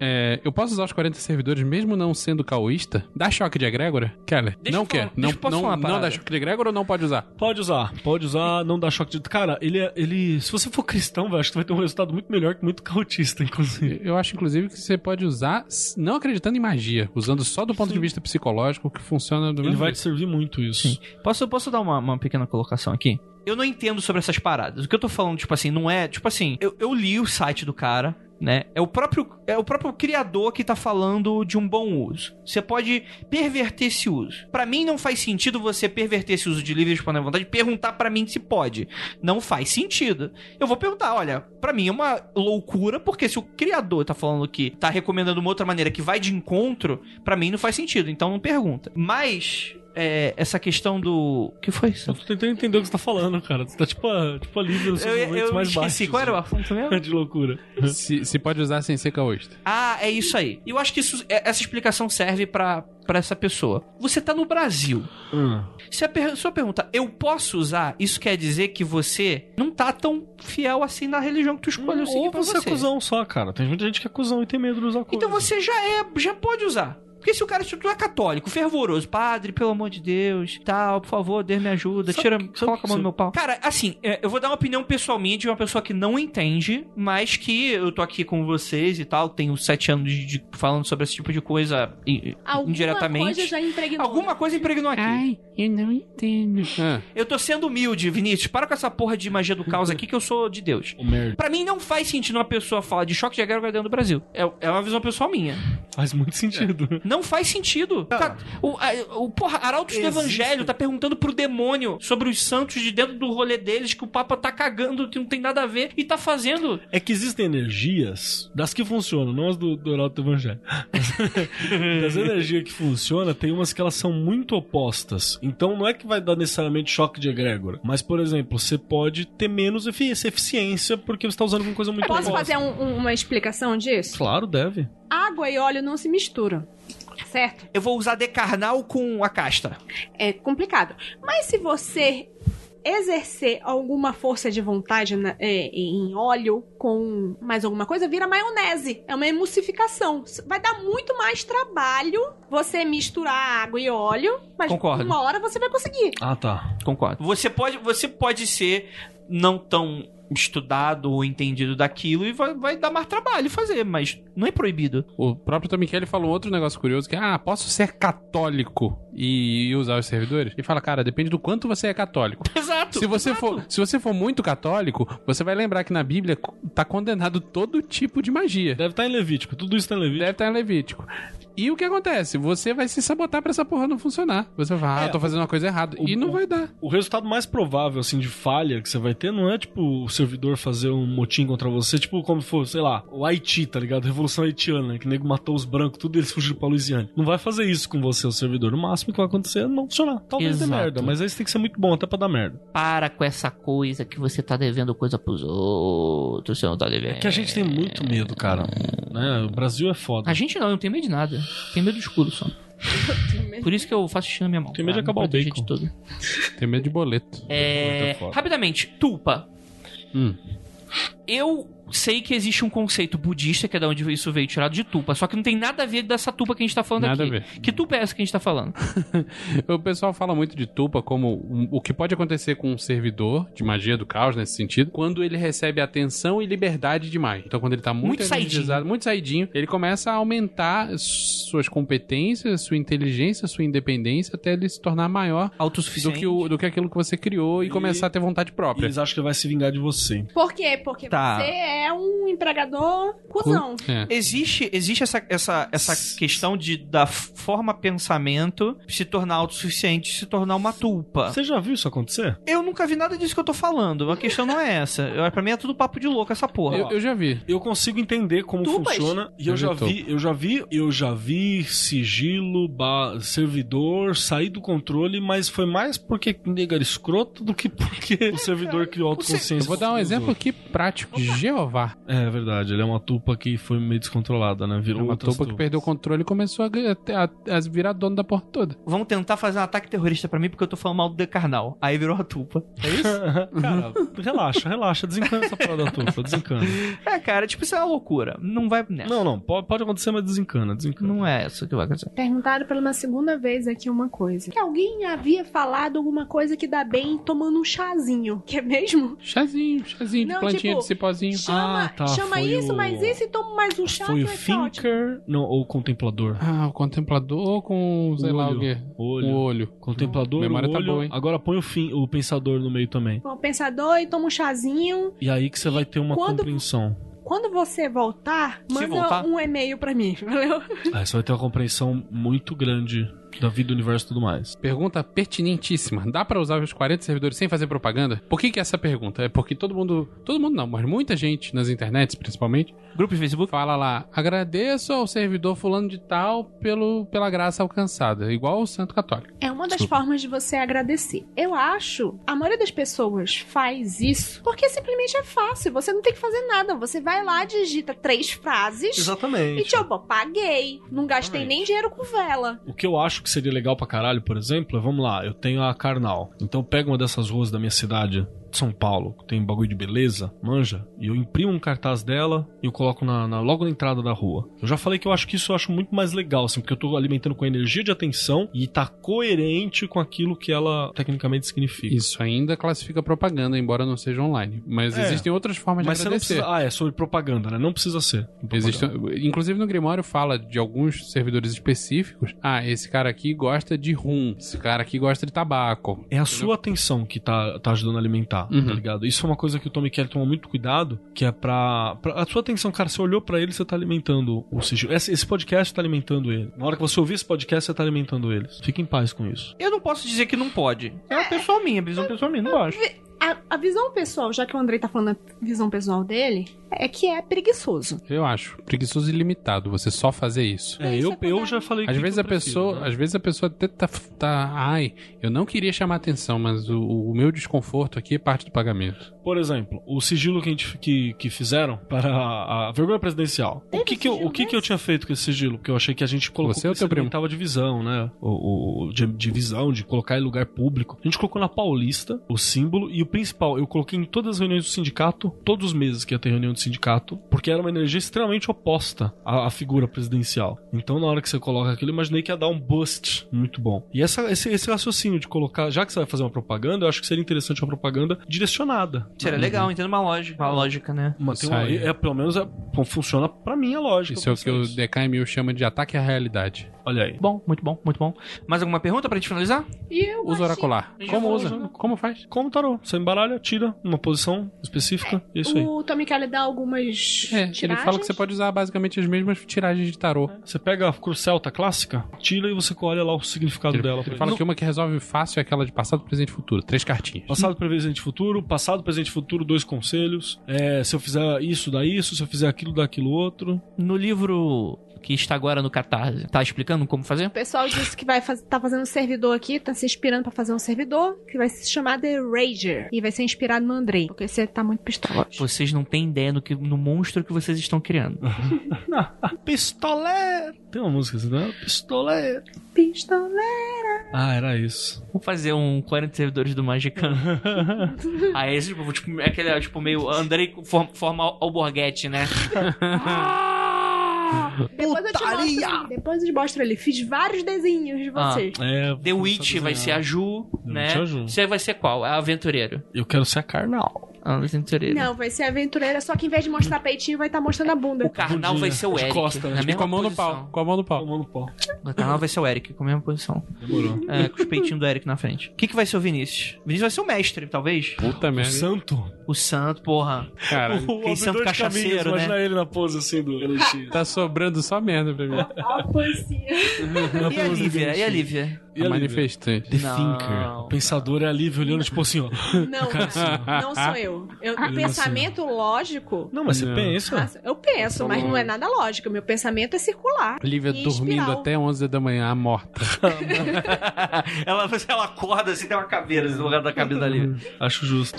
[SPEAKER 5] É, eu posso usar os 40 servidores mesmo não sendo caoísta? Dá choque de egrégora? Keller,
[SPEAKER 3] Deixa
[SPEAKER 5] não
[SPEAKER 3] eu falar-
[SPEAKER 5] quer. Não,
[SPEAKER 3] deixa eu- posso
[SPEAKER 5] não,
[SPEAKER 3] falar uma
[SPEAKER 5] não dá
[SPEAKER 3] parada?
[SPEAKER 5] choque de egrégora ou não pode usar?
[SPEAKER 4] Pode usar, pode usar, não dá choque de. Cara, ele é. Ele... Se você for cristão, velho, acho que vai ter um resultado muito melhor que muito cautista, inclusive.
[SPEAKER 5] Eu acho, inclusive, que você pode usar s- não acreditando em magia, usando só do ponto de vista psicológico, que funciona do
[SPEAKER 4] Ele
[SPEAKER 5] mesmo
[SPEAKER 4] vai te
[SPEAKER 5] jeito.
[SPEAKER 4] servir muito isso.
[SPEAKER 3] Posso, posso dar uma, uma pequena colocação aqui? Eu não entendo sobre essas paradas. O que eu tô falando, tipo assim, não é. Tipo assim, eu, eu li o site do cara, né? É o, próprio, é o próprio criador que tá falando de um bom uso. Você pode perverter esse uso. Pra mim, não faz sentido você perverter esse uso de livre e espontânea vontade e perguntar pra mim se pode. Não faz sentido. Eu vou perguntar, olha, pra mim é uma loucura, porque se o criador tá falando que tá recomendando uma outra maneira que vai de encontro, pra mim não faz sentido, então não pergunta. Mas é, essa questão do. O que foi isso?
[SPEAKER 4] Eu tô tentando entender o que você tá falando, cara. Você tá tipo a, tipo a líder dos
[SPEAKER 3] Eu,
[SPEAKER 4] seus momentos
[SPEAKER 3] eu
[SPEAKER 4] mais
[SPEAKER 3] esqueci.
[SPEAKER 4] baixos. assim,
[SPEAKER 3] Qual era o assunto mesmo?
[SPEAKER 4] De loucura.
[SPEAKER 5] Se, se pode usar sem ser caoísta.
[SPEAKER 3] Ah, é isso aí. Eu acho que isso- é- essa explicação serve pra pra essa pessoa. Você tá no Brasil.
[SPEAKER 4] Ah.
[SPEAKER 3] Se a pessoa pergunta, eu posso usar, isso quer dizer que você não tá tão fiel assim na religião que tu escolheu seguir
[SPEAKER 4] Ou
[SPEAKER 3] pra
[SPEAKER 4] você é cuzão só, cara. Tem muita gente que é cuzão e tem medo de usar coisa.
[SPEAKER 3] Então você já é, já pode usar. Porque se o cara se tu é católico, fervoroso, padre, pelo amor de Deus, tal, por favor, Deus me ajuda,
[SPEAKER 4] Sabe
[SPEAKER 3] tira,
[SPEAKER 4] que- sabe
[SPEAKER 3] coloca a mão no
[SPEAKER 4] que-
[SPEAKER 3] meu pau. Cara, assim, é, eu vou dar uma opinião pessoalmente de uma pessoa que não entende, mas que eu tô aqui com vocês e tal, tenho sete anos de, de- falando sobre esse tipo de coisa i-
[SPEAKER 2] Alguma
[SPEAKER 3] indiretamente.
[SPEAKER 2] coisa já impregnou.
[SPEAKER 3] Alguma coisa impregnou aqui.
[SPEAKER 5] eu não entendo. Ah,
[SPEAKER 3] Eu tô sendo humilde, Vinícius. Para com essa porra de magia do caos aqui que eu sou de Deus.
[SPEAKER 5] o merda.
[SPEAKER 3] Pra mim não faz sentido uma pessoa falar de choque de agora dentro do Brasil. É, é uma visão pessoal minha.
[SPEAKER 4] Faz muito sentido.
[SPEAKER 3] Não faz sentido. Tá- o, a- o- porra, Arautos do
[SPEAKER 4] Existe.
[SPEAKER 3] Evangelho tá perguntando pro demônio sobre os santos de dentro do rolê deles que o Papa tá cagando, que não tem nada a ver, e tá fazendo.
[SPEAKER 4] É que existem energias das que funcionam, não as do, do Heraldo do Evangelho. das energias que funcionam, tem umas que elas são muito opostas. Então não é que vai dar necessariamente choque de egrégora. Mas, por exemplo, você pode ter menos efi- eficiência porque você tá usando alguma coisa muito
[SPEAKER 6] Posso
[SPEAKER 4] oposta.
[SPEAKER 6] fazer um- um- uma explicação disso?
[SPEAKER 4] Claro, deve.
[SPEAKER 6] Água e óleo não se misturam, certo?
[SPEAKER 3] Eu vou usar decarnal com a casta.
[SPEAKER 6] É complicado. Mas se você exercer alguma força de vontade na- é, em óleo com mais alguma coisa, vira maionese. É uma emulsificação. Vai dar muito mais trabalho você misturar água e óleo, mas
[SPEAKER 3] Concordo.
[SPEAKER 6] uma hora você vai conseguir.
[SPEAKER 4] Ah, tá.
[SPEAKER 3] Concordo. Você pode, você pode ser não tão estudado ou entendido daquilo e vai, vai dar mais trabalho fazer, mas não é proibido.
[SPEAKER 5] O próprio Tom Kelly falou outro negócio curioso que ah, posso ser católico e usar os servidores? E fala, cara, depende do quanto você é católico.
[SPEAKER 3] Exato.
[SPEAKER 5] Se você
[SPEAKER 3] exato.
[SPEAKER 5] for, se você for muito católico, você vai lembrar que na Bíblia co- tá condenado todo tipo de magia.
[SPEAKER 4] Deve estar em Levítico. Tudo isso tá em Levítico.
[SPEAKER 5] Deve estar em Levítico. E o que acontece? Você vai se sabotar pra essa porra não funcionar. Você vai falar, ah,
[SPEAKER 4] É,
[SPEAKER 5] eu tô fazendo uma coisa errada.
[SPEAKER 4] o-
[SPEAKER 5] e não vai dar.
[SPEAKER 4] O resultado mais provável, assim, de falha que você vai ter não é, tipo, o servidor fazer um motim contra você, tipo, como for, sei lá, o Haiti, tá ligado? Revolução Haitiana, né? que o nego matou os brancos, tudo e eles fugiram pra Louisiana. Não vai fazer isso com você, o servidor. No máximo que vai acontecer é não funcionar. Talvez dê
[SPEAKER 3] Exato.
[SPEAKER 4] merda, mas aí você tem que ser muito bom até pra dar merda.
[SPEAKER 9] Para com essa coisa que você tá devendo coisa pros outros, você não tá devendo.
[SPEAKER 4] É que a gente tem muito medo, cara. Né? O Brasil é foda.
[SPEAKER 3] A gente não, eu não tenho medo de nada. Tenho medo do escuro só. Por isso que eu faço xixi na minha mão. Ah,
[SPEAKER 4] Tem medo de
[SPEAKER 3] pra
[SPEAKER 4] acabar
[SPEAKER 3] me
[SPEAKER 4] o
[SPEAKER 3] proteger
[SPEAKER 4] bacon.
[SPEAKER 3] de tudo.
[SPEAKER 5] Tem medo de boleto.
[SPEAKER 3] É,
[SPEAKER 4] Muito foda.
[SPEAKER 3] rapidamente, tulpa.
[SPEAKER 5] Hum.
[SPEAKER 3] Eu sei que existe um conceito budista, que é da onde isso veio, tirado de tulpa. Só que não tem nada a ver dessa tulpa que a gente tá falando
[SPEAKER 5] Nada
[SPEAKER 3] aqui.
[SPEAKER 5] a ver.
[SPEAKER 3] Que tulpa é essa que a gente tá falando?
[SPEAKER 5] O pessoal fala muito de Tupa como um- o que pode acontecer com um servidor de magia do caos, nesse sentido, quando ele recebe atenção e liberdade demais. Então, quando ele tá muito,
[SPEAKER 3] Muito saidinho.
[SPEAKER 5] energizado, muito saidinho, ele começa a aumentar suas competências, sua inteligência, sua independência, até ele se tornar maior do
[SPEAKER 3] Autossuficiente.
[SPEAKER 5] que, o, do que aquilo que você criou e,
[SPEAKER 4] E-
[SPEAKER 5] começar a ter vontade
[SPEAKER 4] E
[SPEAKER 5] própria.
[SPEAKER 4] eles acham que vai se vingar de você.
[SPEAKER 6] Por quê? Porque
[SPEAKER 7] Tá.
[SPEAKER 6] você é um empregador cuzão.
[SPEAKER 5] É.
[SPEAKER 3] Existe, existe essa, essa, essa questão de da forma pensamento se tornar autossuficiente, se tornar uma tulpa.
[SPEAKER 4] Você já viu isso acontecer?
[SPEAKER 3] Eu nunca vi nada disso que eu tô falando. A questão não é essa. Eu, pra mim é tudo papo de louco essa porra.
[SPEAKER 5] Eu, eu já vi.
[SPEAKER 4] Eu consigo entender como
[SPEAKER 2] Tupas.
[SPEAKER 4] funciona. E eu
[SPEAKER 5] Eu
[SPEAKER 4] já
[SPEAKER 5] vi
[SPEAKER 4] vi, eu já vi, eu já vi sigilo, ba- servidor, sair do controle, mas foi mais porque nego era escroto do que porque o servidor criou autoconsciência.
[SPEAKER 5] Eu vou dar um
[SPEAKER 4] dos
[SPEAKER 5] exemplo
[SPEAKER 4] outros.
[SPEAKER 5] aqui prático de Jeová.
[SPEAKER 4] É verdade, ele é uma tupa que foi meio descontrolada, né?
[SPEAKER 5] É
[SPEAKER 4] Virou
[SPEAKER 5] uma
[SPEAKER 4] outras
[SPEAKER 5] tupa que
[SPEAKER 4] tupas.
[SPEAKER 5] perdeu o controle e começou a, a- a virar dono da porra toda.
[SPEAKER 3] Vão tentar fazer um ataque terrorista pra mim porque eu tô falando mal do Decarnal. Aí virou a tulpa.
[SPEAKER 5] é
[SPEAKER 4] Cara, relaxa, relaxa, desencana essa parada da tupa, desencana.
[SPEAKER 3] É, cara, tipo, isso é uma loucura. Não vai nessa.
[SPEAKER 4] Não, não, pode, pode acontecer, mas desencana, desencana.
[SPEAKER 3] Não é isso que vai acontecer.
[SPEAKER 6] Perguntaram pela uma segunda vez aqui uma coisa. Que alguém havia falado alguma coisa que dá bem tomando um chazinho. Que é mesmo?
[SPEAKER 5] Chazinho, chazinho, de
[SPEAKER 6] Não,
[SPEAKER 5] plantinha
[SPEAKER 6] tipo,
[SPEAKER 5] de cipózinho.
[SPEAKER 6] Chama,
[SPEAKER 4] Ah, tá,
[SPEAKER 6] chama
[SPEAKER 4] foi
[SPEAKER 6] isso,
[SPEAKER 4] o-
[SPEAKER 6] mais isso e toma mais um chá
[SPEAKER 4] Foi
[SPEAKER 6] que
[SPEAKER 4] o
[SPEAKER 6] vai ficar ótimo.
[SPEAKER 4] Finker, não, ou o Contemplador.
[SPEAKER 5] Ah, o contemplador com, sei lá o
[SPEAKER 4] Olho.
[SPEAKER 5] quê.
[SPEAKER 4] Olho.
[SPEAKER 5] O olho.
[SPEAKER 4] Contemplador,
[SPEAKER 5] Memória
[SPEAKER 4] o
[SPEAKER 5] tá
[SPEAKER 4] olho.
[SPEAKER 5] boa, hein?
[SPEAKER 4] Agora põe o, fim, o pensador no meio também.
[SPEAKER 6] Bom, pensador e toma um chazinho.
[SPEAKER 4] E aí que você vai ter uma
[SPEAKER 6] Quando-
[SPEAKER 4] compreensão.
[SPEAKER 6] Quando você voltar, manda
[SPEAKER 3] voltar.
[SPEAKER 6] um e-mail pra mim, valeu?
[SPEAKER 4] Aí É, você vai ter uma compreensão muito grande da vida, do universo e tudo mais.
[SPEAKER 5] Pergunta pertinentíssima. Dá pra usar os 40 servidores sem fazer propaganda? Por que que é essa pergunta? É porque todo mundo, todo mundo não, mas muita gente nas internets, principalmente,
[SPEAKER 3] Grupo de Facebook?
[SPEAKER 5] fala lá: "Agradeço ao servidor fulano de tal pelo pela graça alcançada", igual o santo católico.
[SPEAKER 6] É uma das formas de você agradecer. Eu acho, a maioria das pessoas faz isso porque simplesmente é fácil. Você não tem que fazer nada. Você vai lá, digita três frases. E
[SPEAKER 4] Exatamente.
[SPEAKER 6] tipo, paguei. Não gastei nem dinheiro com vela.
[SPEAKER 4] O que eu acho que seria legal pra caralho, por exemplo, é, vamos lá, eu tenho a Carnal. Então pega uma dessas ruas da minha cidade, de São Paulo, que tem bagulho de beleza, manja, e eu imprimo um cartaz dela e eu coloco na, na- logo na entrada da rua. Eu já falei que eu acho que isso eu acho muito mais legal, assim, porque eu tô alimentando com a energia de atenção e tá coerente com aquilo que ela tecnicamente significa.
[SPEAKER 5] Isso ainda classifica propaganda, embora não seja online. Mas
[SPEAKER 4] É.
[SPEAKER 5] existem outras formas de
[SPEAKER 4] Mas você não
[SPEAKER 5] agradecer.
[SPEAKER 4] precisa. Ah, é sobre propaganda, né? Não precisa ser. propaganda.
[SPEAKER 5] Existem, um, inclusive no Grimório fala de alguns servidores específicos. Ah, esse cara aqui gosta de rum, esse cara aqui gosta de tabaco.
[SPEAKER 4] É a sua atenção que tá, tá ajudando a alimentar,
[SPEAKER 5] Uhum.
[SPEAKER 4] tá ligado? Isso é uma coisa que o Tommy Kelly toma muito cuidado, que é pra, pra- A sua atenção, cara, você olhou pra ele, você tá alimentando o sigilo. Esse, esse podcast tá alimentando ele. Na hora que você ouvir esse podcast, você tá alimentando eles. Fique em paz com isso.
[SPEAKER 3] Eu não posso dizer que não pode. É uma pessoa minha, visão pessoal minha, não gosto.
[SPEAKER 6] A, a visão pessoal, já que o Andrei tá falando a visão pessoal dele, é que é preguiçoso.
[SPEAKER 5] Eu acho. Preguiçoso e limitado, você só fazer isso.
[SPEAKER 4] É, eu, eu já falei
[SPEAKER 5] Às
[SPEAKER 4] que
[SPEAKER 5] vezes
[SPEAKER 4] eu
[SPEAKER 5] a
[SPEAKER 4] prefiro,
[SPEAKER 5] pessoa,
[SPEAKER 4] né?
[SPEAKER 5] às vezes a pessoa até tá, tá- ai, eu não queria chamar atenção, mas o, o meu desconforto aqui é parte do pagamento.
[SPEAKER 4] Por exemplo, o sigilo que, a gente, que, que fizeram para a, a vergonha presidencial. O que que, eu, o que que eu tinha feito com esse sigilo? Porque eu achei que a gente colocou
[SPEAKER 5] Você ou
[SPEAKER 4] que
[SPEAKER 5] teu
[SPEAKER 4] esse
[SPEAKER 5] primo?
[SPEAKER 4] alimentava divisão, né? O, o- de, divisão, de colocar em lugar público. A gente colocou na Paulista o símbolo e o principal, eu coloquei em todas as reuniões do sindicato, todos os meses que ia ter reunião do sindicato, porque era uma energia extremamente oposta à, à figura presidencial. Então, na hora que você coloca aquilo, eu imaginei que ia dar um bust muito bom. E essa, esse, esse raciocínio de colocar, já que você vai fazer uma propaganda, eu acho que seria interessante uma propaganda direcionada.
[SPEAKER 3] Seria legal, entendo uma lógica. Uma lógica, né?
[SPEAKER 4] Mas tem uma-
[SPEAKER 5] Isso aí.
[SPEAKER 4] é, pelo menos é- bom, funciona pra mim a lógica.
[SPEAKER 5] Isso é o que o DKMU chama de ataque à realidade.
[SPEAKER 4] Olha aí.
[SPEAKER 3] Bom, muito bom, muito bom. Mais alguma pergunta pra gente finalizar?
[SPEAKER 6] E eu
[SPEAKER 5] Uso
[SPEAKER 6] achei-
[SPEAKER 5] oracular.
[SPEAKER 3] Já
[SPEAKER 5] Como
[SPEAKER 3] falou,
[SPEAKER 5] usa?
[SPEAKER 3] já.
[SPEAKER 5] Como faz?
[SPEAKER 4] Como tarô, você embaralha, tira uma posição específica, e é isso aí.
[SPEAKER 6] O Tommy Kelly dá algumas
[SPEAKER 5] É, ele
[SPEAKER 6] tiragens.
[SPEAKER 5] fala que você pode usar basicamente as mesmas tiragens de tarô.
[SPEAKER 4] Você pega a cruz celta clássica, tira e você olha lá o significado
[SPEAKER 5] Ele,
[SPEAKER 4] dela.
[SPEAKER 5] ele fala
[SPEAKER 4] No-
[SPEAKER 5] que uma que resolve fácil é aquela de passado, presente e futuro. Três cartinhas.
[SPEAKER 4] Passado, presente e futuro, passado, presente e futuro, dois conselhos. É, se eu fizer isso, dá isso, se eu fizer aquilo, dá aquilo outro.
[SPEAKER 3] No livro que está agora no Catarse, tá explicando como fazer?
[SPEAKER 6] O pessoal disse que vai faz... tá fazendo um servidor aqui, tá se inspirando pra fazer um servidor, que vai se chamar The Rager. E vai ser inspirado no Andrei, porque você tá muito pistola.
[SPEAKER 3] Vocês não têm ideia no, que, no monstro que vocês estão criando.
[SPEAKER 4] Pistolé! Tem uma música assim, né? Pistolé!
[SPEAKER 6] Pistola.
[SPEAKER 4] Ah, era isso.
[SPEAKER 3] Vamos fazer um 40 servidores do Magicano. Aí esse, tipo, tipo, é aquele, tipo, meio Andrei com form- forma alborguete, né?
[SPEAKER 6] Depois eu te mostro, ali, depois eu te mostro ali. Fiz vários desenhos de
[SPEAKER 3] Ah.
[SPEAKER 6] vocês.
[SPEAKER 4] É,
[SPEAKER 3] The
[SPEAKER 4] vou
[SPEAKER 3] Witch
[SPEAKER 4] começar
[SPEAKER 3] vai ser
[SPEAKER 4] desenhar.
[SPEAKER 3] a Ju,
[SPEAKER 4] The
[SPEAKER 3] né?
[SPEAKER 4] Witch é a Ju.
[SPEAKER 3] Você vai ser qual? A aventureiro.
[SPEAKER 4] Eu quero ser a Karnal.
[SPEAKER 3] A aventureiro.
[SPEAKER 6] Não, vai ser aventureira, só que em vez de mostrar peitinho, vai estar mostrando a bunda.
[SPEAKER 3] O Karnal vai ser o
[SPEAKER 4] De
[SPEAKER 3] Eric.
[SPEAKER 4] costa, né?
[SPEAKER 3] na
[SPEAKER 4] De
[SPEAKER 5] E
[SPEAKER 3] mesma
[SPEAKER 5] Tipo, com a mão no
[SPEAKER 3] posição.
[SPEAKER 5] pau. Com a mão no pau.
[SPEAKER 4] Tomando pau.
[SPEAKER 3] O Karnal vai ser o Eric, com a mesma posição.
[SPEAKER 4] Demorou.
[SPEAKER 3] É, com os peitinhos do Eric na frente. O que, que vai ser o Vinícius? O Vinícius vai ser o mestre, talvez?
[SPEAKER 5] Puta
[SPEAKER 4] O
[SPEAKER 5] merda.
[SPEAKER 4] santo?
[SPEAKER 3] O santo, porra.
[SPEAKER 5] Cara,
[SPEAKER 4] O
[SPEAKER 3] Aquele santo
[SPEAKER 4] abridor de
[SPEAKER 3] cachaceiro,
[SPEAKER 4] caminhos,
[SPEAKER 3] né?
[SPEAKER 4] Imagina ele na pose assim do elixir.
[SPEAKER 5] tá sobrando só merda pra mim.
[SPEAKER 3] E a Lívia? E a Lívia?
[SPEAKER 5] A manifestante.
[SPEAKER 4] The
[SPEAKER 3] Não.
[SPEAKER 4] Thinker. O pensador é a Lívia olhando tipo assim, ó.
[SPEAKER 6] Não, não sou eu. eu
[SPEAKER 4] Eu
[SPEAKER 6] o
[SPEAKER 4] não
[SPEAKER 6] pensamento lógico.
[SPEAKER 4] Não, mas você
[SPEAKER 5] Não.
[SPEAKER 4] pensa.
[SPEAKER 6] Nossa, eu penso, mas não é nada lógico. Meu pensamento é circular.
[SPEAKER 5] Lívia
[SPEAKER 6] E
[SPEAKER 5] dormindo
[SPEAKER 6] espiral.
[SPEAKER 5] até 11 da manhã, morta.
[SPEAKER 3] ela, ela acorda assim, tem uma caveira no lugar da cabeça da Lívia.
[SPEAKER 4] Acho justo.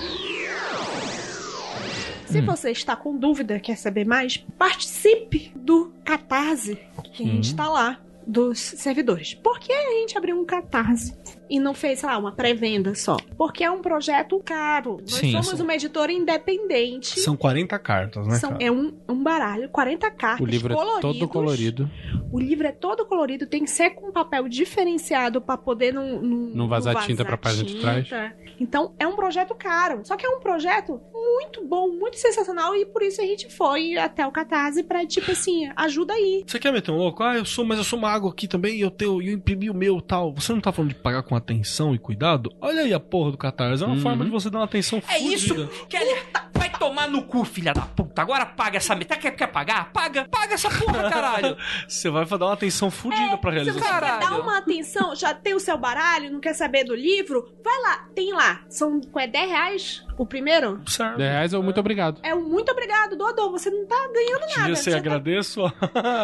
[SPEAKER 6] Se
[SPEAKER 5] Hum.
[SPEAKER 6] você está com dúvida, quer saber mais, participe do Catarse que a
[SPEAKER 5] Hum.
[SPEAKER 6] gente tá lá dos servidores. Por que a gente abriu um Catarse e não fez, sei lá, uma pré-venda só? Porque é um projeto caro. Nós
[SPEAKER 3] Sim,
[SPEAKER 6] somos uma editora independente.
[SPEAKER 4] São 40 cartas, né,
[SPEAKER 6] São-
[SPEAKER 4] cara?
[SPEAKER 6] é um, um baralho, 40 cartas
[SPEAKER 5] O livro é todo
[SPEAKER 6] coloridos.
[SPEAKER 5] colorido.
[SPEAKER 6] O livro é todo colorido, tem que ser com um papel diferenciado pra poder não, não,
[SPEAKER 5] Não vazar tinta pra página de trás.
[SPEAKER 6] tinta. Então é um projeto caro. Só que é um projeto muito bom, muito sensacional e por isso a gente foi até o Catarse pra, tipo assim, ajuda aí.
[SPEAKER 4] Você quer meter um louco? Ah, eu sou, mas eu sou mago aqui também, e eu tenho, e eu imprimi o meu tal. Você não tá falando de pagar com atenção e cuidado? Olha aí a porra do Catarse. É uma
[SPEAKER 5] Uhum.
[SPEAKER 4] forma de você dar uma atenção
[SPEAKER 3] É
[SPEAKER 4] fudida.
[SPEAKER 3] isso, Kelly. Vai tomar no cu, filha da puta. Agora paga essa meta. Quer, quer pagar? Paga. Paga essa porra, caralho.
[SPEAKER 4] Você vai dar uma atenção fudida pra
[SPEAKER 6] Você
[SPEAKER 4] realização.
[SPEAKER 6] quer
[SPEAKER 3] Caralho.
[SPEAKER 6] dar uma atenção? Já tem o seu baralho? Não quer saber do livro? Vai lá, tem lá. São é 10 reais o primeiro?
[SPEAKER 4] Serve.
[SPEAKER 5] 10 reais ou muito obrigado.
[SPEAKER 6] É um muito obrigado, doador. Você não tá ganhando nada.
[SPEAKER 4] Tia, você
[SPEAKER 6] tá-
[SPEAKER 4] agradeço.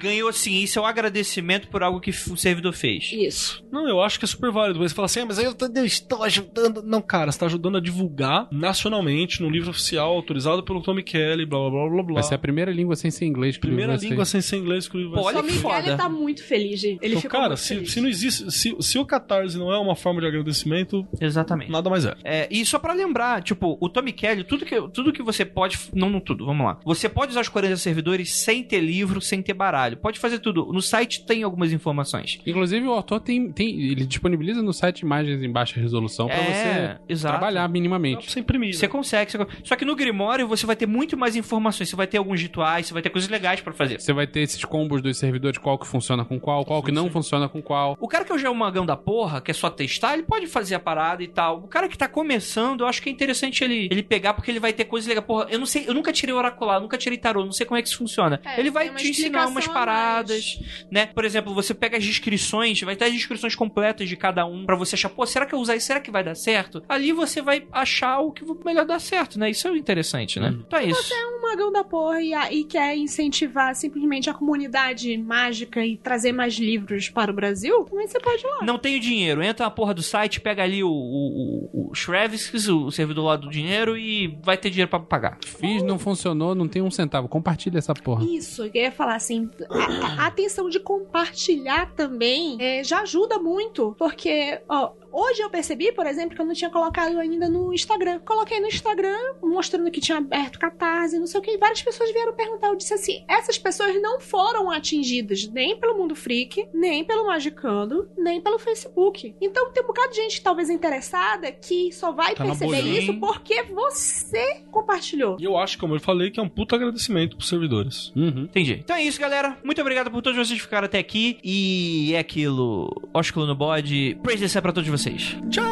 [SPEAKER 3] Ganhou sim. Isso é um agradecimento por algo que o servidor fez.
[SPEAKER 6] Isso.
[SPEAKER 4] Não, eu acho que é super válido. Mas você fala assim, ah, mas eu, tô- eu estou ajudando. Não, cara, você tá ajudando a divulgar nacionalmente no livro oficial autorizado pelo Tommy Kelly, blá blá blá blá blá.
[SPEAKER 5] Vai ser a primeira língua sem ser inglês que o livro
[SPEAKER 4] Primeira
[SPEAKER 5] vai ser.
[SPEAKER 4] língua sem ser inglês é que o livro vai
[SPEAKER 3] Pô,
[SPEAKER 4] ser.
[SPEAKER 3] olha que
[SPEAKER 6] Tommy Kelly
[SPEAKER 3] foda.
[SPEAKER 6] tá muito feliz, gente. Ele
[SPEAKER 4] Então,
[SPEAKER 6] ficou
[SPEAKER 4] cara,
[SPEAKER 6] muito
[SPEAKER 4] se,
[SPEAKER 6] feliz.
[SPEAKER 4] se não existe. Se, se o Catarse não é uma forma de agradecimento,
[SPEAKER 3] Exatamente.
[SPEAKER 4] nada mais é.
[SPEAKER 3] É, e só pra lembrar, tipo, o Tommy Kelly, tudo que, tudo que você pode. Não, não tudo, vamos lá. Você pode usar os 40 servidores sem ter livro, sem ter baralho. Pode fazer tudo. No site tem algumas informações.
[SPEAKER 5] Inclusive, o autor tem, tem. Ele disponibiliza no site imagens em baixa resolução pra você
[SPEAKER 3] É, exato.
[SPEAKER 5] trabalhar
[SPEAKER 4] Dá
[SPEAKER 5] minimamente.
[SPEAKER 4] pra você imprimir.
[SPEAKER 3] Você
[SPEAKER 4] né?
[SPEAKER 3] consegue, você consegue. Só que no Grimório você vai ter muito mais informações. Você vai ter alguns rituais, você vai ter coisas legais pra fazer.
[SPEAKER 5] Você vai ter esses combos dos servidores, qual que funciona com qual, qual que não funciona com qual.
[SPEAKER 3] O cara que já é um magão da porra, que é só testar, ele pode fazer a parada e tal. O cara que tá começando, eu acho que é interessante ele, ele pegar, porque ele vai ter coisas legais. Porra, eu não sei, eu nunca tirei oracular, nunca tirei tarô, não sei como é que isso funciona.
[SPEAKER 2] É,
[SPEAKER 3] ele vai
[SPEAKER 2] tem uma
[SPEAKER 3] te ensinar umas
[SPEAKER 2] explicação a
[SPEAKER 3] paradas, né? Por exemplo, você pega as descrições, vai ter as descrições completas de cada um pra você achar, pô, será que eu usar isso? Será que vai dar certo? Ali você vai achar o que melhor dar certo, né? Isso é o interessante, né? Então é isso.
[SPEAKER 6] um magão da porra e, a- e quer incentivar simplesmente a comunidade mágica e trazer mais livros para o Brasil, também você pode ir lá.
[SPEAKER 3] Não tenho dinheiro. Entra na porra do site, pega ali o, o, o, o Shrevis, o servidor lá do dinheiro, e vai ter dinheiro pra pagar.
[SPEAKER 5] Fiz, não funcionou, não tem um centavo. Compartilha essa porra.
[SPEAKER 6] Isso, eu ia falar assim, a, a- a atenção de compartilhar também é, já ajuda muito, porque ó, hoje eu percebi, por exemplo, que eu não tinha colocado ainda no Instagram. Coloquei no Instagram, mostrando que tinha aberto catarse, não sei o que, e várias pessoas vieram perguntar. Eu disse assim, essas pessoas não foram atingidas nem pelo Mundo Freak, nem pelo Magicando, nem pelo Facebook. Então tem um bocado de gente talvez interessada que só vai
[SPEAKER 4] Tá na
[SPEAKER 6] perceber
[SPEAKER 4] bolha,
[SPEAKER 6] isso
[SPEAKER 4] hein?
[SPEAKER 6] porque você compartilhou.
[SPEAKER 4] E eu acho, como eu falei, que é um puto agradecimento pros servidores.
[SPEAKER 5] Uhum.
[SPEAKER 3] Entendi. Então é isso, galera. Muito obrigado por todos vocês que ficaram até aqui. E é aquilo. Ósculo no bode. Praise the Sun pra todos vocês. Tchau!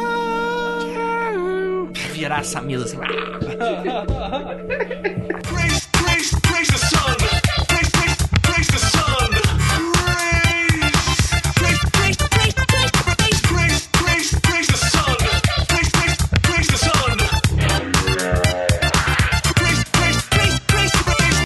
[SPEAKER 3] Virar essa mesa assim.
[SPEAKER 10] Praise, praise, praise the sun. Praise, praise, praise the sun. Praise, praise, praise, praise, praise, praise, praise, praise the sun. Praise, praise, praise the sun. Praise, praise, praise, praise, praise.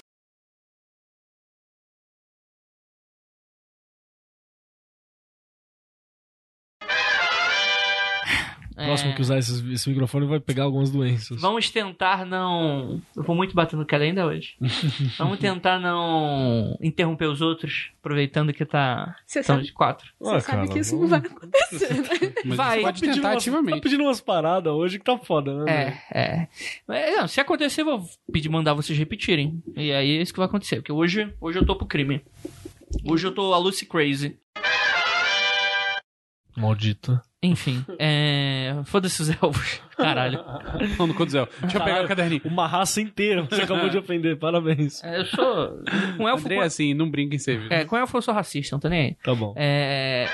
[SPEAKER 3] É.
[SPEAKER 4] Próximo que usar esses- esse, microfone vai pegar algumas doenças.
[SPEAKER 3] Vamos tentar não. Eu vou muito batendo cara ainda hoje. Vamos tentar não interromper os outros, aproveitando que tá.
[SPEAKER 6] Você
[SPEAKER 4] Então,
[SPEAKER 3] São
[SPEAKER 6] sabe,
[SPEAKER 3] de quatro.
[SPEAKER 6] você
[SPEAKER 4] ah,
[SPEAKER 6] sabe que isso não vai acontecer, né?
[SPEAKER 5] Mas
[SPEAKER 3] Vai.
[SPEAKER 5] você pode tentar
[SPEAKER 4] umas, tá
[SPEAKER 5] ativamente.
[SPEAKER 4] pedindo umas paradas hoje que tá foda, né?
[SPEAKER 3] É,
[SPEAKER 4] né?
[SPEAKER 3] é. Mas, não, se acontecer, eu vou pedir mandar vocês repetirem. E aí é isso que vai acontecer. Porque hoje, hoje eu tô pro crime. Hoje eu tô a Lucy Crazy.
[SPEAKER 4] Maldito.
[SPEAKER 3] Enfim, é. Foda-se os elfos. Caralho.
[SPEAKER 5] Não, no Codzel. Deixa eu pegar o caderninho.
[SPEAKER 4] Uma raça inteira você acabou de ofender, parabéns.
[SPEAKER 3] É, eu sou. Com elfo.
[SPEAKER 5] André, assim, não brinca em serviço.
[SPEAKER 3] É, com elfo eu sou racista, não tô nem aí.
[SPEAKER 4] Tá bom.
[SPEAKER 3] É.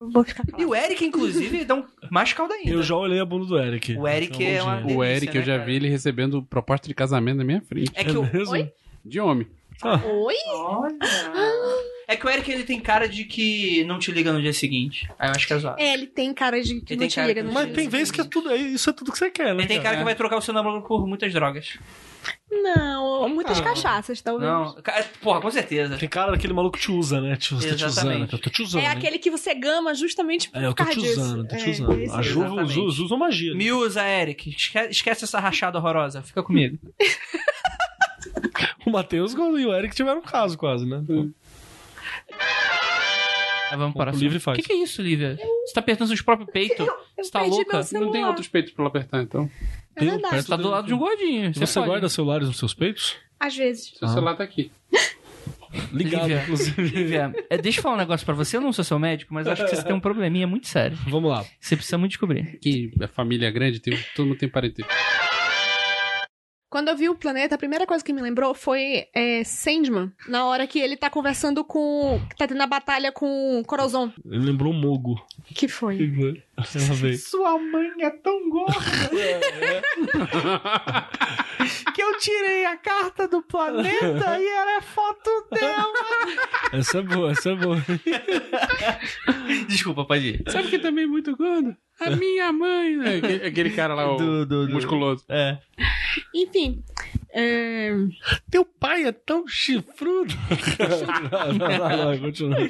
[SPEAKER 6] Vou ficar
[SPEAKER 3] E o Eric, inclusive, dá um mais caldo ainda.
[SPEAKER 4] Eu já olhei a bunda do Eric.
[SPEAKER 3] O Eric é uma-
[SPEAKER 4] bundinha.
[SPEAKER 5] O
[SPEAKER 3] delícia,
[SPEAKER 5] Eric, eu
[SPEAKER 3] né,
[SPEAKER 5] já
[SPEAKER 3] cara?
[SPEAKER 5] vi ele recebendo proposta de casamento na minha frente.
[SPEAKER 3] É que o.
[SPEAKER 4] mesmo?
[SPEAKER 2] Oi?
[SPEAKER 5] De homem.
[SPEAKER 2] Oi?
[SPEAKER 3] É que o Eric ele tem cara de que não te liga no dia seguinte. Aí eu acho que é zoado.
[SPEAKER 6] É, ele tem cara de que
[SPEAKER 3] Ele
[SPEAKER 6] não
[SPEAKER 3] tem
[SPEAKER 6] te
[SPEAKER 3] cara
[SPEAKER 6] liga
[SPEAKER 3] que
[SPEAKER 6] no
[SPEAKER 3] não te
[SPEAKER 4] Mas tem vezes que é tudo, é- isso é tudo que você quer, né?
[SPEAKER 3] Ele tem cara que vai trocar o seu namoro por muitas drogas.
[SPEAKER 6] Não, é muitas cachaças, tá É talvez.
[SPEAKER 3] Não, ca- é, porra, com certeza.
[SPEAKER 4] Tem cara daquele maluco que te usa, né? Te, você tá te usando.
[SPEAKER 3] Exatamente.
[SPEAKER 4] Eu tô te usando.
[SPEAKER 6] É
[SPEAKER 4] hein?
[SPEAKER 6] aquele que você gama justamente por
[SPEAKER 4] né? É, eu tô
[SPEAKER 6] causa
[SPEAKER 4] te
[SPEAKER 6] disso.
[SPEAKER 4] usando, tô te
[SPEAKER 6] É,
[SPEAKER 4] usando.
[SPEAKER 6] esse-
[SPEAKER 4] A Juva
[SPEAKER 3] exatamente.
[SPEAKER 4] usa, usa magia. né?
[SPEAKER 3] Me usa, Eric. Esque- Esquece essa rachada horrorosa. Fica
[SPEAKER 5] Tá
[SPEAKER 3] comigo.
[SPEAKER 4] O Matheus e o Eric tiveram um caso quase, né?
[SPEAKER 6] É
[SPEAKER 3] Aí vamos
[SPEAKER 4] O
[SPEAKER 3] para
[SPEAKER 4] livre faz.
[SPEAKER 3] O que, que é isso, Lívia? Você tá apertando seus próprios peitos?
[SPEAKER 6] Eu
[SPEAKER 3] Você tá
[SPEAKER 6] perdi
[SPEAKER 3] louca?
[SPEAKER 6] meu
[SPEAKER 5] Não tem
[SPEAKER 6] celular.
[SPEAKER 5] outros peitos pra eu apertar, então.
[SPEAKER 6] É
[SPEAKER 4] Pelo
[SPEAKER 6] verdade.
[SPEAKER 4] perto
[SPEAKER 3] Você tá do lado de um gordinho.
[SPEAKER 4] Você,
[SPEAKER 3] pode.
[SPEAKER 4] guarda celulares nos seus peitos?
[SPEAKER 6] Às vezes.
[SPEAKER 5] Seu celular tá aqui.
[SPEAKER 4] Ligado,
[SPEAKER 3] Lívia.
[SPEAKER 4] inclusive.
[SPEAKER 3] Lívia, é, deixa eu falar um negócio pra você. Eu não sou seu médico, mas acho que você tem um probleminha muito sério.
[SPEAKER 4] Vamos lá.
[SPEAKER 3] Você precisa muito descobrir.
[SPEAKER 5] Que a família é grande, tem, todo mundo tem parente.
[SPEAKER 6] Quando eu vi o planeta, a primeira coisa que me lembrou foi é, Sandman. Na hora que ele tá conversando com. que tá tendo a batalha com o Corozon.
[SPEAKER 4] Ele lembrou o Mogo.
[SPEAKER 6] Que foi?
[SPEAKER 4] Ela veio.
[SPEAKER 7] Sua mãe é tão gorda
[SPEAKER 3] é.
[SPEAKER 7] que eu tirei a carta do planeta e era foto dela.
[SPEAKER 4] Essa é boa, essa é boa.
[SPEAKER 3] Desculpa, pode ir.
[SPEAKER 5] Sabe que também é muito gordo? A minha mãe, né? Aquele, aquele cara
[SPEAKER 3] É
[SPEAKER 5] lá, o
[SPEAKER 7] Do- do- do-
[SPEAKER 5] musculoso.
[SPEAKER 7] É.
[SPEAKER 6] Enfim. é,
[SPEAKER 4] Teu pai é tão chifrudo. não, não, não, não, continua.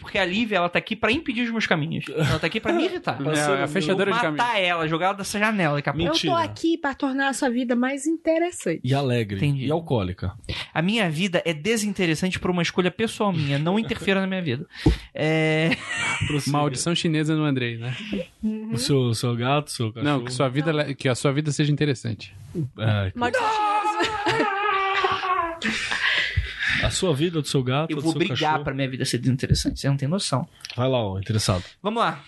[SPEAKER 3] Porque a Lívia, ela tá aqui pra impedir os meus caminhos. Ela tá aqui pra me irritar.
[SPEAKER 5] É, é a fechadora de
[SPEAKER 3] matar
[SPEAKER 5] caminho.
[SPEAKER 3] ela, jogar ela dessa janela daqui a pouco.
[SPEAKER 6] Eu tô
[SPEAKER 4] Mentira.
[SPEAKER 6] aqui pra tornar a sua vida mais interessante.
[SPEAKER 4] E alegre.
[SPEAKER 3] Entendi.
[SPEAKER 4] E alcoólica.
[SPEAKER 3] A minha vida é desinteressante por uma escolha pessoal minha. Não interfira na minha vida. É...
[SPEAKER 5] Maldição chinesa no Andrei, né?
[SPEAKER 4] O seu, seu gato, seu cachorro. É,
[SPEAKER 5] Não, que, sua vida, le- que a sua vida seja interessante.
[SPEAKER 4] Ai,
[SPEAKER 6] Maldição chinesa.
[SPEAKER 4] a sua vida, do seu gato,
[SPEAKER 3] Eu
[SPEAKER 4] do
[SPEAKER 3] vou
[SPEAKER 4] seu
[SPEAKER 3] brigar
[SPEAKER 4] cachorro.
[SPEAKER 3] pra minha vida ser desinteressante. Você não tem noção.
[SPEAKER 4] Vai lá, ó, interessado.
[SPEAKER 3] Vamos lá.